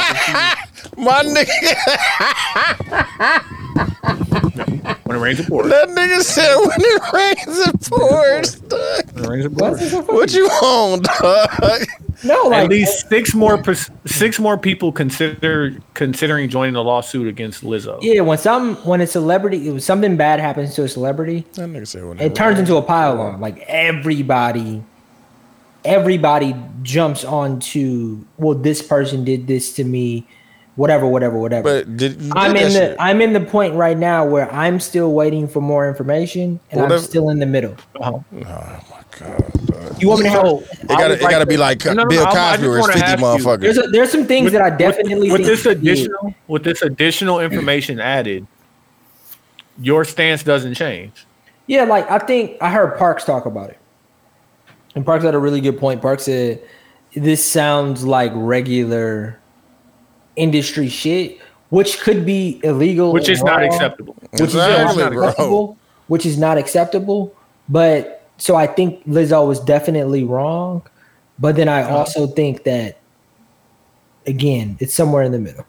[SPEAKER 1] My nigga, uh,
[SPEAKER 3] when it rains, it pours.
[SPEAKER 1] that nigga said when it rains it pours. dog.
[SPEAKER 3] When it rains, it
[SPEAKER 6] What's
[SPEAKER 3] pours.
[SPEAKER 6] this?
[SPEAKER 1] What you on, dog?
[SPEAKER 6] No, like
[SPEAKER 3] At least six more pers- six more people consider considering joining the lawsuit against Lizzo.
[SPEAKER 6] yeah, when some when a celebrity, when something bad happens to a celebrity,
[SPEAKER 1] That nigga said when
[SPEAKER 6] it turns into a pile on. Like everybody, everybody jumps onto. Well, this person did this to me. Whatever, whatever, whatever.
[SPEAKER 1] But did you
[SPEAKER 6] I'm
[SPEAKER 1] did
[SPEAKER 6] in
[SPEAKER 1] that
[SPEAKER 6] the
[SPEAKER 1] shit.
[SPEAKER 6] I'm in the point right now where I'm still waiting for more information and
[SPEAKER 1] Whatever.
[SPEAKER 6] I'm still in the middle.
[SPEAKER 3] Uh-huh.
[SPEAKER 1] God, dog.
[SPEAKER 6] You want me to have?
[SPEAKER 1] It gotta, it gotta be like
[SPEAKER 3] no, no,
[SPEAKER 1] Bill
[SPEAKER 3] I- I
[SPEAKER 1] Cosby
[SPEAKER 3] just
[SPEAKER 1] or
[SPEAKER 3] wanna
[SPEAKER 1] 50
[SPEAKER 3] ask you.
[SPEAKER 1] motherfuckers.
[SPEAKER 6] There's a, there's some things that I definitely
[SPEAKER 3] with
[SPEAKER 6] think
[SPEAKER 3] this
[SPEAKER 6] Mm. he did.
[SPEAKER 3] additional with this additional information added, your stance doesn't change.
[SPEAKER 6] Yeah, like I think I heard Parks talk about it. And Parks had a really good point. Parks said this sounds like regular industry shit, which could be illegal,
[SPEAKER 3] Which is not
[SPEAKER 6] wrong,
[SPEAKER 3] acceptable.
[SPEAKER 6] Which is
[SPEAKER 1] Exactly,
[SPEAKER 6] not
[SPEAKER 1] bro.
[SPEAKER 6] acceptable. Which is not acceptable. But so I think Lizzo was definitely wrong. But then
[SPEAKER 3] Uh-huh.
[SPEAKER 6] I also think that again, it's somewhere in the middle.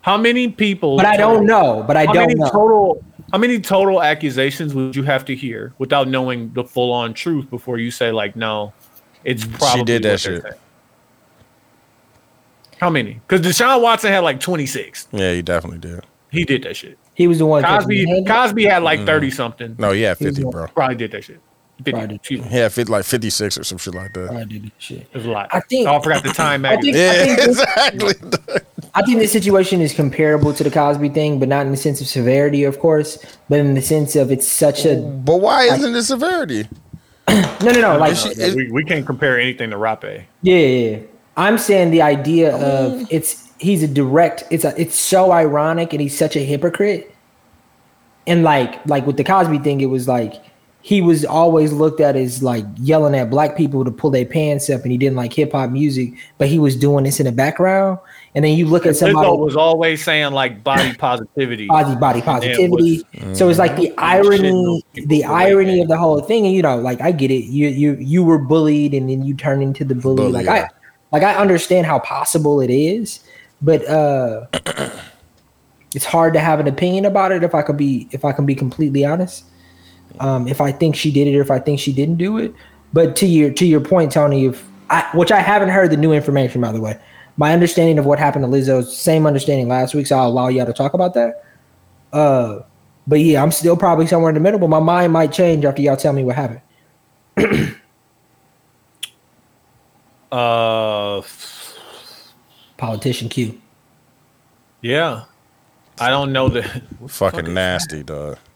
[SPEAKER 3] How many people
[SPEAKER 6] But I don't know. But I
[SPEAKER 3] How
[SPEAKER 6] don't
[SPEAKER 3] many
[SPEAKER 6] know.
[SPEAKER 3] total how many total accusations would you have to hear without knowing the full on truth before you say like no, it's probably
[SPEAKER 1] did that
[SPEAKER 3] what they're
[SPEAKER 1] shit.
[SPEAKER 3] saying? How many? Because Deshaun Watson had like twenty six.
[SPEAKER 1] Yeah, he definitely did.
[SPEAKER 3] He did that shit.
[SPEAKER 6] he was the one.
[SPEAKER 3] Cosby Cosby had like
[SPEAKER 1] Mm.
[SPEAKER 3] thirty something.
[SPEAKER 1] No, he had 50,
[SPEAKER 6] He's-
[SPEAKER 1] bro.
[SPEAKER 3] Probably did that shit. 50,
[SPEAKER 6] Probably did.
[SPEAKER 3] excuse me.
[SPEAKER 1] He had 50, like 56 or some shit like that.
[SPEAKER 6] I did this shit.
[SPEAKER 3] It was a lot.
[SPEAKER 6] I think-
[SPEAKER 3] Oh, I forgot the time
[SPEAKER 6] I
[SPEAKER 3] magazine.
[SPEAKER 6] think, I,
[SPEAKER 1] Yeah,
[SPEAKER 6] think this,
[SPEAKER 1] exactly.
[SPEAKER 6] I think this situation is comparable to the Cosby thing, but not in the sense of severity, of course, but in the sense of it's such a
[SPEAKER 3] Mm.
[SPEAKER 6] no,
[SPEAKER 1] But why isn't it severity?
[SPEAKER 6] no, no, like
[SPEAKER 1] she-
[SPEAKER 3] Yeah, we, we can't compare anything to Rappe.
[SPEAKER 6] yeah, yeah, yeah. I'm saying the idea of it's he's a direct. It's a it's so ironic, and he's such a hypocrite. And like like with the Cosby thing, it was like he was always looked at as like yelling at black people to pull their pants up, and he didn't like hip hop music, but he was doing this in the background. And then you look at somebody.
[SPEAKER 3] Lizzo was always saying like body positivity.
[SPEAKER 6] body body positivity. So it's like Mm-hmm. the irony,
[SPEAKER 3] shit.
[SPEAKER 6] the irony of the whole thing. And you know, like I get it. You you you were bullied, and then you turn into the bully.
[SPEAKER 1] Bully,
[SPEAKER 6] like
[SPEAKER 1] yeah.
[SPEAKER 6] I like I understand how possible it is, but uh, it's hard to have an opinion about it. If I could be if I can be completely honest, um, if I think she did it or if I think she didn't do it. But to your to your point, Tony, if I, which I haven't heard the new information by the way. My understanding of what happened to Lizzo, is the same understanding last week, so I'll allow y'all to talk about that. Uh, but yeah, I'm still probably somewhere in the middle, but my mind might change after y'all tell me what happened.
[SPEAKER 3] Uh,
[SPEAKER 6] Politician Q.
[SPEAKER 3] yeah. I don't know that.
[SPEAKER 1] Fucking nasty, dog.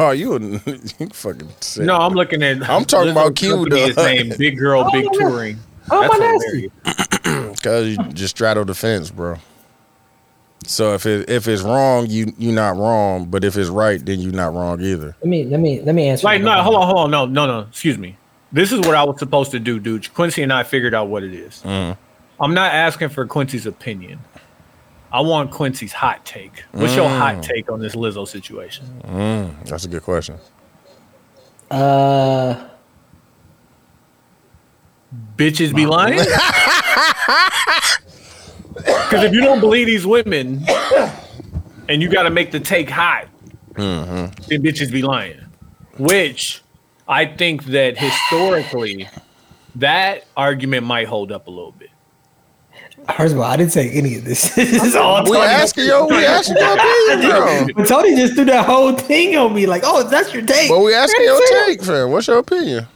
[SPEAKER 1] Oh, you, a, you fucking sick.
[SPEAKER 3] No, I'm looking at.
[SPEAKER 1] I'm talking about Q,
[SPEAKER 3] company is
[SPEAKER 1] dog.
[SPEAKER 3] named Big Girl Big Touring.
[SPEAKER 6] Oh
[SPEAKER 3] That's
[SPEAKER 6] my nasty.
[SPEAKER 3] hilarious.
[SPEAKER 1] Because you just straddle the fence, bro. So if it, if it's wrong, you you not wrong. But if it's right, then you not wrong either.
[SPEAKER 6] Let me let me let me answer.
[SPEAKER 3] Like,
[SPEAKER 6] that.
[SPEAKER 3] no, hold on, hold on, no, no, no. Excuse me. This is what I was supposed to do, dude. Quincy and I figured out what it is. I'm not asking for Quincy's opinion. I want Quincy's hot take. What's your hot take on this Lizzo situation?
[SPEAKER 1] That's a good question.
[SPEAKER 6] Uh,
[SPEAKER 3] bitches be lying? Because if you don't believe these women, and you got to make the take hot,
[SPEAKER 1] Mm-hmm.
[SPEAKER 3] then bitches be lying. Which I think that historically, that argument might hold up a little bit.
[SPEAKER 6] first of all, I didn't say any of this. this is all
[SPEAKER 1] We
[SPEAKER 6] Tony.
[SPEAKER 1] asking yo, we asking your opinion, bro.
[SPEAKER 6] Tony just threw that whole thing on me. Like, oh, that's your take.
[SPEAKER 1] But we asking your take, fam. What's your opinion?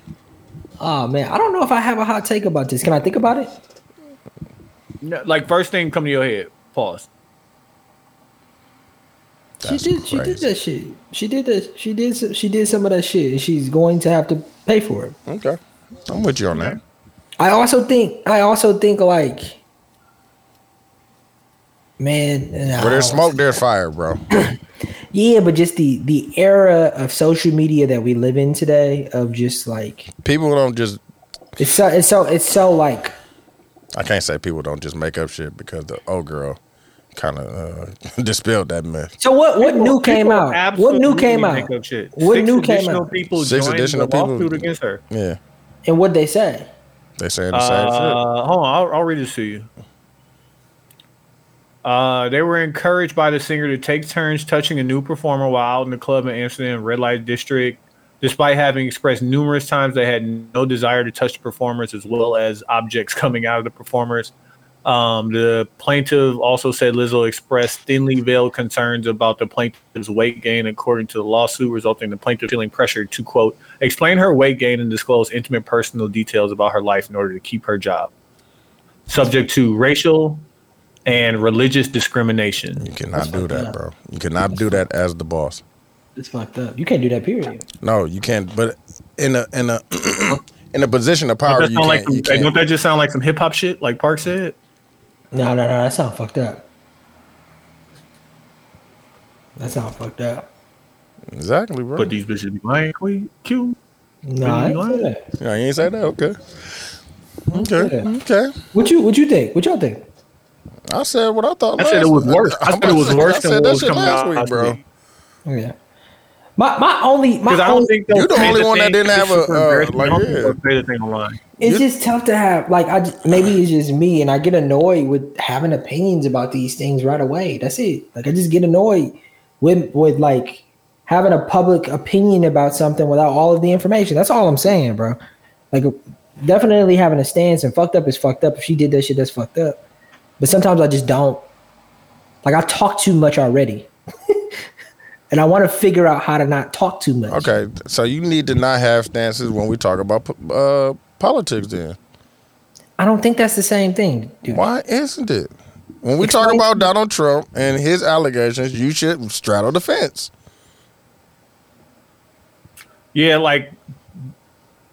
[SPEAKER 6] Oh man, I don't know if I have a hot take about this. Can I think about it?
[SPEAKER 3] No, Like first thing come to your head. Pause.
[SPEAKER 6] She did. She did
[SPEAKER 1] crazy.
[SPEAKER 6] that shit. She did that. She did. s- She did some of that shit, and she's going to have to pay for it.
[SPEAKER 1] Okay. I'm with you on that.
[SPEAKER 6] I also think. I also think like, man. nah,
[SPEAKER 1] Where
[SPEAKER 6] I don't-
[SPEAKER 1] there's smoke, there's fire, bro.
[SPEAKER 6] Yeah, but just the the era of social media that we live in today, of just like
[SPEAKER 1] People don't just
[SPEAKER 6] it's so it's so it's so like
[SPEAKER 1] I can't say people don't just make up shit because the old girl kind of uh, dispelled that myth.
[SPEAKER 6] So what? What new came
[SPEAKER 3] People
[SPEAKER 6] out? What new
[SPEAKER 3] absolutely
[SPEAKER 6] came out?
[SPEAKER 3] make up shit.
[SPEAKER 6] What
[SPEAKER 3] Six
[SPEAKER 6] new came
[SPEAKER 3] additional
[SPEAKER 6] out?
[SPEAKER 3] People
[SPEAKER 1] Six
[SPEAKER 3] joined
[SPEAKER 1] additional
[SPEAKER 3] the
[SPEAKER 1] people-
[SPEAKER 3] lawsuit against her.
[SPEAKER 1] Yeah,
[SPEAKER 6] And what they say?
[SPEAKER 1] they saying the same
[SPEAKER 3] Uh, hold on, I'll, I'll read this to you. Uh, they were encouraged by the singer to take turns touching a new performer while out in the club in Amsterdam Red Light District, despite having expressed numerous times they had no desire to touch the performers as well as objects coming out of the performers. Um, the plaintiff also said Lizzo expressed thinly veiled concerns about the plaintiff's weight gain, according to the lawsuit, resulting in the plaintiff feeling pressured to quote explain her weight gain and disclose intimate personal details about her life in order to keep her job, subject to racial and religious discrimination.
[SPEAKER 1] shit. You cannot do that, bro. You cannot do that as the boss.
[SPEAKER 6] It's fucked up. You can't do that. Period.
[SPEAKER 1] No, you can't. But in a in a in a position of power,
[SPEAKER 3] That
[SPEAKER 1] you
[SPEAKER 3] sound
[SPEAKER 1] can't.
[SPEAKER 3] like
[SPEAKER 1] you
[SPEAKER 3] some- don't
[SPEAKER 1] can't.
[SPEAKER 3] that just sound like some hip hop shit, like Park said?
[SPEAKER 6] No, no, no. That sound fucked up. That sound fucked up.
[SPEAKER 1] Exactly, bro.
[SPEAKER 3] But these bitches be lying, we cute.
[SPEAKER 6] No, I ain't say that.
[SPEAKER 1] Yeah, you ain't say that. Okay. Okay.
[SPEAKER 6] Yeah.
[SPEAKER 1] Okay.
[SPEAKER 6] What you what you think? What y'all think?
[SPEAKER 1] I said what I thought.
[SPEAKER 3] I said
[SPEAKER 1] last
[SPEAKER 3] it was
[SPEAKER 1] week.
[SPEAKER 3] worse. I
[SPEAKER 1] I'm
[SPEAKER 3] said it was
[SPEAKER 1] about to say-
[SPEAKER 3] worse
[SPEAKER 1] I
[SPEAKER 3] than
[SPEAKER 1] said
[SPEAKER 3] what
[SPEAKER 1] that
[SPEAKER 3] was
[SPEAKER 1] shit
[SPEAKER 3] coming
[SPEAKER 1] last
[SPEAKER 3] out
[SPEAKER 1] week,
[SPEAKER 3] last
[SPEAKER 1] bro.
[SPEAKER 3] week.
[SPEAKER 6] Oh, Yeah. My my only my
[SPEAKER 3] Because I don't
[SPEAKER 6] only,
[SPEAKER 3] think they'll
[SPEAKER 1] You're the
[SPEAKER 3] say
[SPEAKER 1] only one that
[SPEAKER 3] thing.
[SPEAKER 1] didn't
[SPEAKER 3] It's
[SPEAKER 1] have a,
[SPEAKER 3] super
[SPEAKER 1] uh,
[SPEAKER 3] embarrassing.
[SPEAKER 1] like,
[SPEAKER 3] I don't think
[SPEAKER 1] yeah.
[SPEAKER 3] they'll say the thing online.
[SPEAKER 6] it's just tough to have like I j- maybe it's just me and I get annoyed with having opinions about these things right away. That's it. Like I just get annoyed with with like having a public opinion about something without all of the information. That's all I'm saying, bro. Like definitely having a stance and fucked up is fucked up. If she did that shit, that's fucked up. But sometimes I just don't. Like I've talked too much already. and I want to figure out how to not talk too much.
[SPEAKER 1] Okay, so you need to not have stances when we talk about uh, politics. Then
[SPEAKER 6] I don't think that's the same thing, dude.
[SPEAKER 1] why isn't it? When we talk
[SPEAKER 6] Explain-
[SPEAKER 1] about Donald Trump and his allegations, you should straddle the fence.
[SPEAKER 3] Yeah, like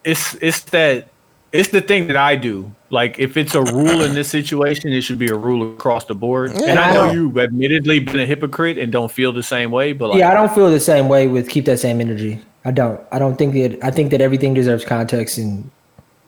[SPEAKER 3] it's it's that it's the thing that I do. Like if it's a rule in this situation, it should be a rule across the board. and I know
[SPEAKER 1] Yeah.
[SPEAKER 3] you've admittedly been a hypocrite and don't feel the same way, but like
[SPEAKER 6] yeah, I don't feel the same way with keep that same energy. I don't. I don't think that. I think that everything deserves context and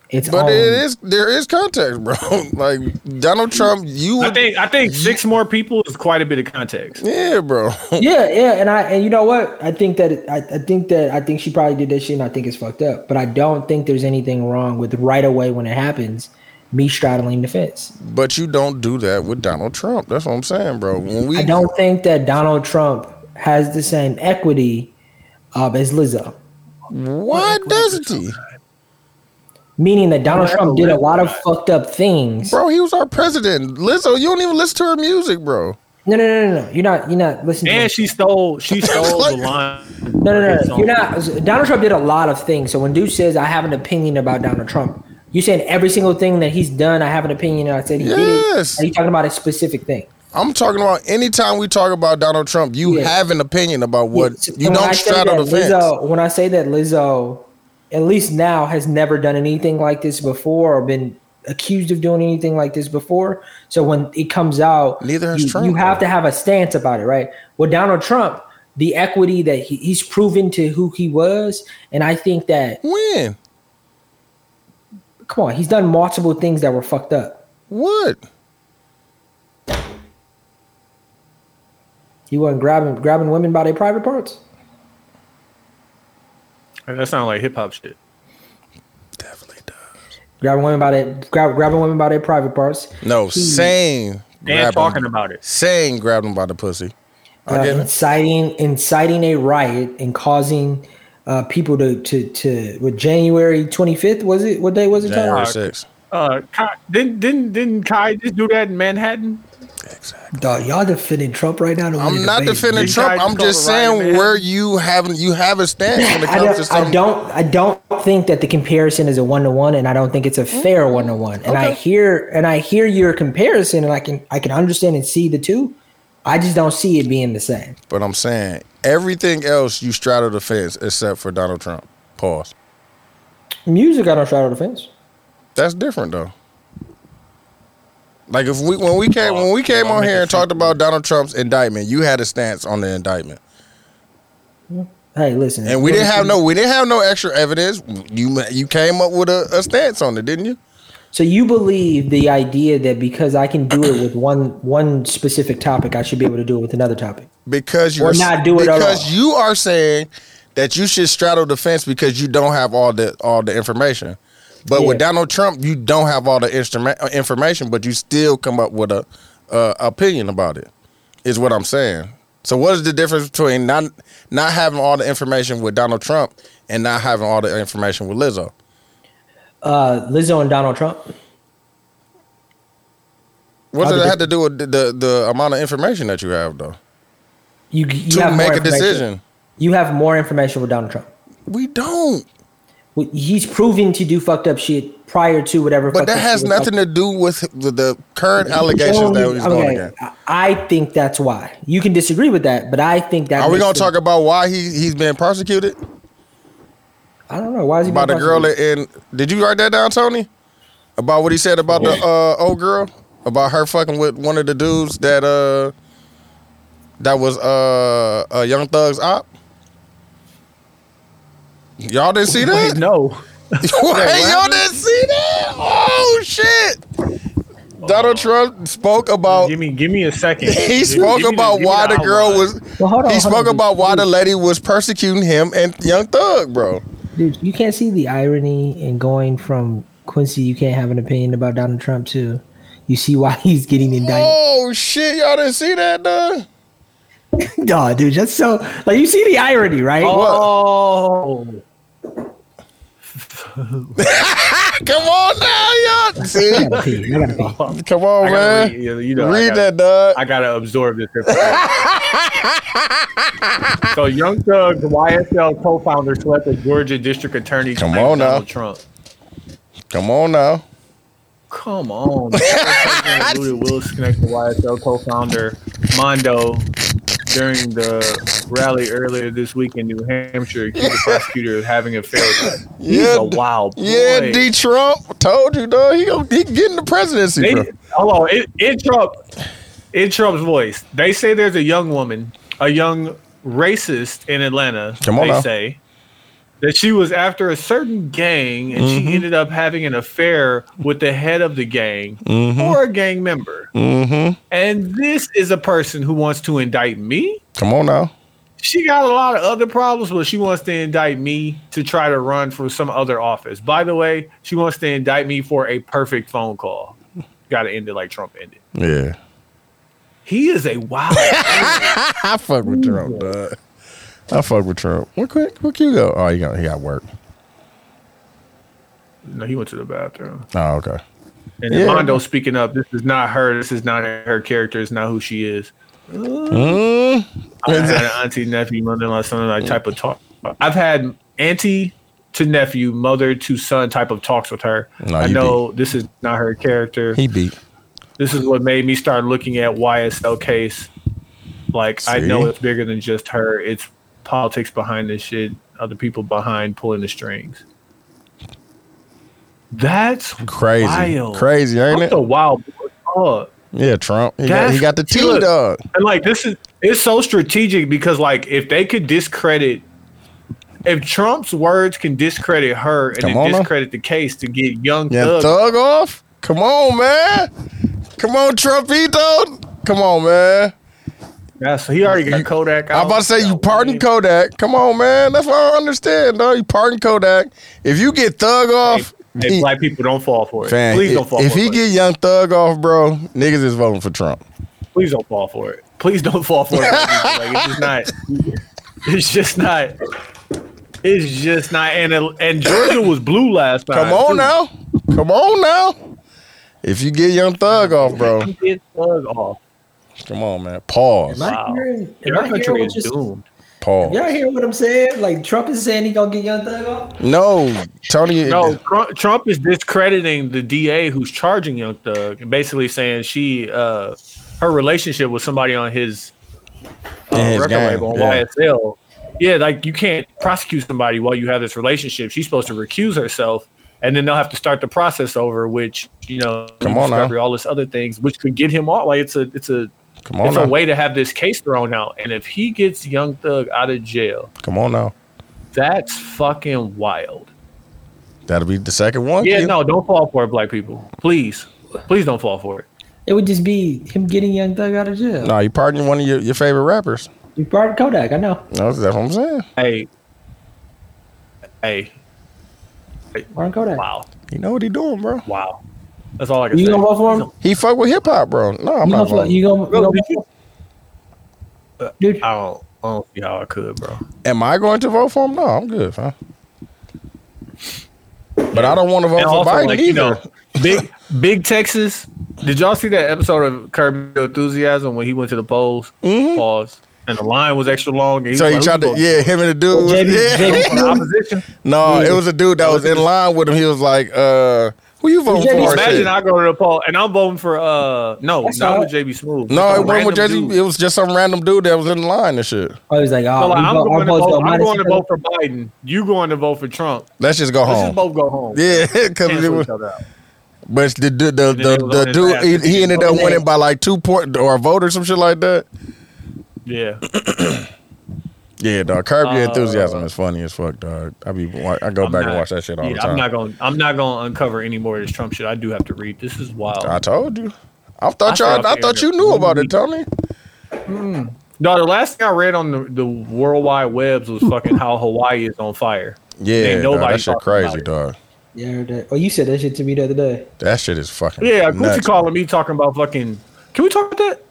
[SPEAKER 6] it's.
[SPEAKER 1] But
[SPEAKER 6] own.
[SPEAKER 1] it is there is context, bro. like Donald Trump, you
[SPEAKER 3] I
[SPEAKER 1] would,
[SPEAKER 3] think I think six more people is quite a bit of context.
[SPEAKER 1] yeah, bro.
[SPEAKER 6] Yeah, yeah, and I and you know what? I think that it- I, I think that I think she probably did that shit, and I think it's fucked up. But I don't think there's anything wrong with right away when it happens, me straddling the fence.
[SPEAKER 1] but you don't do that with Donald Trump. That's what I'm saying, bro. When we
[SPEAKER 6] I don't think that Donald Trump has the same equity um, as Lizzo.
[SPEAKER 1] why doesn't he,
[SPEAKER 6] Meaning that Donald Trump did a lot of fucked up things.
[SPEAKER 1] bro? He was our president. Lizzo, you don't even listen to her music, bro.
[SPEAKER 6] No, no, no, no, no. You're not. You're not listening. to
[SPEAKER 3] And she stole she stole
[SPEAKER 1] Like-
[SPEAKER 3] the line.
[SPEAKER 6] No, no, no. You're not. Donald Trump did a lot of things. So when Dude says I have an opinion about Donald Trump, you're saying every single thing that he's done, I have an opinion, and I said he did.
[SPEAKER 1] Yes.
[SPEAKER 6] It. Are you talking about a specific thing?
[SPEAKER 1] I'm talking about anytime we talk about Donald Trump, you
[SPEAKER 6] Yeah.
[SPEAKER 1] have an opinion about what
[SPEAKER 6] Yeah, so
[SPEAKER 1] you
[SPEAKER 6] when I
[SPEAKER 1] don't
[SPEAKER 6] say
[SPEAKER 1] straddle the
[SPEAKER 6] that
[SPEAKER 1] fence.
[SPEAKER 6] Lizzo, when I say that Lizzo, at least now, has never done anything like this before or been accused of doing anything like this before. So when it comes out,
[SPEAKER 1] Neither has
[SPEAKER 6] you,
[SPEAKER 1] Trump,
[SPEAKER 6] you have
[SPEAKER 1] though.
[SPEAKER 6] to have a stance about it, right? Well, Donald Trump, the equity that he, he's proven to who he was, and I think that
[SPEAKER 1] When?
[SPEAKER 6] come on, he's done multiple things that were fucked up.
[SPEAKER 1] What?
[SPEAKER 6] He wasn't grabbing grabbing women by their private parts.
[SPEAKER 3] That sounds like hip hop shit.
[SPEAKER 1] Definitely does.
[SPEAKER 6] Grabbing women by their grab, grabbing women by their private parts.
[SPEAKER 1] No, saying
[SPEAKER 3] And
[SPEAKER 1] grab
[SPEAKER 3] talking
[SPEAKER 1] him,
[SPEAKER 3] about it.
[SPEAKER 1] saying grab him by the pussy. I
[SPEAKER 6] uh,
[SPEAKER 1] get it.
[SPEAKER 6] inciting inciting a riot and causing uh, people to to to with January twenty fifth was it what day was it?
[SPEAKER 1] January
[SPEAKER 6] Tyler?
[SPEAKER 1] sixth.
[SPEAKER 3] Uh Kai, didn't didn't didn't Kai just do that in Manhattan?
[SPEAKER 1] Exactly.
[SPEAKER 6] Dog, y'all defending Trump right now.
[SPEAKER 1] I'm not defending
[SPEAKER 3] These
[SPEAKER 1] Trump.
[SPEAKER 3] guys
[SPEAKER 1] I'm
[SPEAKER 3] call
[SPEAKER 1] just
[SPEAKER 3] it riot,
[SPEAKER 1] saying
[SPEAKER 3] man.
[SPEAKER 1] where you have you have a stance when it
[SPEAKER 6] I
[SPEAKER 1] comes to
[SPEAKER 6] don't, I
[SPEAKER 1] something.
[SPEAKER 6] don't. I don't think that the comparison is a one to one, and I don't think it's a fair
[SPEAKER 1] Mm.
[SPEAKER 6] one to one. And I hear and I hear your comparison, and I can I can understand and see the two, I just don't see it being the same.
[SPEAKER 1] But I'm saying everything else you straddle the fence except for Donald Trump. Pause.
[SPEAKER 6] Music, I don't straddle the fence.
[SPEAKER 1] That's different though. Like if we when we came when we came on here and talked about Donald Trump's indictment, you had a stance on the indictment.
[SPEAKER 6] Hey, listen.
[SPEAKER 1] And we didn't have no we didn't have no extra evidence. You you came up with a, a stance on it, didn't you?
[SPEAKER 6] So you believe the idea that because I can do it with one one specific topic, I should be able to do it with another topic.
[SPEAKER 1] Because you're
[SPEAKER 6] Or not do it at
[SPEAKER 1] because
[SPEAKER 6] all.
[SPEAKER 1] you are saying that you should straddle the fence because you don't have all the all the information. But with
[SPEAKER 6] Yeah.
[SPEAKER 1] Donald Trump, you don't have all the instrument uh, information, but you still come up with a uh, opinion about it. Is what I'm saying. So what is the difference between not not having all the information with Donald Trump and not having all the information with Lizzo?
[SPEAKER 6] Uh, Lizzo and Donald Trump.
[SPEAKER 1] What
[SPEAKER 6] How
[SPEAKER 1] does
[SPEAKER 6] the
[SPEAKER 1] it have to do with the, the the amount of information that you have though
[SPEAKER 6] You, you
[SPEAKER 1] to
[SPEAKER 6] have more
[SPEAKER 1] make a
[SPEAKER 6] information.
[SPEAKER 1] decision?
[SPEAKER 6] You have more information with Donald Trump.
[SPEAKER 1] We don't.
[SPEAKER 6] Well, He's proven to do fucked up shit prior to whatever.
[SPEAKER 1] But
[SPEAKER 6] fucked
[SPEAKER 1] that
[SPEAKER 6] up
[SPEAKER 1] has
[SPEAKER 6] shit was
[SPEAKER 1] nothing to do with the, the current allegations
[SPEAKER 6] Only-
[SPEAKER 1] that he's going against.
[SPEAKER 6] I- I think that's why. You can disagree with that, but I think that.
[SPEAKER 1] Are we
[SPEAKER 6] makes
[SPEAKER 1] gonna
[SPEAKER 6] it-
[SPEAKER 1] talk about why he he's being prosecuted
[SPEAKER 6] I don't know. Why is he
[SPEAKER 1] by the
[SPEAKER 6] being
[SPEAKER 1] girl
[SPEAKER 6] prosecuted?
[SPEAKER 1] that in? Did you write that down, Tony? About what he said about the uh, old girl, about her fucking with one of the dudes that uh that was uh, uh Young Thug's op. Y'all didn't see that?
[SPEAKER 3] No.
[SPEAKER 1] Wait, y'all didn't see that? Oh shit! Donald Trump spoke about
[SPEAKER 3] Give me give me a second.
[SPEAKER 1] Oh. he
[SPEAKER 3] Give-
[SPEAKER 1] spoke
[SPEAKER 3] give me
[SPEAKER 1] about
[SPEAKER 3] give me
[SPEAKER 1] why the girl
[SPEAKER 3] outline.
[SPEAKER 1] was.
[SPEAKER 6] Well, hold on,
[SPEAKER 1] he
[SPEAKER 6] hold
[SPEAKER 1] spoke
[SPEAKER 6] on.
[SPEAKER 1] about why the lady was persecuting him and Young Thug, bro.
[SPEAKER 6] Dude, you can't see the irony in going from Quincy. You can't have an opinion about Donald Trump to. You see why he's getting indicted.
[SPEAKER 1] Oh shit, y'all didn't see that, dog.
[SPEAKER 6] Duh, dude, that's so like you see the irony, right?
[SPEAKER 3] Oh,
[SPEAKER 1] Come on now, y'all.
[SPEAKER 6] I
[SPEAKER 1] See,
[SPEAKER 6] gotta pee. I gotta pee.
[SPEAKER 1] come on,
[SPEAKER 3] I gotta
[SPEAKER 1] man.
[SPEAKER 3] read,
[SPEAKER 1] Read,
[SPEAKER 3] you know, you know, I gotta-
[SPEAKER 1] that, dog.
[SPEAKER 3] I gotta absorb this. information. so, Young Thug's YSL co-founder slept with Georgia District Attorney
[SPEAKER 1] Come
[SPEAKER 3] Clarence
[SPEAKER 1] on now.
[SPEAKER 3] Donald Trump.
[SPEAKER 1] Come on now.
[SPEAKER 3] Come on, man. President Luther Willis connected YSL co-founder Mondo during the rally earlier this week in New Hampshire. Accused the prosecutor of having an affair. With him. He's
[SPEAKER 1] Yeah,
[SPEAKER 3] a wild boy.
[SPEAKER 1] Yeah, D. Trump told you, dog. He gonna he getting the presidency,
[SPEAKER 3] They,
[SPEAKER 1] bro.
[SPEAKER 3] hold on, it, it Trump, it Trump's voice. They say there's a young woman, a young racist in Atlanta.
[SPEAKER 1] Come on
[SPEAKER 3] they
[SPEAKER 1] now.
[SPEAKER 3] say that she was after a certain gang and
[SPEAKER 1] Mm-hmm.
[SPEAKER 3] she ended up having an affair with the head of the gang
[SPEAKER 1] Mm-hmm.
[SPEAKER 3] or a gang member. And this is a person who wants to indict me.
[SPEAKER 1] Come on now.
[SPEAKER 3] She got a lot of other problems, but she wants to indict me to try to run for some other office. By the way, she wants to indict me for a perfect phone call. Got to end it like Trump ended.
[SPEAKER 1] Yeah,
[SPEAKER 3] He is a wild.
[SPEAKER 1] I fuck with Trump, dog. I fuck with Trump. Where quick? Where you go? Oh, you got he got work.
[SPEAKER 3] no, he went to the bathroom.
[SPEAKER 1] Oh, okay.
[SPEAKER 3] And
[SPEAKER 1] Yeah.
[SPEAKER 3] Mondo speaking up. This is not her. This is not her character. It's not who she is.
[SPEAKER 1] Mm.
[SPEAKER 3] I had an auntie, nephew, mother-in-law,
[SPEAKER 1] Hmm.
[SPEAKER 3] son-in-law type of talk. I've had auntie to nephew, mother to son type of talks with her.
[SPEAKER 1] No,
[SPEAKER 3] I
[SPEAKER 1] you
[SPEAKER 3] know this is not her character.
[SPEAKER 1] He beat.
[SPEAKER 3] this is what made me start looking at YSL case. Like I
[SPEAKER 1] See?
[SPEAKER 3] know it's bigger than just her. It's politics behind this shit. Other people behind pulling the strings. That's
[SPEAKER 1] Crazy,
[SPEAKER 3] Wild.
[SPEAKER 1] crazy, ain't
[SPEAKER 3] I'm
[SPEAKER 1] it?
[SPEAKER 3] the wild boy. dog.
[SPEAKER 1] Yeah, Trump. He got, he
[SPEAKER 3] That's-
[SPEAKER 1] got the T
[SPEAKER 3] look.
[SPEAKER 1] dog.
[SPEAKER 3] And like this is it's so strategic because like if they could discredit if Trump's words can discredit her and
[SPEAKER 1] Come
[SPEAKER 3] then
[SPEAKER 1] on now.
[SPEAKER 3] discredit the case to get young
[SPEAKER 1] Yeah,
[SPEAKER 3] thug,
[SPEAKER 1] thug off. Come on, man. Come on, Trumpito. Come on, man.
[SPEAKER 3] that's he already got Kodak.
[SPEAKER 1] I'm
[SPEAKER 3] out.
[SPEAKER 1] about to say you
[SPEAKER 3] Got
[SPEAKER 1] pardon
[SPEAKER 3] Wayne.
[SPEAKER 1] Kodak. Come on, man. That's what I don't understand, though. You pardon Kodak. If you get thug off,
[SPEAKER 3] Hey,
[SPEAKER 1] he-
[SPEAKER 3] black people don't fall for it.
[SPEAKER 1] Fam,
[SPEAKER 3] Please
[SPEAKER 1] if-
[SPEAKER 3] don't fall
[SPEAKER 1] If
[SPEAKER 3] for
[SPEAKER 1] he
[SPEAKER 3] it.
[SPEAKER 1] get young thug off, bro, niggas is voting for Trump.
[SPEAKER 3] please don't fall for it. Please don't fall for it. like it's just not. It's just not. It's just not. And it- and Georgia was blue last time.
[SPEAKER 1] Come on
[SPEAKER 3] too.
[SPEAKER 1] now. Come on now. If you get young thug off, bro,
[SPEAKER 3] Get thug off.
[SPEAKER 1] come on, man. Pause.
[SPEAKER 6] Am I
[SPEAKER 3] Wow.
[SPEAKER 6] hearing- am I
[SPEAKER 3] Your
[SPEAKER 6] hearing
[SPEAKER 3] country
[SPEAKER 6] what
[SPEAKER 3] is
[SPEAKER 6] you're-
[SPEAKER 3] doomed.
[SPEAKER 1] Pause.
[SPEAKER 6] Y'all hear what I'm saying? Like Trump is saying he gonna get Young Thug off.
[SPEAKER 1] No, Tony.
[SPEAKER 3] No, Trump, Trump is discrediting the DA who's charging Young Thug and basically saying she uh her relationship with somebody on his uh,
[SPEAKER 1] In his
[SPEAKER 3] record
[SPEAKER 1] game,
[SPEAKER 3] label on
[SPEAKER 1] yeah.
[SPEAKER 3] YSL. Yeah, like you can't prosecute somebody while you have this relationship. She's supposed to recuse herself, and then they'll have to start the process over, which you know,
[SPEAKER 1] Come on now.
[SPEAKER 3] discovery, all this other things, which could get him off. Like it's a it's a
[SPEAKER 1] Come on
[SPEAKER 3] it's
[SPEAKER 1] now.
[SPEAKER 3] a way to have this case thrown out. And if he gets Young Thug out of jail,
[SPEAKER 1] Come on now.
[SPEAKER 3] that's fucking wild.
[SPEAKER 1] That'll be the second one.
[SPEAKER 3] Yeah,
[SPEAKER 1] Q.
[SPEAKER 3] no, don't fall for it, black people. Please, please don't fall for it.
[SPEAKER 6] It would just be him getting Young Thug out of jail.
[SPEAKER 1] No, you pardon one of your, your favorite rappers.
[SPEAKER 6] You brought Kodak, I know.
[SPEAKER 1] No, that's what I'm saying.
[SPEAKER 3] Hey, hey,
[SPEAKER 6] Martin Kodak.
[SPEAKER 3] wow,
[SPEAKER 1] You know what he doing, bro.
[SPEAKER 3] wow. That's all I can
[SPEAKER 6] You
[SPEAKER 3] say.
[SPEAKER 6] gonna vote for him?
[SPEAKER 1] He fuck with hip hop, bro. No, I'm
[SPEAKER 6] You
[SPEAKER 1] not.
[SPEAKER 6] gonna,
[SPEAKER 1] Voting.
[SPEAKER 6] you gonna, you
[SPEAKER 3] Bro,
[SPEAKER 6] gonna
[SPEAKER 3] did
[SPEAKER 6] vote for him? Dude,
[SPEAKER 3] I don't, I don't see how I could, bro.
[SPEAKER 1] Am I going to vote for him? No, I'm good, fam. But I don't want to vote
[SPEAKER 3] And
[SPEAKER 1] for
[SPEAKER 3] also,
[SPEAKER 1] Biden
[SPEAKER 3] like
[SPEAKER 1] either.
[SPEAKER 3] you know, big, big Texas. Did y'all see that episode of Curb Your Enthusiasm when he went to the polls? Pause. And the line was extra long. And
[SPEAKER 1] Mm-hmm. so he
[SPEAKER 3] was
[SPEAKER 1] tried
[SPEAKER 3] like,
[SPEAKER 1] to,
[SPEAKER 3] "Who's
[SPEAKER 1] yeah, him and the dude. Was,
[SPEAKER 6] JB
[SPEAKER 1] yeah.
[SPEAKER 6] JB
[SPEAKER 3] voting for the opposition.
[SPEAKER 1] No, it was a dude that was in line with him. He was like, uh, who you voting
[SPEAKER 6] JB
[SPEAKER 1] for?
[SPEAKER 3] Imagine
[SPEAKER 1] Shit.
[SPEAKER 3] I go to the poll and I'm voting for uh no,
[SPEAKER 6] That's
[SPEAKER 3] not
[SPEAKER 6] all
[SPEAKER 3] with JB Smooth.
[SPEAKER 1] No,
[SPEAKER 3] Some
[SPEAKER 1] it wasn't with
[SPEAKER 3] random
[SPEAKER 1] Jesse.
[SPEAKER 3] dude.
[SPEAKER 1] It was just some random dude that was in line and shit.
[SPEAKER 6] I was like, oh,
[SPEAKER 3] So, like,
[SPEAKER 6] we
[SPEAKER 3] I'm,
[SPEAKER 6] vote,
[SPEAKER 3] going
[SPEAKER 6] our
[SPEAKER 3] to
[SPEAKER 6] votes
[SPEAKER 3] vote,
[SPEAKER 6] go
[SPEAKER 3] I'm
[SPEAKER 6] minus
[SPEAKER 3] going to
[SPEAKER 6] each other.
[SPEAKER 3] vote for Biden. You going to vote for Trump.
[SPEAKER 1] Let's just go
[SPEAKER 3] Let's
[SPEAKER 1] home.
[SPEAKER 3] just both go home.
[SPEAKER 1] Oh. Yeah, because it
[SPEAKER 3] Cancel
[SPEAKER 1] was.
[SPEAKER 3] each other out.
[SPEAKER 1] But the the the,
[SPEAKER 3] then it was
[SPEAKER 1] the,
[SPEAKER 3] on
[SPEAKER 1] the
[SPEAKER 3] his ass.
[SPEAKER 1] dude he, he ended up winning by like two point or a vote or some shit like that.
[SPEAKER 3] Yeah.
[SPEAKER 1] Yeah, dog. Curb your
[SPEAKER 3] Uh,
[SPEAKER 1] enthusiasm is funny as fuck, dog. I be wa- I go
[SPEAKER 3] I'm
[SPEAKER 1] back
[SPEAKER 3] not-
[SPEAKER 1] and watch that shit all
[SPEAKER 3] yeah,
[SPEAKER 1] the time.
[SPEAKER 3] I'm not going. I'm not going to uncover any more of this Trump shit. I do have to read. This is wild.
[SPEAKER 1] I told you. I
[SPEAKER 3] I
[SPEAKER 1] thought
[SPEAKER 3] fell
[SPEAKER 1] y'all. I
[SPEAKER 3] for
[SPEAKER 1] thought
[SPEAKER 3] it.
[SPEAKER 1] you knew about it, Tony.
[SPEAKER 3] No, the last thing I read on the, the World Wide Webs was fucking how Hawaii is on fire.
[SPEAKER 1] Yeah, dog,
[SPEAKER 3] nobody
[SPEAKER 1] that shit
[SPEAKER 3] talking about
[SPEAKER 1] crazy,
[SPEAKER 3] it.
[SPEAKER 1] dog.
[SPEAKER 6] Yeah, that, oh, you said that shit to me the other day.
[SPEAKER 1] That shit is fucking.
[SPEAKER 3] Yeah, Gucci
[SPEAKER 1] nuts.
[SPEAKER 3] calling me talking about fucking. Can we talk about that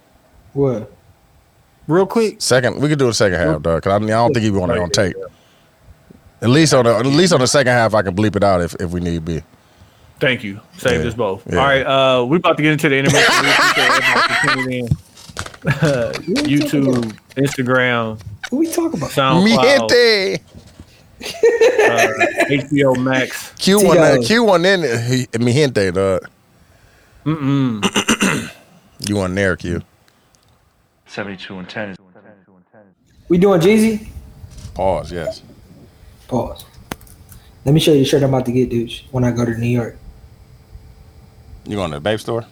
[SPEAKER 6] What?
[SPEAKER 3] real quick?
[SPEAKER 1] Second, we could do a second half, dog. Cause I, mean, I don't think he want it
[SPEAKER 3] Yeah,
[SPEAKER 1] on tape. At least on the at least on the second half, I can bleep it out if, if we need be.
[SPEAKER 3] Thank you. Saved
[SPEAKER 1] Yeah,
[SPEAKER 3] us both.
[SPEAKER 1] yeah.
[SPEAKER 3] All right, uh, we're about to get into the intermission. We appreciate everybody for tuning in. YouTube, Instagram,
[SPEAKER 6] What we talking about?
[SPEAKER 3] Oh,
[SPEAKER 1] Mi
[SPEAKER 3] SoundCloud,
[SPEAKER 1] gente.
[SPEAKER 3] HBO Max.
[SPEAKER 1] Q one uh,
[SPEAKER 6] Tito.
[SPEAKER 1] Q one in there. He- mi gente, dog. Mm-mm. you on there, Q.
[SPEAKER 9] 72 and 10 is
[SPEAKER 6] We doing Jeezy?
[SPEAKER 1] Pause, yes.
[SPEAKER 6] Pause. Let me show you the shirt I'm about to get, dude. When I go to New York.
[SPEAKER 1] You going to the babe store?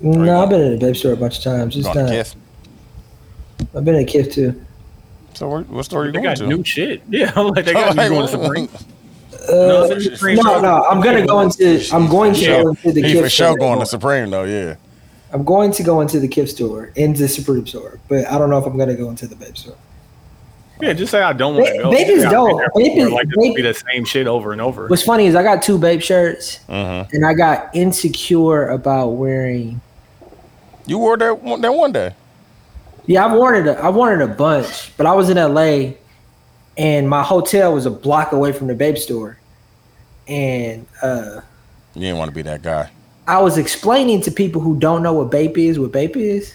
[SPEAKER 6] No, I've been in a babe store a bunch of times. It's
[SPEAKER 1] You going
[SPEAKER 6] not.
[SPEAKER 1] to Kiff?
[SPEAKER 6] I've been in Kiff too.
[SPEAKER 1] So where, what store are you
[SPEAKER 3] They
[SPEAKER 1] going
[SPEAKER 3] got
[SPEAKER 1] to?
[SPEAKER 3] new shit. Yeah, I'm like they got new going Supreme.
[SPEAKER 6] Uh, no, no, I'm gonna go into. I'm going to go into the
[SPEAKER 1] He
[SPEAKER 6] Kiff
[SPEAKER 1] for sure
[SPEAKER 6] store.
[SPEAKER 1] going to Supreme though, yeah.
[SPEAKER 6] I'm going to go into the Kiff store, into the Supreme store, but I don't know if I'm gonna go into the babe store.
[SPEAKER 3] Yeah, just say I don't want
[SPEAKER 6] They-
[SPEAKER 3] to go.
[SPEAKER 6] they just
[SPEAKER 3] Yeah,
[SPEAKER 6] don't.
[SPEAKER 3] I
[SPEAKER 6] They just-
[SPEAKER 3] like to
[SPEAKER 6] they-
[SPEAKER 3] be the same shit over and over.
[SPEAKER 6] What's funny is I got two babe shirts,
[SPEAKER 1] Mm-hmm.
[SPEAKER 6] and I got insecure about wearing.
[SPEAKER 1] You wore that one, that one day.
[SPEAKER 6] Yeah, I've worn it. A, I've worn it a bunch, but I was in LA, and my hotel was a block away from the babe store, and uh,
[SPEAKER 1] You didn't want to be that guy.
[SPEAKER 6] I was explaining to people who don't know what bape is what bape is,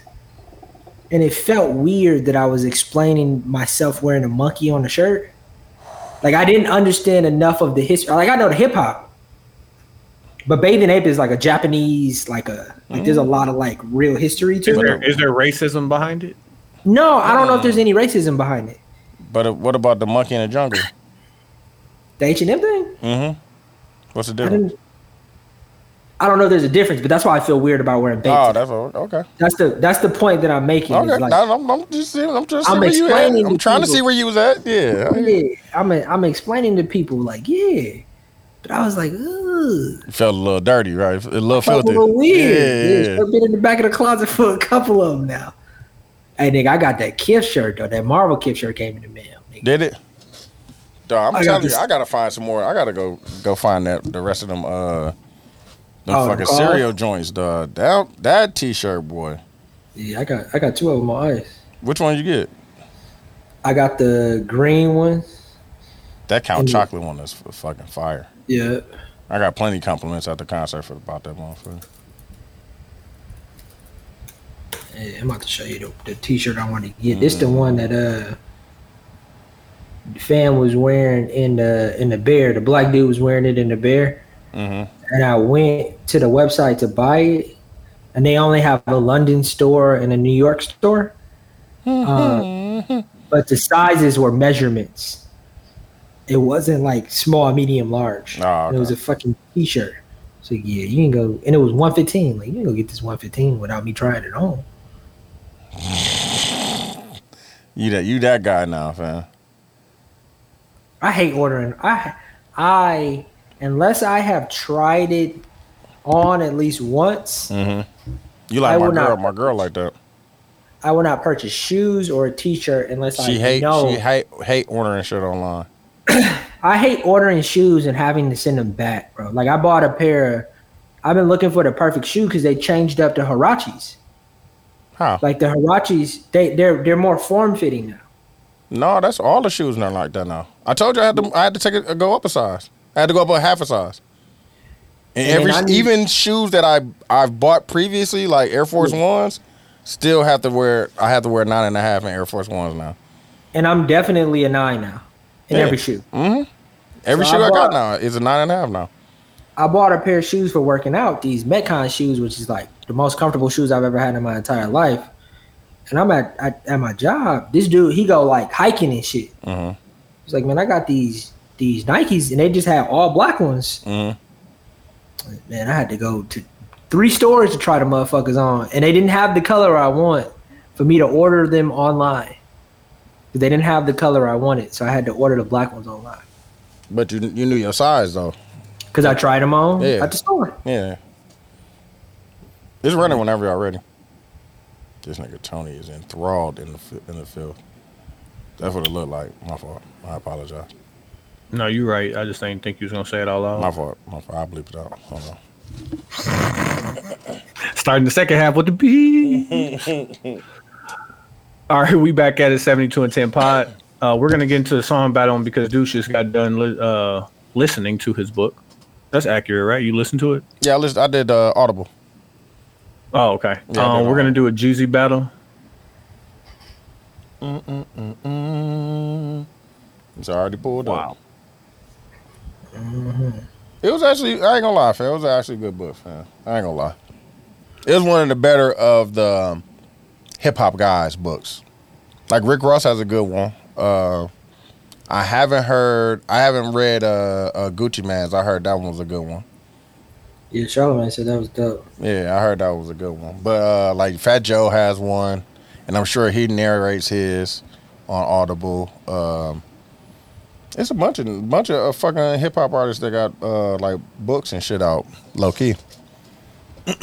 [SPEAKER 6] and it felt weird that I was explaining myself wearing a monkey on a shirt. Like I didn't understand enough of the history. Like I know the hip hop, but bathing ape is like a Japanese, like a like. There's a lot of like real history
[SPEAKER 3] Mm. Is
[SPEAKER 6] to it.
[SPEAKER 3] there Mm. is there racism behind it?
[SPEAKER 6] No, I don't know if there's any racism behind it.
[SPEAKER 1] But uh, what about the monkey in the jungle?
[SPEAKER 6] The H and M thing.
[SPEAKER 1] Mm-hmm. What's the
[SPEAKER 6] I
[SPEAKER 1] difference?
[SPEAKER 6] didn't. I don't know if there's a difference, but that's why I feel weird about wearing
[SPEAKER 1] Oh,
[SPEAKER 6] bape.
[SPEAKER 1] that's what, okay.
[SPEAKER 6] that's the that's the point that I'm making. is,
[SPEAKER 1] Okay,
[SPEAKER 6] like,
[SPEAKER 1] no, I'm, I'm just seeing. I'm just
[SPEAKER 6] I'm
[SPEAKER 1] seeing where you at.
[SPEAKER 6] explaining
[SPEAKER 1] I'm
[SPEAKER 6] to
[SPEAKER 1] trying to
[SPEAKER 6] people.
[SPEAKER 1] see where you was at. Yeah, I-
[SPEAKER 6] yeah, I'm i I'm explaining to people like, yeah, but I was like, ugh,
[SPEAKER 1] You felt a little dirty, right? A little
[SPEAKER 6] felt a
[SPEAKER 1] filthy.
[SPEAKER 6] little weird.
[SPEAKER 1] Yeah,
[SPEAKER 6] Yeah,
[SPEAKER 1] yeah.
[SPEAKER 6] I've been in the back of the closet for a couple of them now. Hey, nigga, I got that Kif shirt though. That Marvel Kif shirt came in the mail. nigga.
[SPEAKER 1] Did it? Dog, I'm
[SPEAKER 6] I got
[SPEAKER 1] telling you,
[SPEAKER 6] this-
[SPEAKER 1] I gotta find some more. I gotta go go find that the rest of them uh them
[SPEAKER 6] Oh,
[SPEAKER 1] fucking
[SPEAKER 6] the call?
[SPEAKER 1] cereal joints, dog. That that t shirt boy.
[SPEAKER 6] Yeah, I got I got two of them on ice.
[SPEAKER 1] Which one you get?
[SPEAKER 6] I got the green one.
[SPEAKER 1] That count
[SPEAKER 6] Mm.
[SPEAKER 1] chocolate one is f- fucking fire.
[SPEAKER 6] Yeah,
[SPEAKER 1] I got plenty compliments at the concert for about that motherfucker.
[SPEAKER 6] Yeah, Eh, I'm about to show you the, the T-shirt I want to get. This the one that uh, the fan was wearing in the in the bear. The black dude was wearing it in the bear,
[SPEAKER 1] Mhm.
[SPEAKER 6] and I went to the website to buy it, and they only have a London store and a New York store. Uh, but the sizes were measurements. It wasn't like small, medium, large.
[SPEAKER 1] Oh,
[SPEAKER 6] It was a fucking T-shirt. So yeah, you can go, and it was one fifteen. Like you can go get this one fifteen without me trying it on.
[SPEAKER 1] You that you that guy now, fam.
[SPEAKER 6] I hate ordering. I I unless I have tried it on at least once,
[SPEAKER 1] You
[SPEAKER 6] I
[SPEAKER 1] like my
[SPEAKER 6] will
[SPEAKER 1] girl,
[SPEAKER 6] not-
[SPEAKER 1] my girl like that.
[SPEAKER 6] I will not purchase shoes or a T-shirt unless
[SPEAKER 1] She
[SPEAKER 6] I
[SPEAKER 1] hate
[SPEAKER 6] know.
[SPEAKER 1] she hate hate ordering shit online.
[SPEAKER 6] I hate ordering shoes and having to send them back, bro. Like I bought a pair. I've been looking for the perfect shoe because they changed up the Hirachis.
[SPEAKER 1] How?
[SPEAKER 6] Like the Hirachis, they they're they're more form fitting now.
[SPEAKER 1] No, that's all the shoes not like that now. I told you I had to I had to take a, go up a size. I had to go up a half a size. And,
[SPEAKER 6] And then I
[SPEAKER 1] every
[SPEAKER 6] need-
[SPEAKER 1] even shoes that I I've bought previously, like Air Force Ones, still have to wear I have to wear nine and a half in Air Force Ones now.
[SPEAKER 6] And I'm definitely a nine now in
[SPEAKER 1] Yeah.
[SPEAKER 6] every shoe.
[SPEAKER 1] Mm-hmm. Every
[SPEAKER 6] So I
[SPEAKER 1] shoe I, got
[SPEAKER 6] bought-
[SPEAKER 1] now is a nine and a half now.
[SPEAKER 6] I bought a pair of shoes for working out, these Metcon shoes, which is like the most comfortable shoes I've ever had in my entire life. And I'm at at, at my job. This dude, he go like hiking and shit.
[SPEAKER 1] Mm-hmm.
[SPEAKER 6] He's like, man, I got these these Nikes, and they just had all black ones.
[SPEAKER 1] Mm-hmm.
[SPEAKER 6] Like, Man, I had to go to three stores to try the motherfuckers on, and they didn't have the color I want for me to order them online. They didn't have the color I wanted, so I had to order the black ones online
[SPEAKER 1] But you you knew your size though.
[SPEAKER 6] because I tried them on
[SPEAKER 1] Yeah.
[SPEAKER 6] at the store.
[SPEAKER 1] Yeah. It's running whenever y'all ready. This nigga Tony is enthralled in the fi- in the field. That's what it looked like. My fault. I apologize.
[SPEAKER 3] No, you're right. I just didn't think you was gonna say it out loud.
[SPEAKER 1] My fault. My fault. I bleep it out. Hold on.
[SPEAKER 3] Starting the second half with the beat. All right, we back at it. Seventy-two and ten pod. Uh, we're gonna get into the song battle because Deuce just got done li- uh, listening to his book. That's accurate, right? You listened to it.
[SPEAKER 1] Yeah, I, listen, I did uh, Audible.
[SPEAKER 3] Oh, okay.
[SPEAKER 1] Yeah,
[SPEAKER 3] um,
[SPEAKER 1] they're
[SPEAKER 3] we're gonna
[SPEAKER 1] all-
[SPEAKER 3] do a Jeezy battle.
[SPEAKER 1] It's already pulled up. It was actually, I ain't gonna lie, fam. It was actually a good book, fam. I ain't gonna lie. It was one of the better of the um, hip hop guys' books. Like Rick Ross has a good one. Uh, I haven't heard, I haven't read uh, uh, Gucci Man's. I heard that one was a good one.
[SPEAKER 6] Yeah, Charlamagne said that was dope.
[SPEAKER 1] Yeah, I heard that was a good one. But uh, like Fat Joe has one, and I'm sure he narrates his on Audible. Um, it's a bunch of bunch of uh, fucking hip hop artists that got uh, like books and shit out, low key.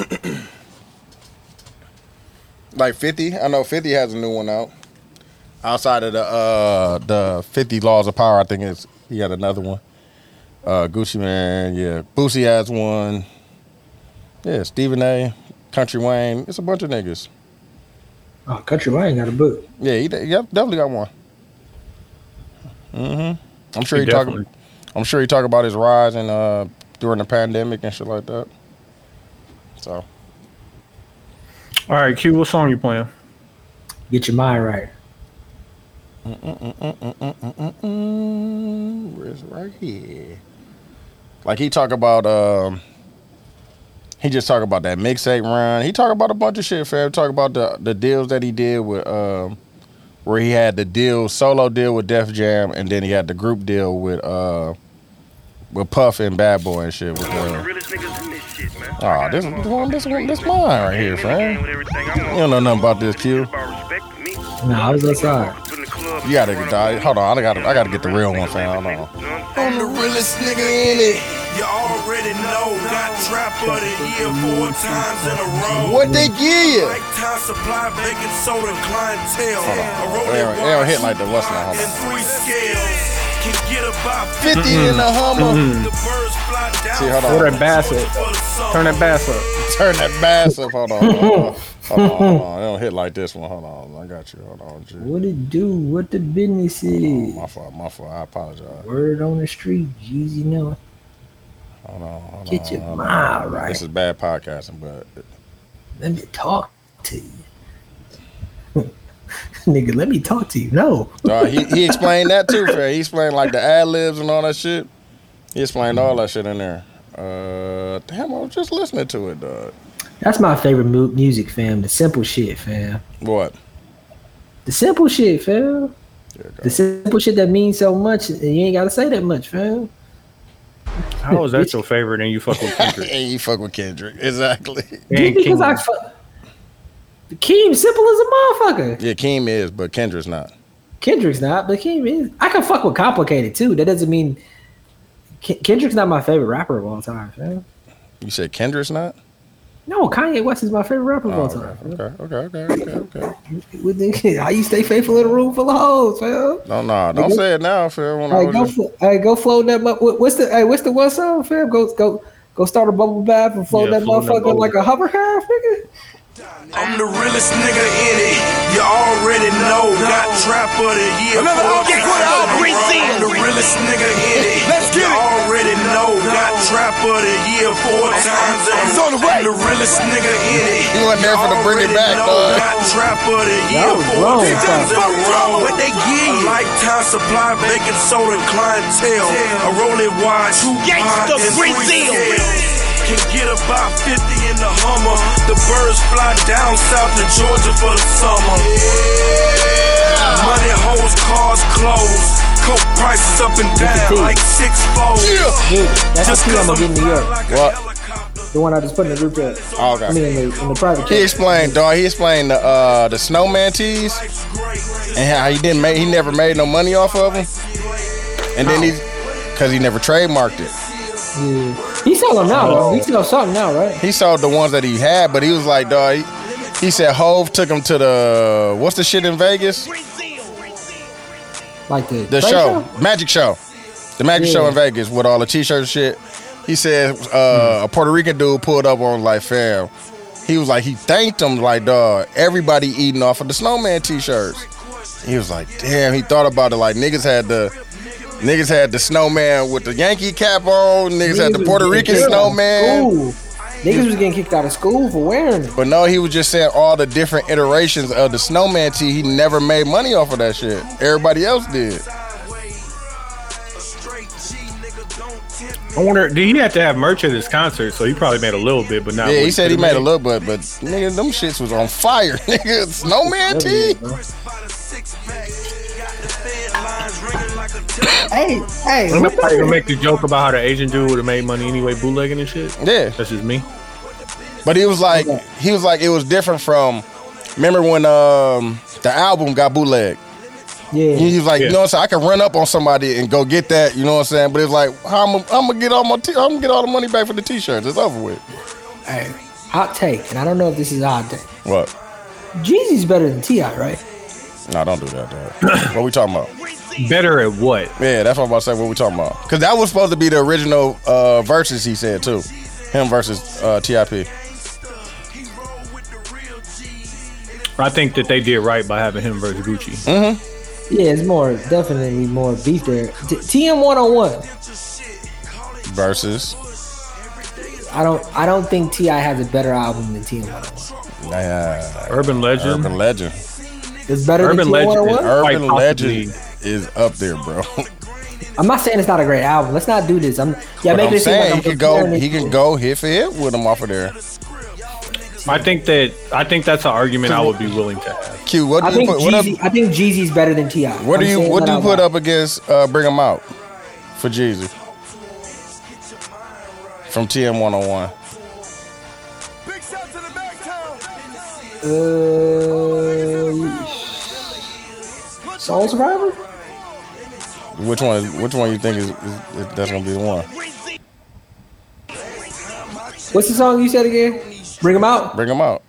[SPEAKER 1] like Fifty, I know Fifty has a new one out. Outside of the uh, the Fifty Laws of Power, I think it's he got another one. Uh, Gucci Man, yeah, Boosie has one. Yeah, Stephen A, Country Wayne. It's a bunne of niggas.
[SPEAKER 6] Oh, Country Wayne got a book.
[SPEAKER 1] Yeah, he, de- yeah, definitely got one. Mm-hmm. I'm sure he,
[SPEAKER 3] He
[SPEAKER 1] talk.
[SPEAKER 3] definitely-
[SPEAKER 1] I'm sure he talk about his rise and uh during the pandemic and shit like that. So
[SPEAKER 3] All right, Q. What song you playing?
[SPEAKER 6] Get your mind right.
[SPEAKER 1] mm, where's it right here? Like he talk about um. He just talk about that mixtape run. He talk about a bunch of shit, fam. Talk about the the deals that he did with um where he had the deal solo deal with Def Jam and then he had the group deal with uh with Puff and Bad Boy and shit with uh, Aw, Ah, this one this one this mine right here, fam. You don't know nothing about this Q.
[SPEAKER 6] No, I was outside.
[SPEAKER 1] You gotta get the, hold on, I gotta I gotta get the real one, fam. Hold on. I'm the realest nigga in it.
[SPEAKER 9] You already know, got trap of the year four times in a row.
[SPEAKER 1] What they give you?
[SPEAKER 9] Lifetime supply, baking soda, clientele.
[SPEAKER 1] Hold
[SPEAKER 9] A
[SPEAKER 1] on.
[SPEAKER 9] roll
[SPEAKER 1] They don't- they don't hit like the West now, hold
[SPEAKER 9] in
[SPEAKER 1] on.
[SPEAKER 9] three scales. Can get about
[SPEAKER 1] 50 in the Hummer.
[SPEAKER 9] The birds fly down.
[SPEAKER 1] See, hold on.
[SPEAKER 3] Throw that bass up.
[SPEAKER 9] for the summer.
[SPEAKER 3] Turn that bass up.
[SPEAKER 1] Turn that bass up. Hold on. Hold on. Hold on. Hold on. It don't hit like this one. Hold on. I got you. Hold on. G.
[SPEAKER 6] What it do? What the business is?
[SPEAKER 1] My fault. My fault. I apologize.
[SPEAKER 6] Word on the street, Jeezy know.
[SPEAKER 1] Hold on. Hold
[SPEAKER 6] Get
[SPEAKER 1] on,
[SPEAKER 6] your
[SPEAKER 1] hold
[SPEAKER 6] mind
[SPEAKER 1] on.
[SPEAKER 6] right.
[SPEAKER 1] This is bad podcasting, but
[SPEAKER 6] Let me talk to you. Nigga, let me talk to you. No.
[SPEAKER 1] Dog, he, he explained that too, fam. He explained like the ad libs and all that shit. He explained all that shit in there. Uh, damn, I was just listening to it, dog.
[SPEAKER 6] That's my favorite mu- music, fam. The simple shit, fam.
[SPEAKER 1] What?
[SPEAKER 6] The simple shit, fam. The simple shit that means so much, and you ain't gotta say that much, fam.
[SPEAKER 3] How is that your favorite and you fuck with Kendrick?
[SPEAKER 1] And you fuck with Kendrick. Exactly.
[SPEAKER 3] And
[SPEAKER 6] Just because I
[SPEAKER 3] Kendrick.
[SPEAKER 6] fuck. Keem simple as a motherfucker.
[SPEAKER 1] Yeah, Keem is, but Kendrick's not.
[SPEAKER 6] Kendrick's not, but Keem is. I can fuck with complicated too. That doesn't mean Ke- Kendrick's not my favorite rapper of all time, fam.
[SPEAKER 1] You said Kendrick's not?
[SPEAKER 6] No, Kanye West is my favorite rapper of all
[SPEAKER 1] Oh,
[SPEAKER 6] time.
[SPEAKER 1] okay, okay, okay, okay, okay.
[SPEAKER 6] With the- How you stay faithful in a room full of hoes, fam?
[SPEAKER 1] No, no, don't say it now, Phil. When I
[SPEAKER 6] Hey,
[SPEAKER 1] was
[SPEAKER 6] go,
[SPEAKER 1] just-
[SPEAKER 6] flo- hey, go float that. mu- what- What's the hey? What's the one song, fam? Go, go, go start a bubble bath and float
[SPEAKER 3] Yeah,
[SPEAKER 6] that
[SPEAKER 3] float that
[SPEAKER 6] motherfucker
[SPEAKER 3] bubble.
[SPEAKER 6] like a hovercraft, nigga.
[SPEAKER 9] I'm the realest nigga in it. You already know. Got trap of the year. Remember, I'll get what I'll bring I'm the realest nigga in it. Let's get it. Already know. Got trap of the year four times. It's on the way. I'm the realest nigga in it.
[SPEAKER 1] You wasn't there for the bring it
[SPEAKER 9] already
[SPEAKER 1] back,
[SPEAKER 9] know.
[SPEAKER 1] dog.
[SPEAKER 9] Got trap of the year
[SPEAKER 6] was
[SPEAKER 9] four
[SPEAKER 6] wrong,
[SPEAKER 9] times.
[SPEAKER 6] son.
[SPEAKER 9] in a row. What they give you? A lifetime supply of baking soda clientele. A rolling wine. Two gangsta Brazil can get about 50 in the Hummer. The birds fly down south to Georgia for the summer. Money holds cars closed. Coke prices up and down like six fold.
[SPEAKER 6] That's the two I'm gonna get in New York.
[SPEAKER 9] like
[SPEAKER 1] What?
[SPEAKER 9] a helicopter.
[SPEAKER 6] The one I just put in the group chat.
[SPEAKER 1] Oh, okay.
[SPEAKER 6] I mean, in the, in the private
[SPEAKER 1] He
[SPEAKER 6] chat.
[SPEAKER 1] explained, dog. He explained the uh, the snowman tees
[SPEAKER 9] Life's great. Just
[SPEAKER 1] and how he didn't make, he never made no money off of them, and then he, cause he never trademarked it.
[SPEAKER 6] Yeah. He selling now, though. He selling something now, right?
[SPEAKER 1] He sold the ones that he had, but he was like, dog. He, he said Hove took him to the what's the shit in Vegas?
[SPEAKER 6] Like the
[SPEAKER 1] The
[SPEAKER 6] trade
[SPEAKER 1] show, magic show, the magic
[SPEAKER 6] Yeah.
[SPEAKER 1] show in Vegas with all the t-shirts and shit. He said uh,
[SPEAKER 6] Hmm.
[SPEAKER 1] a Puerto Rican dude pulled up on him like fam. He was like he thanked him like dog. Everybody eating off of the snowman t-shirts. He was like damn. He thought about it like niggas had the niggas had the snowman with the Yankee cap on. Niggas had the
[SPEAKER 6] Niggas
[SPEAKER 1] Puerto
[SPEAKER 6] was
[SPEAKER 1] Rican
[SPEAKER 6] getting kicked out of
[SPEAKER 1] snowman.
[SPEAKER 6] school. Niggas was getting kicked out of school for wearing it.
[SPEAKER 1] But no, he was just saying all the different iterations of the snowman tee. He never made money off of that shit. Everybody else did.
[SPEAKER 3] I wonder, did he have to have merch at his concert? So he probably made a little bit, but not.
[SPEAKER 1] Yeah,
[SPEAKER 3] what
[SPEAKER 1] he said he
[SPEAKER 3] could've
[SPEAKER 1] made a little bit, but nigga, them shits was on fire, nigga. Snowman tea.
[SPEAKER 9] by the six pack. Got the Fed lines ringing like a telephone.
[SPEAKER 6] Hey, hey,
[SPEAKER 3] I'm
[SPEAKER 6] what
[SPEAKER 3] probably gonna
[SPEAKER 6] the,
[SPEAKER 3] make the joke about how the Asian dude would have made money anyway, bootlegging and shit.
[SPEAKER 1] Yeah,
[SPEAKER 3] That's just me.
[SPEAKER 1] but he was like, he was like, it was different from. Remember when um the album got bootleg?
[SPEAKER 6] yeah,
[SPEAKER 1] He was like,
[SPEAKER 3] Yeah.
[SPEAKER 1] you know what I'm saying? I could run up on somebody and go get that, you know what I'm saying? But it's like, I'm, I'm gonna get all my, t- I'm gonna get all the money back for the t-shirts. It's over with.
[SPEAKER 6] hey, hot take, and I don't know if this is a hot take.
[SPEAKER 1] What?
[SPEAKER 6] Jeezy's better than Ti, right?
[SPEAKER 1] No, don't do that, dog. what we talking about?
[SPEAKER 3] Better at what?
[SPEAKER 1] Yeah, that's what I'm about to say. What we talking about? Because that was supposed to be the original uh verses he said too. Him versus uh TIP.
[SPEAKER 3] I think that they did right by having him versus Gucci.
[SPEAKER 1] Mm.
[SPEAKER 6] Yeah, it's more definitely more beef there. T- TM one on one.
[SPEAKER 1] Versus.
[SPEAKER 6] I don't I don't think Ti has a better album than TM one on one.
[SPEAKER 1] Uh,
[SPEAKER 3] Urban Legend.
[SPEAKER 1] Urban Legend.
[SPEAKER 6] It's better
[SPEAKER 3] Urban
[SPEAKER 6] than TM
[SPEAKER 3] Legend
[SPEAKER 6] one on
[SPEAKER 3] is
[SPEAKER 6] one.
[SPEAKER 3] Ur- Quite
[SPEAKER 1] Urban
[SPEAKER 3] possibly.
[SPEAKER 1] Legend is up there, bro.
[SPEAKER 6] I'm not saying it's not a great album. Let's not do this. I'm yeah,
[SPEAKER 1] but
[SPEAKER 6] make
[SPEAKER 1] I'm
[SPEAKER 6] it seem like
[SPEAKER 1] saying
[SPEAKER 6] I'm
[SPEAKER 1] he could go.
[SPEAKER 6] comparing it
[SPEAKER 1] He
[SPEAKER 6] to-
[SPEAKER 1] can go hit for hit with him off of there.
[SPEAKER 3] I think that I think that's an argument I would be willing to have.
[SPEAKER 1] Q. What
[SPEAKER 6] I
[SPEAKER 1] do you
[SPEAKER 6] think
[SPEAKER 1] put? What, up,
[SPEAKER 6] Jeezy, I think Jeezy's better than Ti.
[SPEAKER 1] what do
[SPEAKER 6] I'm
[SPEAKER 1] you?
[SPEAKER 6] saying
[SPEAKER 1] What
[SPEAKER 6] that
[SPEAKER 1] do you
[SPEAKER 6] out
[SPEAKER 1] put
[SPEAKER 6] loud.
[SPEAKER 1] up against? uh Bring him out for Jeezy from TM 101.
[SPEAKER 9] Big shout to the back town.
[SPEAKER 6] Uh, Soul Survivor.
[SPEAKER 1] Which one? Is, which one you think is, is, is that's gonna be the one?
[SPEAKER 6] What's the song you said again? Bring him out.
[SPEAKER 1] Bring them out.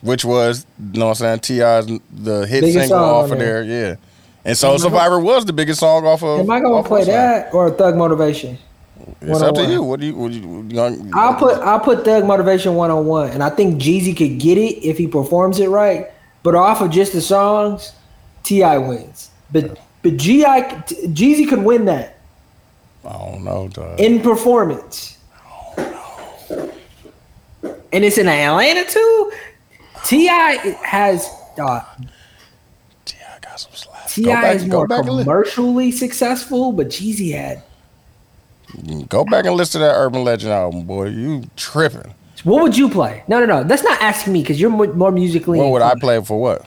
[SPEAKER 1] Which was, you know what I'm saying, T.I.'s the hit
[SPEAKER 6] Biggest
[SPEAKER 1] single
[SPEAKER 6] song
[SPEAKER 1] off
[SPEAKER 6] on
[SPEAKER 1] of
[SPEAKER 6] there.
[SPEAKER 1] there. Yeah. And Soul Survivor was the biggest song off of.
[SPEAKER 6] Am I gonna
[SPEAKER 1] off of
[SPEAKER 6] play
[SPEAKER 1] West Side.
[SPEAKER 6] that or Thug Motivation?
[SPEAKER 1] It's up to
[SPEAKER 6] 101?
[SPEAKER 1] you. What do you. What do you, what do you gonna-
[SPEAKER 6] I'll put I'll put Thug Motivation one on one, and I think Jeezy could get it if he performs it right. But off of just the songs, Ti wins. But but Gi Jeezy could win that
[SPEAKER 1] I don't know, dog.
[SPEAKER 6] in performance. And it's in Atlanta too. Ti has uh,
[SPEAKER 1] T.I. got some slaps.
[SPEAKER 6] Ti
[SPEAKER 1] Go back,
[SPEAKER 6] is
[SPEAKER 1] go
[SPEAKER 6] more
[SPEAKER 1] back and li-
[SPEAKER 6] commercially successful, but Jeezy had
[SPEAKER 1] go back and listen to that Urban Legend album, boy. You tripping.
[SPEAKER 6] What would you play? No, no, no. That's not asking me because you're more, more musically.
[SPEAKER 1] What would I
[SPEAKER 6] inclined.
[SPEAKER 1] play for what?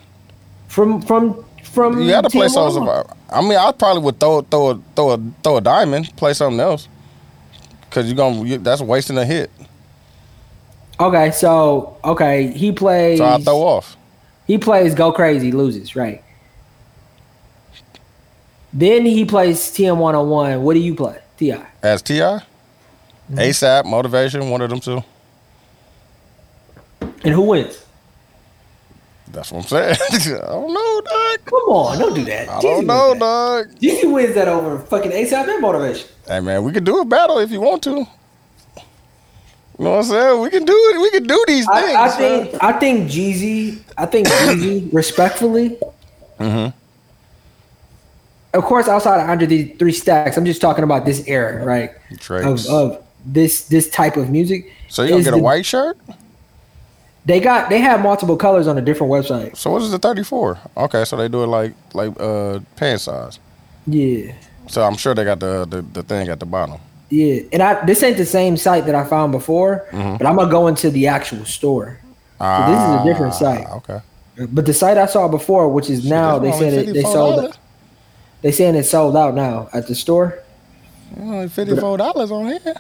[SPEAKER 6] From from from.
[SPEAKER 1] You gotta play
[SPEAKER 6] TM1.
[SPEAKER 1] songs about. I mean, I probably would throw throw a, throw a, throw a diamond, play something else, because you're gonna you, that's wasting a hit.
[SPEAKER 6] Okay, so okay, he plays.
[SPEAKER 1] So I throw off.
[SPEAKER 6] He plays go crazy, loses right. Then he plays TM one on one. What do you play, Ti?
[SPEAKER 1] As Ti,
[SPEAKER 6] Mm-hmm.
[SPEAKER 1] ASAP, motivation, one of them two.
[SPEAKER 6] And who wins?
[SPEAKER 1] That's what I'm saying. I don't know, dog.
[SPEAKER 6] Come on, don't do that.
[SPEAKER 1] I don't know, dog.
[SPEAKER 6] Jeezy wins that over fucking ASAP and motivation.
[SPEAKER 1] Hey man, we can do a battle if you want to. You know what I'm saying? We can do it. We can do these
[SPEAKER 6] I,
[SPEAKER 1] things.
[SPEAKER 6] I
[SPEAKER 1] man.
[SPEAKER 6] think I think Jeezy. I think Jeezy, respectfully. Of course, outside of under the three stacks, I'm just talking about this era, right? Of,
[SPEAKER 1] Drakes.
[SPEAKER 6] of this this type of music.
[SPEAKER 1] so you gonna
[SPEAKER 6] Oh, is
[SPEAKER 1] get a
[SPEAKER 6] the-
[SPEAKER 1] white shirt?
[SPEAKER 6] They got they have multiple colors on a different website.
[SPEAKER 1] So what is the 34? Okay, so they do it like like uh pant size.
[SPEAKER 6] Yeah,
[SPEAKER 1] So I'm sure they got the the, the thing at the bottom.
[SPEAKER 6] yeah. And I this ain't the same site that I found before, but I'm gonna go into the actual store. So this is a different site.
[SPEAKER 1] Ah, Okay.
[SPEAKER 6] But the site I saw before, which is now, they
[SPEAKER 1] That's
[SPEAKER 6] said
[SPEAKER 1] only
[SPEAKER 6] it, they
[SPEAKER 1] $54.
[SPEAKER 6] sold. They saying it's sold out now at the store.
[SPEAKER 1] Only fifty four dollars on here.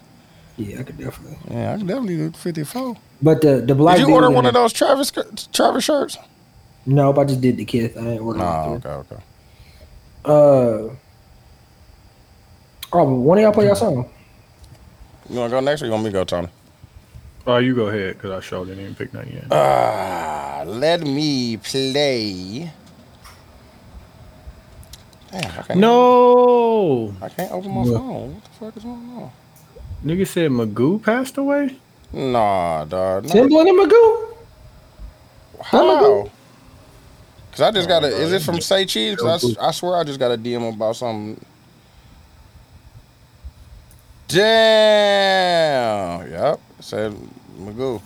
[SPEAKER 6] Yeah, I could definitely.
[SPEAKER 1] Yeah, I can definitely do fifty four.
[SPEAKER 6] But the the black.
[SPEAKER 1] Did you
[SPEAKER 6] dude
[SPEAKER 1] order
[SPEAKER 6] in
[SPEAKER 1] one
[SPEAKER 6] it-
[SPEAKER 1] of those Travis Travis shirts?
[SPEAKER 6] Nope, I just did the Kith. I ain't ordered.
[SPEAKER 1] Nah,
[SPEAKER 6] No.
[SPEAKER 1] okay, okay.
[SPEAKER 6] Uh. Oh, but one of y'all play y'all song.
[SPEAKER 1] You wanna go next or you want me to go, Tony?
[SPEAKER 3] Oh, you go ahead because I showed didn't even pick none yet.
[SPEAKER 1] Ah, let me play. Damn, I can't,
[SPEAKER 3] no,
[SPEAKER 1] I can't open my phone. What the fuck is going on?
[SPEAKER 3] nigga said Magoo passed away.
[SPEAKER 1] Nah, dog. No.
[SPEAKER 6] Timbaland and Magoo.
[SPEAKER 1] How? Cause I just got a. Is it from Say Chiefs? I, s- I swear I just got a DM about something. Damn. Yep. Said Magoo.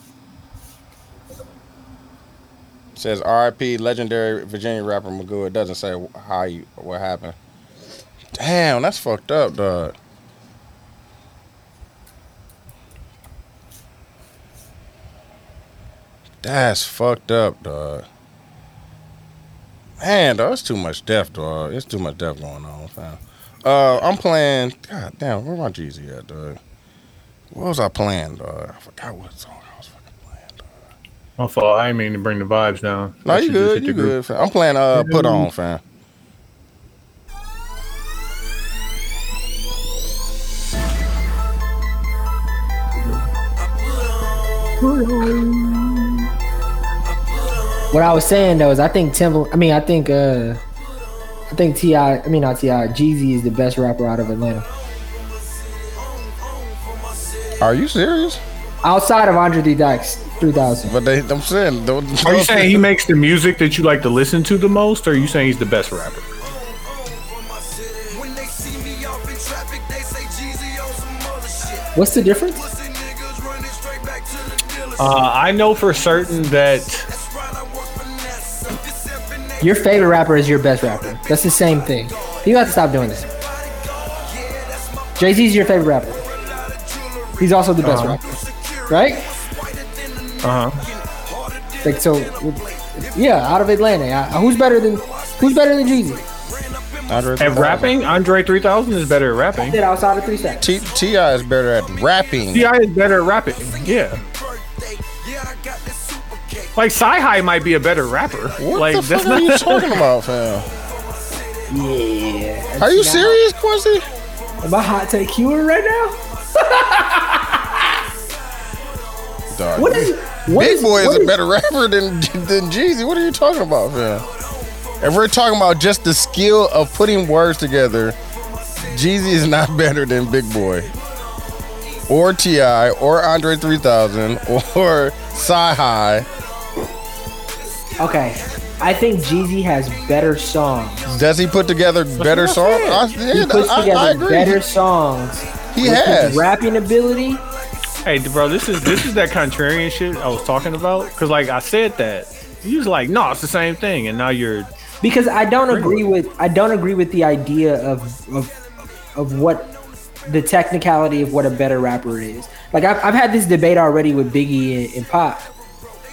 [SPEAKER 1] Says R.I.P. Legendary Virginia rapper Magoo. It doesn't say wh- how you what happened. Damn, that's fucked up, dog. That's fucked up, dog. Man, dog, it's too much death, dog. It's too much death going on, fam. Uh, I'm playing. God damn, where my Jeezy at, dog? What was I playing, dog? I forgot what song I was fucking playing. Dog.
[SPEAKER 3] My fault. I didn't mean to bring the vibes down.
[SPEAKER 1] No,
[SPEAKER 3] I
[SPEAKER 1] you
[SPEAKER 3] should just
[SPEAKER 1] good?
[SPEAKER 3] hit
[SPEAKER 1] You
[SPEAKER 3] the group.
[SPEAKER 1] good? Fam. I'm playing. Uh, put on, fam.
[SPEAKER 6] What I was saying though is I think Timbaland. I mean, I think uh, I think Ti. I mean, not Ti. Jeezy is the best rapper out of Atlanta.
[SPEAKER 1] Are you serious?
[SPEAKER 6] Outside of Andre the Dax, three thousand.
[SPEAKER 1] But they, I'm saying. Don't,
[SPEAKER 3] Are you saying he makes the music that you like to listen to the most, or are you saying he's the best rapper?
[SPEAKER 9] When they see me off in traffic, they say Jeezy on some other shit.
[SPEAKER 6] What's the difference?
[SPEAKER 9] Pussy niggas running straight back to the dealership.
[SPEAKER 3] Uh, I know for certain that
[SPEAKER 9] That's right, I work finesse. If it's F&A,
[SPEAKER 6] Your favorite rapper is your best rapper. That's the same thing. You have to stop doing this. Jay Z is your favorite rapper. He's also the
[SPEAKER 1] Uh-huh.
[SPEAKER 6] best rapper, right?
[SPEAKER 3] uh huh.
[SPEAKER 6] Like so, yeah. Out of Atlanta, I, who's better than who's better than Jeezy?
[SPEAKER 3] At rapping, Andre 3000 is better at rapping.
[SPEAKER 6] That outside of three stacks.
[SPEAKER 1] Ti is better at rapping.
[SPEAKER 3] Ti is better at rapping. Yeah. Like Sci High might be a better rapper.
[SPEAKER 1] What
[SPEAKER 3] like
[SPEAKER 1] the fuck are you talking about, fam?
[SPEAKER 6] Yeah.
[SPEAKER 1] Are you serious, Quincy?
[SPEAKER 6] Am I hot take Q right now?
[SPEAKER 1] Dog,
[SPEAKER 6] What is what
[SPEAKER 1] Big Boy is
[SPEAKER 6] what
[SPEAKER 1] a better rapper than than Jeezy. What are you talking about, man? If we're talking about just the skill of putting words together, Jeezy is not better than Big Boy, or Ti, or Andre 3000, or Sci High.
[SPEAKER 6] Okay, I think Jeezy has better songs.
[SPEAKER 1] Does he put together better songs? I,
[SPEAKER 6] He
[SPEAKER 1] yeah,
[SPEAKER 6] puts
[SPEAKER 1] I, I
[SPEAKER 6] together
[SPEAKER 1] agree.
[SPEAKER 6] better songs.
[SPEAKER 1] he
[SPEAKER 6] with his
[SPEAKER 1] has.
[SPEAKER 6] rapping ability.
[SPEAKER 3] Hey, bro, this is this is that contrarian shit I was talking about. Cause like I said that, you was like, no, it's the same thing, and now you're
[SPEAKER 6] because I don't agree with I don't agree with the idea of of of what the technicality of what a better rapper is. Like I've, I've had this debate already with Biggie and, and Pop,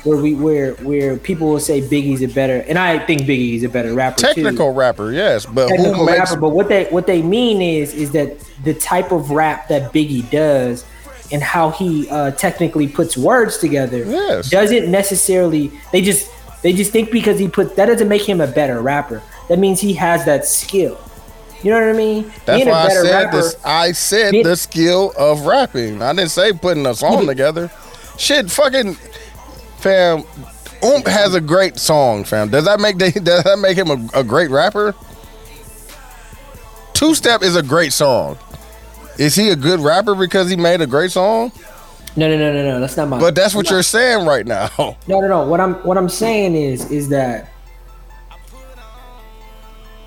[SPEAKER 6] where we where where people will say Biggie's a better, and I think Biggie's a better rapper. too.
[SPEAKER 1] Technical rapper, yes, but
[SPEAKER 6] technical
[SPEAKER 1] who makes?
[SPEAKER 6] rapper, but what they what they mean is is that the type of rap that Biggie does and how he uh, technically puts words together
[SPEAKER 1] Yes.
[SPEAKER 6] doesn't necessarily they just they just think because he put that doesn't make him a better rapper. That means he has that skill. You know what I mean?
[SPEAKER 1] That's
[SPEAKER 6] Being a
[SPEAKER 1] why I
[SPEAKER 6] better
[SPEAKER 1] said
[SPEAKER 6] rapper-
[SPEAKER 1] this. I said
[SPEAKER 6] Being-
[SPEAKER 1] the skill of rapping. I didn't say putting a song together. Shit, fucking fam. Oomp has a great song, fam. Does that make the, does that make him a, a great rapper? Two Step is a great song. Is he a good rapper because he made a great song?
[SPEAKER 6] No, no, no, no, no. That's not my.
[SPEAKER 1] But that's what you're saying right now.
[SPEAKER 6] No, no, no. What I'm what I'm saying is is that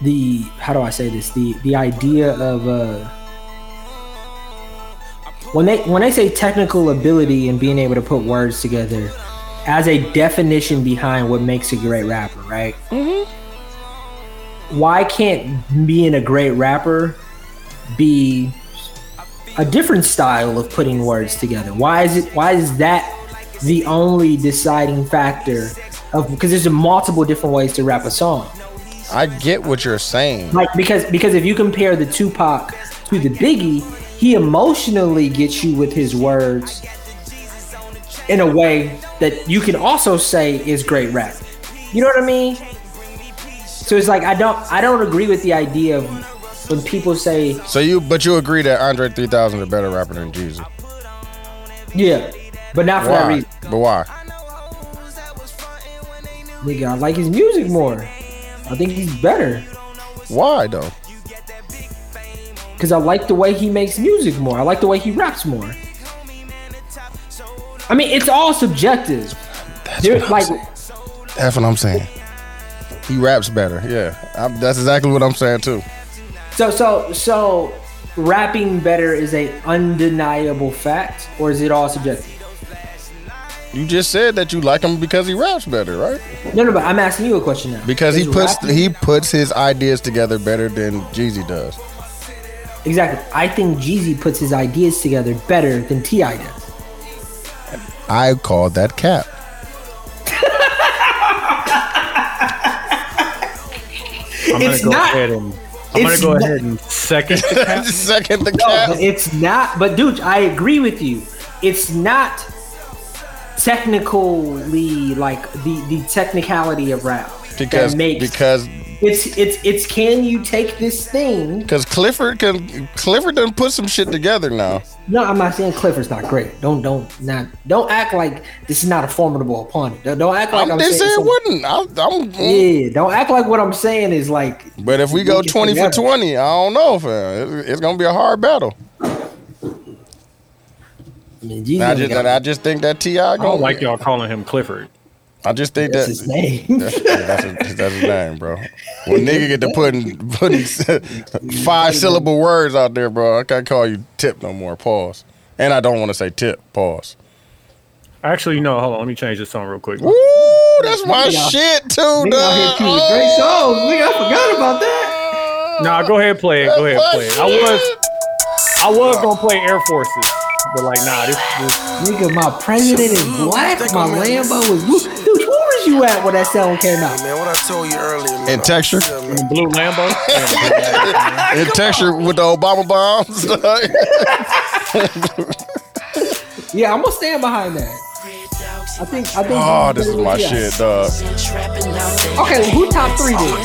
[SPEAKER 6] the how do I say this? The the idea of uh when they when they say technical ability and being able to put words together as a definition behind what makes a great rapper, right? Mm-hmm. Why can't being a great rapper be a different style of putting words together? Why is it? Why is that the only deciding factor? Of because there's multiple different ways to rap a song.
[SPEAKER 1] I get what you're saying.
[SPEAKER 6] Like because because if you compare the Tupac to the Biggie, he emotionally gets you with his words in a way that you can also say is great rap. You know what I mean? So it's like I don't I don't agree with the idea of when people say
[SPEAKER 1] So you, but you agree that Andre 3000 is a better rapper than Jeezy?
[SPEAKER 6] yeah, but not for that
[SPEAKER 1] Why?
[SPEAKER 6] reason.
[SPEAKER 1] But why?
[SPEAKER 6] Nigga, I like his music more. I think he's better
[SPEAKER 1] Why though?
[SPEAKER 6] because I like the way he makes music more. I like the way he raps more. I mean, it's all subjective. There- like,
[SPEAKER 1] That's what I'm saying. He raps better. Yeah, I'm, that's exactly what I'm saying too.
[SPEAKER 6] so, so, so, rapping better is a undeniable fact, or is it all subjective?
[SPEAKER 1] You just said that you like him because he raps better, right?
[SPEAKER 6] No, no, but I'm asking you a question now.
[SPEAKER 1] Because he
[SPEAKER 6] Is
[SPEAKER 1] puts
[SPEAKER 6] rapping-
[SPEAKER 1] he puts his ideas together better than Jeezy does.
[SPEAKER 6] exactly. I think Jeezy puts his ideas together better than Ti does.
[SPEAKER 1] I call that cap.
[SPEAKER 3] I'm gonna
[SPEAKER 6] It's
[SPEAKER 3] go
[SPEAKER 6] not-
[SPEAKER 3] ahead and I'm gonna
[SPEAKER 6] it's
[SPEAKER 3] go
[SPEAKER 6] not-
[SPEAKER 3] ahead and second.
[SPEAKER 1] Second the
[SPEAKER 6] No,
[SPEAKER 1] cap.
[SPEAKER 6] Oh, but it's not. But dude, I agree with you. It's not technically like the the technicality of rap
[SPEAKER 1] Because
[SPEAKER 6] that makes
[SPEAKER 1] because
[SPEAKER 6] it's it's it's can you take this thing?
[SPEAKER 1] because Clifford can Clifford done put some shit together now.
[SPEAKER 6] No, I'm not saying Clifford's not great. Don't don't not don't act like this is not a formidable opponent. Don't, don't act like
[SPEAKER 1] I'm,
[SPEAKER 6] I'm,
[SPEAKER 1] just saying
[SPEAKER 6] saying
[SPEAKER 1] it
[SPEAKER 6] some-
[SPEAKER 1] wouldn't. I, I'm.
[SPEAKER 6] Yeah, don't act like what I'm saying is like.
[SPEAKER 1] But if we go
[SPEAKER 6] Make it
[SPEAKER 1] twenty for
[SPEAKER 6] together.
[SPEAKER 1] twenty, I don't know, fam. It's, it's gonna be a hard battle.
[SPEAKER 6] I mean, Jesus,
[SPEAKER 1] I just I just think that Ti.
[SPEAKER 3] I don't like y'all calling him Clifford.
[SPEAKER 1] I just think
[SPEAKER 6] that's
[SPEAKER 1] that
[SPEAKER 6] his name.
[SPEAKER 1] That's, that's, his, that's his name, bro. When nigga get to putting putting five syllable words out there, bro, I can't call you tip no more. Pause. And I don't want to say tip. Pause.
[SPEAKER 3] Actually, no. Hold on. Let me change this song real quick.
[SPEAKER 1] Woo, that's my
[SPEAKER 6] Nigga out-
[SPEAKER 1] shit too, dog.
[SPEAKER 6] Nigga out
[SPEAKER 1] Uh,
[SPEAKER 6] here choosing great
[SPEAKER 1] oh.
[SPEAKER 6] songs. Nigga, I forgot about that.
[SPEAKER 3] Nah, go ahead, play it. Go ahead, play
[SPEAKER 1] Oh,
[SPEAKER 3] it. I was I was gonna play Air Forces, but like, nah, this, this
[SPEAKER 6] Nigga, my president is black. My Lambo is blue. Dude, where was you at when that song came out?
[SPEAKER 9] Man, what I told you earlier, man.
[SPEAKER 1] in texture,
[SPEAKER 3] blue Lambo.
[SPEAKER 1] in texture with the Obama bombs. dog.
[SPEAKER 6] Yeah, I'm gonna stand behind that. I think. I think.
[SPEAKER 1] oh, this is my
[SPEAKER 6] yeah.
[SPEAKER 1] shit, dog.
[SPEAKER 6] Okay, who top three did?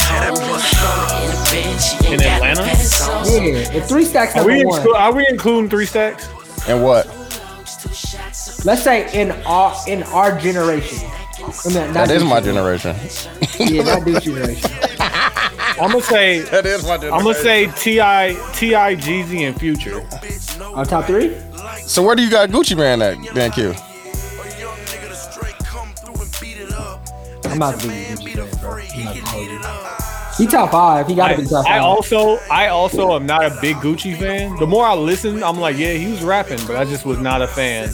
[SPEAKER 3] In Atlanta,
[SPEAKER 6] Yeah, if three stacks
[SPEAKER 3] are
[SPEAKER 6] number
[SPEAKER 3] we
[SPEAKER 6] one.
[SPEAKER 3] exclu- are we including three stacks?
[SPEAKER 1] And what?
[SPEAKER 6] Let's say in our in our generation. I mean, not
[SPEAKER 1] That is
[SPEAKER 6] this
[SPEAKER 1] my generation.
[SPEAKER 6] Yeah, not this generation.
[SPEAKER 3] I'm gonna say
[SPEAKER 1] That is my generation.
[SPEAKER 3] I'm gonna say Ti Ti Jeezy and Future.
[SPEAKER 6] Our top three.
[SPEAKER 1] So where do you got Gucci Man at? Thank you.
[SPEAKER 6] I'm not doing this, bro. I'm not gonna hold you. He top five. He gotta
[SPEAKER 3] I,
[SPEAKER 6] be top
[SPEAKER 3] I
[SPEAKER 6] five.
[SPEAKER 3] also I also am not a big Gucci fan. The more I listen, I'm like, yeah, he was rapping, but I just was not a fan.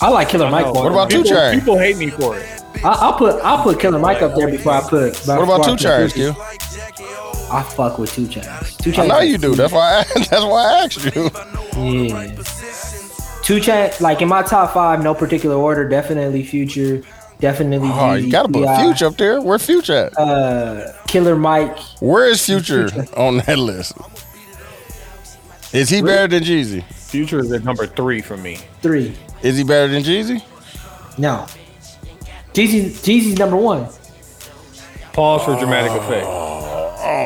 [SPEAKER 6] I like Killer Mike.
[SPEAKER 3] No,
[SPEAKER 6] more
[SPEAKER 1] What
[SPEAKER 6] than
[SPEAKER 1] about
[SPEAKER 6] that.
[SPEAKER 1] Two
[SPEAKER 3] people,
[SPEAKER 1] Chainz?
[SPEAKER 3] People hate me for it.
[SPEAKER 6] I, I'll put I'll put Killer Mike up there before I put.
[SPEAKER 1] What about Two
[SPEAKER 6] before I
[SPEAKER 1] Chains,
[SPEAKER 6] put Gucci.
[SPEAKER 1] Q?
[SPEAKER 6] I fuck with Two Chains. Two
[SPEAKER 1] I
[SPEAKER 6] Chains.
[SPEAKER 1] know you do. That's why. I, that's why I asked you.
[SPEAKER 6] Yeah. Two Chains, like in my top five, no particular order. Definitely Future. Definitely.
[SPEAKER 1] Oh, you gotta put
[SPEAKER 6] DDPI,
[SPEAKER 1] Future up there. Where Future at?
[SPEAKER 6] Uh, Killer Mike.
[SPEAKER 1] Where is Future on that list? Is he better than Jeezy?
[SPEAKER 10] Future is at number three for me.
[SPEAKER 6] Three.
[SPEAKER 1] Is he better than Jeezy?
[SPEAKER 6] No. Jeezy, Jeezy's number one.
[SPEAKER 10] Pause for
[SPEAKER 1] Oh.
[SPEAKER 10] dramatic effect.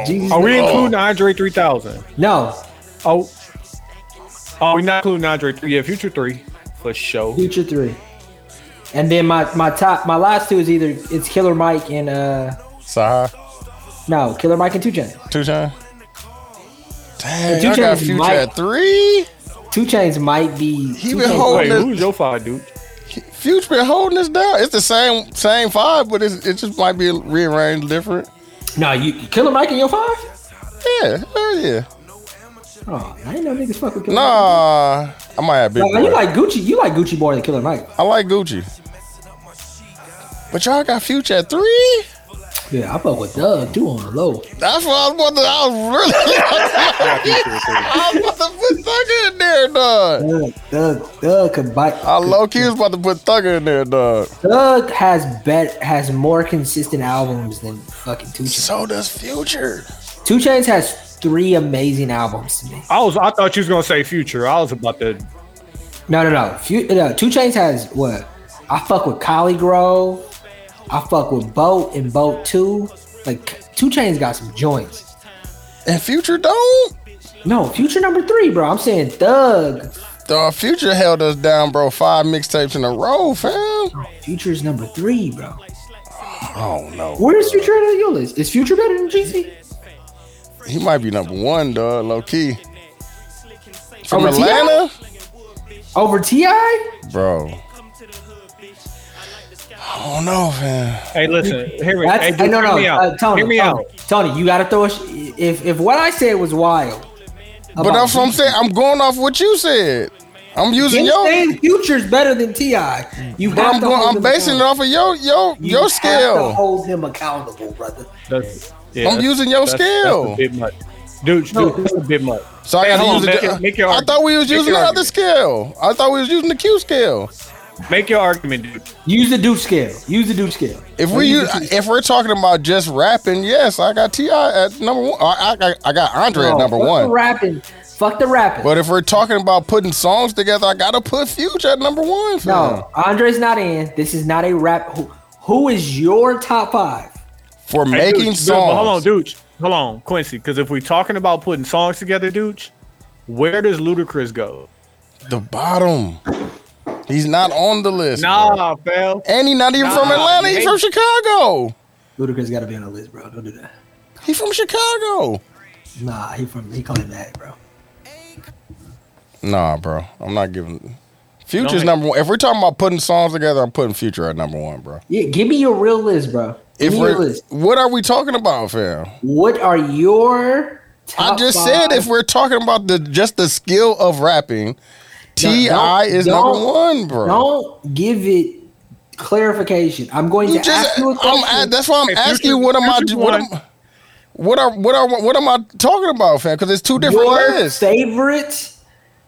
[SPEAKER 6] Jeezy's
[SPEAKER 10] Are we including Andre 3000?
[SPEAKER 6] No.
[SPEAKER 10] Oh, oh, we're not including Andre 3. Yeah, Future 3 for sure.
[SPEAKER 6] Future three. And then my, my top my last two is either it's Killer Mike and uh
[SPEAKER 1] Sahar,
[SPEAKER 6] no Killer Mike and Two Chains.
[SPEAKER 1] Two Chainz. Dang,
[SPEAKER 6] Two
[SPEAKER 1] I got
[SPEAKER 6] Chainz
[SPEAKER 1] Future
[SPEAKER 6] might-
[SPEAKER 1] at three.
[SPEAKER 6] Two Chains might be
[SPEAKER 1] He
[SPEAKER 6] Two
[SPEAKER 1] been
[SPEAKER 6] Chainz-
[SPEAKER 1] holding
[SPEAKER 10] Wait,
[SPEAKER 1] this-
[SPEAKER 10] who's your five, dude?
[SPEAKER 1] Future been holding us down. It's the same same five, but it's, it just might be rearranged different.
[SPEAKER 6] No, you Killer Mike in your five?
[SPEAKER 1] Yeah, hell yeah.
[SPEAKER 6] Oh, I ain't no niggas fuck with Killer Mike.
[SPEAKER 1] Nah, I might have big.
[SPEAKER 6] Like, you
[SPEAKER 1] Boy.
[SPEAKER 6] like Gucci, you like Gucci more than Killer Mike.
[SPEAKER 1] I like Gucci. But y'all got Future at three.
[SPEAKER 6] Yeah, I fuck with Doug too on the low.
[SPEAKER 1] That's what I was about to. I was really. I was about to put Thugger in there, dog.
[SPEAKER 6] Doug, Doug, Doug could bite.
[SPEAKER 1] I low key was about to put Thugger in there, dog.
[SPEAKER 6] Doug has bet has more consistent albums than fucking Two Chains.
[SPEAKER 1] So does Future.
[SPEAKER 6] Two Chains has three amazing albums to me.
[SPEAKER 10] I was I thought you was gonna say future. I was about to
[SPEAKER 6] No, no, no. Few, no Two Chains has what? I fuck with Collie Grove. I fuck with Boat and Boat Two. Like Two Chains got some joints.
[SPEAKER 1] And Future don't.
[SPEAKER 6] No, Future number three, bro. I'm saying Thug.
[SPEAKER 1] Dog, Future held us down, bro. Five mixtapes in a row, fam.
[SPEAKER 6] Future's number three, bro.
[SPEAKER 1] Oh no,
[SPEAKER 6] Where's Future at on your list? Is Future better than Jeezy?
[SPEAKER 1] he might be number one, dog. Low key. From
[SPEAKER 6] Over T.I.?
[SPEAKER 1] Atlanta,
[SPEAKER 6] Over Ti?
[SPEAKER 1] bro. I don't know, fam.
[SPEAKER 10] Hey listen, hear me,
[SPEAKER 6] That's
[SPEAKER 10] hey, dude,
[SPEAKER 6] no,
[SPEAKER 10] hear
[SPEAKER 6] no.
[SPEAKER 10] me out.
[SPEAKER 6] Uh, Tony,
[SPEAKER 10] hear me
[SPEAKER 6] Tony,
[SPEAKER 10] out.
[SPEAKER 6] Tony, you gotta throw a sh- if if what I said was wild.
[SPEAKER 1] But
[SPEAKER 6] about
[SPEAKER 1] that's what I'm
[SPEAKER 6] Jeezy,
[SPEAKER 1] saying. I'm going off what you said. I'm using
[SPEAKER 6] Him
[SPEAKER 1] your.
[SPEAKER 6] saying Future's better than Ti. You
[SPEAKER 1] But
[SPEAKER 6] have
[SPEAKER 1] I'm
[SPEAKER 6] to
[SPEAKER 1] going,
[SPEAKER 6] hold
[SPEAKER 1] I'm
[SPEAKER 6] him
[SPEAKER 1] basing it
[SPEAKER 6] accountable.
[SPEAKER 1] off of your your
[SPEAKER 6] You
[SPEAKER 1] your
[SPEAKER 6] have to
[SPEAKER 1] scale.
[SPEAKER 6] hold him accountable, brother.
[SPEAKER 10] That's- yeah,
[SPEAKER 1] I'm
[SPEAKER 10] that's-
[SPEAKER 1] using your
[SPEAKER 10] that's-
[SPEAKER 1] scale.
[SPEAKER 10] That's a bit much. Dude,
[SPEAKER 6] No.
[SPEAKER 10] dude, that's a bit much.
[SPEAKER 1] So I
[SPEAKER 10] Hey,
[SPEAKER 1] gotta
[SPEAKER 10] hold on,
[SPEAKER 1] use the-
[SPEAKER 10] make it- make your
[SPEAKER 1] I
[SPEAKER 10] argument.
[SPEAKER 1] thought we was
[SPEAKER 10] Make
[SPEAKER 1] using
[SPEAKER 10] your
[SPEAKER 1] the other
[SPEAKER 10] argument.
[SPEAKER 1] scale. I thought we was using the Q scale.
[SPEAKER 10] Make your argument, dude.
[SPEAKER 6] Use the dude scale. Use the dude scale.
[SPEAKER 1] If we use, if we're talking about just rapping, yes, I got Ti at number one. I I, I got Andre at
[SPEAKER 6] No,
[SPEAKER 1] number
[SPEAKER 6] fuck The
[SPEAKER 1] one.
[SPEAKER 6] rapping. Fuck the rapping.
[SPEAKER 1] But if we're talking about putting songs together, I gotta put Future at number one. For
[SPEAKER 6] no, Andre's not in. This is not a rap. Who, who is your top five?
[SPEAKER 1] for
[SPEAKER 10] Hey,
[SPEAKER 1] making
[SPEAKER 10] Dooch, Dooch, but
[SPEAKER 1] songs.
[SPEAKER 10] Hold on, dude. Hold on, Quincy. Because if we're talking about putting songs together, dude, where does Ludacris go?
[SPEAKER 1] The bottom. He's not on the list. bro.
[SPEAKER 10] Nah, fell.
[SPEAKER 1] and he's not even from
[SPEAKER 10] Nah,
[SPEAKER 1] Atlanta. He's
[SPEAKER 10] hey.
[SPEAKER 1] from Chicago.
[SPEAKER 6] Ludacris got to be on the list, bro. Don't do that.
[SPEAKER 1] He from Chicago.
[SPEAKER 6] Nah, he from he called him that, bro.
[SPEAKER 1] Nah, bro. I'm not giving. Future's
[SPEAKER 10] Don't-
[SPEAKER 1] number one. If we're talking about putting songs together, I'm putting Future at number one, bro.
[SPEAKER 6] Yeah, give me your real list, bro. Give
[SPEAKER 1] If
[SPEAKER 6] me your
[SPEAKER 1] we're,
[SPEAKER 6] list.
[SPEAKER 1] what are we talking about, fam?
[SPEAKER 6] What are your top
[SPEAKER 1] I just
[SPEAKER 6] five?
[SPEAKER 1] said if we're talking about the just the skill of rapping, Ti
[SPEAKER 6] don't-
[SPEAKER 1] is
[SPEAKER 6] don't-
[SPEAKER 1] number one, bro.
[SPEAKER 6] don't give it clarification. I'm going
[SPEAKER 1] you
[SPEAKER 6] to ask
[SPEAKER 1] just,
[SPEAKER 6] you a question.
[SPEAKER 1] I'm, a- that's why I'm
[SPEAKER 10] If
[SPEAKER 1] asking
[SPEAKER 10] Future-
[SPEAKER 1] you what am I
[SPEAKER 10] Future
[SPEAKER 1] what
[SPEAKER 10] one.
[SPEAKER 1] am, what are what are what am I talking about, fam? Because it's two different
[SPEAKER 6] your
[SPEAKER 1] lists.
[SPEAKER 6] favorite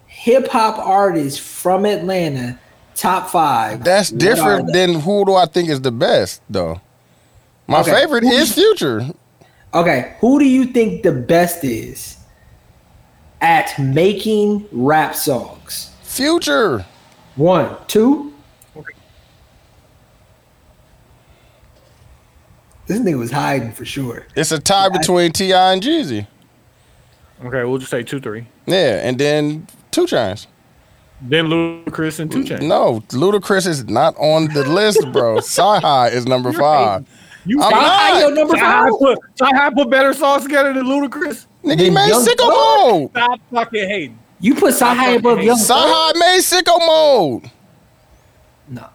[SPEAKER 6] hip hop artist from Atlanta, top five.
[SPEAKER 1] That's
[SPEAKER 6] What
[SPEAKER 1] different
[SPEAKER 6] are they?
[SPEAKER 1] than who do I think is the best though. My
[SPEAKER 6] Okay.
[SPEAKER 1] favorite is Future.
[SPEAKER 6] okay. Who do you think the best is at making rap songs?
[SPEAKER 1] Future.
[SPEAKER 6] One, two. This nigga was hiding for sure.
[SPEAKER 1] It's a tie between Ti and Jeezy.
[SPEAKER 10] Okay, we'll just say two, three.
[SPEAKER 1] Yeah, and then Two Chains.
[SPEAKER 10] Then Ludacris and Two Chainz.
[SPEAKER 1] No, Ludacris is not on the list, bro. Sci-Hi is number five.
[SPEAKER 10] You
[SPEAKER 1] I'm
[SPEAKER 10] think
[SPEAKER 6] Sci-Hi
[SPEAKER 1] not.
[SPEAKER 6] your number
[SPEAKER 10] Ty
[SPEAKER 6] five?
[SPEAKER 10] put Ty put better songs together than Ludacris?
[SPEAKER 1] Nigga, he
[SPEAKER 6] Then
[SPEAKER 1] made
[SPEAKER 6] Young
[SPEAKER 1] sicko
[SPEAKER 6] Thug?
[SPEAKER 1] mode.
[SPEAKER 10] Stop fucking hating.
[SPEAKER 6] You put Sahai above Young Thug?
[SPEAKER 1] Sahai made sicko mode.
[SPEAKER 6] No.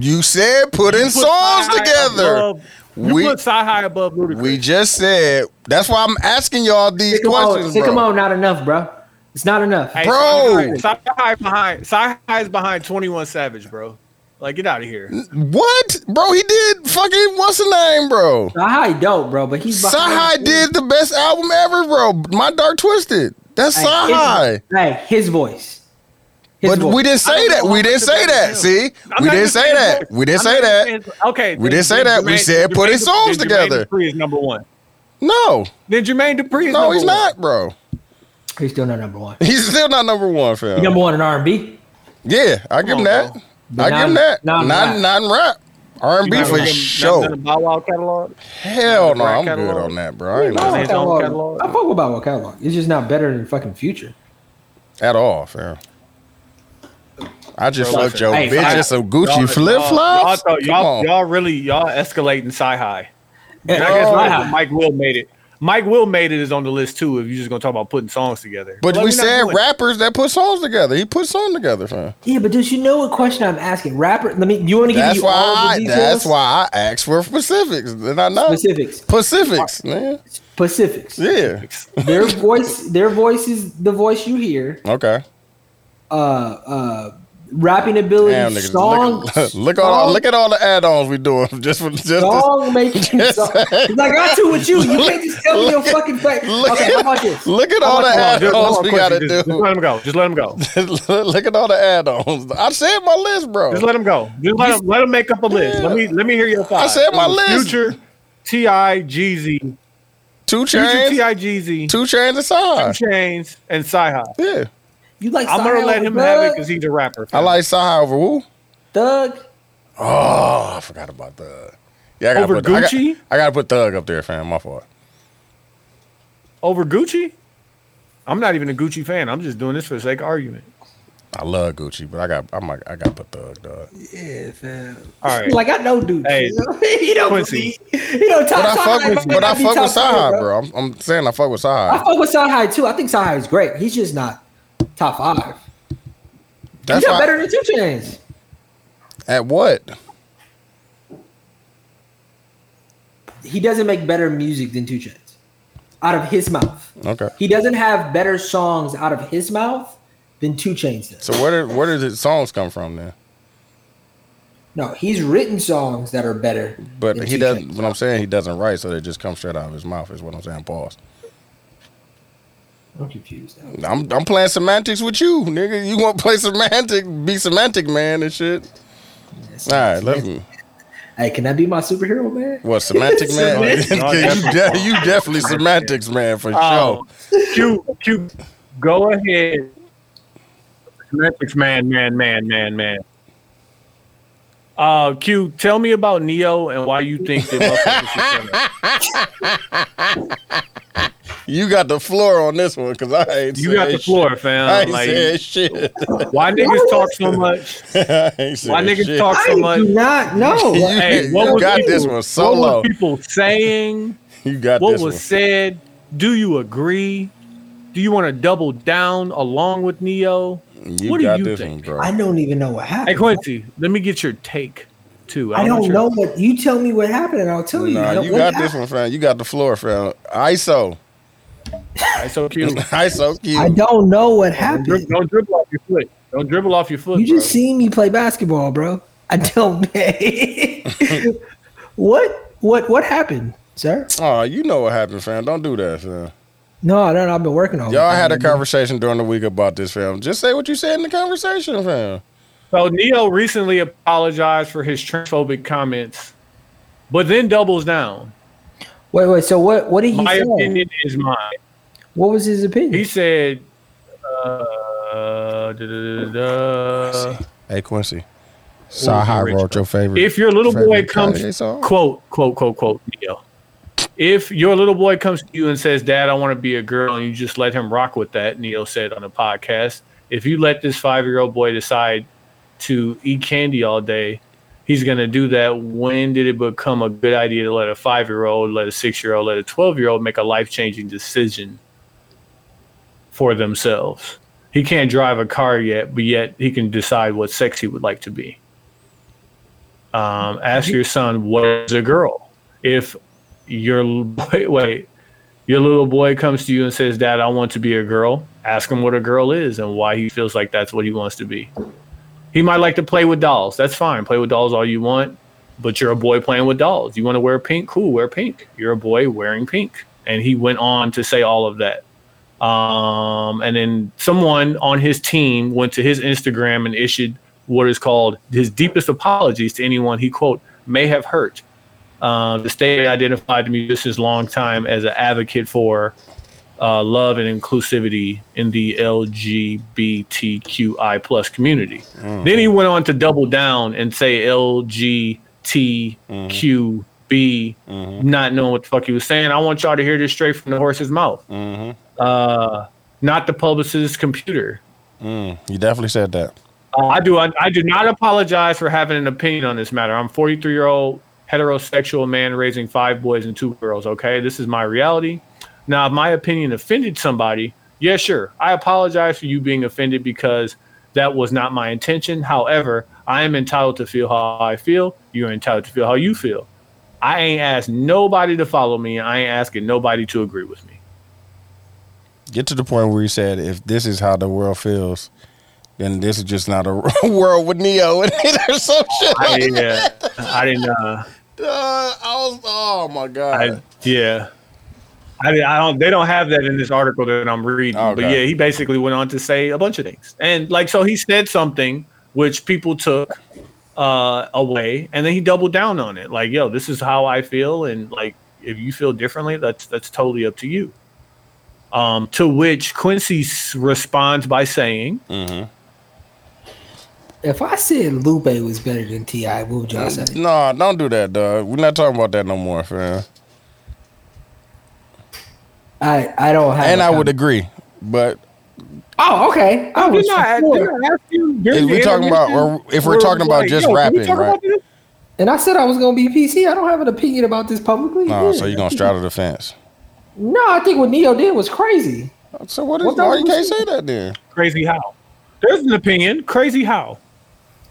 [SPEAKER 1] You said putting
[SPEAKER 10] Put
[SPEAKER 1] songs
[SPEAKER 10] Sci-Hi
[SPEAKER 1] together.
[SPEAKER 10] above- you
[SPEAKER 1] We-
[SPEAKER 10] put Sci-Hi above Ludacris.
[SPEAKER 1] we just said that's why I'm asking y'all these
[SPEAKER 6] Sycamore,
[SPEAKER 1] questions, bro.
[SPEAKER 6] Sycamore, not enough, bro. It's not enough.
[SPEAKER 10] Hey,
[SPEAKER 1] Bro.
[SPEAKER 10] Sci-Hi behind Sci-Hi is behind Twenty One Savage, bro. Like get out of here.
[SPEAKER 1] What, bro? He did fucking what's the name, bro?
[SPEAKER 6] Sahai dope, bro, but he's
[SPEAKER 1] Sahai did the best album ever, bro. My Dark Twisted. That's Sahai.
[SPEAKER 6] Hey, his, hey, his voice. His
[SPEAKER 1] But
[SPEAKER 6] voice.
[SPEAKER 1] we didn't say that. We didn't say that. See, we
[SPEAKER 3] not
[SPEAKER 1] didn't
[SPEAKER 3] even
[SPEAKER 1] say
[SPEAKER 3] saying
[SPEAKER 1] that.
[SPEAKER 3] that.
[SPEAKER 1] We didn't
[SPEAKER 3] I'm
[SPEAKER 1] say
[SPEAKER 3] not
[SPEAKER 1] that.
[SPEAKER 3] even saying- Okay,
[SPEAKER 1] We
[SPEAKER 3] then-
[SPEAKER 1] didn't say that.
[SPEAKER 3] then
[SPEAKER 1] We said put his
[SPEAKER 3] Jermaine-
[SPEAKER 1] songs
[SPEAKER 3] then
[SPEAKER 1] together.
[SPEAKER 3] Jermaine Dupri is number one.
[SPEAKER 1] No,
[SPEAKER 3] Then Jermaine Dupri is
[SPEAKER 1] no,
[SPEAKER 3] number
[SPEAKER 1] he's
[SPEAKER 3] one.
[SPEAKER 1] not, bro.
[SPEAKER 6] He's still not number one.
[SPEAKER 1] He's still not number one, fam.
[SPEAKER 6] Number one in R and B.
[SPEAKER 1] Yeah, I give him
[SPEAKER 3] on,
[SPEAKER 1] that.
[SPEAKER 3] bro.
[SPEAKER 1] I
[SPEAKER 6] But
[SPEAKER 1] give him
[SPEAKER 6] non-
[SPEAKER 1] that.
[SPEAKER 6] non-
[SPEAKER 1] Non non rap. R and B
[SPEAKER 3] Not
[SPEAKER 1] for
[SPEAKER 3] none of-
[SPEAKER 1] sure.
[SPEAKER 3] none of the Bow Wow catalog.
[SPEAKER 1] Hell no,
[SPEAKER 3] rap
[SPEAKER 1] I'm good
[SPEAKER 3] catalog.
[SPEAKER 1] on that, bro. I ain't
[SPEAKER 6] I
[SPEAKER 1] on
[SPEAKER 3] his
[SPEAKER 6] fuck
[SPEAKER 1] that
[SPEAKER 3] own
[SPEAKER 6] with-
[SPEAKER 3] catalog.
[SPEAKER 6] I fuck with Bow Wow catalog. It's just not better than fucking Future.
[SPEAKER 1] at all, fam. I just fucked your
[SPEAKER 6] Hey,
[SPEAKER 1] bitch
[SPEAKER 6] I-
[SPEAKER 1] in some Gucci flip
[SPEAKER 3] Y'all,
[SPEAKER 1] flops.
[SPEAKER 3] thought-
[SPEAKER 1] Come
[SPEAKER 3] y'all,
[SPEAKER 1] on,
[SPEAKER 3] y'all really y'all escalating sci high.
[SPEAKER 6] Yeah,
[SPEAKER 3] I guess
[SPEAKER 6] oh.
[SPEAKER 3] Mike, Mike Will made it. Mike Will made it is on the list too. If you're just gonna talk about putting songs together,
[SPEAKER 1] but
[SPEAKER 3] Like,
[SPEAKER 1] we
[SPEAKER 3] we're not
[SPEAKER 1] said
[SPEAKER 3] doing it.
[SPEAKER 1] rappers that put songs together. He put songs together, fam.
[SPEAKER 6] Yeah, but dude, you know what question I'm asking? Rapper, let me. You want to give
[SPEAKER 1] That's
[SPEAKER 6] you
[SPEAKER 1] why.
[SPEAKER 6] all the
[SPEAKER 1] I,
[SPEAKER 6] details?
[SPEAKER 1] that's why I asked for specifics. Did I know?
[SPEAKER 6] Specifics.
[SPEAKER 1] Specifics, man.
[SPEAKER 6] Pacifics.
[SPEAKER 1] Yeah.
[SPEAKER 6] their voice. Their voice is the voice you hear.
[SPEAKER 1] Okay.
[SPEAKER 6] Uh, uh, rapping ability,
[SPEAKER 1] Damn, nigga.
[SPEAKER 6] song.
[SPEAKER 1] Look, look at all. Look at all the add-ons we doing just for just. this-
[SPEAKER 6] Song making, song. It's like I do with you. You can't just tell me your fucking fact.
[SPEAKER 1] Look,
[SPEAKER 6] Okay, how about this?
[SPEAKER 1] look at
[SPEAKER 3] How
[SPEAKER 1] all the
[SPEAKER 3] much more? Just- hold
[SPEAKER 1] add-ons
[SPEAKER 3] on,
[SPEAKER 1] we
[SPEAKER 3] quick,
[SPEAKER 1] gotta
[SPEAKER 3] just, Just
[SPEAKER 1] do.
[SPEAKER 3] let him go. Just let him go.
[SPEAKER 1] look at all the add-ons. I said my list, bro.
[SPEAKER 3] Just let him go. Just let him let him make up a list. Let me let me hear your
[SPEAKER 1] I
[SPEAKER 3] thoughts.
[SPEAKER 1] said my list.
[SPEAKER 3] Future, Ti, Jeezy,
[SPEAKER 1] two
[SPEAKER 3] Future,
[SPEAKER 1] chains,
[SPEAKER 3] Ti, Jeezy,
[SPEAKER 1] two chains
[SPEAKER 3] Two
[SPEAKER 1] aside.
[SPEAKER 3] Chains, and Sci-Hi.
[SPEAKER 1] Yeah,
[SPEAKER 6] You like?
[SPEAKER 3] I'm gonna
[SPEAKER 6] Sahai
[SPEAKER 3] let
[SPEAKER 6] over
[SPEAKER 3] him have it
[SPEAKER 6] Thug?
[SPEAKER 3] because he's a rapper.
[SPEAKER 1] I like Sahai over Wu.
[SPEAKER 6] Thug.
[SPEAKER 1] Oh, I forgot about Thug. Yeah, I gotta
[SPEAKER 3] Over
[SPEAKER 1] put, I got-
[SPEAKER 3] Gucci?
[SPEAKER 1] I gotta put Thug up there, fam. My fault.
[SPEAKER 3] over Gucci. I'm not even a Gucci fan. I'm just doing this for the sake of argument.
[SPEAKER 1] I love Gucci, but I got I might I gotta put Thug, dog.
[SPEAKER 6] Yeah, fam.
[SPEAKER 3] All right.
[SPEAKER 6] Like I know, dude.
[SPEAKER 3] Hey,
[SPEAKER 6] he don't.
[SPEAKER 3] Quincy.
[SPEAKER 6] He
[SPEAKER 1] But
[SPEAKER 6] don't. Top
[SPEAKER 1] I
[SPEAKER 6] Sahai
[SPEAKER 1] fuck with,
[SPEAKER 6] might
[SPEAKER 1] but I
[SPEAKER 6] not be
[SPEAKER 1] fuck
[SPEAKER 6] top
[SPEAKER 1] with
[SPEAKER 6] five,
[SPEAKER 1] Sahai, bro. I'm, I'm saying I fuck with
[SPEAKER 6] I
[SPEAKER 1] Sahai.
[SPEAKER 6] fuck with Sahai too. I think Sahai is great. He's just not top five.
[SPEAKER 1] That's
[SPEAKER 6] he's not better
[SPEAKER 1] why.
[SPEAKER 6] than Two Chains.
[SPEAKER 1] At what?
[SPEAKER 6] He doesn't make better music than Two Chains out of his mouth.
[SPEAKER 1] Okay.
[SPEAKER 6] He doesn't have better songs out of his mouth than Two Chains does.
[SPEAKER 1] So where did where did his songs come from then?
[SPEAKER 6] No, he's written songs that are better.
[SPEAKER 1] But
[SPEAKER 6] than
[SPEAKER 1] he
[SPEAKER 6] Two
[SPEAKER 1] doesn't.
[SPEAKER 6] Chainz.
[SPEAKER 1] What I'm saying, he doesn't write, so they just come straight out of his mouth. Is what I'm saying. Pause.
[SPEAKER 6] I'm confused. now.
[SPEAKER 1] I'm I'm playing semantics with you, nigga. You want to play semantic? Be semantic, man, and shit. All right, let me.
[SPEAKER 6] Hey, can I be my superhero, man?
[SPEAKER 1] What semantic man?
[SPEAKER 3] Semantic.
[SPEAKER 1] you, de- you definitely semantics man for sure.
[SPEAKER 3] Oh, Q, Q, go ahead. Semantics, man, man, man, man, man. Uh, Q, tell me about Neo and why you think that motherfuckers should kill him.
[SPEAKER 1] You got the floor on this one because I ain't.
[SPEAKER 3] You
[SPEAKER 1] said
[SPEAKER 3] got the
[SPEAKER 1] shit.
[SPEAKER 3] floor,
[SPEAKER 1] I
[SPEAKER 3] fam.
[SPEAKER 1] ain't
[SPEAKER 3] Like,
[SPEAKER 1] said shit.
[SPEAKER 3] why niggas talk so much?
[SPEAKER 1] I ain't said
[SPEAKER 3] Why niggas
[SPEAKER 1] shit.
[SPEAKER 3] talk so
[SPEAKER 6] I
[SPEAKER 3] much?
[SPEAKER 6] do not know.
[SPEAKER 1] You,
[SPEAKER 3] Hey,
[SPEAKER 1] you
[SPEAKER 3] what was
[SPEAKER 1] got
[SPEAKER 3] people-
[SPEAKER 1] this one
[SPEAKER 3] What
[SPEAKER 1] solo.
[SPEAKER 3] were people saying?
[SPEAKER 1] You got
[SPEAKER 3] What
[SPEAKER 1] this
[SPEAKER 3] was said? Do you agree? Do you want to double down along with Neo?
[SPEAKER 1] one. You
[SPEAKER 3] what do
[SPEAKER 1] got
[SPEAKER 3] you
[SPEAKER 1] this
[SPEAKER 3] think?
[SPEAKER 1] one, bro.
[SPEAKER 6] I don't even know what happened.
[SPEAKER 3] Hey Quincy, let me get your take too.
[SPEAKER 6] I
[SPEAKER 3] want
[SPEAKER 6] don't
[SPEAKER 3] your-
[SPEAKER 6] know what you tell me what happened, and I'll tell you.
[SPEAKER 1] Nah,
[SPEAKER 6] What-
[SPEAKER 1] you
[SPEAKER 6] what
[SPEAKER 1] got
[SPEAKER 6] happened?
[SPEAKER 1] this one, fam. You got the floor, fam. ISO.
[SPEAKER 3] All right, so Q,
[SPEAKER 1] ISO
[SPEAKER 6] I
[SPEAKER 1] cute.
[SPEAKER 6] don't know what happened.
[SPEAKER 3] Don't, dribble off your foot. Don't dribble off your foot.
[SPEAKER 6] You just seen me play basketball, bro. I don't. what? What? What happened, sir?
[SPEAKER 1] Oh, you know what happened, fam. Don't do that, fam.
[SPEAKER 6] No, no, no. I've been working on.
[SPEAKER 1] Y'all had a conversation during the week about this, fam. Just say what you said in the conversation, fam.
[SPEAKER 3] so Neo recently apologized for his transphobic comments, but then doubles down.
[SPEAKER 6] Wait, wait. So what? What did he
[SPEAKER 3] My
[SPEAKER 6] say?
[SPEAKER 3] opinion is mine.
[SPEAKER 6] What was his opinion?
[SPEAKER 3] He said, uh, da, da, da, da.
[SPEAKER 1] Hey, Quincy. Sahai wrote your favorite.
[SPEAKER 3] if your little boy
[SPEAKER 1] favorite
[SPEAKER 3] comes,
[SPEAKER 1] Kanye song?
[SPEAKER 3] quote, quote, quote, quote, Neo. If your little boy comes to you and says, Dad, I want to be a girl, and you just let him rock with that, Neo said on the podcast, if you let this five year old boy decide to eat candy all day, he's going to do that. When did it become a good idea to let a five year old, let a six year old, let a 12 year old make a life changing decision for themselves? He can't drive a car yet, but yet he can decide what sex he would like to be um, ask your son what is a girl if your l- boy, wait your little boy comes to you and says dad i want to be a girl ask him what a girl is and why he feels like that's what he wants to be he might like to play with dolls that's fine play with dolls all you want But you're a boy playing with dolls. You want to wear pink? Cool, wear pink. You're a boy wearing pink. And he went on to say all of that. Um, and then someone on his team went to his Instagram and issued what is called his deepest apologies to anyone he quote may have hurt. Uh, the state identified the musician's long time as an advocate for uh, love and inclusivity in the LGBTQI plus community. Then he went on to double down and say LGBTQB, not knowing what the fuck he was saying. I want y'all to hear this straight from the horse's mouth. Uh, not the publicist's computer.
[SPEAKER 1] You definitely said that.
[SPEAKER 3] Uh, I do. I, I do not apologize for having an opinion on this matter. I'm 43 year old heterosexual man raising five boys and two girls. Okay, this is my reality. Now, if my opinion offended somebody, yeah, sure, I apologize for you being offended because that was not my intention. However, I am entitled to feel how I feel. You're entitled to feel how you feel. I ain't asked nobody to follow me. I ain't asking nobody to agree with me.
[SPEAKER 1] Get to the point where you said, if this is how the world feels, then this is just not a world with Neo in it or some shit.
[SPEAKER 3] I didn't. Uh, I didn't. Uh,
[SPEAKER 1] Uh, I was, oh my god.
[SPEAKER 3] I, yeah. I, I don't. They don't have that in this article that I'm reading.
[SPEAKER 1] Okay.
[SPEAKER 3] But yeah, he basically went on to say a bunch of things, and like so, he said something which people took uh, away, and then he doubled down on it. Like, yo, this is how I feel, and like, if you feel differently, that's that's totally up to you. Um, to which Quincy s- responds by saying,
[SPEAKER 6] If I said Lupe was better than Ti, what would y'all say?
[SPEAKER 1] no, don't do that, dog. We're not talking about that no more, fam.
[SPEAKER 6] I I don't have.
[SPEAKER 1] And
[SPEAKER 6] a
[SPEAKER 1] I would
[SPEAKER 6] comment.
[SPEAKER 1] agree, but
[SPEAKER 6] Oh, okay. I was
[SPEAKER 3] "Didn't I-
[SPEAKER 6] for
[SPEAKER 3] didn't I ask you during
[SPEAKER 1] if
[SPEAKER 3] the
[SPEAKER 1] we talking about,
[SPEAKER 3] intermission,
[SPEAKER 1] or if
[SPEAKER 3] or
[SPEAKER 1] we're talking about
[SPEAKER 3] like,
[SPEAKER 1] just
[SPEAKER 3] yo, can we
[SPEAKER 1] rapping,
[SPEAKER 3] talk
[SPEAKER 1] right?
[SPEAKER 3] about this?"
[SPEAKER 6] And I said I was gonna be PC. I don't have an opinion about this publicly.
[SPEAKER 1] No,
[SPEAKER 6] Yeah.
[SPEAKER 1] so you're gonna straddle the fence.
[SPEAKER 6] No, I think what Neo did was crazy.
[SPEAKER 1] So what is?
[SPEAKER 6] What
[SPEAKER 1] why
[SPEAKER 6] the-
[SPEAKER 1] you can't say that then?
[SPEAKER 3] Crazy how? There's an opinion. Crazy how?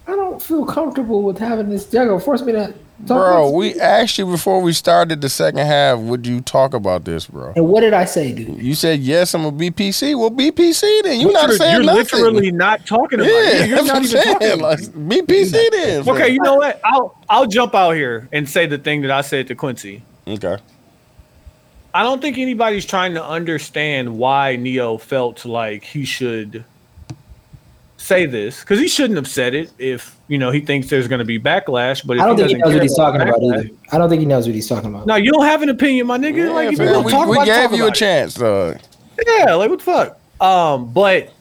[SPEAKER 6] I don't feel comfortable with having this juggle. Force me to talk
[SPEAKER 1] Bro,
[SPEAKER 6] about-
[SPEAKER 1] we asked you before we started the second half, would you talk about this, bro?
[SPEAKER 6] And what did I say, dude?
[SPEAKER 1] You said yes, I'm a BPC. Well, BPC then. You're not
[SPEAKER 3] You're-
[SPEAKER 1] saying
[SPEAKER 3] you're
[SPEAKER 1] nothing.
[SPEAKER 3] literally not talking
[SPEAKER 1] yeah,
[SPEAKER 3] about it. You're
[SPEAKER 1] that's
[SPEAKER 3] not
[SPEAKER 1] what I'm
[SPEAKER 3] even talking
[SPEAKER 1] saying.
[SPEAKER 3] about
[SPEAKER 1] Like,
[SPEAKER 3] it.
[SPEAKER 1] BPC then. fam.
[SPEAKER 3] Okay, you know what? I'll I'll jump out here and say the thing that I said to Quincy.
[SPEAKER 1] Okay.
[SPEAKER 3] I don't think anybody's trying to understand why Neo felt like he should say this because he shouldn't have said it if you know he thinks there's going to be backlash. But if
[SPEAKER 6] I don't think he
[SPEAKER 3] doesn't
[SPEAKER 6] knows
[SPEAKER 3] care
[SPEAKER 6] what he's talking about
[SPEAKER 3] backlash-
[SPEAKER 6] either. I don't think he knows what he's talking about.
[SPEAKER 3] No, you don't have an opinion, my nigga.
[SPEAKER 1] Yeah,
[SPEAKER 3] like if you
[SPEAKER 1] fam,
[SPEAKER 3] don't
[SPEAKER 1] we
[SPEAKER 3] talk
[SPEAKER 1] we
[SPEAKER 3] about it,
[SPEAKER 1] gave
[SPEAKER 3] talk
[SPEAKER 1] you a
[SPEAKER 3] about it.
[SPEAKER 1] chance, uh, dog.
[SPEAKER 3] Yeah, like what the fuck? Um, but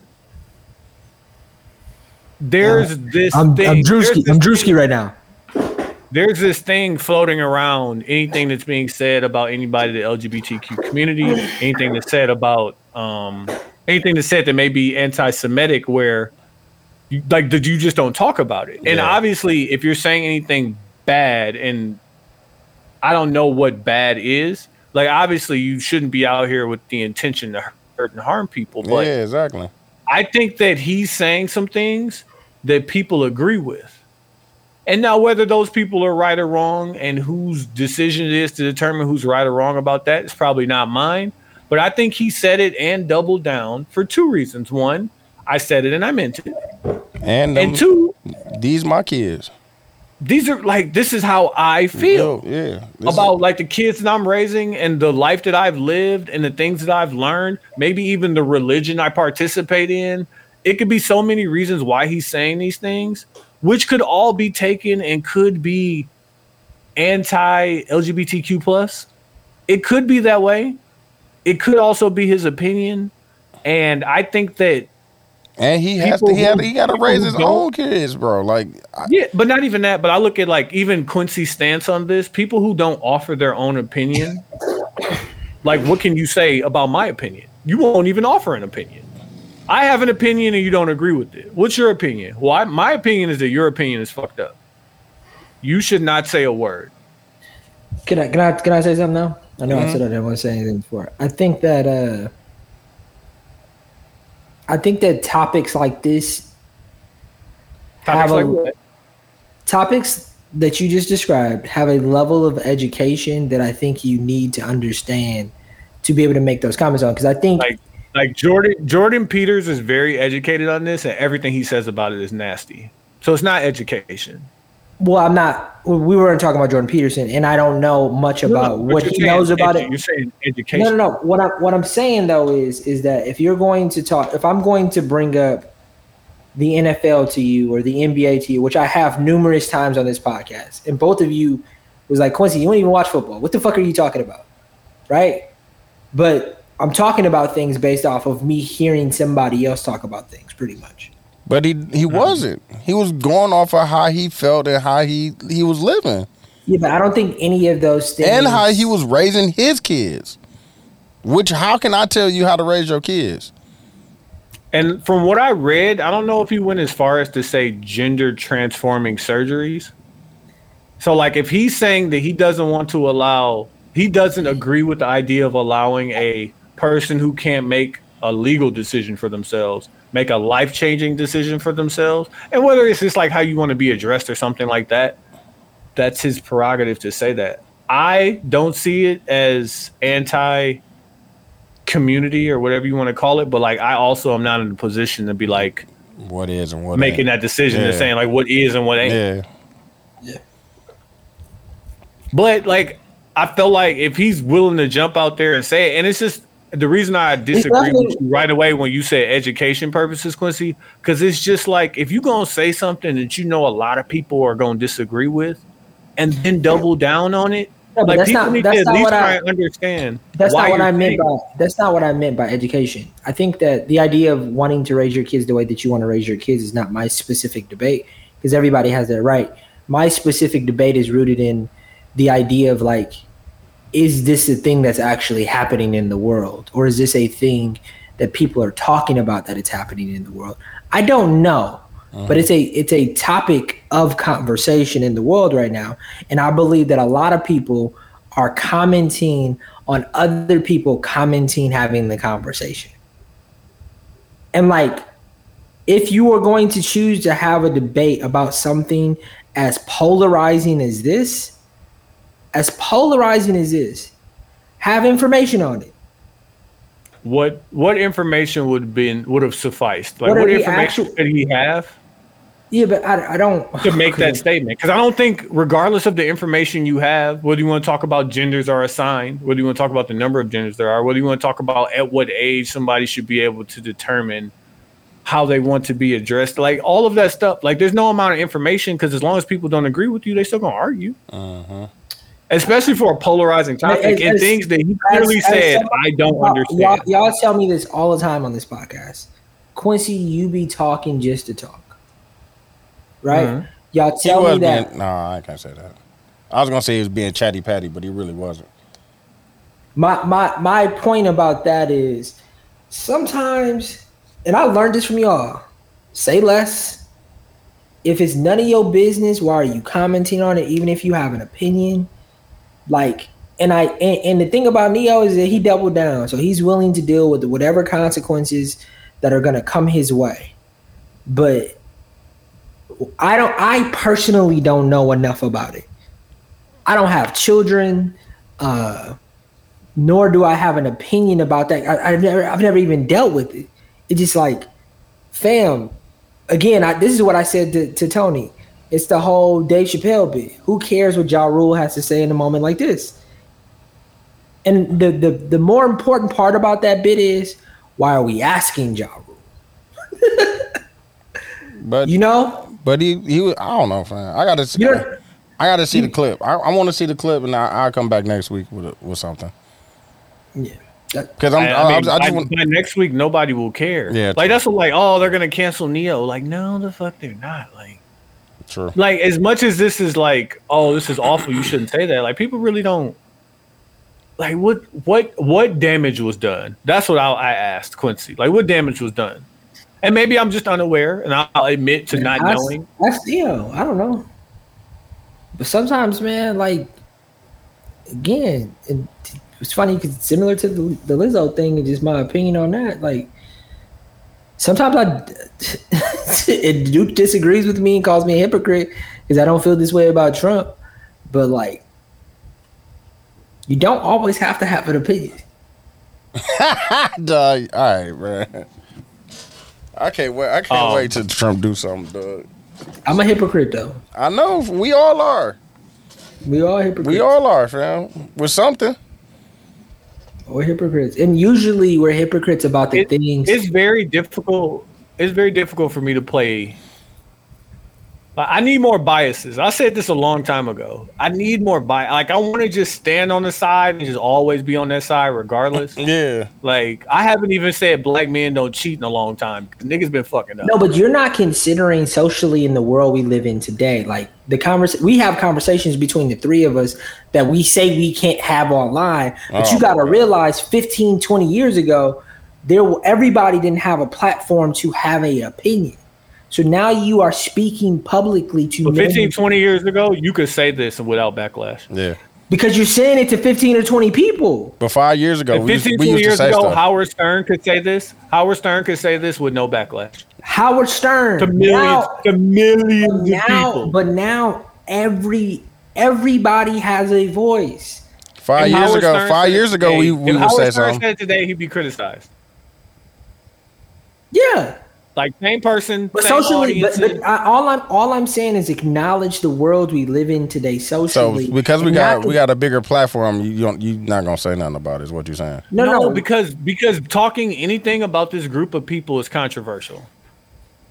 [SPEAKER 3] there's this
[SPEAKER 6] I'm,
[SPEAKER 3] thing.
[SPEAKER 6] I'm
[SPEAKER 3] there's
[SPEAKER 6] Drewski.
[SPEAKER 3] this
[SPEAKER 6] I'm Drewski right now.
[SPEAKER 3] there's this thing floating around anything that's being said about anybody in the LGBTQ community, anything that's said about um, anything that's said that may be anti-Semitic, where you, like that you just don't talk about it. And
[SPEAKER 1] Yeah.
[SPEAKER 3] obviously, if you're saying anything bad, and I don't know what bad is, like obviously you shouldn't be out here with the intention to hurt and harm people. But
[SPEAKER 1] yeah, exactly.
[SPEAKER 3] I think that he's saying some things that people agree with. And now, whether those people are right or wrong, and whose decision it is to determine who's right or wrong about that is probably not mine. But I think he said it and doubled down for two reasons. One, I said it and I meant it.
[SPEAKER 1] And,
[SPEAKER 3] And
[SPEAKER 1] them,
[SPEAKER 3] two,
[SPEAKER 1] these my kids.
[SPEAKER 3] these are like, this is how I
[SPEAKER 1] Yo,
[SPEAKER 3] feel
[SPEAKER 1] yeah. This is-
[SPEAKER 3] about like the kids that I'm raising and the life that I've lived and the things that I've learned, maybe even the religion I participate in. It could be so many reasons why he's saying these things, which could all be taken and could be anti LGBTQ plus. It could be that way. It could also be his opinion. And I think that
[SPEAKER 1] and he has
[SPEAKER 3] people
[SPEAKER 1] to. He, had,
[SPEAKER 3] who-
[SPEAKER 1] he got to
[SPEAKER 3] people
[SPEAKER 1] raise
[SPEAKER 3] who
[SPEAKER 1] his
[SPEAKER 3] don't-
[SPEAKER 1] own kids, bro. Like, I,
[SPEAKER 3] yeah, but not even that. But I look at like even Quincy's stance on this. People who don't offer their own opinion, like what can you say about my opinion? You won't even offer an opinion. I have an opinion and you don't agree with it. What's your opinion? Well, I, my opinion is that your opinion is fucked up. You should not say a word.
[SPEAKER 6] Can I can I can I say something now? I know
[SPEAKER 3] Mm-hmm.
[SPEAKER 6] I said I didn't want to say anything before. I think that uh I think that topics like this
[SPEAKER 3] Topics
[SPEAKER 6] have
[SPEAKER 3] like
[SPEAKER 6] a,
[SPEAKER 3] what?
[SPEAKER 6] topics that you just described have a level of education that I think you need to understand to be able to make those comments on. Because I think
[SPEAKER 3] Like- Like Jordan Jordan Peters is very educated on this, and everything he says about it is nasty. So it's not education.
[SPEAKER 6] Well, I'm not. We we weren't talking about Jordan Peterson, and I don't know much about what he knows about it.
[SPEAKER 3] You're saying education.
[SPEAKER 6] No, no, no. What I'm what I'm saying though is is that if you're going to talk, if I'm going to bring up the NFL to you or the NBA to you, which I have numerous times on this podcast, and both of you was like Quincy, you don't even watch football. What the fuck are you talking about, right? But I'm talking about things based off of me hearing somebody else talk about things, pretty much.
[SPEAKER 1] But he he wasn't. He was going off of how he felt and how he he was living
[SPEAKER 6] Yeah, but I don't think any of those things
[SPEAKER 1] and how he was raising his kids. Which how can I tell you how to raise your kids?
[SPEAKER 3] And from what I read, I don't know if he went as far as to say gender transforming surgeries. So, like, if he's saying that he doesn't want to allow, he doesn't agree with the idea of allowing a person who can't make a legal decision for themselves make a life changing decision for themselves. And whether it's just like how you want to be addressed or something like that, that's his prerogative to say that. I don't see it as anti community or whatever you want to call it. But like, I also am not in a position to be like
[SPEAKER 1] What is and what
[SPEAKER 3] making that decision and
[SPEAKER 1] Yeah.
[SPEAKER 3] saying like what is and what ain't.
[SPEAKER 1] Yeah.
[SPEAKER 3] But like, I feel like if he's willing to jump out there and say it, and it's just the reason I disagree with you right away when you say education purposes, Quincy, because it's just like if you're gonna say something that you know a lot of people are gonna disagree with, and then double down on it.
[SPEAKER 6] No, but
[SPEAKER 3] like
[SPEAKER 6] that's
[SPEAKER 3] people
[SPEAKER 6] not-
[SPEAKER 3] need
[SPEAKER 6] that's
[SPEAKER 3] to at
[SPEAKER 6] not
[SPEAKER 3] least
[SPEAKER 6] what I-
[SPEAKER 3] try and understand.
[SPEAKER 6] That's
[SPEAKER 3] why
[SPEAKER 6] not what
[SPEAKER 3] you're
[SPEAKER 6] I meant
[SPEAKER 3] saying
[SPEAKER 6] by that's not what I meant by education. I think that the idea of wanting to raise your kids the way that you want to raise your kids is not my specific debate because everybody has their right. My specific debate is rooted in the idea of like is this a thing that's actually happening in the world or is this a thing that people are talking about that it's happening in the world? I don't know.
[SPEAKER 3] Uh-huh.
[SPEAKER 6] But it's a it's a topic of conversation in the world right now and I believe that a lot of people are commenting on other people commenting having the conversation. And like if you are going to choose to have a debate about something as polarizing as this, as polarizing as this, have information on it.
[SPEAKER 3] What what information would have been would have sufficed? Like
[SPEAKER 6] What
[SPEAKER 3] what,
[SPEAKER 6] are the
[SPEAKER 3] information
[SPEAKER 6] actual-
[SPEAKER 3] did he have?
[SPEAKER 6] Yeah, but I, I don't
[SPEAKER 3] to make that statement because I don't think, regardless of the information you have, whether you want to talk about genders are assigned, whether you want to talk about the number of genders there are, whether you want to talk about at what age somebody should be able to determine how they want to be addressed, like all of that stuff. Like, there's no amount of information because as long as people don't agree with you, they still gonna argue. Especially for a polarizing topic
[SPEAKER 6] As-
[SPEAKER 3] and
[SPEAKER 6] as-
[SPEAKER 3] things that he
[SPEAKER 6] as-
[SPEAKER 3] clearly
[SPEAKER 6] as
[SPEAKER 3] said,
[SPEAKER 6] somebody-
[SPEAKER 3] I don't
[SPEAKER 6] Y'all-
[SPEAKER 3] understand.
[SPEAKER 6] Y'all, y'all tell me this all the time on this podcast. Quincy, you be talking just to talk. Right?
[SPEAKER 3] Mm-hmm.
[SPEAKER 6] Y'all
[SPEAKER 1] He
[SPEAKER 6] tell me
[SPEAKER 1] was
[SPEAKER 6] that.
[SPEAKER 1] being nah, I can't say that. I was gonna say he was being chatty patty, but he really wasn't.
[SPEAKER 6] My my my point about that is sometimes, and I learned this from y'all. Say less. If it's none of your business, why are you commenting on it? Even if you have an opinion, like, and I and, and the thing about Neo is that he doubled down, so he's willing to deal with whatever consequences that are gonna come his way. But I don't. I personally don't know enough about it. I don't have children. Uh, nor do I have an opinion about that. I, I've never, I've never even dealt with it. It's just like, fam. Again, I, this is what I said to, to Tony. It's the whole Dave Chappelle bit. Who cares what Ja Rule has to say in a moment like this? And the the the more important part about that bit is why are we asking Ja Rule?
[SPEAKER 1] But
[SPEAKER 6] You know,
[SPEAKER 1] but he he was, I don't know, man. I gotta see
[SPEAKER 6] you know.
[SPEAKER 1] I gotta see the clip. I, I wanna see the clip and I will come back next week with a, with something.
[SPEAKER 6] Yeah.
[SPEAKER 1] Cause I'm
[SPEAKER 3] I,
[SPEAKER 1] I,
[SPEAKER 3] I mean,
[SPEAKER 1] I, just
[SPEAKER 3] by-
[SPEAKER 1] want
[SPEAKER 3] by next week, nobody will care.
[SPEAKER 1] Yeah,
[SPEAKER 3] like that's what, like, oh, they're gonna cancel Neo. Like, no, the fuck, they're not. Like,
[SPEAKER 1] True.
[SPEAKER 3] like as much as this is like, oh, this is awful. You shouldn't say that. Like, people really don't. Like, what, what, what damage was done? That's what I, I asked Quincy. Like, what damage was done? And maybe I'm just unaware, and I'll admit to not
[SPEAKER 6] I,
[SPEAKER 3] knowing.
[SPEAKER 6] I still, I don't know. But sometimes, man, like again, it, it's funny because similar to the, the Lizzo thing, and just my opinion on that. Like sometimes I, it Duke disagrees with me and calls me a hypocrite because I don't feel this way about Trump. But like, you don't always have to have an opinion.
[SPEAKER 1] Dog, all right, man. I can't wait. I can't
[SPEAKER 3] Um,
[SPEAKER 10] Oh.
[SPEAKER 1] wait till Trump do something, dog.
[SPEAKER 6] I'm a hypocrite though.
[SPEAKER 1] I know we all are.
[SPEAKER 6] We all hypocrites.
[SPEAKER 1] We all are, fam. With something.
[SPEAKER 6] We're hypocrites, and usually we're hypocrites about the
[SPEAKER 10] It-
[SPEAKER 6] things.
[SPEAKER 10] it's very difficult. It's very difficult for me to play. Like, I need more biases. I said this a long time ago. I need more bias. Like I want to just stand on the side and just always be on that side, regardless.
[SPEAKER 1] Yeah.
[SPEAKER 10] like I haven't even said black men don't cheat in a long time. Niggas been fucking up.
[SPEAKER 6] No, but you're not considering socially in the world we live in today. Like the convers, we have conversations between the three of us that we say we can't have online. But
[SPEAKER 1] Oh,
[SPEAKER 6] you got to realize 15, 20 years ago, there w- everybody didn't have a platform to have a opinion. So now you are speaking publicly to
[SPEAKER 10] But
[SPEAKER 6] men
[SPEAKER 10] 15, 20 years ago, you could say this without backlash.
[SPEAKER 1] Yeah.
[SPEAKER 6] because you're saying it to 15 or 20 people.
[SPEAKER 1] But five years ago,
[SPEAKER 10] And
[SPEAKER 1] we used,
[SPEAKER 10] 15,
[SPEAKER 1] we
[SPEAKER 10] 20
[SPEAKER 1] used to
[SPEAKER 10] years
[SPEAKER 1] say
[SPEAKER 10] ago,
[SPEAKER 1] stuff.
[SPEAKER 10] Howard Stern could say this. Howard Stern could say this with no backlash.
[SPEAKER 6] Howard Stern.
[SPEAKER 10] To millions,
[SPEAKER 6] Now-
[SPEAKER 10] to millions of
[SPEAKER 6] now,
[SPEAKER 10] people.
[SPEAKER 6] but now every everybody has a voice.
[SPEAKER 1] five
[SPEAKER 10] If
[SPEAKER 1] years
[SPEAKER 10] Howard
[SPEAKER 1] ago,
[SPEAKER 10] Stern
[SPEAKER 1] five
[SPEAKER 10] said
[SPEAKER 1] years ago,
[SPEAKER 10] today-
[SPEAKER 1] we, we
[SPEAKER 10] if
[SPEAKER 1] would say
[SPEAKER 10] Howard Stern
[SPEAKER 1] something.
[SPEAKER 10] said today, he'd be criticized.
[SPEAKER 6] Yeah,
[SPEAKER 10] Like same person,
[SPEAKER 6] but
[SPEAKER 10] same
[SPEAKER 6] socially, but,
[SPEAKER 10] audiences.
[SPEAKER 6] but I, all I'm all I'm saying is acknowledge the world we live in today
[SPEAKER 1] So
[SPEAKER 6] socially.
[SPEAKER 1] because we
[SPEAKER 6] And
[SPEAKER 1] got
[SPEAKER 6] not-
[SPEAKER 1] we got a bigger platform, you don't you not gonna say nothing about it, is what you're saying.
[SPEAKER 6] no no,
[SPEAKER 10] because because talking anything about this group of people is controversial,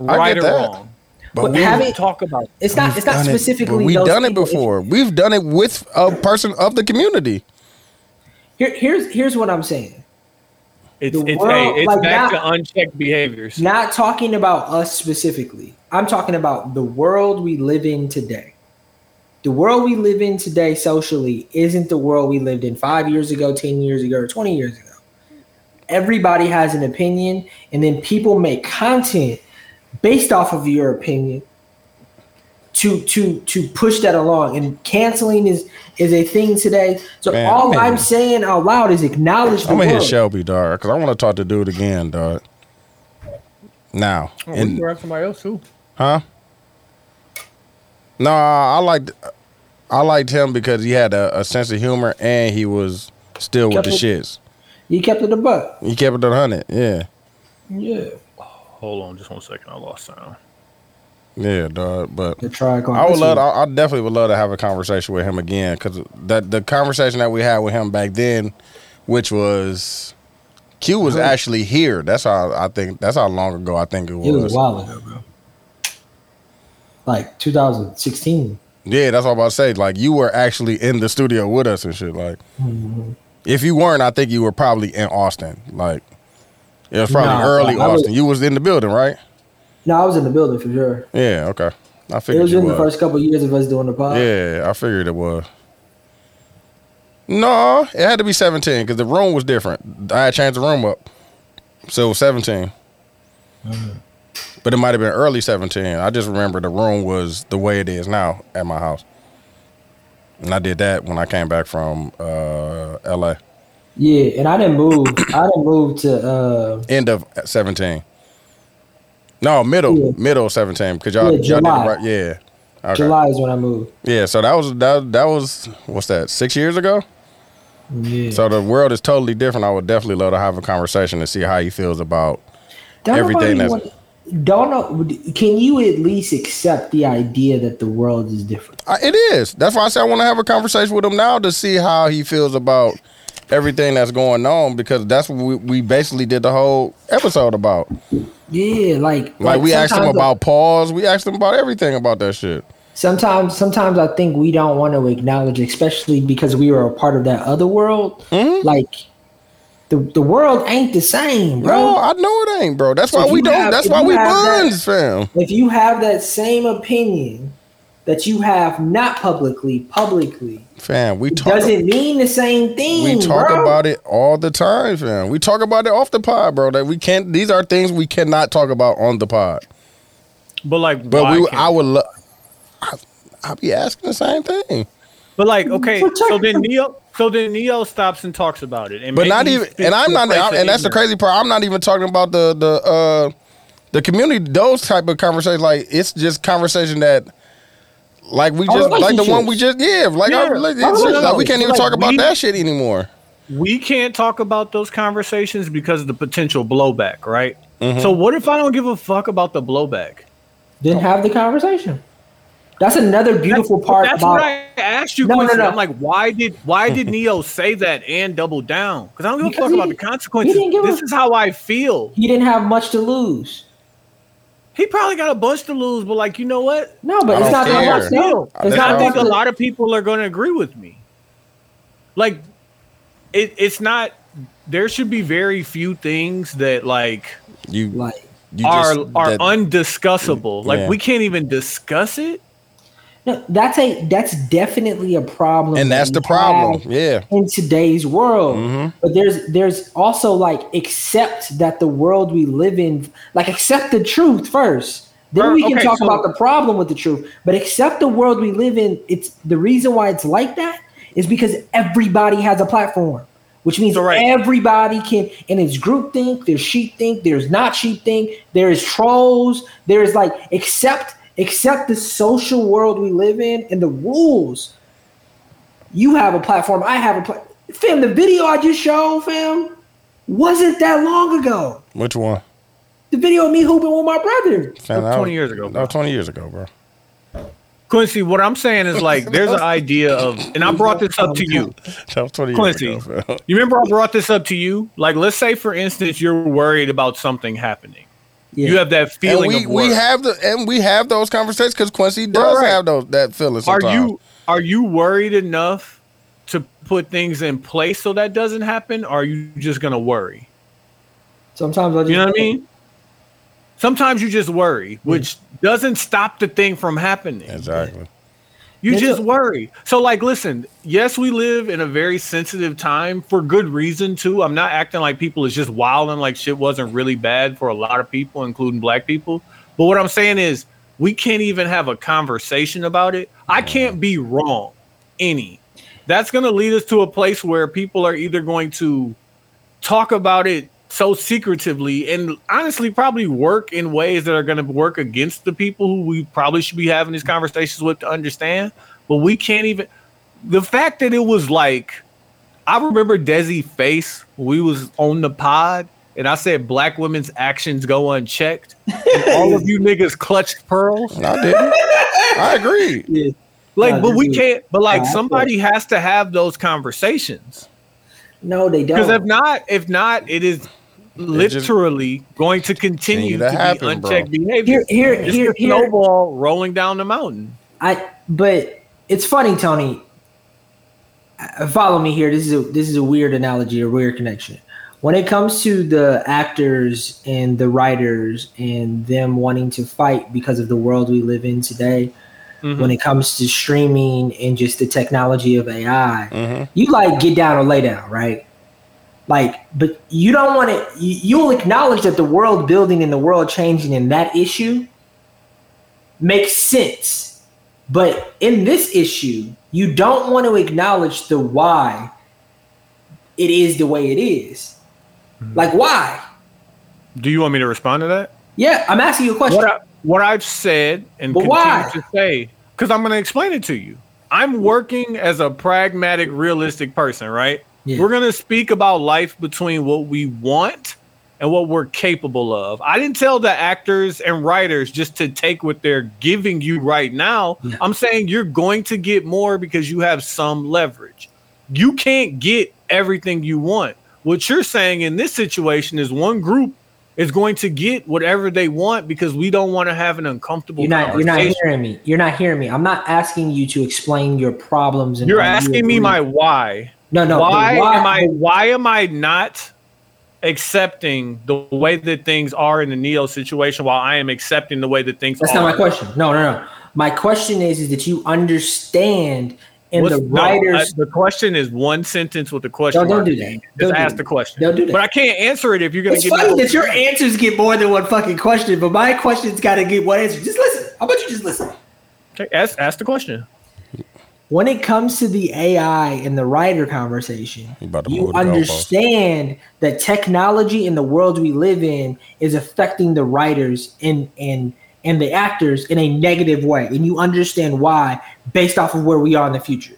[SPEAKER 1] I
[SPEAKER 10] right
[SPEAKER 1] get
[SPEAKER 10] or
[SPEAKER 1] that.
[SPEAKER 10] wrong.
[SPEAKER 1] But
[SPEAKER 10] We
[SPEAKER 1] we,
[SPEAKER 6] have
[SPEAKER 10] don't
[SPEAKER 6] it-
[SPEAKER 10] talk about it.
[SPEAKER 6] it's not it's not
[SPEAKER 1] done it-
[SPEAKER 6] specifically
[SPEAKER 1] but we've
[SPEAKER 6] those
[SPEAKER 1] done it
[SPEAKER 6] people. If-
[SPEAKER 1] before. We've done it with a person of the community.
[SPEAKER 6] Here, here's here's what I'm saying.
[SPEAKER 10] It's
[SPEAKER 6] The
[SPEAKER 10] it's
[SPEAKER 6] world,
[SPEAKER 10] hey, it's
[SPEAKER 6] like,
[SPEAKER 10] back
[SPEAKER 6] now-
[SPEAKER 10] to unchecked behaviors.
[SPEAKER 6] Not talking about us specifically. I'm talking about the world we live in today. The world we live in today socially isn't the world we lived in five years ago, 10 years ago, or 20 years ago. Everybody has an opinion, and then people make content based off of your opinion to to to push that along. And canceling is is a thing today. So
[SPEAKER 1] Man,
[SPEAKER 6] all
[SPEAKER 1] I'm in-
[SPEAKER 6] I'm saying out loud is acknowledge the
[SPEAKER 1] I'm gonna hit
[SPEAKER 6] world.
[SPEAKER 1] Shelby, dog, because I want to talk to dude again, dog. Now,
[SPEAKER 10] Oh,
[SPEAKER 1] and,
[SPEAKER 10] somebody else too.
[SPEAKER 1] huh? No, I liked, I liked him because he had a, a sense of humor and he was still with the
[SPEAKER 6] Kept
[SPEAKER 1] shits.
[SPEAKER 6] You kept it a buck.
[SPEAKER 1] He kept it at hundred. Yeah,
[SPEAKER 6] Yeah.
[SPEAKER 10] Hold on, just one second. I lost sound.
[SPEAKER 1] yeah, dog. But
[SPEAKER 6] The try
[SPEAKER 10] Oh,
[SPEAKER 1] I would love. I, I definitely would love to have a conversation with him again because that the conversation that we had with him back then, which was. Q was actually here. That's how I think. That's how long ago I think it was.
[SPEAKER 6] It was a while ago, bro. Like 2016.
[SPEAKER 1] Yeah, that's what I'm about to say. Like you were actually in the studio with us and shit. Like if you weren't, I think you were probably in Austin. Like it was probably
[SPEAKER 6] Nah,
[SPEAKER 1] early
[SPEAKER 6] I was-
[SPEAKER 1] Austin. you was in the building, right?
[SPEAKER 6] No, I was in the building for sure.
[SPEAKER 1] Yeah, okay. I
[SPEAKER 6] It
[SPEAKER 1] figured
[SPEAKER 6] was
[SPEAKER 1] you
[SPEAKER 6] in
[SPEAKER 1] was.
[SPEAKER 6] the first couple years of us doing the pod.
[SPEAKER 1] yeah, I figured it was. No, it had to be 17 because the room was different. I had changed the room up. So it was 17. But it might have been early 17. I just remember the room was the way it is now at my house. And I did that when I came back from uh, LA.
[SPEAKER 6] Yeah, and I didn't move. I didn't move to uh
[SPEAKER 1] End of 17. No, middle,
[SPEAKER 6] Yeah.
[SPEAKER 1] middle 17 because y'all,
[SPEAKER 6] Yeah,
[SPEAKER 1] y'all did it
[SPEAKER 6] July.
[SPEAKER 1] right. Yeah. Okay.
[SPEAKER 6] July is when I moved.
[SPEAKER 1] Yeah, so that was that, that was what's that? 6 years ago?
[SPEAKER 6] Yeah.
[SPEAKER 1] So the world is totally different. I would definitely love to have a conversation to see how he feels about.
[SPEAKER 6] Don't
[SPEAKER 1] everything
[SPEAKER 6] nobody
[SPEAKER 1] that's-
[SPEAKER 6] want- don't know. Can you at least accept the idea that the world is different?
[SPEAKER 1] I, it is. That's why I say I want to have a conversation with him now to see how he feels about everything that's going on because that's what we, we basically did the whole episode about.
[SPEAKER 6] Yeah, like
[SPEAKER 1] Like we asked him
[SPEAKER 6] sometimes I-
[SPEAKER 1] about pause. We asked him about everything about that shit.
[SPEAKER 6] sometimes sometimes i think we don't want to acknowledge especially because we were a part of that other world
[SPEAKER 1] Mm-hmm.
[SPEAKER 6] like the, the world ain't the same bro
[SPEAKER 1] No, I know it ain't, bro. That's
[SPEAKER 6] So
[SPEAKER 1] why
[SPEAKER 6] if
[SPEAKER 1] we
[SPEAKER 6] you
[SPEAKER 1] don't.
[SPEAKER 6] have-
[SPEAKER 1] that's
[SPEAKER 6] if
[SPEAKER 1] why
[SPEAKER 6] you
[SPEAKER 1] we
[SPEAKER 6] have that-
[SPEAKER 1] buns, fam.
[SPEAKER 6] if you have that same opinion that you have not publicly publicly
[SPEAKER 1] Fam, we
[SPEAKER 6] it
[SPEAKER 1] talk.
[SPEAKER 6] doesn't mean the same thing
[SPEAKER 1] We talk
[SPEAKER 6] bro.
[SPEAKER 1] about it all the time, fam. We talk about it off the pod, bro. That we can't. These are things we cannot talk about on the pod.
[SPEAKER 10] But like,
[SPEAKER 1] But
[SPEAKER 10] why
[SPEAKER 1] we,
[SPEAKER 10] can't-
[SPEAKER 1] I would love. I'll be asking the same thing,
[SPEAKER 10] But like, okay,
[SPEAKER 6] Protect
[SPEAKER 10] so then
[SPEAKER 6] them.
[SPEAKER 10] Neo, so then Neo stops and talks about it, and
[SPEAKER 1] but
[SPEAKER 10] maybe
[SPEAKER 1] not
[SPEAKER 10] he
[SPEAKER 1] even.
[SPEAKER 10] speaks
[SPEAKER 1] And I'm
[SPEAKER 10] to
[SPEAKER 1] not.
[SPEAKER 10] price
[SPEAKER 1] I-
[SPEAKER 10] of
[SPEAKER 1] and that's the
[SPEAKER 10] ignorance.
[SPEAKER 1] crazy part. I'm not even talking about the the uh the community. Those type of conversations, like it's just conversation that, like we just like the one we just yeah, like
[SPEAKER 10] Yeah.
[SPEAKER 1] our rela- it's
[SPEAKER 10] No, no,
[SPEAKER 1] just
[SPEAKER 10] no,
[SPEAKER 1] like we
[SPEAKER 10] no.
[SPEAKER 1] can't even
[SPEAKER 10] Like,
[SPEAKER 1] talk about
[SPEAKER 10] we-
[SPEAKER 1] that shit anymore.
[SPEAKER 10] We can't talk about those
[SPEAKER 1] Mm-hmm.
[SPEAKER 10] conversations because of the potential blowback, right? So what if I don't give a fuck about the blowback?
[SPEAKER 6] Then have the conversation. That's another beautiful part
[SPEAKER 3] That's
[SPEAKER 6] about
[SPEAKER 3] what I asked you.
[SPEAKER 6] No, no,
[SPEAKER 3] Quincy.
[SPEAKER 6] no.
[SPEAKER 3] I'm like, why did why did Neo say that and double down? Because I don't give a
[SPEAKER 6] Because
[SPEAKER 3] fuck
[SPEAKER 6] he
[SPEAKER 3] about the
[SPEAKER 6] didn't-
[SPEAKER 3] consequences.
[SPEAKER 6] he didn't give
[SPEAKER 3] This
[SPEAKER 6] a-
[SPEAKER 3] is how I feel.
[SPEAKER 6] he didn't have much to lose.
[SPEAKER 3] He probably got a bunch to lose, but like, you know what?
[SPEAKER 6] No,
[SPEAKER 1] I
[SPEAKER 6] but it's
[SPEAKER 1] don't
[SPEAKER 6] not that
[SPEAKER 1] care.
[SPEAKER 6] much. No,
[SPEAKER 1] I don't care.
[SPEAKER 3] I
[SPEAKER 6] it's not that
[SPEAKER 3] think a
[SPEAKER 6] much.
[SPEAKER 3] lot of people are going to agree with me. Like, it, it's not. There should be very few things that like
[SPEAKER 1] You,
[SPEAKER 6] Like
[SPEAKER 1] you
[SPEAKER 3] are
[SPEAKER 1] just,
[SPEAKER 3] are
[SPEAKER 1] that-
[SPEAKER 3] undiscussable. Like
[SPEAKER 11] Yeah.
[SPEAKER 3] we can't even discuss it.
[SPEAKER 6] no, that's a that's definitely a problem.
[SPEAKER 1] and that's
[SPEAKER 6] that
[SPEAKER 1] the
[SPEAKER 6] we have
[SPEAKER 1] problem. Yeah,
[SPEAKER 6] in today's world.
[SPEAKER 3] Mm-hmm.
[SPEAKER 6] But there's there's also like accept that the world we live in, like accept the truth first. Then
[SPEAKER 3] Bruh,
[SPEAKER 6] we can
[SPEAKER 3] okay,
[SPEAKER 6] talk
[SPEAKER 3] so-
[SPEAKER 6] about the problem with the truth. But accept the world we live in. It's the reason why it's like that is because everybody has a platform. Which means
[SPEAKER 3] So, right.
[SPEAKER 6] everybody can, and it's group think, there's sheep think, there's not sheep think, there is trolls, there is like accept, accept the social world we live in and the rules you have a platform, I have a platform. Fam, the video I just showed, fam, wasn't that long ago.
[SPEAKER 11] Which one?
[SPEAKER 6] The video of me hooping with my brother.
[SPEAKER 11] Man, that
[SPEAKER 3] 20 years ago,
[SPEAKER 11] That
[SPEAKER 3] bro.
[SPEAKER 11] was 20 years ago, bro.
[SPEAKER 3] Quincy, what I'm saying is like there's an idea of, and I brought this up to you.
[SPEAKER 11] That was 20
[SPEAKER 3] Quincy,
[SPEAKER 11] years ago, bro.
[SPEAKER 3] you remember I brought this up to you? Like, let's say, for instance, you're worried about something happening.
[SPEAKER 6] Yeah.
[SPEAKER 3] You have that
[SPEAKER 1] and
[SPEAKER 3] feeling
[SPEAKER 1] we,
[SPEAKER 3] of
[SPEAKER 1] we
[SPEAKER 3] worry.
[SPEAKER 1] have the and we have those conversations because Quincy does
[SPEAKER 3] right.
[SPEAKER 1] have those that feeling.
[SPEAKER 3] are
[SPEAKER 1] Sometimes.
[SPEAKER 3] you are you worried enough to put things in place so that doesn't happen? Or are you just gonna worry?
[SPEAKER 6] Sometimes I just
[SPEAKER 3] You know what I mean? Sometimes you just worry, which doesn't stop the thing from happening.
[SPEAKER 11] Exactly.
[SPEAKER 3] You
[SPEAKER 6] That's
[SPEAKER 3] just
[SPEAKER 6] a-
[SPEAKER 3] worry. So, like, listen, yes, we live in a very sensitive time for good reason, too. I'm not acting like people is just wilding like shit wasn't really bad for a lot of people, including black people. But what I'm saying is, we can't even have a conversation about it. I can't be wrong any. That's going to lead us to a place where people are either going to talk about it so secretively and honestly probably work in ways that are going to work against the people who we probably should be having these conversations with to understand but we can't even the fact that it was like i remember desi face when we was on the pod and i said black women's actions go unchecked and all of you niggas clutched pearls
[SPEAKER 1] I didn't. I agree.
[SPEAKER 3] like but we
[SPEAKER 6] Nah,
[SPEAKER 3] can't but
[SPEAKER 6] nah,
[SPEAKER 3] like
[SPEAKER 6] I feel-
[SPEAKER 3] somebody has to have those conversations
[SPEAKER 6] No, they
[SPEAKER 3] because if
[SPEAKER 6] don't.
[SPEAKER 3] not, if not, it is literally going to continue
[SPEAKER 1] Continue to
[SPEAKER 3] to,
[SPEAKER 1] happen,
[SPEAKER 3] be unchecked behavior.
[SPEAKER 6] Here, here,
[SPEAKER 3] It's
[SPEAKER 6] here,
[SPEAKER 3] the
[SPEAKER 6] here.
[SPEAKER 3] snowball rolling down the mountain.
[SPEAKER 6] I but it's funny, Tony. Uh, Follow me here. This is a this is a weird analogy, a weird connection. When it comes to the actors and the writers and them wanting to fight because of the world we live in today, when it comes to streaming and just the technology of AI,
[SPEAKER 1] Mm-hmm.
[SPEAKER 6] you like get down or lay down, right? Like, but you don't want to. You, you'll acknowledge that the world building and the world changing and that issue makes sense but in this issue, you don't want to acknowledge the why it is the way it is.
[SPEAKER 3] Hmm.
[SPEAKER 6] Like why?
[SPEAKER 3] Do you want me to respond to that?
[SPEAKER 6] Yeah, I'm asking you a question.
[SPEAKER 3] What I, what I've said and
[SPEAKER 6] But
[SPEAKER 3] continue
[SPEAKER 6] why?
[SPEAKER 3] to say because I'm going to explain it to you. I'm working as a pragmatic, realistic person, right?
[SPEAKER 6] Yeah.
[SPEAKER 3] We're going to speak about life between what we want and what we're capable of. I didn't tell the actors and writers just to take what they're giving you right now. I'm saying you're going to get more because you have some leverage. You can't get everything you want. What you're saying in this situation is one group is going to get whatever they want because we don't want to have an uncomfortable
[SPEAKER 6] you're not you're not
[SPEAKER 3] conversation.
[SPEAKER 6] hearing me. You're not hearing me. I'm not asking you to explain your problems and
[SPEAKER 3] You're
[SPEAKER 6] why you
[SPEAKER 3] asking me
[SPEAKER 6] agree.
[SPEAKER 3] my why.
[SPEAKER 6] No, no. the
[SPEAKER 3] why, am I
[SPEAKER 6] the-
[SPEAKER 3] why am I not accepting the way that things are in the Neo situation while I am accepting the way that things
[SPEAKER 6] That's
[SPEAKER 3] are?
[SPEAKER 6] not my question. No, no, no. My question is is that you understand and
[SPEAKER 3] What's-
[SPEAKER 6] the
[SPEAKER 3] no,
[SPEAKER 6] writers
[SPEAKER 3] I- the question is one sentence with a question.
[SPEAKER 6] No, don't
[SPEAKER 3] mark.
[SPEAKER 6] do that. Don't
[SPEAKER 3] Just
[SPEAKER 6] do
[SPEAKER 3] ask
[SPEAKER 6] that.
[SPEAKER 3] the question.
[SPEAKER 6] Don't do that.
[SPEAKER 3] But I can't answer it if you're going
[SPEAKER 6] It's
[SPEAKER 3] to give
[SPEAKER 6] funny
[SPEAKER 3] me.
[SPEAKER 6] that your answers get more than one fucking question, but my question's got to get one answer. Just listen. How about you just listen?
[SPEAKER 3] Okay, ask ask the question.
[SPEAKER 6] when it comes to the AI and the writer conversation,
[SPEAKER 1] You about to
[SPEAKER 6] you
[SPEAKER 1] move the goalpost.
[SPEAKER 6] understand that technology and the world we live in is affecting the writers and and and the actors in a negative way, and you understand why based off of where we are in the future,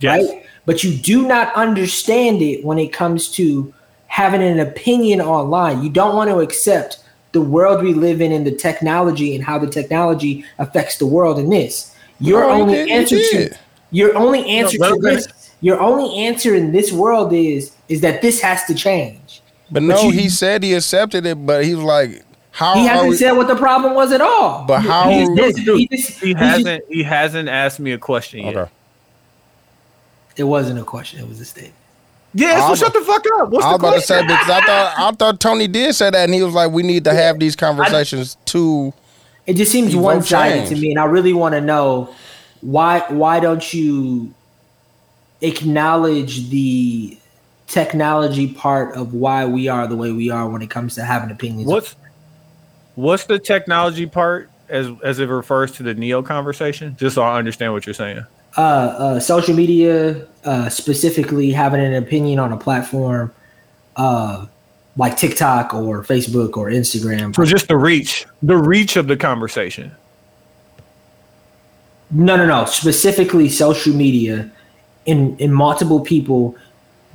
[SPEAKER 3] Yes.
[SPEAKER 6] right? But you do not understand it when it comes to having an opinion online. You don't want to accept the world we live in and the technology and how the technology affects the world in this. Your
[SPEAKER 1] No, you
[SPEAKER 6] only
[SPEAKER 1] didn't. You
[SPEAKER 6] answer to
[SPEAKER 1] did.
[SPEAKER 6] your only answer
[SPEAKER 3] No,
[SPEAKER 6] to
[SPEAKER 3] that-
[SPEAKER 6] this your only answer in this world is is that this has to change.
[SPEAKER 1] But no,
[SPEAKER 6] you-
[SPEAKER 1] he said he accepted it, but he was like, "How
[SPEAKER 6] He
[SPEAKER 1] are
[SPEAKER 6] hasn't
[SPEAKER 1] we?"
[SPEAKER 6] said what the problem was at all.
[SPEAKER 1] But how
[SPEAKER 6] he,
[SPEAKER 1] are we-
[SPEAKER 6] just-
[SPEAKER 3] Dude,
[SPEAKER 6] he just-
[SPEAKER 3] He
[SPEAKER 6] he
[SPEAKER 3] hasn't. He hasn't asked me a question yet.
[SPEAKER 1] okay.
[SPEAKER 6] just- it wasn't a question. It was a statement.
[SPEAKER 3] Yeah, so
[SPEAKER 1] I'm-
[SPEAKER 3] shut the fuck up. What's
[SPEAKER 1] I was
[SPEAKER 3] the
[SPEAKER 1] about to
[SPEAKER 3] question?
[SPEAKER 1] say because I thought I thought Tony did say that, and he was like, "We need to have these conversations too."
[SPEAKER 6] It just seems
[SPEAKER 1] You
[SPEAKER 6] one
[SPEAKER 1] both
[SPEAKER 6] sided to
[SPEAKER 1] changed.
[SPEAKER 6] me, and I really want to know why why don't you acknowledge the technology part of why we are the way we are when it comes to having opinions?
[SPEAKER 3] What's What's the technology part as as it refers to the neo conversation? Just so I understand what you're saying.
[SPEAKER 6] uh, uh, social media, uh, specifically having an opinion on a platform uh, like TikTok or Facebook or Instagram?
[SPEAKER 3] So just the reach, the reach of the conversation.
[SPEAKER 6] No, no, no. Specifically, social media, in in multiple people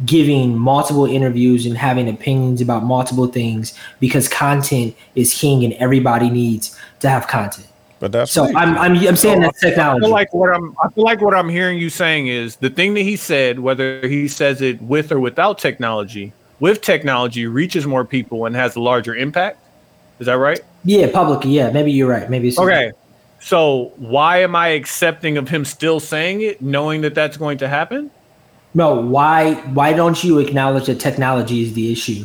[SPEAKER 6] giving multiple interviews and having opinions about multiple things because content is king and everybody needs to have content.
[SPEAKER 1] But that's
[SPEAKER 6] So I'm I'm, I'm saying that's
[SPEAKER 3] I
[SPEAKER 6] technology.
[SPEAKER 3] feel like what I'm I feel like what I'm hearing you saying is the thing that he said, whether he says it with or without technology, with technology reaches more people and has a larger impact. Is that right?
[SPEAKER 6] yeah, public. Yeah, maybe you're right. Maybe it's
[SPEAKER 3] Okay. So why am I accepting of him still saying it, knowing that that's going to happen?
[SPEAKER 6] No, why why don't you acknowledge that technology is the issue,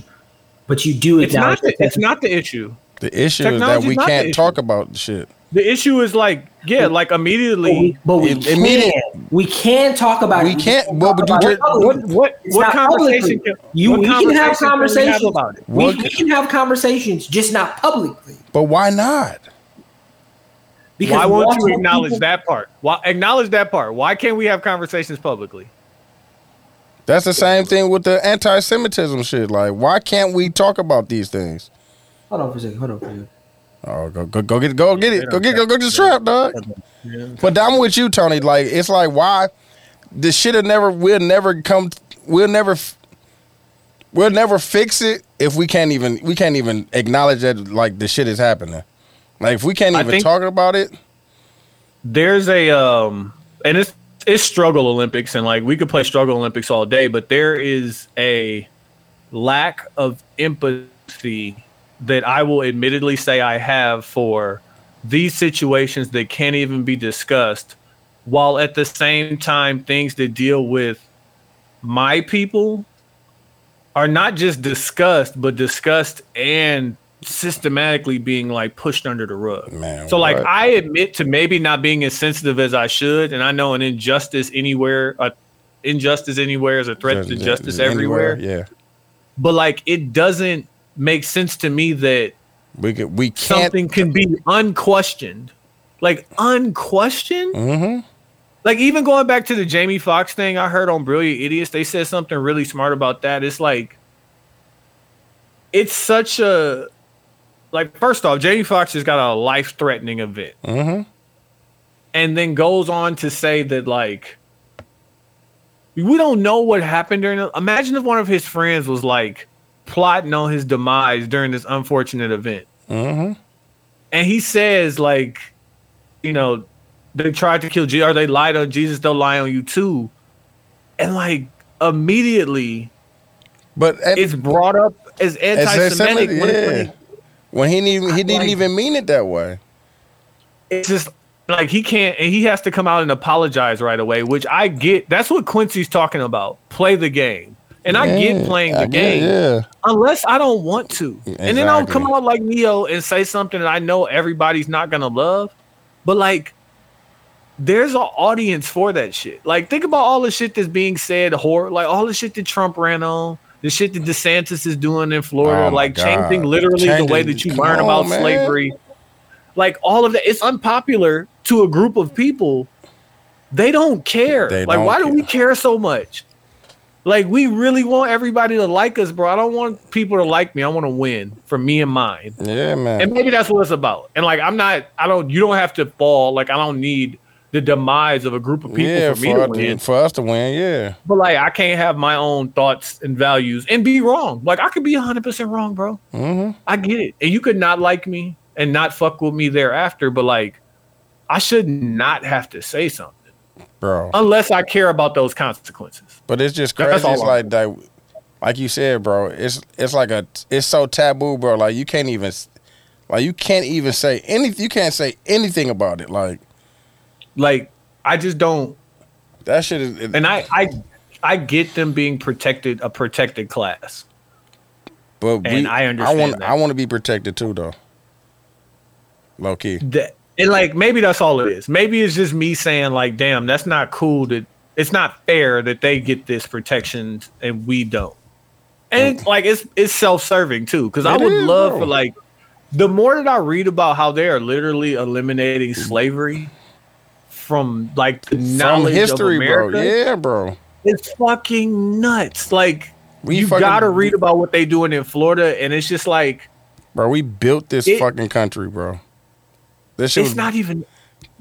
[SPEAKER 6] but you do
[SPEAKER 3] It's not.
[SPEAKER 6] acknowledge
[SPEAKER 3] The,
[SPEAKER 6] that
[SPEAKER 3] it's
[SPEAKER 6] technology.
[SPEAKER 3] not the issue.
[SPEAKER 1] the issue is that
[SPEAKER 3] Technology's
[SPEAKER 1] we
[SPEAKER 3] not the
[SPEAKER 1] can't
[SPEAKER 3] issue.
[SPEAKER 1] talk about shit.
[SPEAKER 3] The issue is like, yeah, like immediately.
[SPEAKER 6] But we,
[SPEAKER 1] It-
[SPEAKER 6] but we
[SPEAKER 1] immediate-
[SPEAKER 6] can we can talk about
[SPEAKER 1] We
[SPEAKER 6] it.
[SPEAKER 1] can't-
[SPEAKER 6] just
[SPEAKER 1] well,
[SPEAKER 6] talk
[SPEAKER 1] but you
[SPEAKER 6] about it
[SPEAKER 1] just-
[SPEAKER 6] publicly.
[SPEAKER 3] What what
[SPEAKER 6] It's
[SPEAKER 3] what
[SPEAKER 6] not
[SPEAKER 3] conversation?
[SPEAKER 6] publicly.
[SPEAKER 3] Can,
[SPEAKER 6] you
[SPEAKER 3] what
[SPEAKER 6] we can have
[SPEAKER 3] conversation can we have
[SPEAKER 6] conversations
[SPEAKER 3] about it?
[SPEAKER 6] We,
[SPEAKER 1] What-
[SPEAKER 6] we can have conversations, just not publicly.
[SPEAKER 1] But why not?
[SPEAKER 6] Because
[SPEAKER 3] Why won't you
[SPEAKER 6] multiple
[SPEAKER 3] acknowledge
[SPEAKER 6] people-
[SPEAKER 3] that part? Why acknowledge that part? Why can't we have conversations publicly?
[SPEAKER 1] That's the same thing with the anti-Semitism shit. Like, why can't we talk about these things?
[SPEAKER 6] Hold on for a second. Hold on for a second.
[SPEAKER 1] Oh, go go go get go get
[SPEAKER 3] they
[SPEAKER 1] it. Go
[SPEAKER 3] don't
[SPEAKER 1] get go go get the strap, dog. But I'm with you, Tony. Like, it's like why the shit'll never we'll never come we'll never f- we'll never fix it if we can't even we can't even acknowledge that like the shit is happening. Like if we can't
[SPEAKER 3] I
[SPEAKER 1] even
[SPEAKER 3] think-
[SPEAKER 1] talk about it,
[SPEAKER 3] There's a um, and it's it's struggle Olympics, and like we could play struggle Olympics all day, but there is a lack of empathy that I will admittedly say I have for these situations that can't even be discussed, while at the same time things that deal with my people are not just discussed, but discussed and systematically being like pushed under the rug.
[SPEAKER 1] Man,
[SPEAKER 3] so like
[SPEAKER 1] what?
[SPEAKER 3] I admit to maybe not being as sensitive as I should, and I know an injustice anywhere, a injustice anywhere is a threat to
[SPEAKER 1] Yeah,
[SPEAKER 3] justice
[SPEAKER 1] anywhere,
[SPEAKER 3] everywhere.
[SPEAKER 1] Yeah.
[SPEAKER 3] But like it doesn't make sense to me that
[SPEAKER 1] We could we can't
[SPEAKER 3] something can be unquestioned. Like unquestioned?
[SPEAKER 1] Mhm.
[SPEAKER 3] Like even going back to the Jamie Foxx thing I heard on Brilliant Idiots, they said something really smart about that. It's like it's such a like first off, Jamie Foxx has got a life threatening event. And then goes on to say that like we don't know what happened during the, imagine if one of his friends was like plotting on his demise during this unfortunate event and he says like you know they tried to kill jesus or they lied on jesus they'll lie on you too and like immediately
[SPEAKER 1] but and-
[SPEAKER 3] it's brought up as anti-semitic
[SPEAKER 1] anti-Semitic,
[SPEAKER 3] when it's,
[SPEAKER 1] yeah.
[SPEAKER 3] like-
[SPEAKER 1] when he didn't he didn't
[SPEAKER 3] Like-
[SPEAKER 1] even mean it that way.
[SPEAKER 3] it's just like he can't and he has to come out and apologize right away which i get that's what quincy's talking about play the game and i
[SPEAKER 1] Yeah,
[SPEAKER 3] get playing the
[SPEAKER 1] I get it,
[SPEAKER 3] game
[SPEAKER 1] Yeah.
[SPEAKER 3] unless I don't want to. And then I'll come
[SPEAKER 1] Exactly.
[SPEAKER 3] out like Neo and say something that I know everybody's not gonna love. But like there's an audience for that shit. Like think about all the shit that's being said hor like all the shit that Trump ran on, the shit that DeSantis is doing in Florida,
[SPEAKER 1] Oh, my
[SPEAKER 3] like changing
[SPEAKER 1] God.
[SPEAKER 3] literally the way
[SPEAKER 1] Changing-
[SPEAKER 3] that you
[SPEAKER 1] come
[SPEAKER 3] learn
[SPEAKER 1] on,
[SPEAKER 3] about
[SPEAKER 1] man.
[SPEAKER 3] slavery. Like all of that, it's unpopular to a group of people. They don't care.
[SPEAKER 1] They
[SPEAKER 3] like,
[SPEAKER 1] don't
[SPEAKER 3] why do we
[SPEAKER 1] care.
[SPEAKER 3] care so much? Like we really want everybody to like us, bro. I don't want people to like me. I want to win for me and mine.
[SPEAKER 1] Yeah, man.
[SPEAKER 3] And maybe that's what it's about. And like I'm not I don't you don't have to fall. Like I don't need the demise of a group of people
[SPEAKER 1] yeah,
[SPEAKER 3] for me to
[SPEAKER 1] for,
[SPEAKER 3] win.
[SPEAKER 1] for us to win, yeah.
[SPEAKER 3] But like, I can't have my own thoughts and values and be wrong. Like, I could be 100% wrong, bro.
[SPEAKER 1] Mm-hmm.
[SPEAKER 3] I get it. And you could not like me and not fuck with me thereafter. But like, I should not have to say something
[SPEAKER 1] Bro.
[SPEAKER 3] unless I care about those consequences.
[SPEAKER 1] But it's just
[SPEAKER 3] That's
[SPEAKER 1] crazy.
[SPEAKER 3] all
[SPEAKER 1] It's
[SPEAKER 3] I'm-
[SPEAKER 1] like that, like you said, bro. It's it's like a it's so taboo, bro. Like you can't even like you can't even say anything. You can't say anything about it. Like
[SPEAKER 3] Like, I just don't.
[SPEAKER 1] that shit is. It,
[SPEAKER 3] And I, I, I get them being protected, a protected class.
[SPEAKER 1] but we,
[SPEAKER 3] and I understand
[SPEAKER 1] I want
[SPEAKER 3] that.
[SPEAKER 1] I want to be protected too, though. Low key.
[SPEAKER 3] that and like maybe that's all it is. Maybe it's just me saying like, damn, that's not cool. That it's not fair that they get this protection and we don't. And like it's it's self serving too, because I
[SPEAKER 1] Mm. It
[SPEAKER 3] would
[SPEAKER 1] is,
[SPEAKER 3] love
[SPEAKER 1] bro.
[SPEAKER 3] for like the more that I read about how they are literally eliminating slavery from like the
[SPEAKER 1] From
[SPEAKER 3] knowledge
[SPEAKER 1] history,
[SPEAKER 3] of America,
[SPEAKER 1] bro. Yeah, bro.
[SPEAKER 3] it's fucking nuts. Like
[SPEAKER 1] We
[SPEAKER 3] you
[SPEAKER 1] fucking-
[SPEAKER 3] gotta read about what they doing in Florida, and it's just like
[SPEAKER 1] Bro, we built this
[SPEAKER 3] It-
[SPEAKER 1] fucking country, bro. This shit
[SPEAKER 3] it's
[SPEAKER 1] was
[SPEAKER 3] not even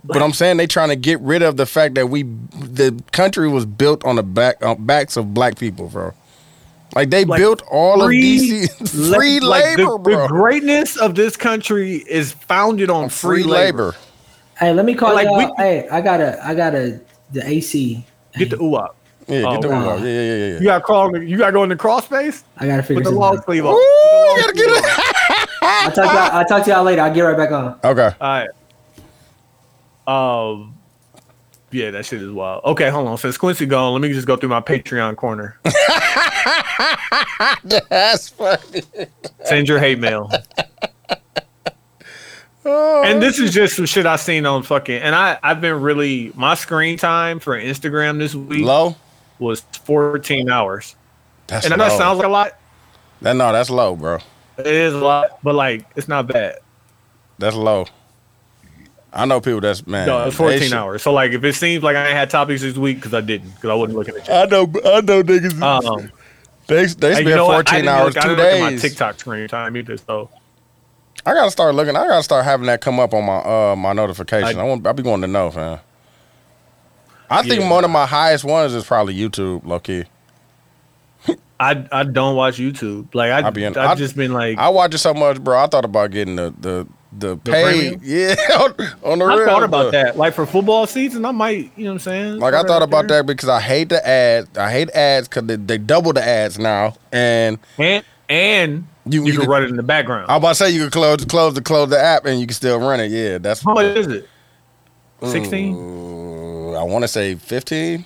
[SPEAKER 1] But I'm saying they trying to get rid of the fact that we the country was built on the back on backs of black people, bro. Like they
[SPEAKER 3] Like,
[SPEAKER 1] built all of DC
[SPEAKER 3] le-
[SPEAKER 1] free
[SPEAKER 3] like, the-
[SPEAKER 1] labor,
[SPEAKER 3] the,
[SPEAKER 1] bro.
[SPEAKER 3] greatness of this country is founded on
[SPEAKER 1] free labor.
[SPEAKER 6] Hey, let me call
[SPEAKER 3] Like,
[SPEAKER 6] y'all.
[SPEAKER 3] we-
[SPEAKER 6] hey, I got a, I got a, the AC.
[SPEAKER 3] Get the
[SPEAKER 10] uh,
[SPEAKER 3] ooh out.
[SPEAKER 1] Yeah,
[SPEAKER 3] Oh,
[SPEAKER 1] get the
[SPEAKER 3] wow.
[SPEAKER 1] word out. Yeah, yeah, yeah, yeah.
[SPEAKER 3] You gotta crawl. in the- You gotta go in the crawl space
[SPEAKER 6] I gotta figure
[SPEAKER 3] with the
[SPEAKER 6] this
[SPEAKER 3] long
[SPEAKER 6] out.
[SPEAKER 3] sleeve on.
[SPEAKER 1] Ooh, you gotta get it.
[SPEAKER 6] I'll talk to y'all. I'll talk to y'all later. I'll get right back on.
[SPEAKER 1] Okay.
[SPEAKER 3] All right. Um. Yeah, that shit is wild. Okay, hold on. Since Quincy gone, let me just go through my Patreon corner.
[SPEAKER 1] That's funny.
[SPEAKER 3] Send your hate mail.
[SPEAKER 1] Oh.
[SPEAKER 3] and this is just some shit I seen on fucking. And I I've been really my screen time for Instagram this week
[SPEAKER 1] Low?
[SPEAKER 3] was 14 hours.
[SPEAKER 1] That's
[SPEAKER 3] And I
[SPEAKER 1] low.
[SPEAKER 3] know it sounds like a lot.
[SPEAKER 1] that, no, that's low, bro.
[SPEAKER 3] It is a lot, but like it's not bad.
[SPEAKER 1] That's low. I know people that's man.
[SPEAKER 3] No, it's
[SPEAKER 1] they
[SPEAKER 3] 14
[SPEAKER 1] should-
[SPEAKER 3] hours. So like if it seems like I ain't had topics this week because I didn't because I wasn't looking at you.
[SPEAKER 1] I know I know niggas.
[SPEAKER 3] Um,
[SPEAKER 1] they they
[SPEAKER 3] and
[SPEAKER 1] spend
[SPEAKER 3] you know what?
[SPEAKER 1] 14
[SPEAKER 3] I didn't
[SPEAKER 1] hours
[SPEAKER 3] look, I
[SPEAKER 1] two
[SPEAKER 3] didn't look at my
[SPEAKER 1] days.
[SPEAKER 3] TikTok screen time either. So
[SPEAKER 1] I gotta start looking. I gotta start having that come up on my uh my notification. I,
[SPEAKER 3] I-
[SPEAKER 1] want. I be going to know, man. I think
[SPEAKER 3] Yeah.
[SPEAKER 1] one of my highest ones is probably YouTube, low key.
[SPEAKER 3] I I don't watch YouTube. Like I
[SPEAKER 1] I
[SPEAKER 3] I
[SPEAKER 1] be in- I-
[SPEAKER 3] have just been like I,
[SPEAKER 1] I watch it so much, bro. I thought about getting the the the pay.
[SPEAKER 3] premium?
[SPEAKER 1] Yeah, on, on the real.
[SPEAKER 3] thought
[SPEAKER 1] bro.
[SPEAKER 3] about that. Like for football season, I might you know what I'm saying.
[SPEAKER 1] Like I
[SPEAKER 3] Right
[SPEAKER 1] thought
[SPEAKER 3] out
[SPEAKER 1] about
[SPEAKER 3] there.
[SPEAKER 1] that because I hate the ads. I hate ads because they, they double the ads now. And
[SPEAKER 3] and and
[SPEAKER 1] You-
[SPEAKER 3] you,
[SPEAKER 1] you
[SPEAKER 3] can
[SPEAKER 1] could-
[SPEAKER 3] run it in the background.
[SPEAKER 1] I was about to say you can close close the close the app and you can still run it. Yeah, that's.
[SPEAKER 3] How much is it? 16.
[SPEAKER 1] I want to say fifteen.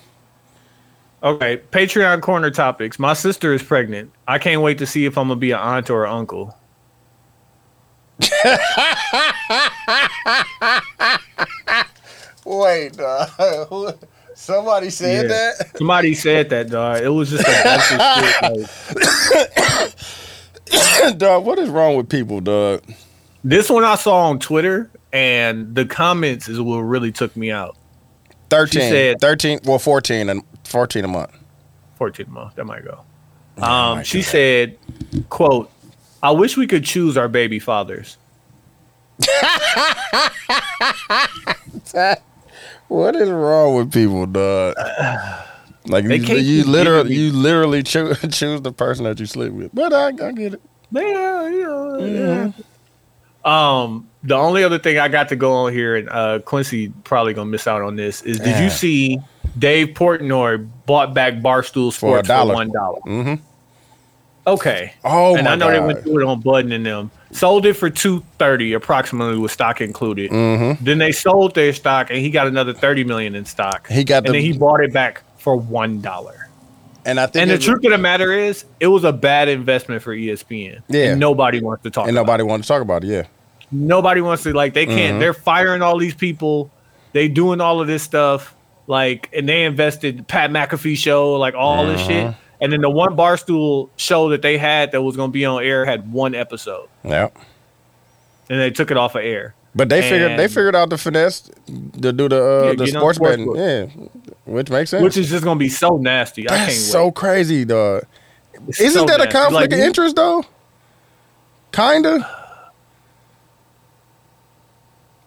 [SPEAKER 3] Okay, Patreon corner topics. My sister is pregnant. I can't wait to see if I'm gonna be an aunt or an uncle.
[SPEAKER 1] Wait, uh, somebody said
[SPEAKER 3] Yeah. Somebody said that, dog. It was just a bunch of shit. Like,
[SPEAKER 1] dog, what is wrong with people, dog?
[SPEAKER 3] this one I saw on Twitter, and the comments is what really took me out.
[SPEAKER 1] 13,
[SPEAKER 3] She said-
[SPEAKER 1] 13, well, 14 and 14 a month.
[SPEAKER 3] 14 month, that might go. Um, she said, "quote I wish we could choose our baby fathers."
[SPEAKER 1] What is wrong with people, dog? Like you,
[SPEAKER 3] They can't
[SPEAKER 1] you
[SPEAKER 3] keep
[SPEAKER 1] literally,
[SPEAKER 3] giving me-
[SPEAKER 1] you literally choo- choose the person that you sleep with. But I, I get it.
[SPEAKER 3] Yeah, yeah, yeah. Um, the only other thing I got to go on here, and uh, Quincy probably gonna miss out on this, is did
[SPEAKER 1] Yeah.
[SPEAKER 3] you see Dave Portnoy bought back Barstool Sports for,
[SPEAKER 1] dollar.
[SPEAKER 3] one Okay.
[SPEAKER 1] Oh
[SPEAKER 3] and
[SPEAKER 1] my
[SPEAKER 3] I know
[SPEAKER 1] god!
[SPEAKER 3] they went through it on Budden and them. Sold it for two thirty approximately with stock included.
[SPEAKER 1] Mm-hmm.
[SPEAKER 3] Then they sold their stock and he got another thirty million in stock.
[SPEAKER 1] He got
[SPEAKER 3] and
[SPEAKER 1] the-
[SPEAKER 3] then he bought it back for one dollar.
[SPEAKER 1] and I think
[SPEAKER 3] And the
[SPEAKER 1] it-
[SPEAKER 3] truth of the matter is, it was a bad investment for E ESPN.
[SPEAKER 1] Yeah.
[SPEAKER 3] and nobody wants to talk.
[SPEAKER 1] and
[SPEAKER 3] about
[SPEAKER 1] nobody Mm-hmm. wanted to talk about it. Yeah,
[SPEAKER 3] it. nobody wants to like. They can't. They're firing all these people. They doing all of this stuff. Like, and they invested Pat McAfee show, like all this
[SPEAKER 1] Mm-hmm.
[SPEAKER 3] shit. And then the one barstool show that they had that was going to be on air had one episode
[SPEAKER 1] yeah.
[SPEAKER 3] and they took it off of air.
[SPEAKER 1] But they figured they
[SPEAKER 3] And-
[SPEAKER 1] figured out the finesse to do the uh,
[SPEAKER 3] Yeah,
[SPEAKER 1] the
[SPEAKER 3] get on
[SPEAKER 1] sports
[SPEAKER 3] sports
[SPEAKER 1] betting.
[SPEAKER 3] book.
[SPEAKER 1] Yeah, which makes sense.
[SPEAKER 3] Which is just gonna be so nasty. I can't
[SPEAKER 1] That's so
[SPEAKER 3] wait.
[SPEAKER 1] crazy, dog.
[SPEAKER 3] It's
[SPEAKER 1] Isn't
[SPEAKER 3] so
[SPEAKER 1] that a
[SPEAKER 3] nasty.
[SPEAKER 1] conflict
[SPEAKER 3] Like,
[SPEAKER 1] of interest though? Kinda.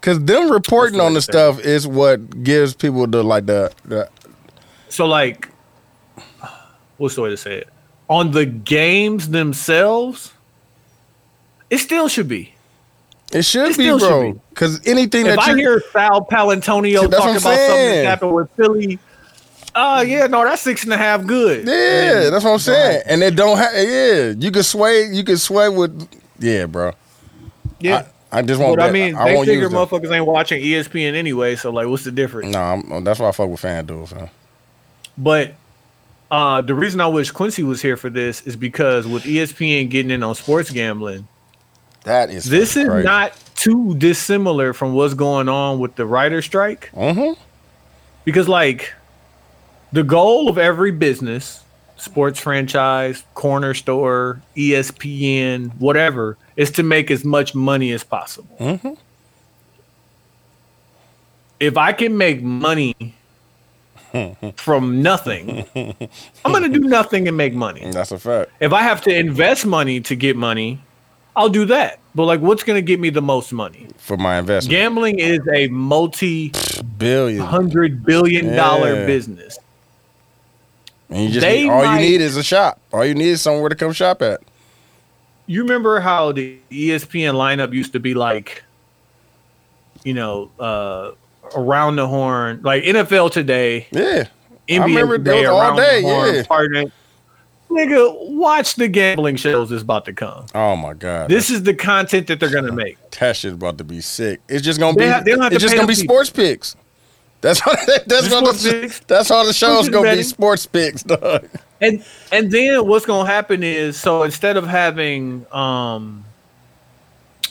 [SPEAKER 1] Cause them reporting on the stuff is what gives people the like the, the
[SPEAKER 10] So like, what's the way to say it? On the games themselves, it still should be.
[SPEAKER 1] it should
[SPEAKER 10] It
[SPEAKER 1] be,
[SPEAKER 10] still should
[SPEAKER 1] bro.
[SPEAKER 10] be.
[SPEAKER 1] Cause anything
[SPEAKER 10] If
[SPEAKER 1] that
[SPEAKER 10] I
[SPEAKER 1] you
[SPEAKER 10] hear Sal Palantonio
[SPEAKER 1] That's what
[SPEAKER 10] talking about
[SPEAKER 1] I'm
[SPEAKER 10] something
[SPEAKER 1] saying.
[SPEAKER 10] that happened with Philly, oh yeah, no, that's six and a half good.
[SPEAKER 1] yeah, that's what I'm saying. And it don't have yeah. You can sway. You can sway with yeah, bro.
[SPEAKER 10] yeah.
[SPEAKER 1] I, I just want.
[SPEAKER 10] But I
[SPEAKER 1] that-
[SPEAKER 10] mean,
[SPEAKER 1] I
[SPEAKER 10] they
[SPEAKER 1] won't
[SPEAKER 10] figure
[SPEAKER 1] use Mm. them.
[SPEAKER 10] motherfuckers ain't watching E ESPN anyway, so like, what's the difference?
[SPEAKER 1] No, I'm, uh, that's why I fuck with FanDuel, fam.
[SPEAKER 10] But uh, the reason I wish Quincy was here for this is because with E ESPN getting in on sports gambling,
[SPEAKER 1] That is
[SPEAKER 10] this is
[SPEAKER 1] fucking crazy.
[SPEAKER 10] not too dissimilar from what's going on with the writer strike.
[SPEAKER 1] Mhm.
[SPEAKER 10] Because like the goal of every business, sports franchise, corner store, E ESPN, whatever, is to make as much money as possible. If I can make money from nothing, I'm going to do nothing and make money.
[SPEAKER 1] That's a fact.
[SPEAKER 10] If I have to invest money to get money, I'll do that. But like, what's going to get me the most money?
[SPEAKER 1] For my investment,
[SPEAKER 10] Gambling is a multi-hundred
[SPEAKER 1] billion.
[SPEAKER 10] billion dollar
[SPEAKER 1] Yeah.
[SPEAKER 10] business.
[SPEAKER 1] And you just
[SPEAKER 10] They
[SPEAKER 1] need, all
[SPEAKER 10] might-
[SPEAKER 1] you need is a shop. All you need is somewhere to come shop at.
[SPEAKER 10] You remember how the E ESPN lineup used to be like, you know, uh, around the horn, like NFL today,
[SPEAKER 1] Yeah,
[SPEAKER 10] NBA
[SPEAKER 1] remember
[SPEAKER 10] today,
[SPEAKER 1] those all
[SPEAKER 10] around
[SPEAKER 1] day,
[SPEAKER 10] the horn,
[SPEAKER 1] yeah.
[SPEAKER 10] partner. Nigga, watch the gambling shows that's about to come.
[SPEAKER 1] Oh my god,
[SPEAKER 10] This is the content that they're gonna make.
[SPEAKER 1] that shit's about to be sick. It's just gonna
[SPEAKER 10] They
[SPEAKER 1] be.
[SPEAKER 10] ha- they don't have to
[SPEAKER 1] it's just
[SPEAKER 10] pay
[SPEAKER 1] gonna be
[SPEAKER 10] them people.
[SPEAKER 1] sports picks. That's all. That's
[SPEAKER 10] Just
[SPEAKER 1] all.
[SPEAKER 10] sports
[SPEAKER 1] The,
[SPEAKER 10] picks?
[SPEAKER 1] that's all the show's
[SPEAKER 10] Sports
[SPEAKER 1] gonna be
[SPEAKER 10] betting?
[SPEAKER 1] sports picks, dog.
[SPEAKER 10] and and then what's gonna happen is so instead of having um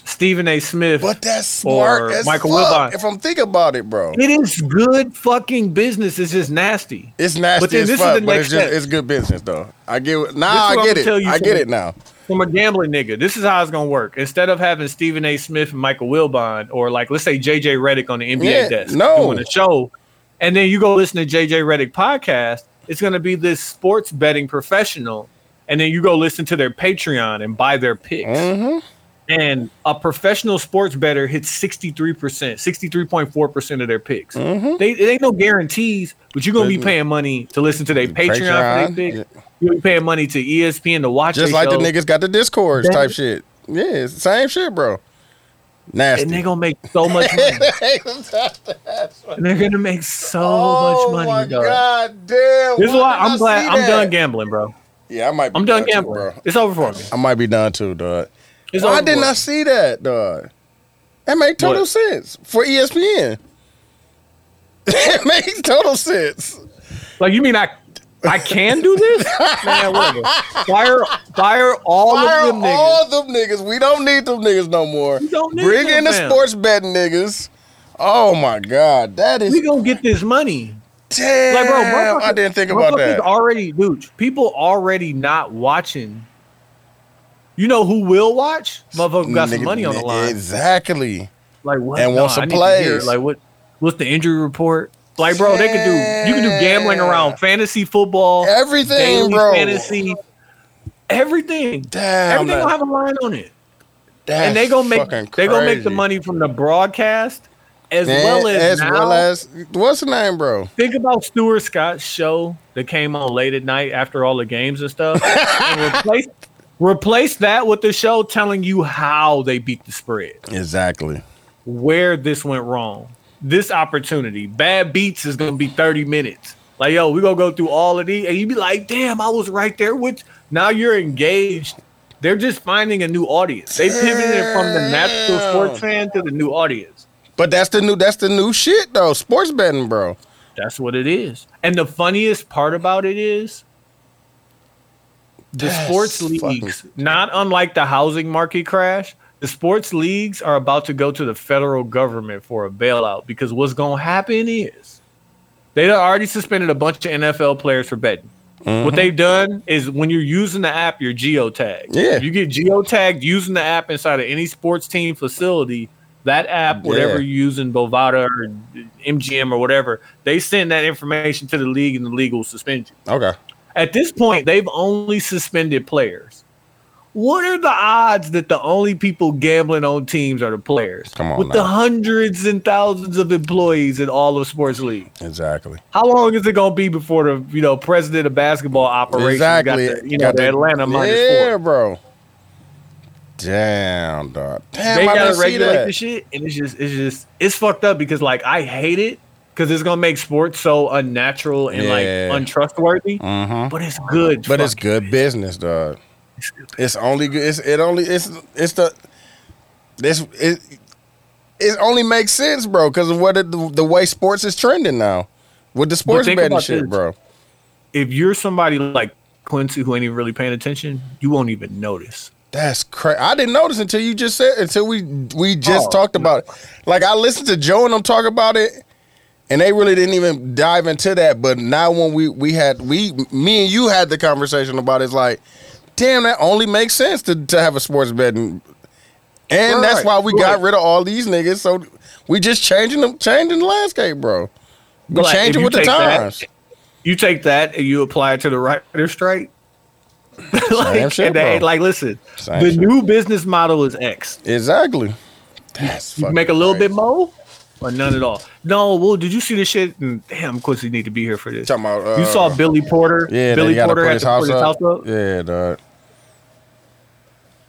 [SPEAKER 10] Stephen A. Smith,
[SPEAKER 1] But that's smart
[SPEAKER 10] Or
[SPEAKER 1] as
[SPEAKER 10] Michael
[SPEAKER 1] fuck.
[SPEAKER 10] Wilbon.
[SPEAKER 1] If I'm thinking about it, bro,
[SPEAKER 10] it is good fucking business. It's just nasty.
[SPEAKER 1] it's nasty
[SPEAKER 10] But then
[SPEAKER 1] as
[SPEAKER 10] this is
[SPEAKER 1] fuck.
[SPEAKER 10] the
[SPEAKER 1] but
[SPEAKER 10] next
[SPEAKER 1] it's just
[SPEAKER 10] step.
[SPEAKER 1] it's good business, though. I get it.
[SPEAKER 10] This
[SPEAKER 1] now.
[SPEAKER 10] is
[SPEAKER 1] I
[SPEAKER 10] what I'ma
[SPEAKER 1] get it.
[SPEAKER 10] tell you
[SPEAKER 1] I get
[SPEAKER 10] from-
[SPEAKER 1] it now.
[SPEAKER 10] From a gambling nigga, this is how it's gonna work. Instead of having Stephen A. Smith and Michael Wilbon, or like let's say JJ Reddick on the NBA
[SPEAKER 1] Yeah,
[SPEAKER 10] desk
[SPEAKER 1] no.
[SPEAKER 10] doing a show, and then you go listen to JJ Reddick podcast, it's gonna be this sports betting professional, and then you go listen to their Patreon and buy their picks.
[SPEAKER 1] Mm-hmm.
[SPEAKER 10] and a professional sports better hits 63%, 63.4% of their picks.
[SPEAKER 1] Mm-hmm.
[SPEAKER 10] They, it ain't no guarantees, but you're going to be paying money to listen to their Patreon, for
[SPEAKER 1] Patreon,
[SPEAKER 10] their
[SPEAKER 1] yeah.
[SPEAKER 10] picks. You'll be paying money to E ESPN to watch
[SPEAKER 1] Just
[SPEAKER 10] their
[SPEAKER 1] like the
[SPEAKER 10] shows,
[SPEAKER 1] niggas got the discords
[SPEAKER 10] That-
[SPEAKER 1] type shit. Yeah, it's the same shit, bro.
[SPEAKER 10] And they're
[SPEAKER 1] Nasty.
[SPEAKER 10] going to make so much money. and they're going to make so much
[SPEAKER 1] Oh my
[SPEAKER 10] money, dog.
[SPEAKER 1] god, damn!
[SPEAKER 10] This is why
[SPEAKER 1] did I
[SPEAKER 10] I'm glad
[SPEAKER 1] see
[SPEAKER 10] I'm
[SPEAKER 1] that?
[SPEAKER 10] done gambling, bro.
[SPEAKER 1] Yeah, I might. Be
[SPEAKER 10] I'm done
[SPEAKER 1] too,
[SPEAKER 10] gambling. It's over for me.
[SPEAKER 1] I might be done too, dog.
[SPEAKER 10] It's
[SPEAKER 1] Why
[SPEAKER 10] over
[SPEAKER 1] didn't
[SPEAKER 10] for
[SPEAKER 1] I
[SPEAKER 10] me.
[SPEAKER 1] see that, dog? That made total
[SPEAKER 10] What?
[SPEAKER 1] sense for E ESPN. it makes total sense.
[SPEAKER 10] Like, you mean I. I can do this, man. Whatever. Fire, fire all
[SPEAKER 1] Fire
[SPEAKER 10] of them niggas.
[SPEAKER 1] all them niggas. We don't need them niggas no more.
[SPEAKER 10] We don't need
[SPEAKER 1] Bring
[SPEAKER 10] them,
[SPEAKER 1] in the
[SPEAKER 10] fam.
[SPEAKER 1] sports betting niggas. Oh my god, that is
[SPEAKER 10] we gonna get this money.
[SPEAKER 1] damn.
[SPEAKER 10] Like, bro,
[SPEAKER 1] I
[SPEAKER 10] motherfuckers-
[SPEAKER 1] didn't think about
[SPEAKER 10] motherfuckers
[SPEAKER 1] that.
[SPEAKER 10] Already, dude, people already not watching. You know who will watch? Motherfucker got some
[SPEAKER 1] Nigga,
[SPEAKER 10] money on the line.
[SPEAKER 1] Exactly.
[SPEAKER 10] Like what?
[SPEAKER 1] and want some
[SPEAKER 10] I need to hear,
[SPEAKER 1] plays.
[SPEAKER 10] Like what? What's the injury report? Like, bro, they could do. You could do gambling
[SPEAKER 1] Yeah.
[SPEAKER 10] around fantasy football,
[SPEAKER 1] Everything,
[SPEAKER 10] daily
[SPEAKER 1] bro.
[SPEAKER 10] fantasy, everything.
[SPEAKER 1] Damn,
[SPEAKER 10] everything
[SPEAKER 1] that-
[SPEAKER 10] will have a line on it,
[SPEAKER 1] that's
[SPEAKER 10] and they gonna make
[SPEAKER 1] fucking
[SPEAKER 10] they gonna make the
[SPEAKER 1] crazy.
[SPEAKER 10] money from the broadcast as
[SPEAKER 1] Man,
[SPEAKER 10] well as
[SPEAKER 1] as
[SPEAKER 10] now,
[SPEAKER 1] well as what's the name, bro?
[SPEAKER 10] think about Stuart Scott's show that came on late at night after all the games and stuff, and replace replace that with the show telling you how they beat the spread,
[SPEAKER 1] Exactly.
[SPEAKER 10] where this went wrong, this opportunity. Bad beats is gonna be thirty minutes. Like yo, we gonna go through all of these, and you be like, damn, I was right there. Which now you're engaged. They're just finding a new audience. They pivoted from the natural sports fan to the new audience.
[SPEAKER 1] But that's the new that's the new shit though. Sports betting, bro.
[SPEAKER 10] That's what it is. And the funniest part about it is the
[SPEAKER 1] That's
[SPEAKER 10] sports
[SPEAKER 1] fucking-
[SPEAKER 10] leagues, not unlike the housing market crash, the sports leagues are about to go to the federal government for a bailout because what's going to happen is they done already suspended a bunch of NFL players for betting.
[SPEAKER 1] Mm-hmm.
[SPEAKER 10] What they've done is when you're using the app, you're geotagged.
[SPEAKER 1] Yeah.
[SPEAKER 10] If you get geotagged using the app inside of any sports team facility, that app, whatever
[SPEAKER 1] Yeah.
[SPEAKER 10] you using, Bovada or MGM or whatever, they send that information to the league and the league will suspend you.
[SPEAKER 1] Okay.
[SPEAKER 10] At this point, they've only suspended players. What are the odds that the only people gambling on teams are the players?
[SPEAKER 1] Come on
[SPEAKER 10] With
[SPEAKER 1] now.
[SPEAKER 10] the hundreds and thousands of employees in all of sports league.
[SPEAKER 1] Exactly.
[SPEAKER 10] How long is it gonna be before the you know president of basketball operations
[SPEAKER 1] Exactly.
[SPEAKER 10] got the, you know
[SPEAKER 1] Got
[SPEAKER 10] the
[SPEAKER 1] that-
[SPEAKER 10] Atlanta minus
[SPEAKER 1] yeah,
[SPEAKER 10] four?
[SPEAKER 1] bro. Damn, dog. Damn,
[SPEAKER 10] They
[SPEAKER 1] I
[SPEAKER 10] gotta
[SPEAKER 1] didn't see
[SPEAKER 10] regulate
[SPEAKER 1] that.
[SPEAKER 10] the shit, and it's just it's just it's fucked up because like I hate it because it's gonna make sports so unnatural and
[SPEAKER 1] Yeah. Uh-huh.
[SPEAKER 10] like untrustworthy. But it's good,
[SPEAKER 1] Mm-hmm. But it's
[SPEAKER 10] fuck.
[SPEAKER 1] good business, dog. It's only good. It's, it only it's it's the this it it only makes sense, bro, because of what it, the, the way sports is trending now with the sports
[SPEAKER 10] think
[SPEAKER 1] betting
[SPEAKER 10] about
[SPEAKER 1] shit,
[SPEAKER 10] this.
[SPEAKER 1] bro.
[SPEAKER 10] if you're somebody like Quincy who ain't even really paying attention, you won't even notice.
[SPEAKER 1] That's crazy. I didn't notice until you just said until we we just
[SPEAKER 10] Oh,
[SPEAKER 1] talked about it. Like I listened to Joe and them talk about it, and they really didn't even dive into that. But now when we we had we me and you had the conversation about it, it's like, damn, that only makes sense to to have a sports betting, and that's
[SPEAKER 10] Right,
[SPEAKER 1] why we got
[SPEAKER 10] right.
[SPEAKER 1] rid of all these niggas. So we just changing them, changing the landscape, bro. We
[SPEAKER 10] Like, if
[SPEAKER 1] changing
[SPEAKER 10] you
[SPEAKER 1] with the
[SPEAKER 10] take that,
[SPEAKER 1] times.
[SPEAKER 10] You take that and you apply it to the writer strike. like,
[SPEAKER 1] shit,
[SPEAKER 10] and they,
[SPEAKER 1] bro.
[SPEAKER 10] like, listen,
[SPEAKER 1] Same
[SPEAKER 10] the
[SPEAKER 1] shit.
[SPEAKER 10] new business model is X.
[SPEAKER 1] Exactly. That's
[SPEAKER 10] You
[SPEAKER 1] fucking
[SPEAKER 10] can make a little
[SPEAKER 1] crazy.
[SPEAKER 10] bit more or none at all. No, well, did you see this shit? And, damn, Quincy need to be here for this.
[SPEAKER 1] Talking about, uh,
[SPEAKER 10] you saw Billy Porter.
[SPEAKER 1] Yeah,
[SPEAKER 10] Billy
[SPEAKER 1] they gotta
[SPEAKER 10] Porter
[SPEAKER 1] put
[SPEAKER 10] had
[SPEAKER 1] his
[SPEAKER 10] to put
[SPEAKER 1] house
[SPEAKER 10] his
[SPEAKER 1] up.
[SPEAKER 10] house up.
[SPEAKER 1] Yeah, dog.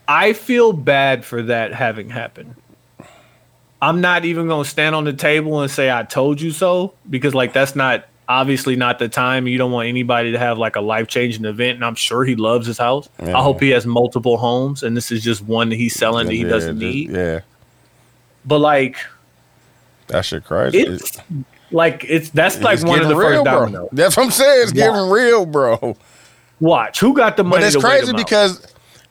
[SPEAKER 10] I feel bad for that having happened. I'm not even gonna stand on the table and say I told you so because like that's not obviously not the time. You don't want anybody to have like a life changing event, and I'm sure he loves his house. I hope he has multiple homes, and this is just one that he's selling that he
[SPEAKER 1] Yeah,
[SPEAKER 10] doesn't
[SPEAKER 1] just-
[SPEAKER 10] need.
[SPEAKER 1] Yeah.
[SPEAKER 10] But like
[SPEAKER 1] That shit crazy.
[SPEAKER 10] it's like it's that's like one of the
[SPEAKER 1] getting
[SPEAKER 10] first
[SPEAKER 1] bro.
[SPEAKER 10] domino.
[SPEAKER 1] That's what I'm saying. It's getting real, bro.
[SPEAKER 10] Watch who got the money.
[SPEAKER 1] But it's
[SPEAKER 10] to wait
[SPEAKER 1] crazy
[SPEAKER 10] him out?
[SPEAKER 1] because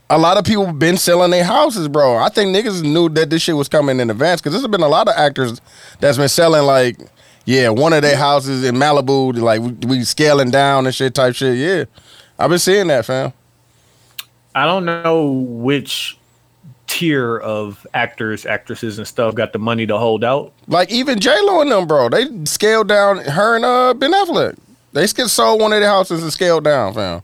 [SPEAKER 1] a lot of people been selling their houses, bro. I think niggas knew that this shit was coming in advance because there's been a lot of actors that's been selling like, yeah, one of their houses in Malibu, like we, we scaling down and shit type shit. Yeah, I've been seeing that, fam.
[SPEAKER 10] I don't know which tier of actors, actresses, and stuff got the money to hold out.
[SPEAKER 1] Like even J Lo and them, bro, they scaled down. Her and uh, Ben Affleck, they sk- sold one of their houses and scaled down, fam.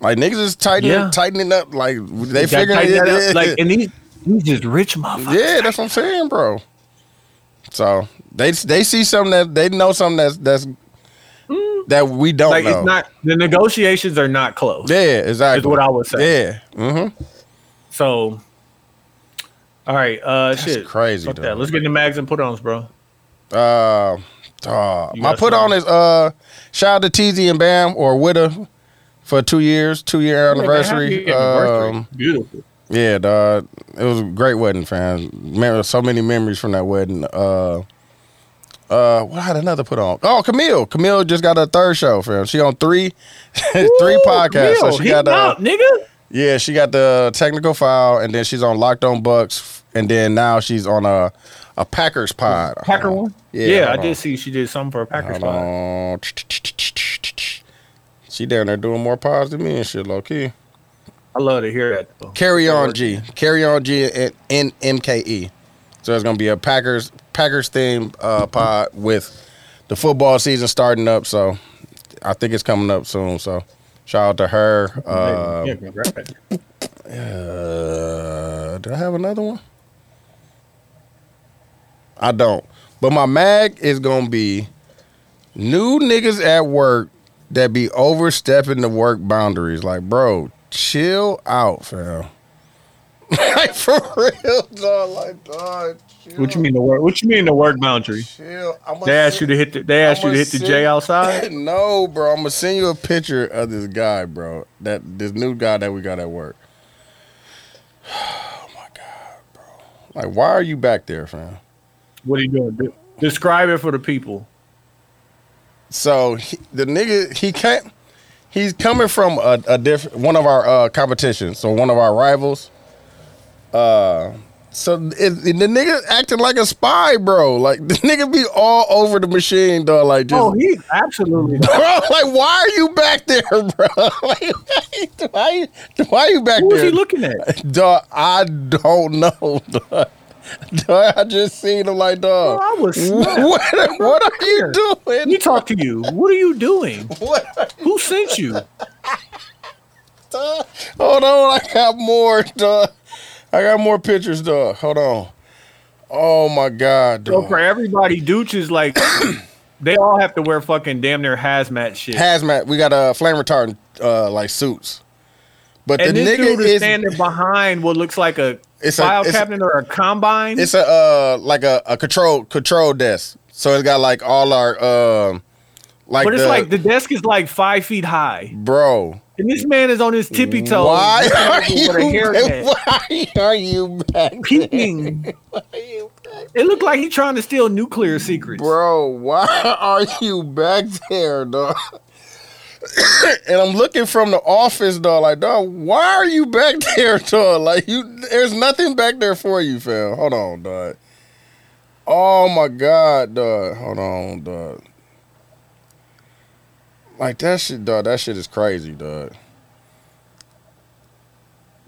[SPEAKER 1] Like niggas is tightening,
[SPEAKER 10] Yeah.
[SPEAKER 1] tightening up. Like they
[SPEAKER 10] Gotta
[SPEAKER 1] figuring
[SPEAKER 10] tighten
[SPEAKER 1] it.
[SPEAKER 10] that
[SPEAKER 1] Yeah.
[SPEAKER 10] up. Like, and these, these just rich motherfuckers.
[SPEAKER 1] yeah, that's what I'm saying, bro. So they they see something that they know something that's that's
[SPEAKER 10] Mm-hmm.
[SPEAKER 1] that we don't
[SPEAKER 10] Like,
[SPEAKER 1] know.
[SPEAKER 10] it's not the negotiations are not close.
[SPEAKER 1] yeah, exactly.
[SPEAKER 10] Is what I would say.
[SPEAKER 1] Yeah, mm-hmm.
[SPEAKER 10] So, all right, uh, shit,
[SPEAKER 1] crazy,
[SPEAKER 10] Fuck that.
[SPEAKER 1] dog.
[SPEAKER 10] Let's get in the mags and put ons, bro.
[SPEAKER 1] Uh, dog.
[SPEAKER 10] You
[SPEAKER 1] my
[SPEAKER 10] got
[SPEAKER 1] put on is uh, shout out to TZ and Bam or Witta for two years, two year anniversary.
[SPEAKER 10] Happy anniversary.
[SPEAKER 1] Um,
[SPEAKER 10] Beautiful.
[SPEAKER 1] yeah, dog. It was a great wedding, fam. Remember so many memories from that wedding. Uh, uh, what had another put on? Oh, Camille. Camille just got her third show, fam. She on three, three podcasts.
[SPEAKER 10] Real,
[SPEAKER 1] so she
[SPEAKER 10] heat
[SPEAKER 1] got uh,
[SPEAKER 10] up, nigga.
[SPEAKER 1] yeah, she got the technical file, and then she's on Locked On Bucks, and then now she's on a a Packers pod.
[SPEAKER 10] Packer
[SPEAKER 1] Hold on.
[SPEAKER 10] one.
[SPEAKER 1] Yeah,
[SPEAKER 10] Yeah, I
[SPEAKER 1] hold on.
[SPEAKER 10] did see she did something for a Packer
[SPEAKER 1] Hold
[SPEAKER 10] spot.
[SPEAKER 1] on. She down there doing more pods than me and shit, low key.
[SPEAKER 10] I love to hear that. Though.
[SPEAKER 1] Carry on G. Carry on G and, and MKE. So it's gonna be a Packers Packers theme uh, pod with the football season starting up. So I think it's coming up soon. So shout out to her. Uh,
[SPEAKER 10] yeah, congrats.
[SPEAKER 1] uh, did I have another one? I don't. But my mag is gonna be new niggas at work that be overstepping the work boundaries. Like, bro, chill out, fam. like for real, dog. Like, dog, chill.
[SPEAKER 10] What you mean the word? What you mean the word boundary?
[SPEAKER 1] Chill. I'm
[SPEAKER 10] They asked you to hit the. They asked you to hit the J outside.
[SPEAKER 1] no, bro. I'm gonna send you a picture of this guy, bro. That this new guy that we got at work. Oh my god, bro! Like, why are you back there, fam?
[SPEAKER 10] What are you doing? De- Describe it for the people.
[SPEAKER 1] So he, the nigga, he can't. He's coming from a, a different one of our uh, competitions, so one of our rivals. Uh, so it, the nigga acting like a spy, bro. Like the nigga be all over the machine, dog. Like just
[SPEAKER 10] Oh, he absolutely.
[SPEAKER 1] bro. Like, why are you back there, bro? Like, why, why are you back
[SPEAKER 10] Who
[SPEAKER 1] there?
[SPEAKER 10] is he looking at?
[SPEAKER 1] Dog, I don't know. Dog. Dog, I just seen him like, dog.
[SPEAKER 10] Oh, I was
[SPEAKER 1] What,
[SPEAKER 10] smacked.
[SPEAKER 1] what, what are you
[SPEAKER 10] Let me
[SPEAKER 1] doing?
[SPEAKER 10] talk to you. What are you doing?
[SPEAKER 1] What?
[SPEAKER 10] Who sent you?
[SPEAKER 1] dog. Hold on, I got more, dog. I got more pictures, dog. Hold on. Oh my god,
[SPEAKER 10] So
[SPEAKER 1] dog.
[SPEAKER 10] for everybody, Dooch is like, they all have to wear fucking damn near hazmat shit.
[SPEAKER 1] Hazmat, we got uh, flame retardant uh, like suits. But
[SPEAKER 10] and
[SPEAKER 1] the
[SPEAKER 10] this
[SPEAKER 1] nigga
[SPEAKER 10] dude is,
[SPEAKER 1] is
[SPEAKER 10] standing behind what looks like a
[SPEAKER 1] It's a-
[SPEAKER 10] file
[SPEAKER 1] it's a-
[SPEAKER 10] cabinet or a combine.
[SPEAKER 1] it's a uh like a, a control control desk. So it's got like all our um like
[SPEAKER 10] but it's
[SPEAKER 1] the-
[SPEAKER 10] like the desk is like five feet high,
[SPEAKER 1] bro.
[SPEAKER 10] and this man is on his tippy toes.
[SPEAKER 1] Why are
[SPEAKER 10] with a haircut.
[SPEAKER 1] you why are you back?
[SPEAKER 10] peeking. It looked like he trying to steal nuclear secrets.
[SPEAKER 1] Bro, why are you back there, dog? and I'm looking from the office, dog. Like, dog, why are you back there, dog? Like, you, there's nothing back there for you, fam. Hold on, dog. Oh my god, dog. Hold on, dog. Like that shit, dog. That shit is crazy, dog.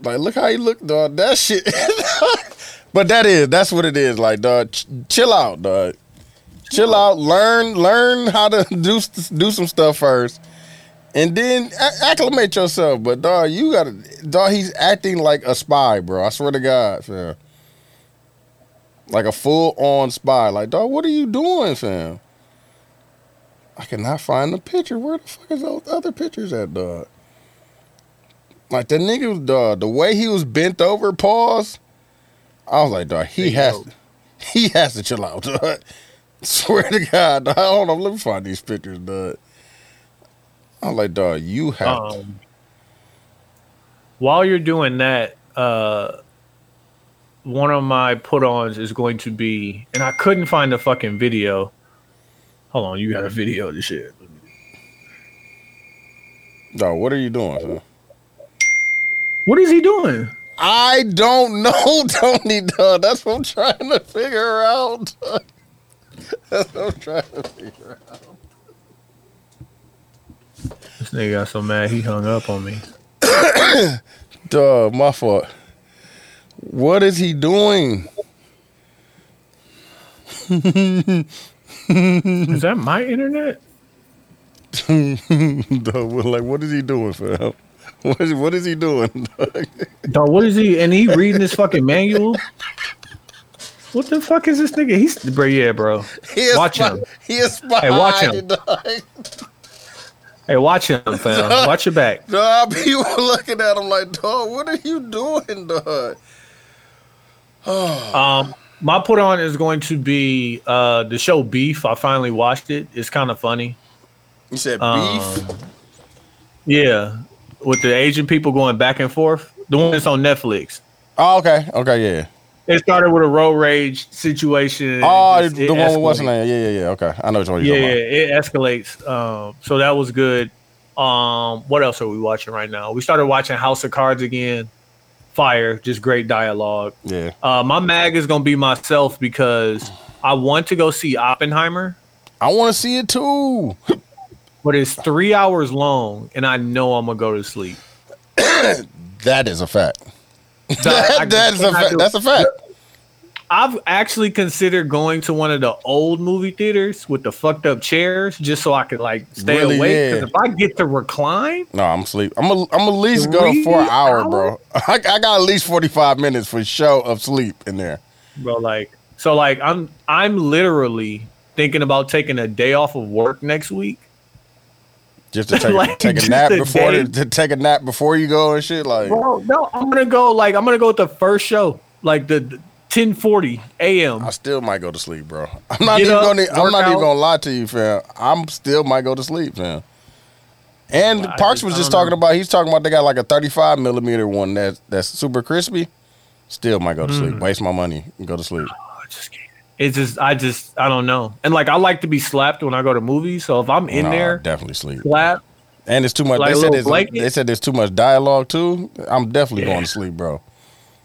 [SPEAKER 1] Like, look how you look, dog. That shit. but that is, that's what it is. Like, dog, ch- chill out, dog chill out, learn, learn how to do do some stuff first, and then a- acclimate yourself. But dog, you gotta dog. He's acting like a spy, bro. I swear to God, fam. Like a full on spy. Like dog, what are you doing, fam? I cannot find the picture. Where the fuck is those other pictures at, dog? Like the nigga was dog. The way he was bent over, paused. I was like, dog, he has, he has to chill out, dog. Swear to God, dog. Hold on, let me find these pictures, dog. I'm like, dog, you have.
[SPEAKER 10] Um, while you're doing that, uh, one of my put-ons is going to be, and I couldn't find the fucking video. Hold on, you got a video of this shit.
[SPEAKER 1] dog, what are you doing, fam?
[SPEAKER 10] What is he doing?
[SPEAKER 1] I don't know, Tony, dog. That's what I'm trying to figure out. dog. That's what I'm trying to figure out.
[SPEAKER 10] This nigga got so mad he hung up on me.
[SPEAKER 1] Dog, my fault. What is he doing?
[SPEAKER 10] Is that my internet?
[SPEAKER 1] Dog, we're like, what is he doing, fam? What is, what is he doing, dog?
[SPEAKER 10] Dog, what is he? And he reading this fucking manual. What the fuck is this nigga? He's bro, yeah, bro.
[SPEAKER 1] He is
[SPEAKER 10] Watch
[SPEAKER 1] spy-
[SPEAKER 10] him.
[SPEAKER 1] He is spying.
[SPEAKER 10] watch him.
[SPEAKER 1] dog.
[SPEAKER 10] Hey, watch him, fam. Watch your back.
[SPEAKER 1] Dog, people looking at him like, dog, what are you doing, dog?
[SPEAKER 10] Um, my put on is going to be uh the show Beef. I finally watched it. It's kind of funny.
[SPEAKER 1] You said beef?
[SPEAKER 10] Um, Yeah, with the Asian people going back and forth. The one that's on Netflix.
[SPEAKER 1] oh, okay. Okay, yeah.
[SPEAKER 10] It started with a road rage situation. and
[SPEAKER 1] Oh,
[SPEAKER 10] it just-
[SPEAKER 1] the
[SPEAKER 10] it
[SPEAKER 1] one with what's
[SPEAKER 10] escalated.
[SPEAKER 1] her name? Yeah, yeah, yeah. Okay. I know which one
[SPEAKER 10] Yeah,
[SPEAKER 1] you're
[SPEAKER 10] yeah,
[SPEAKER 1] talking
[SPEAKER 10] it escalates. Um, so that was good. Um, what else are we watching right now? We started watching House of Cards again. Fire, just great dialogue.
[SPEAKER 1] about. Yeah.
[SPEAKER 10] Uh, my mag is gonna be myself because I want to go see Oppenheimer.
[SPEAKER 1] I want to see it too.
[SPEAKER 10] but it's three hours long, and I know I'm gonna go to sleep.
[SPEAKER 1] That is a fact.
[SPEAKER 10] So I- I
[SPEAKER 1] That, that is a
[SPEAKER 10] cannot
[SPEAKER 1] fact.
[SPEAKER 10] do it.
[SPEAKER 1] That's a fact.
[SPEAKER 10] I've actually considered going to one of the old movie theaters with the fucked up chairs just so I could like stay
[SPEAKER 1] Really,
[SPEAKER 10] awake.
[SPEAKER 1] yeah.
[SPEAKER 10] Because if I get to recline,
[SPEAKER 1] No, I'm asleep. I'm a, I'm at least going
[SPEAKER 10] Three
[SPEAKER 1] for an hour, bro. I, I got at least 45 minutes for show of sleep in there.
[SPEAKER 10] bro, like so, like I'm I'm literally thinking about taking a day off of work next week.
[SPEAKER 1] Just to take,
[SPEAKER 10] Like,
[SPEAKER 1] take a
[SPEAKER 10] just
[SPEAKER 1] nap
[SPEAKER 10] a
[SPEAKER 1] before
[SPEAKER 10] day.
[SPEAKER 1] to, to take a nap before you go and shit. Like
[SPEAKER 10] Bro, no, I'm gonna go like I'm gonna go with the first show, like the 10:40 a.m.
[SPEAKER 1] I still might go to sleep, bro. I'm not
[SPEAKER 10] Get
[SPEAKER 1] even
[SPEAKER 10] up,
[SPEAKER 1] gonna e, I'm
[SPEAKER 10] work
[SPEAKER 1] not even
[SPEAKER 10] out.
[SPEAKER 1] gonna lie to you, fam. I'm still might go to sleep, fam. And
[SPEAKER 10] I
[SPEAKER 1] Parks
[SPEAKER 10] just-
[SPEAKER 1] was
[SPEAKER 10] I
[SPEAKER 1] just
[SPEAKER 10] don't
[SPEAKER 1] talking about he's talking about they got like a 35 millimeter one that's that's super crispy. Still might go to sleep.
[SPEAKER 10] Hmm.
[SPEAKER 1] Waste my money and go to sleep.
[SPEAKER 10] I just can't. It's just I just I don't know. And like I like to be slapped when I go to movies, so if I'm in
[SPEAKER 1] Nah,
[SPEAKER 10] there
[SPEAKER 1] definitely sleep.
[SPEAKER 10] slapped,
[SPEAKER 1] And it's too much.
[SPEAKER 10] Like a
[SPEAKER 1] they said
[SPEAKER 10] little
[SPEAKER 1] there's
[SPEAKER 10] blanket?
[SPEAKER 1] they said there's too much dialogue too. I'm definitely
[SPEAKER 10] Yeah.
[SPEAKER 1] going to sleep, bro.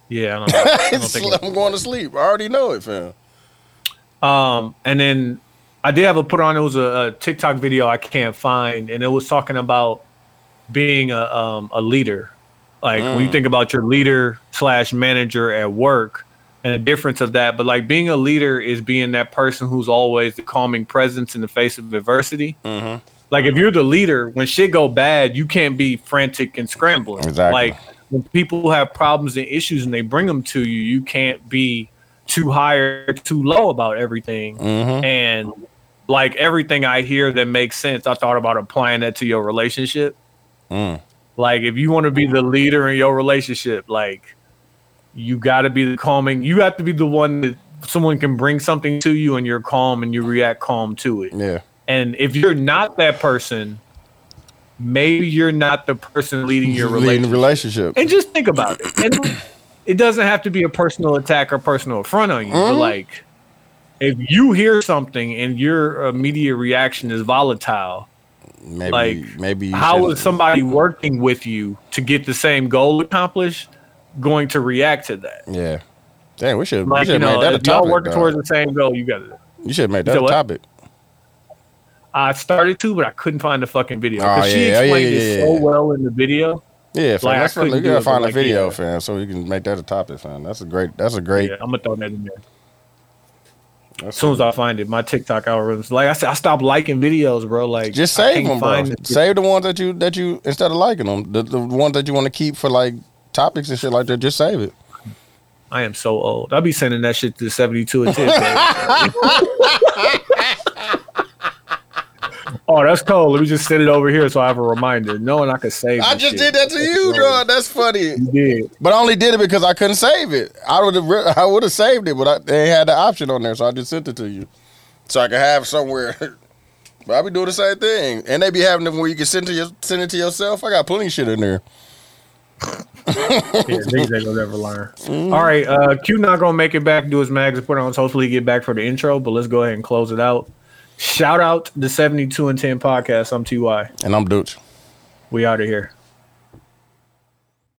[SPEAKER 10] yeah, I don't know. I don't think
[SPEAKER 1] I'm going to sleep. I already know it, fam.
[SPEAKER 10] um, and then I did have a put on. It was a, a TikTok video I can't find, and it was talking about being a um, a leader. Like
[SPEAKER 1] Mm.
[SPEAKER 10] when you think about your leader slash manager at work, and the difference of that. But like
[SPEAKER 1] Mm-hmm.
[SPEAKER 10] being a leader is being that person who's always the calming presence in the face of adversity.
[SPEAKER 3] Like if you're the leader, when shit go bad, you can't be frantic and scrambling.
[SPEAKER 1] Exactly.
[SPEAKER 3] Like when people have problems and issues and they bring them to you, you can't be too high or too low about everything. And like everything I hear that makes sense, I thought about applying that to your relationship. Like if you want to be the leader in your relationship, like you got to be the calming. You have to be the one that someone can bring something to you and you're calm and you react calm to it.
[SPEAKER 1] Yeah.
[SPEAKER 3] And if you're not that person, maybe you're not the person leading your
[SPEAKER 1] Leading
[SPEAKER 3] relationship.
[SPEAKER 1] relationship.
[SPEAKER 3] And just think about it. And it doesn't have to be a personal attack or personal affront on you.
[SPEAKER 1] Mm-hmm.
[SPEAKER 3] But like, if you hear something and your immediate reaction is volatile,
[SPEAKER 1] Maybe
[SPEAKER 3] like,
[SPEAKER 1] maybe you
[SPEAKER 3] how
[SPEAKER 1] shouldn't-
[SPEAKER 3] is somebody working with you to get the same goal accomplished going to react to that?
[SPEAKER 1] Yeah. Damn, we should
[SPEAKER 3] Like,
[SPEAKER 1] we
[SPEAKER 3] you
[SPEAKER 1] should have
[SPEAKER 3] know,
[SPEAKER 1] made that a
[SPEAKER 3] if y'all
[SPEAKER 1] topic.
[SPEAKER 3] working
[SPEAKER 1] dog.
[SPEAKER 3] towards the same goal, you got to.
[SPEAKER 1] you should have made
[SPEAKER 3] said
[SPEAKER 1] that a
[SPEAKER 3] what?
[SPEAKER 1] topic.
[SPEAKER 3] I started to, but I couldn't find the fucking video.
[SPEAKER 1] Oh,
[SPEAKER 3] 'Cause
[SPEAKER 1] yeah,
[SPEAKER 3] she
[SPEAKER 1] yeah,
[SPEAKER 3] explained
[SPEAKER 1] yeah,
[SPEAKER 3] it
[SPEAKER 1] yeah,
[SPEAKER 3] so
[SPEAKER 1] yeah.
[SPEAKER 3] well in the video.
[SPEAKER 1] Yeah, fam.
[SPEAKER 3] Like, I
[SPEAKER 1] that's
[SPEAKER 3] couldn't
[SPEAKER 1] you
[SPEAKER 3] do it,
[SPEAKER 1] gotta
[SPEAKER 3] but,
[SPEAKER 1] find a
[SPEAKER 3] like,
[SPEAKER 1] video,
[SPEAKER 3] yeah.
[SPEAKER 1] fam, so you can make that a topic, fam. That's a great. That's a great.
[SPEAKER 3] Yeah, I'm gonna throw that in there.
[SPEAKER 1] that's
[SPEAKER 3] As soon as I find it, my TikTok algorithms. Like I said, I stopped liking videos, bro. Like
[SPEAKER 1] Just
[SPEAKER 3] I
[SPEAKER 1] save
[SPEAKER 3] can't
[SPEAKER 1] them, bro.
[SPEAKER 3] find it.
[SPEAKER 1] Save the ones that you that you instead of liking them, the, the ones that you want to keep for like topics and shit like that. Just save it.
[SPEAKER 3] I am so old. I'll be sending that shit to 72 and 10. bro. oh, that's cold. Let me just send it over here so I have a reminder. Knowing I could save.
[SPEAKER 1] I
[SPEAKER 3] this
[SPEAKER 1] just
[SPEAKER 3] shit.
[SPEAKER 1] did that to you, dog. That's funny.
[SPEAKER 3] You did.
[SPEAKER 1] But I only did it because I couldn't save it. I would have re- I would have saved it, but I, they had the option on there, so I just sent it to you, so I could have somewhere. but I be doing the same thing, and they be having them where you can send to your, send it to yourself. I got plenty of shit in there.
[SPEAKER 3] Yeah, these ain't gonna never learn.
[SPEAKER 1] Mm.
[SPEAKER 3] All right, uh, Q not gonna make it back, do his mags and put on. Hopefully, he get back for the intro. But let's go ahead and close it out. Shout out the seventy two and ten podcast. I'm Ty.
[SPEAKER 1] And I'm Dooch.
[SPEAKER 3] We out of here.